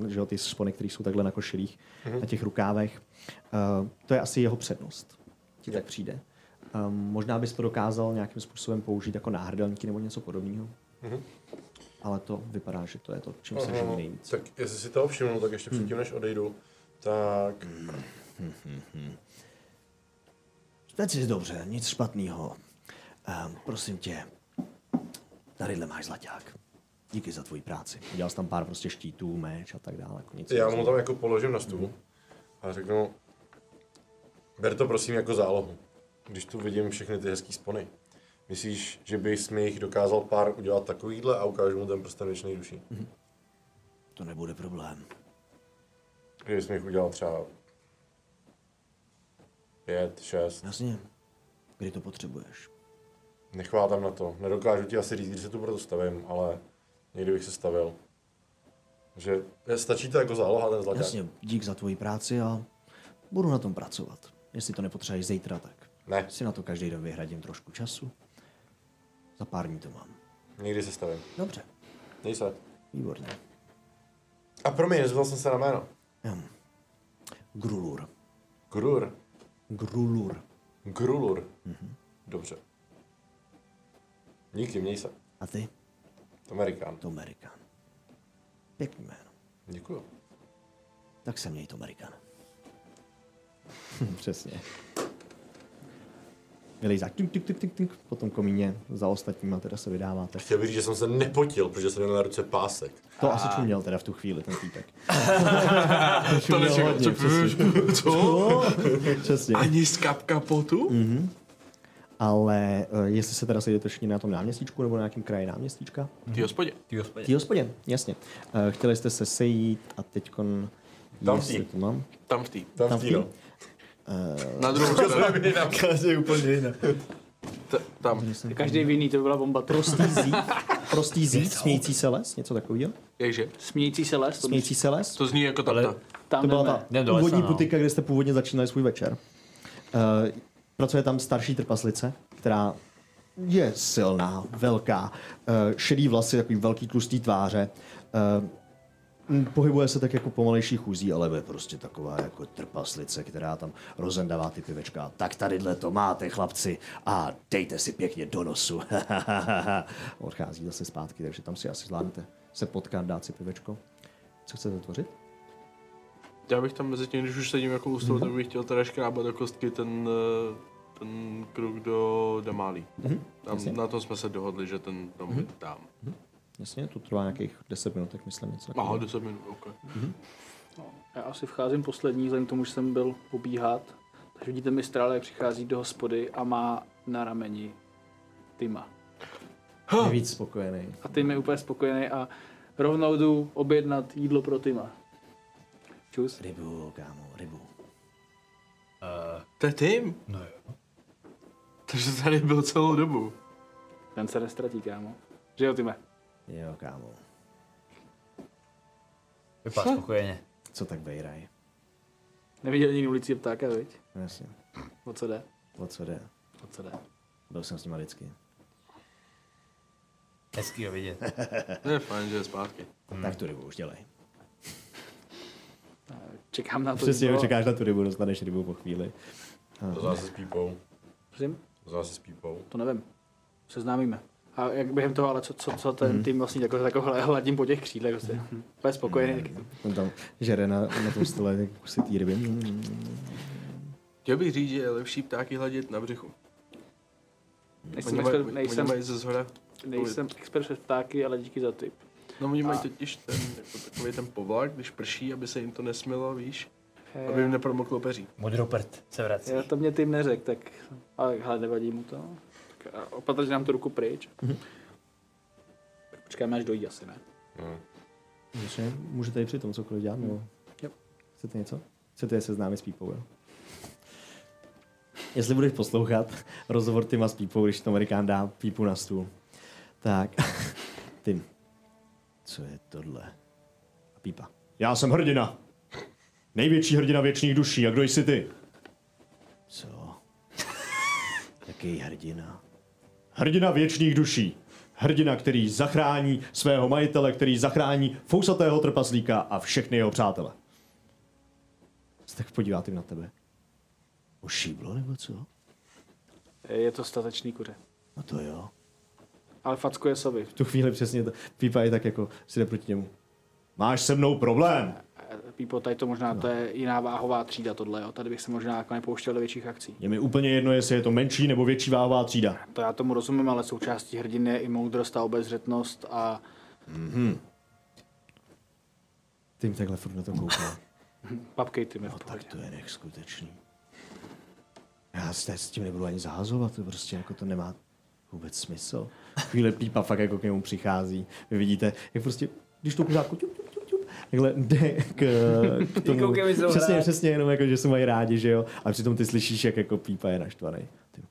Speaker 1: um, že jo, ty spony, které jsou takhle na košilích,
Speaker 5: Mhm.
Speaker 1: mm-hmm. na těch rukávech. Uh, to je asi jeho přednost. Ti tak přijde. Um, možná bys to dokázal nějakým způsobem použít jako náhrdelníky nebo něco podobného. Mm-hmm.
Speaker 5: Mhm.
Speaker 1: Ale to vypadá, že to je to, čím se živí
Speaker 5: Aha,
Speaker 1: nejvíc.
Speaker 5: tak jestli si toho všimnu, tak ještě předtím, než odejdu, tak
Speaker 1: Teď jsi dobře, nic špatného. Um, prosím tě, Ehm, Tadyhle máš zlaťák. Díky za tvoji práci. Udělal jsi tam pár prostě štítů, meč a tak dále. Jako nic
Speaker 8: Já mu
Speaker 1: moc.
Speaker 8: tam jako položím na stůl a řeknu, ber to prosím jako zálohu, když tu vidím všechny ty hezký spony. Myslíš, že bys mi jich dokázal pár udělat takovýhle a ukážu mu ten prsten věčnej duší?
Speaker 1: To nebude problém.
Speaker 8: Že bys mi jich udělal třeba pět, šest.
Speaker 1: Jasně. Kdy to potřebuješ?
Speaker 8: Nechvátám na to. Nedokážu ti asi říct, kdy se tu proto stavím, ale někdy bych se stavil. Že stačí to jako záloha ten zlaťák?
Speaker 1: Jasně, dík za tvoji práci a budu na tom pracovat. Jestli to nepotřebuješ zítra, tak
Speaker 8: Ne,
Speaker 1: si na to každý den vyhradím trošku času. Za pár dní to mám.
Speaker 8: někdy se stavím.
Speaker 1: Dobře,
Speaker 8: Dej se.
Speaker 1: výborně.
Speaker 8: A promiň, nezval jsem se na jméno.
Speaker 1: Hm. Grulur.
Speaker 8: Grur.
Speaker 1: Grulur.
Speaker 8: Grulur. Dobře. Díky, měj se.
Speaker 1: A ty?
Speaker 8: Amerikán.
Speaker 1: To Amerikan. Pěkný jméno.
Speaker 8: Děkuju.
Speaker 1: Tak se měj to Amerikan. [laughs] Přesně. Vylejzá tink, tink, tink, tink, tink, po tom komíně za ostatníma teda se vydáváte.
Speaker 8: Chtěl bych říct, že jsem se nepotil, protože jsem měl na ruce pásek.
Speaker 1: To asi čuměl teda v tu chvíli ten týpek.
Speaker 4: [laughs] To
Speaker 1: Čuměl hodně, přesně.
Speaker 4: [laughs] Co?
Speaker 1: [laughs] Přesně.
Speaker 4: Ani z kapka potu?
Speaker 1: Mhm. Ale eh, jestli se teda sejdete všichni na tom náměstíčku nebo na nějakém kraji náměstíčka?
Speaker 4: Ty hospodě.
Speaker 2: Ty hospodě.
Speaker 1: Tý hospodě, jasně. Eh, Chtěli jste se sejít a teďkon...
Speaker 8: Tam
Speaker 1: jestli
Speaker 8: tý.
Speaker 1: to mám.
Speaker 4: Tam v tý.
Speaker 8: Tam
Speaker 1: v
Speaker 8: v
Speaker 1: tý?
Speaker 8: no.
Speaker 4: Na druhou stranu.
Speaker 2: je úplně jiná.
Speaker 4: T- Tam.
Speaker 3: Každý vinný, to by byla bomba.
Speaker 1: Prostý zít,
Speaker 4: [laughs]
Speaker 1: prostý zít, smějící se les, něco takového.
Speaker 4: Jakže?
Speaker 3: Smějící se les, to
Speaker 1: Smějící se les.
Speaker 4: To zní jako
Speaker 2: Ale-
Speaker 4: tam.
Speaker 3: tam
Speaker 1: To byla
Speaker 3: jdeme.
Speaker 1: ta
Speaker 2: Jdem do lesa,
Speaker 1: původní
Speaker 2: no.
Speaker 1: putika, kde jste původně začínali svůj večer. Eh, Pracuje tam starší trpaslice, která je silná, velká, eh, šedý vlasy, takový velký tlustý tváře. Eh, m, Pohybuje se tak jako pomalejší chůzí, ale je prostě taková jako trpaslice, která tam rozendává ty pivečka. Tak tadyhle to máte, chlapci, a dejte si pěkně do nosu. [laughs] Odchází zase zpátky, takže tam si asi zvládnete se potkat, dát si pivečko. Co chcete tvořit?
Speaker 4: Já bych tam mezi tím, když už sedím jako u stolu,
Speaker 1: Mhm.
Speaker 4: tak bych chtěl teda škrábat do kostky ten, eh, ten kruk do Damálí.
Speaker 1: Mhm.
Speaker 4: Tam, na tom jsme se dohodli, že ten tam dám.
Speaker 1: Jasně, to trvá nějakých 10 minut, tak myslím něco
Speaker 4: Aha,
Speaker 1: takového.
Speaker 4: 10 No, minut, ok.
Speaker 3: Já asi vcházím poslední, vzhledem k tomu, že jsem byl pobíhat. Takže vidíte mistrále, jak přichází do hospody a má na rameni Tyma.
Speaker 1: Nejvíc spokojený.
Speaker 3: A Tim je úplně spokojený a rovnou jdu objednat jídlo pro Tyma. Čus.
Speaker 1: Rybu, kámo, rybu.
Speaker 4: To je Tim?
Speaker 2: No jo.
Speaker 4: Takže tady byl celou dobu.
Speaker 3: Ten se nestratí, kámo. Že jo, Time?
Speaker 1: Jo, kámo.
Speaker 2: Vypadá spokojeně.
Speaker 1: Co tak vejraj?
Speaker 3: Neviděl nikdy ulici ptáka, viď?
Speaker 1: No, Jasně.
Speaker 3: O co jde?
Speaker 1: O co jde?
Speaker 3: O co jde?
Speaker 1: Byl jsem s nima vždycky.
Speaker 2: Hezký ho vidět.
Speaker 4: To je fajn, že je zpátky.
Speaker 1: Hmm. Tak tu rybu už dělej.
Speaker 3: Čekám na to
Speaker 1: Přesně,
Speaker 3: jídlo.
Speaker 1: čekáš na tu rybu, dostaneš rybu po chvíli.
Speaker 8: To zase s pípou.
Speaker 3: Prosím?
Speaker 8: To zase s pípou.
Speaker 3: To nevím. Seznámíme. A jak během toho, ale co, co, co ten tým vlastně takhle, takhle hladím po těch křídlech, prostě. Úplně spokojený. taky.
Speaker 4: Mhm.
Speaker 1: Ten tam žere na, na tom stole ty kusy té ryby. Mm,
Speaker 4: Chtěl bych říct, že je lepší ptáky hladit na břichu.
Speaker 3: Nejsem,
Speaker 4: Oni mají-
Speaker 3: expert,
Speaker 4: oni
Speaker 3: nejsem,
Speaker 4: mají ze zhora.
Speaker 3: nejsem expert přes ptáky, ale díky za tip.
Speaker 4: No oni mají totiž ten, jako takový ten povlak, když prší, aby se jim to nesmilo, víš? Aby jim nepromoklo peří.
Speaker 2: Modroprt se vrací.
Speaker 3: Já Eh, to mě tým neřekl, tak ale hele, nevadí mu to. Tak a opatrně nám tu ruku pryč. Tak počkáme, až dojde asi, ne?
Speaker 1: Ještě můžete i při tom cokoliv dělat, nebo?
Speaker 3: Jo.
Speaker 1: Chcete něco? Chcete je seznámit s Pípou, jo? Jestli budeš poslouchat rozhovor Tima s Pípou, když to Amerikán dá Pípu na stůl. Tak, [laughs] Tim, co je tohle? A Pípa. Já jsem hrdina. Největší hrdina věčných duší. A kdo jsi ty? Co? [laughs] Jaký hrdina? Hrdina věčných duší. Hrdina, který zachrání svého majitele, který zachrání fousatého trpaslíka a všechny jeho přátele. Se tak podívá tím na tebe. Ošíblo nebo co?
Speaker 3: Je to statečný kuře.
Speaker 1: No to jo.
Speaker 3: Ale facku je sovy.
Speaker 1: V tu chvíli přesně to, Pípa je tak jako si jde proti němu. Máš se mnou problém.
Speaker 3: A people, tady to možná to je jiná váhová třída tohle, jo. tady bych se možná jako nepouštěl do větších akcí.
Speaker 1: Je mi úplně jedno, jestli je to menší nebo větší váhová třída.
Speaker 3: To já tomu rozumím, ale součástí hrdiny je i moudrost a obezřetnost a
Speaker 1: Ty jim takhle furt na to koukal.
Speaker 3: papkej ty mi
Speaker 1: No
Speaker 3: v
Speaker 1: tak
Speaker 3: pohodě.
Speaker 1: to je neskutečný. Já s, s tím nebudu ani zahazovat, to prostě jako to nemá vůbec smysl. Chvíle pípa fakt jako k němu přichází. Vy vidíte, jak prostě, když to kuřátku ťup, ťup, ťup, ťup, takhle jde k,
Speaker 2: [laughs]
Speaker 1: k tomu.
Speaker 2: koukej, my jsou
Speaker 1: přesně,
Speaker 2: rádi.
Speaker 1: přesně, jenom jako, že se mají rádi, že jo. A přitom ty slyšíš, jak jako pípa je naštvaný. Ty,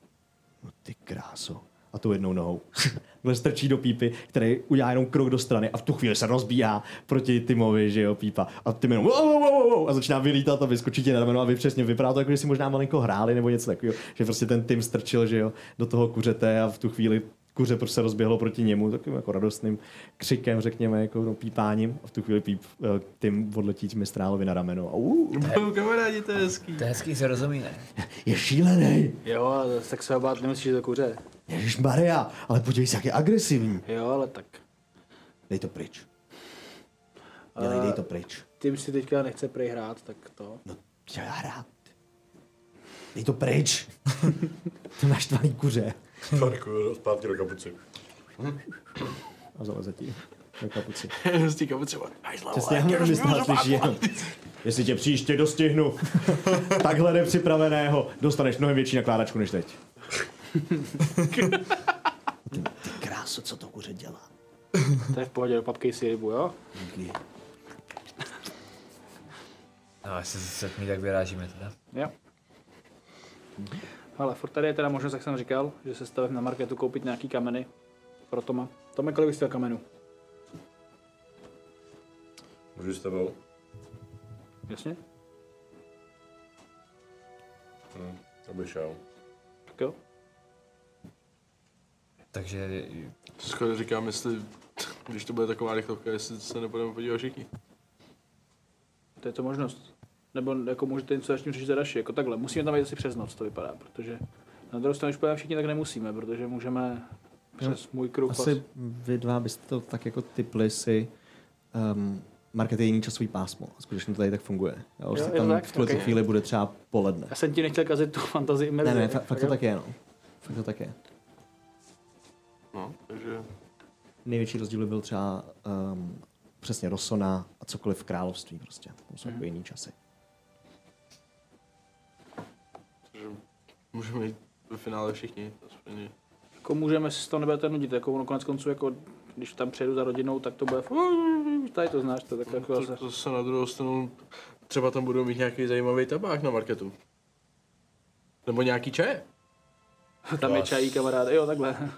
Speaker 1: no ty kráso. A tou jednou nohou. [laughs] Takhle strčí do pípy, který udělá jenom krok do strany a v tu chvíli se rozbíhá proti Timovi, že jo, pípa. A ty jenom wow, wow, wow, wow, a začíná vylítat a vyskočí ti na rameno a vy přesně vypadá to, jako že si možná malinko hráli nebo něco takového, že prostě ten Tim strčil, že jo, do toho kuřete a v tu chvíli kuře prostě se rozběhlo proti němu takovým jako radostným křikem, řekněme, jako no, pípáním. A v tu chvíli píp, eh, Tim odletí Mistrálovi na rameno. A uh,
Speaker 4: [laughs] Bou, kamarádi, to je [laughs] hezký.
Speaker 2: To je hezký, se rozumí, ne?
Speaker 1: je šílený,
Speaker 3: Jo, ale zase tak se obát nemusíš že to kuře.
Speaker 1: Ježíš Maria, ale podívej se, jak je agresivní.
Speaker 3: Jo, ale tak.
Speaker 1: Dej to pryč. Dělej, dej to pryč.
Speaker 3: eh, Tím si teďka nechce prej hrát, tak to.
Speaker 1: No, já rád. Dej to pryč. [laughs] to máš tvaný kuře.
Speaker 8: Parkuju zpátky do kapuci.
Speaker 1: A zaleze ti do kapuci.
Speaker 4: Jenom z té kapuce. "Máš hlavu,
Speaker 1: Přesně, já
Speaker 4: ale já
Speaker 1: nevím,
Speaker 4: [laughs] už
Speaker 1: jestli
Speaker 4: nemůžu
Speaker 1: nás slyší jenom. Jestli tě příště [laughs] dostihnu, takhle nepřipraveného, dostaneš mnohem větší nakládačku než [laughs] teď. ty, ty kráso, co to kuře dělá.
Speaker 3: To je v pohodě, dopapkej si rybu, jo?
Speaker 1: Díky.
Speaker 2: No, jestli se mi tak vyrážíme teda.
Speaker 3: Jo. Ale furt tady je teda možnost, jak jsem říkal, že se stavím na marketu koupit nějaký kameny pro Toma. Tome, kolik bys chtěl kamenů?
Speaker 8: Můžu s tebou?
Speaker 3: Jasně?
Speaker 8: Hm, aby šel.
Speaker 3: Tak jo.
Speaker 2: Takže
Speaker 4: Skoro říkám, jestli, [laughs] když to bude taková rychlovka, jestli se nepůjdeme podívat všichni.
Speaker 3: To je to možnost. Nebo jako můžete něco začít řešit za další, jako takhle. Musíme tam jít asi přes noc, to vypadá, protože na druhou stranu, když půjdeme všichni, tak nemusíme, protože můžeme přes můj kruh.
Speaker 6: Asi vy dva byste to tak jako typli si um, markety jiný časový pásmo. Skutečně to tady tak funguje. Jo,
Speaker 3: Jo,
Speaker 6: jo,
Speaker 3: je to
Speaker 6: tam
Speaker 3: tak?
Speaker 6: v tuhle
Speaker 3: Ok.
Speaker 6: okay. chvíli bude třeba poledne.
Speaker 3: Já jsem ti nechtěl kazit tu fantazii jako
Speaker 6: Ne,
Speaker 3: imerzi.
Speaker 6: ne, fa- fakt to tak je, no. Fakt to tak je.
Speaker 4: No, takže
Speaker 6: Největší rozdíl byl třeba um, přesně Rosona a cokoliv v království prostě. Tam jsou jako jiný časy.
Speaker 4: Takže můžeme jít ve finále všichni, aspoň
Speaker 3: Jako můžeme si z toho nebudete nudit, jako ono konec konců, jako když tam přijedu za rodinou, tak to bude, f- tady to znáš, to je tak jako
Speaker 4: to, to se na druhou stranu, třeba tam budou mít nějaký zajímavý tabák na marketu. Nebo nějaký čaje.
Speaker 3: tam je čají kamaráde, jo takhle, [laughs]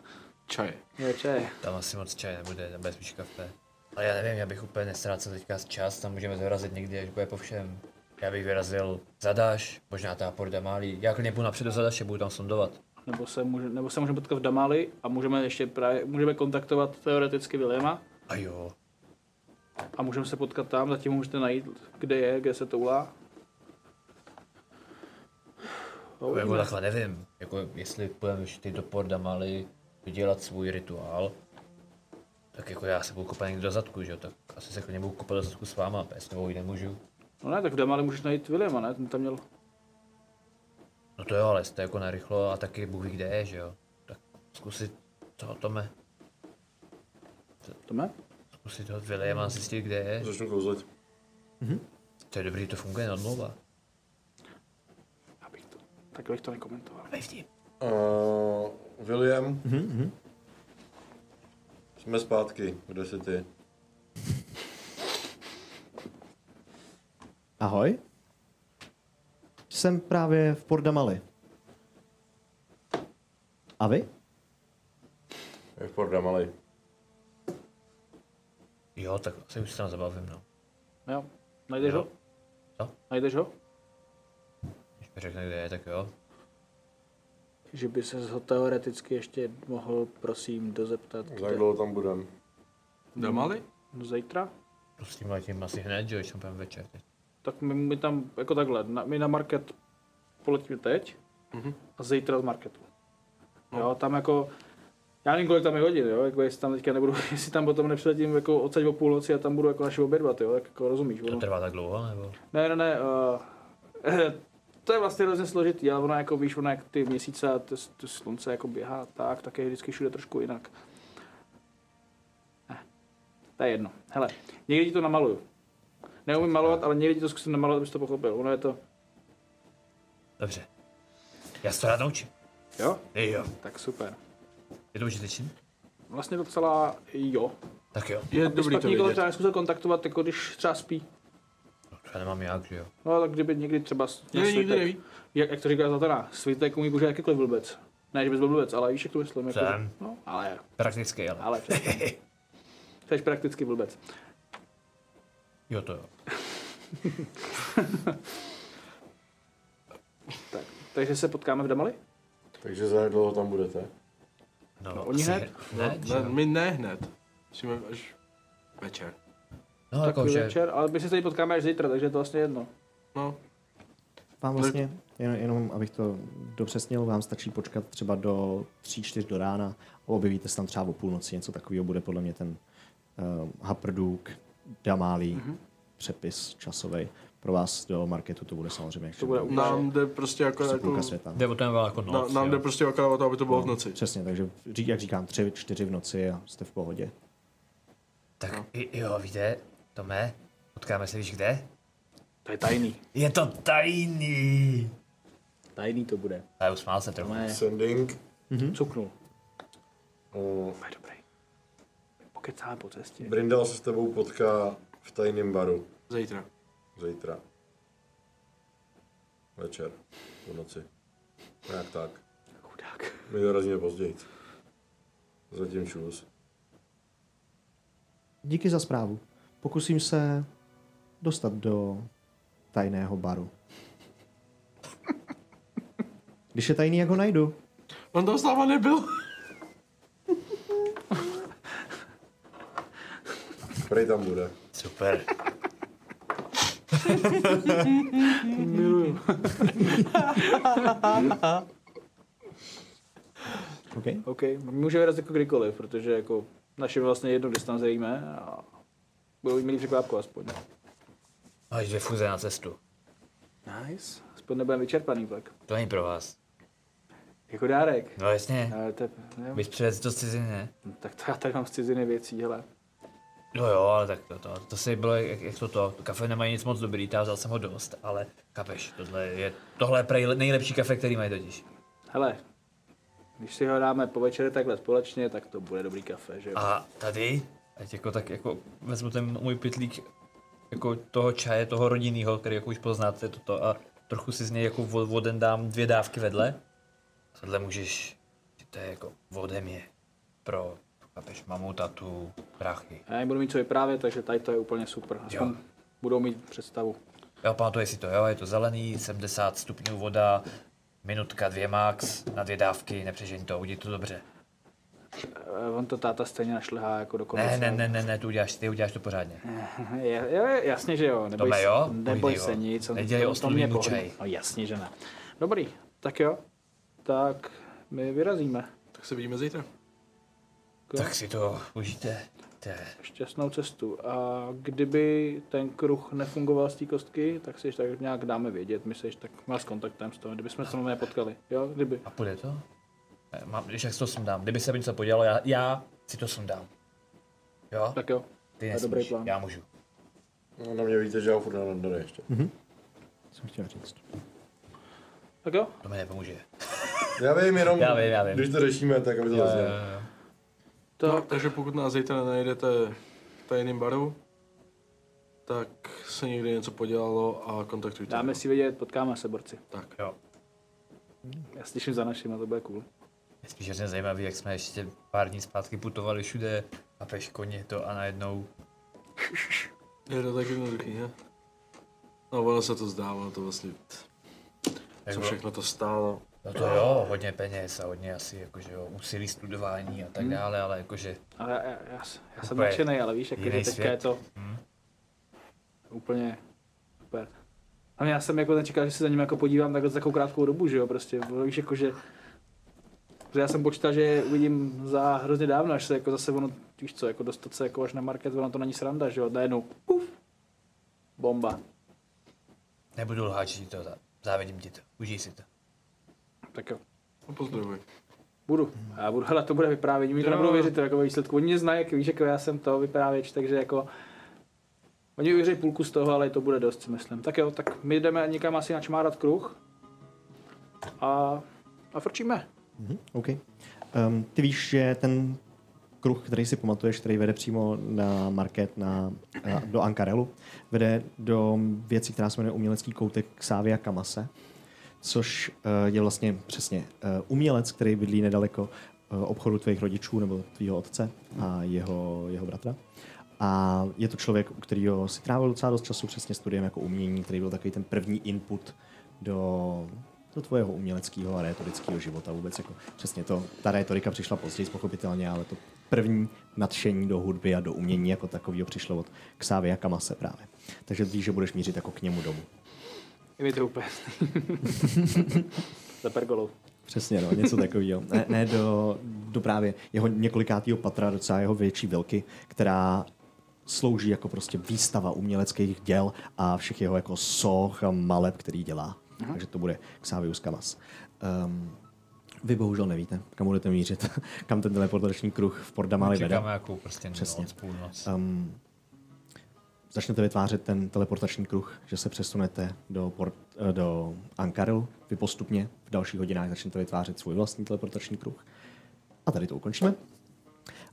Speaker 4: Čaje.
Speaker 3: je čaj.
Speaker 2: tam asi moc čaje nebude, tam bude spíš kafe. Ale já nevím, já bych úplně nestrácel teďka čas, tam můžeme vyrazit někdy, až bude po všem. Já bych vyrazil zadáš, možná ta porda málí. Já klidně půjdu napřed do zadaše, budu tam sondovat.
Speaker 3: Nebo se, může, nebo se můžeme potkat v Damali a můžeme ještě právě, můžeme kontaktovat teoreticky Viléma
Speaker 2: A jo,
Speaker 3: a můžeme se potkat tam, zatím ho můžete najít, kde je, kde se toulá.
Speaker 2: To jako takhle nevím, jako jestli půjdeme ty do Porda Mali vydělat svůj rituál, tak jako já se budu kopat někdo do zadku, že jo, tak asi se klidně budu kopat do zadku s váma, bez nebo ji nemůžu.
Speaker 3: No ne, tak v Damali můžeš najít Viléma, ne, ten tam měl.
Speaker 2: No to jo, ale jste jako narychlo a taky Bůh ví kde je, že jo. Tak zkusit toho Tome,
Speaker 3: Tome?
Speaker 2: zkusit toho Williama zjistit kde je.
Speaker 8: Začnu kouzlit.
Speaker 2: To je dobrý, to funguje na dlouho.
Speaker 3: Já bych to, tak bych to nekomentoval.
Speaker 8: Uh, William. Jsme zpátky. Kde jsi ty?
Speaker 1: Ahoj. Jsem právě v Pordamali. A vy?
Speaker 8: Je v Porda malý.
Speaker 2: Jo, tak asi už se tam zabavím, no.
Speaker 3: Jo, najdeš ho?
Speaker 2: Jo.
Speaker 3: Najdeš ho?
Speaker 2: Když mi řekne kde je, tak jo.
Speaker 3: Že by se ho teoreticky ještě mohl, prosím, dozeptat.
Speaker 8: Za jak
Speaker 3: Kde?
Speaker 8: dlouho tam budem?
Speaker 4: Damali?
Speaker 3: No, zítra?
Speaker 2: To s tím letím asi hned, že jo, když tam půjdeme večer. teď.
Speaker 3: Tak my, my tam, jako takhle, na, my na market poletíme teď
Speaker 4: Mhm.
Speaker 3: a zítra z marketu. Jo, tam jako Já nevím, kolik tam je hodin, jo? Jako jestli tam teďka nebudu, [laughs] jestli tam potom nepřiletím jako odsaď o půlnoci a tam budu jako naši obě dva, ty jo? Tak jako rozumíš.
Speaker 2: To
Speaker 3: ono-
Speaker 2: trvá tak dlouho, nebo?
Speaker 3: Ne, ne, ne. Uh, [clears throat] to je vlastně hrozně složitý, ale ono jako víš, ono jak ty měsíce a to, to slunce jako běhá tak, tak je vždycky všude trošku jinak. Eh, to je jedno. Hele, někdy ti to namaluju. Neumím malovat, ale někdy ti to zkusím namalovat, abys to pochopil. Ono je to,
Speaker 2: Dobře. Já se to rád naučím.
Speaker 3: jo?
Speaker 2: Ej, jo.
Speaker 3: Tak super.
Speaker 2: Je to užitečný?
Speaker 3: Vlastně docela jo.
Speaker 2: Tak jo.
Speaker 4: Je
Speaker 3: Abys
Speaker 4: dobrý
Speaker 3: pak
Speaker 4: to
Speaker 3: nikoho
Speaker 4: vědět.
Speaker 3: třeba neskusil kontaktovat, jako když třeba spí.
Speaker 2: To já nemám jak, že jo.
Speaker 3: No tak kdyby někdy třeba...
Speaker 4: Ne, nikdy neví.
Speaker 3: jak, jak to říká Zlatana, svitek umí kůže jakýkoliv blbec. Ne, že bys byl blbec, ale víš, jak to myslím. Jako, že-
Speaker 2: Jsem.
Speaker 3: no, ale
Speaker 2: Prakticky, ale.
Speaker 3: Ale přesně. Jsi prakticky blbec.
Speaker 2: Jo, to jo.
Speaker 3: Takže se potkáme v Damali?
Speaker 8: Takže za jak dlouho tam budete?
Speaker 2: No,
Speaker 3: No, oni
Speaker 2: asi-
Speaker 3: hned?
Speaker 2: Ne, že
Speaker 4: Ne,
Speaker 2: jo.
Speaker 4: my ne hned. Musíme až večer.
Speaker 2: No,
Speaker 3: Tak
Speaker 2: jako, že...
Speaker 3: večer, ale my se tady potkáme až zítra, takže je to vlastně jedno.
Speaker 4: No,
Speaker 1: Vám vlastně, jen, jenom abych to dopřesnil, vám stačí počkat třeba do 3-4 do rána a objevíte se tam třeba o půlnoci, něco takového bude podle mě ten uh, Haprduk, Damálí,
Speaker 3: Mhm.
Speaker 1: mm-hmm. přepis časový. Pro vás do marketu to bude samozřejmě
Speaker 3: To bude úplně.
Speaker 4: nám jde prostě jako,
Speaker 1: jako,
Speaker 4: jako
Speaker 1: půlka světa.
Speaker 2: Jde o ten jako
Speaker 4: na,
Speaker 2: noc,
Speaker 4: nám
Speaker 2: jo.
Speaker 4: jde prostě akorát o to, aby to bylo v noci.
Speaker 1: Přesně, takže ří- jak říkám, 3-4 v noci a jste v pohodě.
Speaker 2: Tak i- jo, víte, Tome, potkáme se víš kde?
Speaker 3: To je tajný.
Speaker 2: Je to tajný.
Speaker 3: Tajný to bude.
Speaker 2: Ale usmál se trochu.
Speaker 3: Ne,
Speaker 8: Sending.
Speaker 3: cuknul.
Speaker 8: Uh,
Speaker 3: To je dobrý. Pokecáme po cestě.
Speaker 8: Brindal se s tebou potká v tajném baru
Speaker 4: Zítra.
Speaker 8: zítra. Večer. Po noci. Nějak tak.
Speaker 3: Chudák.
Speaker 8: My dorazíme později. Zatím čus.
Speaker 1: Díky za zprávu. Pokusím se dostat do tajného
Speaker 3: [laughs]
Speaker 1: baru. Když je tajný, jak ho najdu.
Speaker 4: On tam s náma nebyl. [laughs]
Speaker 8: Prej tam bude.
Speaker 2: Super.
Speaker 1: Okay?
Speaker 3: OK, může vyrazit jako kdykoliv, protože jako naše vlastně jedno, kde se tam zajíme a budou mít překvápku aspoň.
Speaker 2: Máš dvě fuze na cestu.
Speaker 3: Nice. Aspoň nebudeme vyčerpaný pak.
Speaker 2: To není pro vás.
Speaker 3: Jako dárek.
Speaker 2: No jasně.
Speaker 3: Ale to, je- ne,
Speaker 2: Víš, přivez to z ciziny, ne?
Speaker 3: tak to já tady mám z ciziny věcí, hele.
Speaker 2: No jo, ale tak to, to, to si bylo, jak, jak to to, kafe nemají nic moc dobrý, já vzal jsem ho dost, ale kapeš, tohle je, tohle je prej nejlepší kafe, který mají totiž.
Speaker 3: Hele, když si ho dáme po večeři takhle společně, tak to bude dobrý kafe, že jo?
Speaker 2: A tady, ať jako tak jako vezmu ten můj pitlík jako toho čaje, toho rodinného, který jako už poznáte toto a trochu si z něj jako vo- voden dám dvě dávky vedle. Tohle můžeš, to je jako vodem je pro, kapeš, mamu, tatu, prachy.
Speaker 3: Já jim budu mít co vyprávět, takže tady to je úplně super. Aspoň
Speaker 2: Jo.
Speaker 3: budou mít představu.
Speaker 2: Jo, pamatuje si to, jo, je to zelený, 70 stupňů voda, minutka, dvě max, na dvě dávky, nepřežeň to, udělej to dobře.
Speaker 3: Eh, On to táta stejně našlehá jako do konce.
Speaker 2: Ne, ne, ne, ne, ne, tu uděláš, ty uděláš to pořádně.
Speaker 3: Je, je, jasně, že jo. Neboj,
Speaker 2: Tome,
Speaker 3: se-
Speaker 2: jo?
Speaker 3: neboj
Speaker 2: Pojď,
Speaker 3: se
Speaker 2: jo.
Speaker 3: nic. on-
Speaker 2: Nedělej
Speaker 3: to- to
Speaker 2: ostrůj
Speaker 3: mě
Speaker 2: vinu
Speaker 3: pohodí.
Speaker 2: čaj.
Speaker 3: No jasně, že ne. Dobrý, tak jo. Tak my vyrazíme.
Speaker 4: Tak se vidíme zítra.
Speaker 2: Tak si to užijte. To je
Speaker 3: Šťastnou cestu. A kdyby ten kruh nefungoval z té kostky, tak si ještě tak nějak dáme vědět. My se ještě tak má s kontaktem s toho, kdyby jsme se nepotkali. Jo, kdyby.
Speaker 2: A půjde to? Eh, Mám, když jak to sundám. Kdyby se mi něco podělalo, já, já si to sundám. Jo?
Speaker 3: Tak jo.
Speaker 2: Ty
Speaker 3: je
Speaker 2: nesmíš,
Speaker 3: dobrý plán.
Speaker 2: já můžu.
Speaker 8: No, na mě víte, že já furt na Nandore ještě.
Speaker 1: Jsem chtěl říct.
Speaker 3: Tak jo.
Speaker 2: To mi nepomůže.
Speaker 8: Já vím jenom,
Speaker 2: Já vím, já vím.
Speaker 8: když to řešíme, tak aby to zaznělo.
Speaker 2: Eh,
Speaker 3: To,
Speaker 4: No, takže pokud nás zítra najdete v tajným baru, tak se někdy něco podělalo a kontaktujte.
Speaker 3: Dáme
Speaker 4: mě.
Speaker 3: si vědět, potkáme se, borci.
Speaker 4: Tak.
Speaker 2: Jo.
Speaker 3: Já slyším za našima, to bude cool.
Speaker 2: Je spíš hrozně zajímavý, jak jsme ještě pár dní zpátky putovali všude a peš koně to a najednou
Speaker 4: Je to tak jednoduchý, ne? No, ono se to zdávalo, to vlastně,
Speaker 2: jak
Speaker 4: co
Speaker 2: bylo-
Speaker 4: všechno to stálo.
Speaker 2: No to jo, hodně peněz a hodně asi jakože jo, úsilí studování a tak dále, ale jakože
Speaker 3: Ale já, já, já, s- já jsem
Speaker 2: Úplně
Speaker 3: nadšený, ale víš, jako, že
Speaker 2: jiný
Speaker 3: teďka
Speaker 2: svět. Hmm.
Speaker 3: je to úplně super. A já jsem jako nečekal, že se za ním jako podívám takhle za takovou krátkou dobu, že jo, prostě, víš, jako, že Protože já jsem počítal, že uvidím za hrozně dávno, až se jako zase ono, víš co, jako dostat se jako až na market, ono to není sranda, že jo, najednou, puf, bomba.
Speaker 2: Nebudu lhát, že ti to zá- závidím ti to. Užij si to.
Speaker 3: Tak jo,
Speaker 4: No pozdravuj.
Speaker 3: budu. Já budu, hele, to bude vyprávění, mi to
Speaker 4: Jo.
Speaker 3: nebudou věřit, to jako ve výsledku. Oni mě znají, jak víš, jako já jsem to vyprávěč, takže jako, oni mi věří půlku z toho, ale to bude dost, si myslím. Tak jo, tak my jdeme někam asi načmárat kruh a, a frčíme.
Speaker 1: OK. Um, ty víš, že ten kruh, který si pamatuješ, který vede přímo na market na, na, do Ankarelu, vede do věcí, která se jmenuje umělecký koutek Xavia Kamase, což eh, je vlastně přesně eh, umělec, který bydlí nedaleko eh, obchodu tvých rodičů nebo tvýho otce a jeho, jeho bratra. A je to člověk, u kterého si trávil docela dost času přesně studiem jako umění, který byl takový ten první input do, do tvého uměleckého a rétorického života vůbec. Jako, přesně to, ta rétorika přišla později pochopitelně, ale to první nadšení do hudby a do umění jako takového přišlo od Xavia Kamase právě. Takže víš, že budeš mířit jako k němu domů.
Speaker 3: Je mi to úplně. [laughs] Za pergolou.
Speaker 1: Přesně, no, něco takového. Ne, ne do, do právě jeho několikátýho patra, docela jeho větší vilky, která slouží jako prostě výstava uměleckých děl a všech jeho jako soch a maleb, který dělá. Takže to bude Xavius Kamas. Um, vy bohužel nevíte, kam budete mířit, [laughs] kam ten teleportační kruh v Pordamali vede.
Speaker 2: Čekáme jako prostě
Speaker 1: Přesně.
Speaker 2: noc, půlnoc.
Speaker 1: Um, začnete vytvářet ten teleportační kruh, že se přesunete do, port, eh, do Ankarelu. Vy postupně v dalších hodinách začnete vytvářet svůj vlastní teleportační kruh. A tady to ukončíme.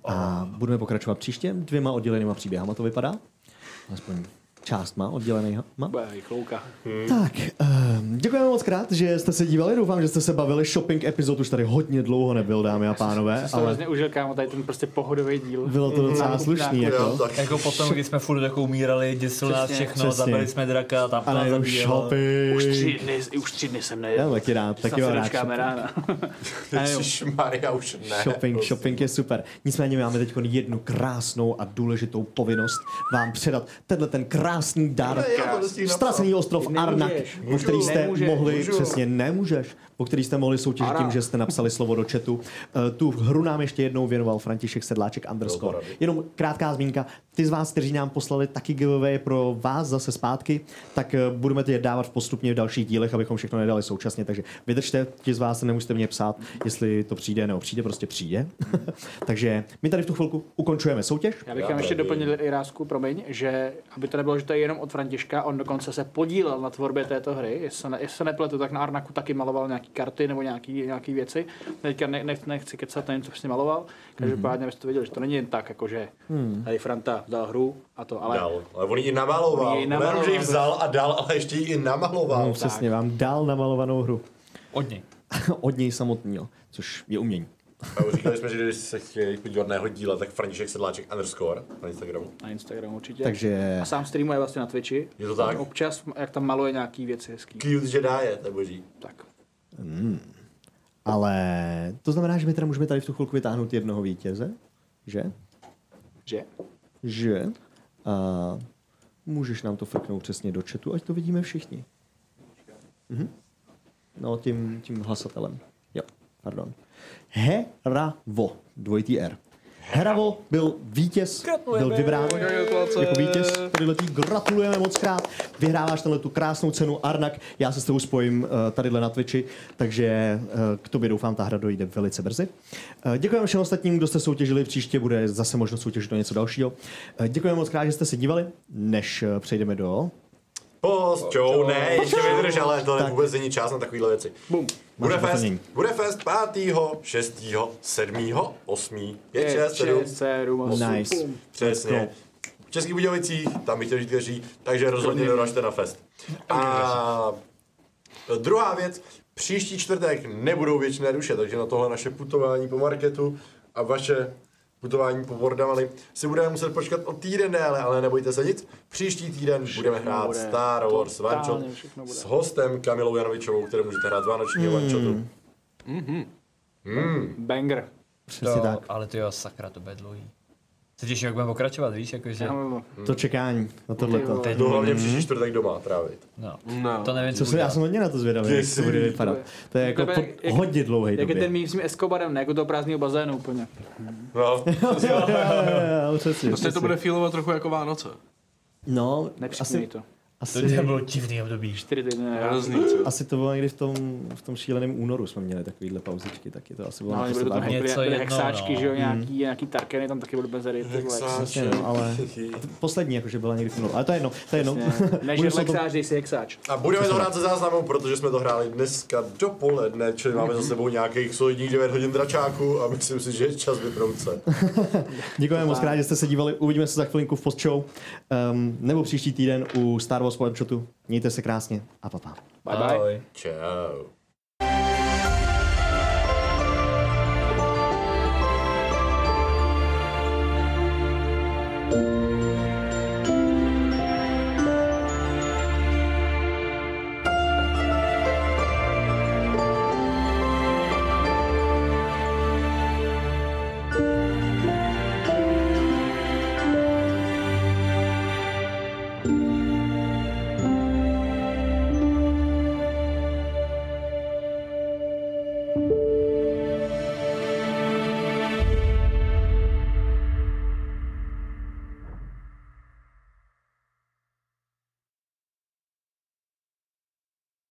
Speaker 1: A budeme pokračovat příště dvěma oddělenýma příběhama, to vypadá. Alespoň část má oddělenýma.
Speaker 3: Bude chlouka.
Speaker 1: Tak, ehm, děkujeme moc krát, že jste se dívali. Doufám, že jste se bavili. Shopping epizod už tady hodně dlouho nebyl, dámy a pánové.
Speaker 3: Ale...
Speaker 1: Ale
Speaker 3: Hrozně užil, kámo, tady ten prostě pohodový díl.
Speaker 1: bylo to docela slušný. Jako.
Speaker 5: tak
Speaker 2: Jako potom, když jsme furt jako umírali, děsil nás
Speaker 3: Přesně.
Speaker 2: všechno,
Speaker 1: Přesně.
Speaker 2: zabili jsme draka, tam
Speaker 1: A
Speaker 2: nás
Speaker 1: najednou
Speaker 2: zabíjelo.
Speaker 1: shopping.
Speaker 3: Už tři dny, už tři dny jsem
Speaker 1: Já
Speaker 3: nejel.
Speaker 1: taky rád,
Speaker 3: Snad
Speaker 1: taky
Speaker 3: se
Speaker 1: mám rád.
Speaker 3: dočkáme
Speaker 1: shopping.
Speaker 3: rána.
Speaker 5: Maria už ne.
Speaker 1: Shopping,
Speaker 5: prostě.
Speaker 1: shopping je super. Nicméně my máme teď jednu krásnou a důležitou povinnost vám předat tenhle ten krásný dar.
Speaker 5: Ne, já to dostihnu napsat.
Speaker 1: Ztracený ostrov
Speaker 3: Nemůžeš.
Speaker 1: Arnak, o
Speaker 3: Můžu.
Speaker 1: který jste
Speaker 3: Nemůžeš.
Speaker 1: mohli,
Speaker 5: Můžu.
Speaker 1: přesně nemůžeš, o který jste mohli soutěžit tím, že jste napsali slovo do chatu. Eh, Tu hru nám ještě jednou věnoval František Sedláček underscore. Jenom krátká zmínka. Ty z vás, kteří nám poslali taky giveaway pro vás zase zpátky, tak eh, budeme ty je dávat postupně v dalších dílech, abychom všechno nedali současně. Takže vydržte, ti z vás nemusíte mě psát, jestli to přijde nebo přijde, prostě přijde. [laughs] Takže my tady v tu chvilku ukončujeme soutěž.
Speaker 3: Já bych vám ještě doplnil i rázku, promiň, že aby to nebylo, že to je jenom od Františka, on dokonce se podílel na tvorbě této hry. Jestli se, ne, jestli se nepletu, tak na Arnaku taky maloval nějaký karty nebo nějaký, nějaký věci. Teďka ne, nech, nechci kecat, nevím, co přesně maloval. Každopádně, abyste to věděli, že to není jen tak, jako že
Speaker 1: Hmm.
Speaker 3: tady Franta vzal hru a to, ale
Speaker 5: Dal, ale on ji i namaloval.
Speaker 3: On ji namaloval.
Speaker 5: Nejenom, že ji vzal a dal, ale ještě ji i namaloval.
Speaker 1: No, přesně vám dál namalovanou hru
Speaker 2: Od něj.
Speaker 1: [laughs] od něj samotného, což je umění.
Speaker 5: A už říkali jsme, že když se chtěli podívat na jeho díla, tak František Sedláček underscore na Instagramu.
Speaker 3: na Instagramu určitě.
Speaker 1: Takže
Speaker 3: A sám streamuje vlastně na Twitchi.
Speaker 5: Je to tak?
Speaker 3: Občas, jak tam maluje nějaký věci hezký.
Speaker 5: Cute Jedi je, to je boží.
Speaker 3: Tak.
Speaker 1: Ale to znamená, že my teda můžeme tady v tu chvilku vytáhnout jednoho vítěze, že?
Speaker 3: Že?
Speaker 1: Že? A můžeš nám to frknout přesně do chatu, ať to vidíme všichni. Mhm. No, tím, tím hlasatelem. Jo, pardon. Heravo, dvojitý R. Heravo byl vítěz, byl vybrán jako vítěz tadyhletý. Gratulujeme moc krát. Vyhráváš tenhle tu krásnou cenu Arnak. Já se s tebou spojím eh, tadyhle na Twitchi, takže eh, k tobě doufám, ta hra dojde velice brzy. Eh, Děkujeme všem ostatním, kdo jste soutěžili. Příště bude zase možnost soutěžit o něco dalšího. Eh, Děkujeme moc krát, že jste se dívali. Než eh, přejdeme do
Speaker 5: Post, čau, ne, ještě vydrž, ale to vůbec není čas na takovéhle věci. Bum. Bude
Speaker 1: Máš
Speaker 5: fest,
Speaker 1: doplnění.
Speaker 5: bude fest 5., 6., 7., 8., 5, 6, 7,
Speaker 3: 7,
Speaker 1: Nice.
Speaker 3: No.
Speaker 5: Přesně. V Českých Budějovicích, tam bych chtěl říct každý, takže rozhodně doražte na fest. A druhá věc, příští čtvrtek nebudou věčné duše, takže na tohle naše putování po marketu a vaše putování po Bordamali si budeme muset počkat o týden déle, ale nebojte se nic. Příští týden budeme hrát
Speaker 3: bude.
Speaker 5: Star Wars One Shot
Speaker 3: Totálně všechno bude. Hmm,
Speaker 5: s hostem Kamilou Janovičovou, které můžete hrát z vánočního One Shotu.
Speaker 3: Banger.
Speaker 1: přesně tak.
Speaker 2: Ale to jo, sakra, to bude dlouhý. Se těším, jak budeme pokračovat, víš, jakože...
Speaker 3: Já mluvím.
Speaker 1: To čekání na
Speaker 3: Ty
Speaker 1: tohleto.
Speaker 3: vole.
Speaker 5: No hlavně příští čtvrtek doma trávit.
Speaker 2: No,
Speaker 4: No.
Speaker 2: to nevím,
Speaker 1: Co
Speaker 2: co
Speaker 1: se,
Speaker 2: bude.
Speaker 1: já jsem hodně na to zvědavý, jak to bude vypadat. To je jako
Speaker 3: To je
Speaker 1: po
Speaker 3: jak-
Speaker 1: hodně dlouhý
Speaker 3: Jak je ten
Speaker 1: době.
Speaker 3: mým s tím Escobarem, ne? Jako toho prázdného bazénu úplně. [laughs]
Speaker 5: No,
Speaker 1: Jo, No, přesně,
Speaker 4: Prostě to
Speaker 1: přesně.
Speaker 4: bude feelovat trochu jako Vánoce.
Speaker 1: No,
Speaker 3: Nepřipomínej
Speaker 1: asi,
Speaker 3: to.
Speaker 2: To
Speaker 1: asi,
Speaker 2: by bylo divný období.
Speaker 3: Čtyři týdny. ne?
Speaker 4: Hrozný, co?
Speaker 1: asi to bylo někdy v tom, v tom šíleném únoru jsme měli takovýhle pauzičky, taky to asi bylo
Speaker 3: No,
Speaker 1: na
Speaker 3: oni budou tam
Speaker 1: festivalu.
Speaker 3: byly,
Speaker 2: Něco
Speaker 3: byly
Speaker 2: jednou,
Speaker 3: hexáčky,
Speaker 2: no.
Speaker 3: že jo,
Speaker 1: Hmm.
Speaker 3: nějaký, nějaký tarkeny, tam taky budou benzery. ty vole.
Speaker 1: Přesně, no,
Speaker 5: [laughs]
Speaker 1: ale poslední, jakože byla někdy v únoru, ale to je jedno, to je jedno. [laughs]
Speaker 3: Jasně. Ne, že
Speaker 1: Budu se o tom-
Speaker 3: hexáč, dej si hexáč.
Speaker 5: A budeme to hrát se záznamu, protože jsme to hráli dneska dopoledne, čili máme za sebou nějakých solidních 9 hodin dračáku a myslím si, že je čas vyprout se.
Speaker 1: Děkujeme moc krát, že jste se dívali. Uvidíme se za chvilinku v postshow. Um, nebo příští týden u Star Wars One Shotu. Mějte se krásně a pa, pa.
Speaker 3: Bye bye.
Speaker 5: Čau.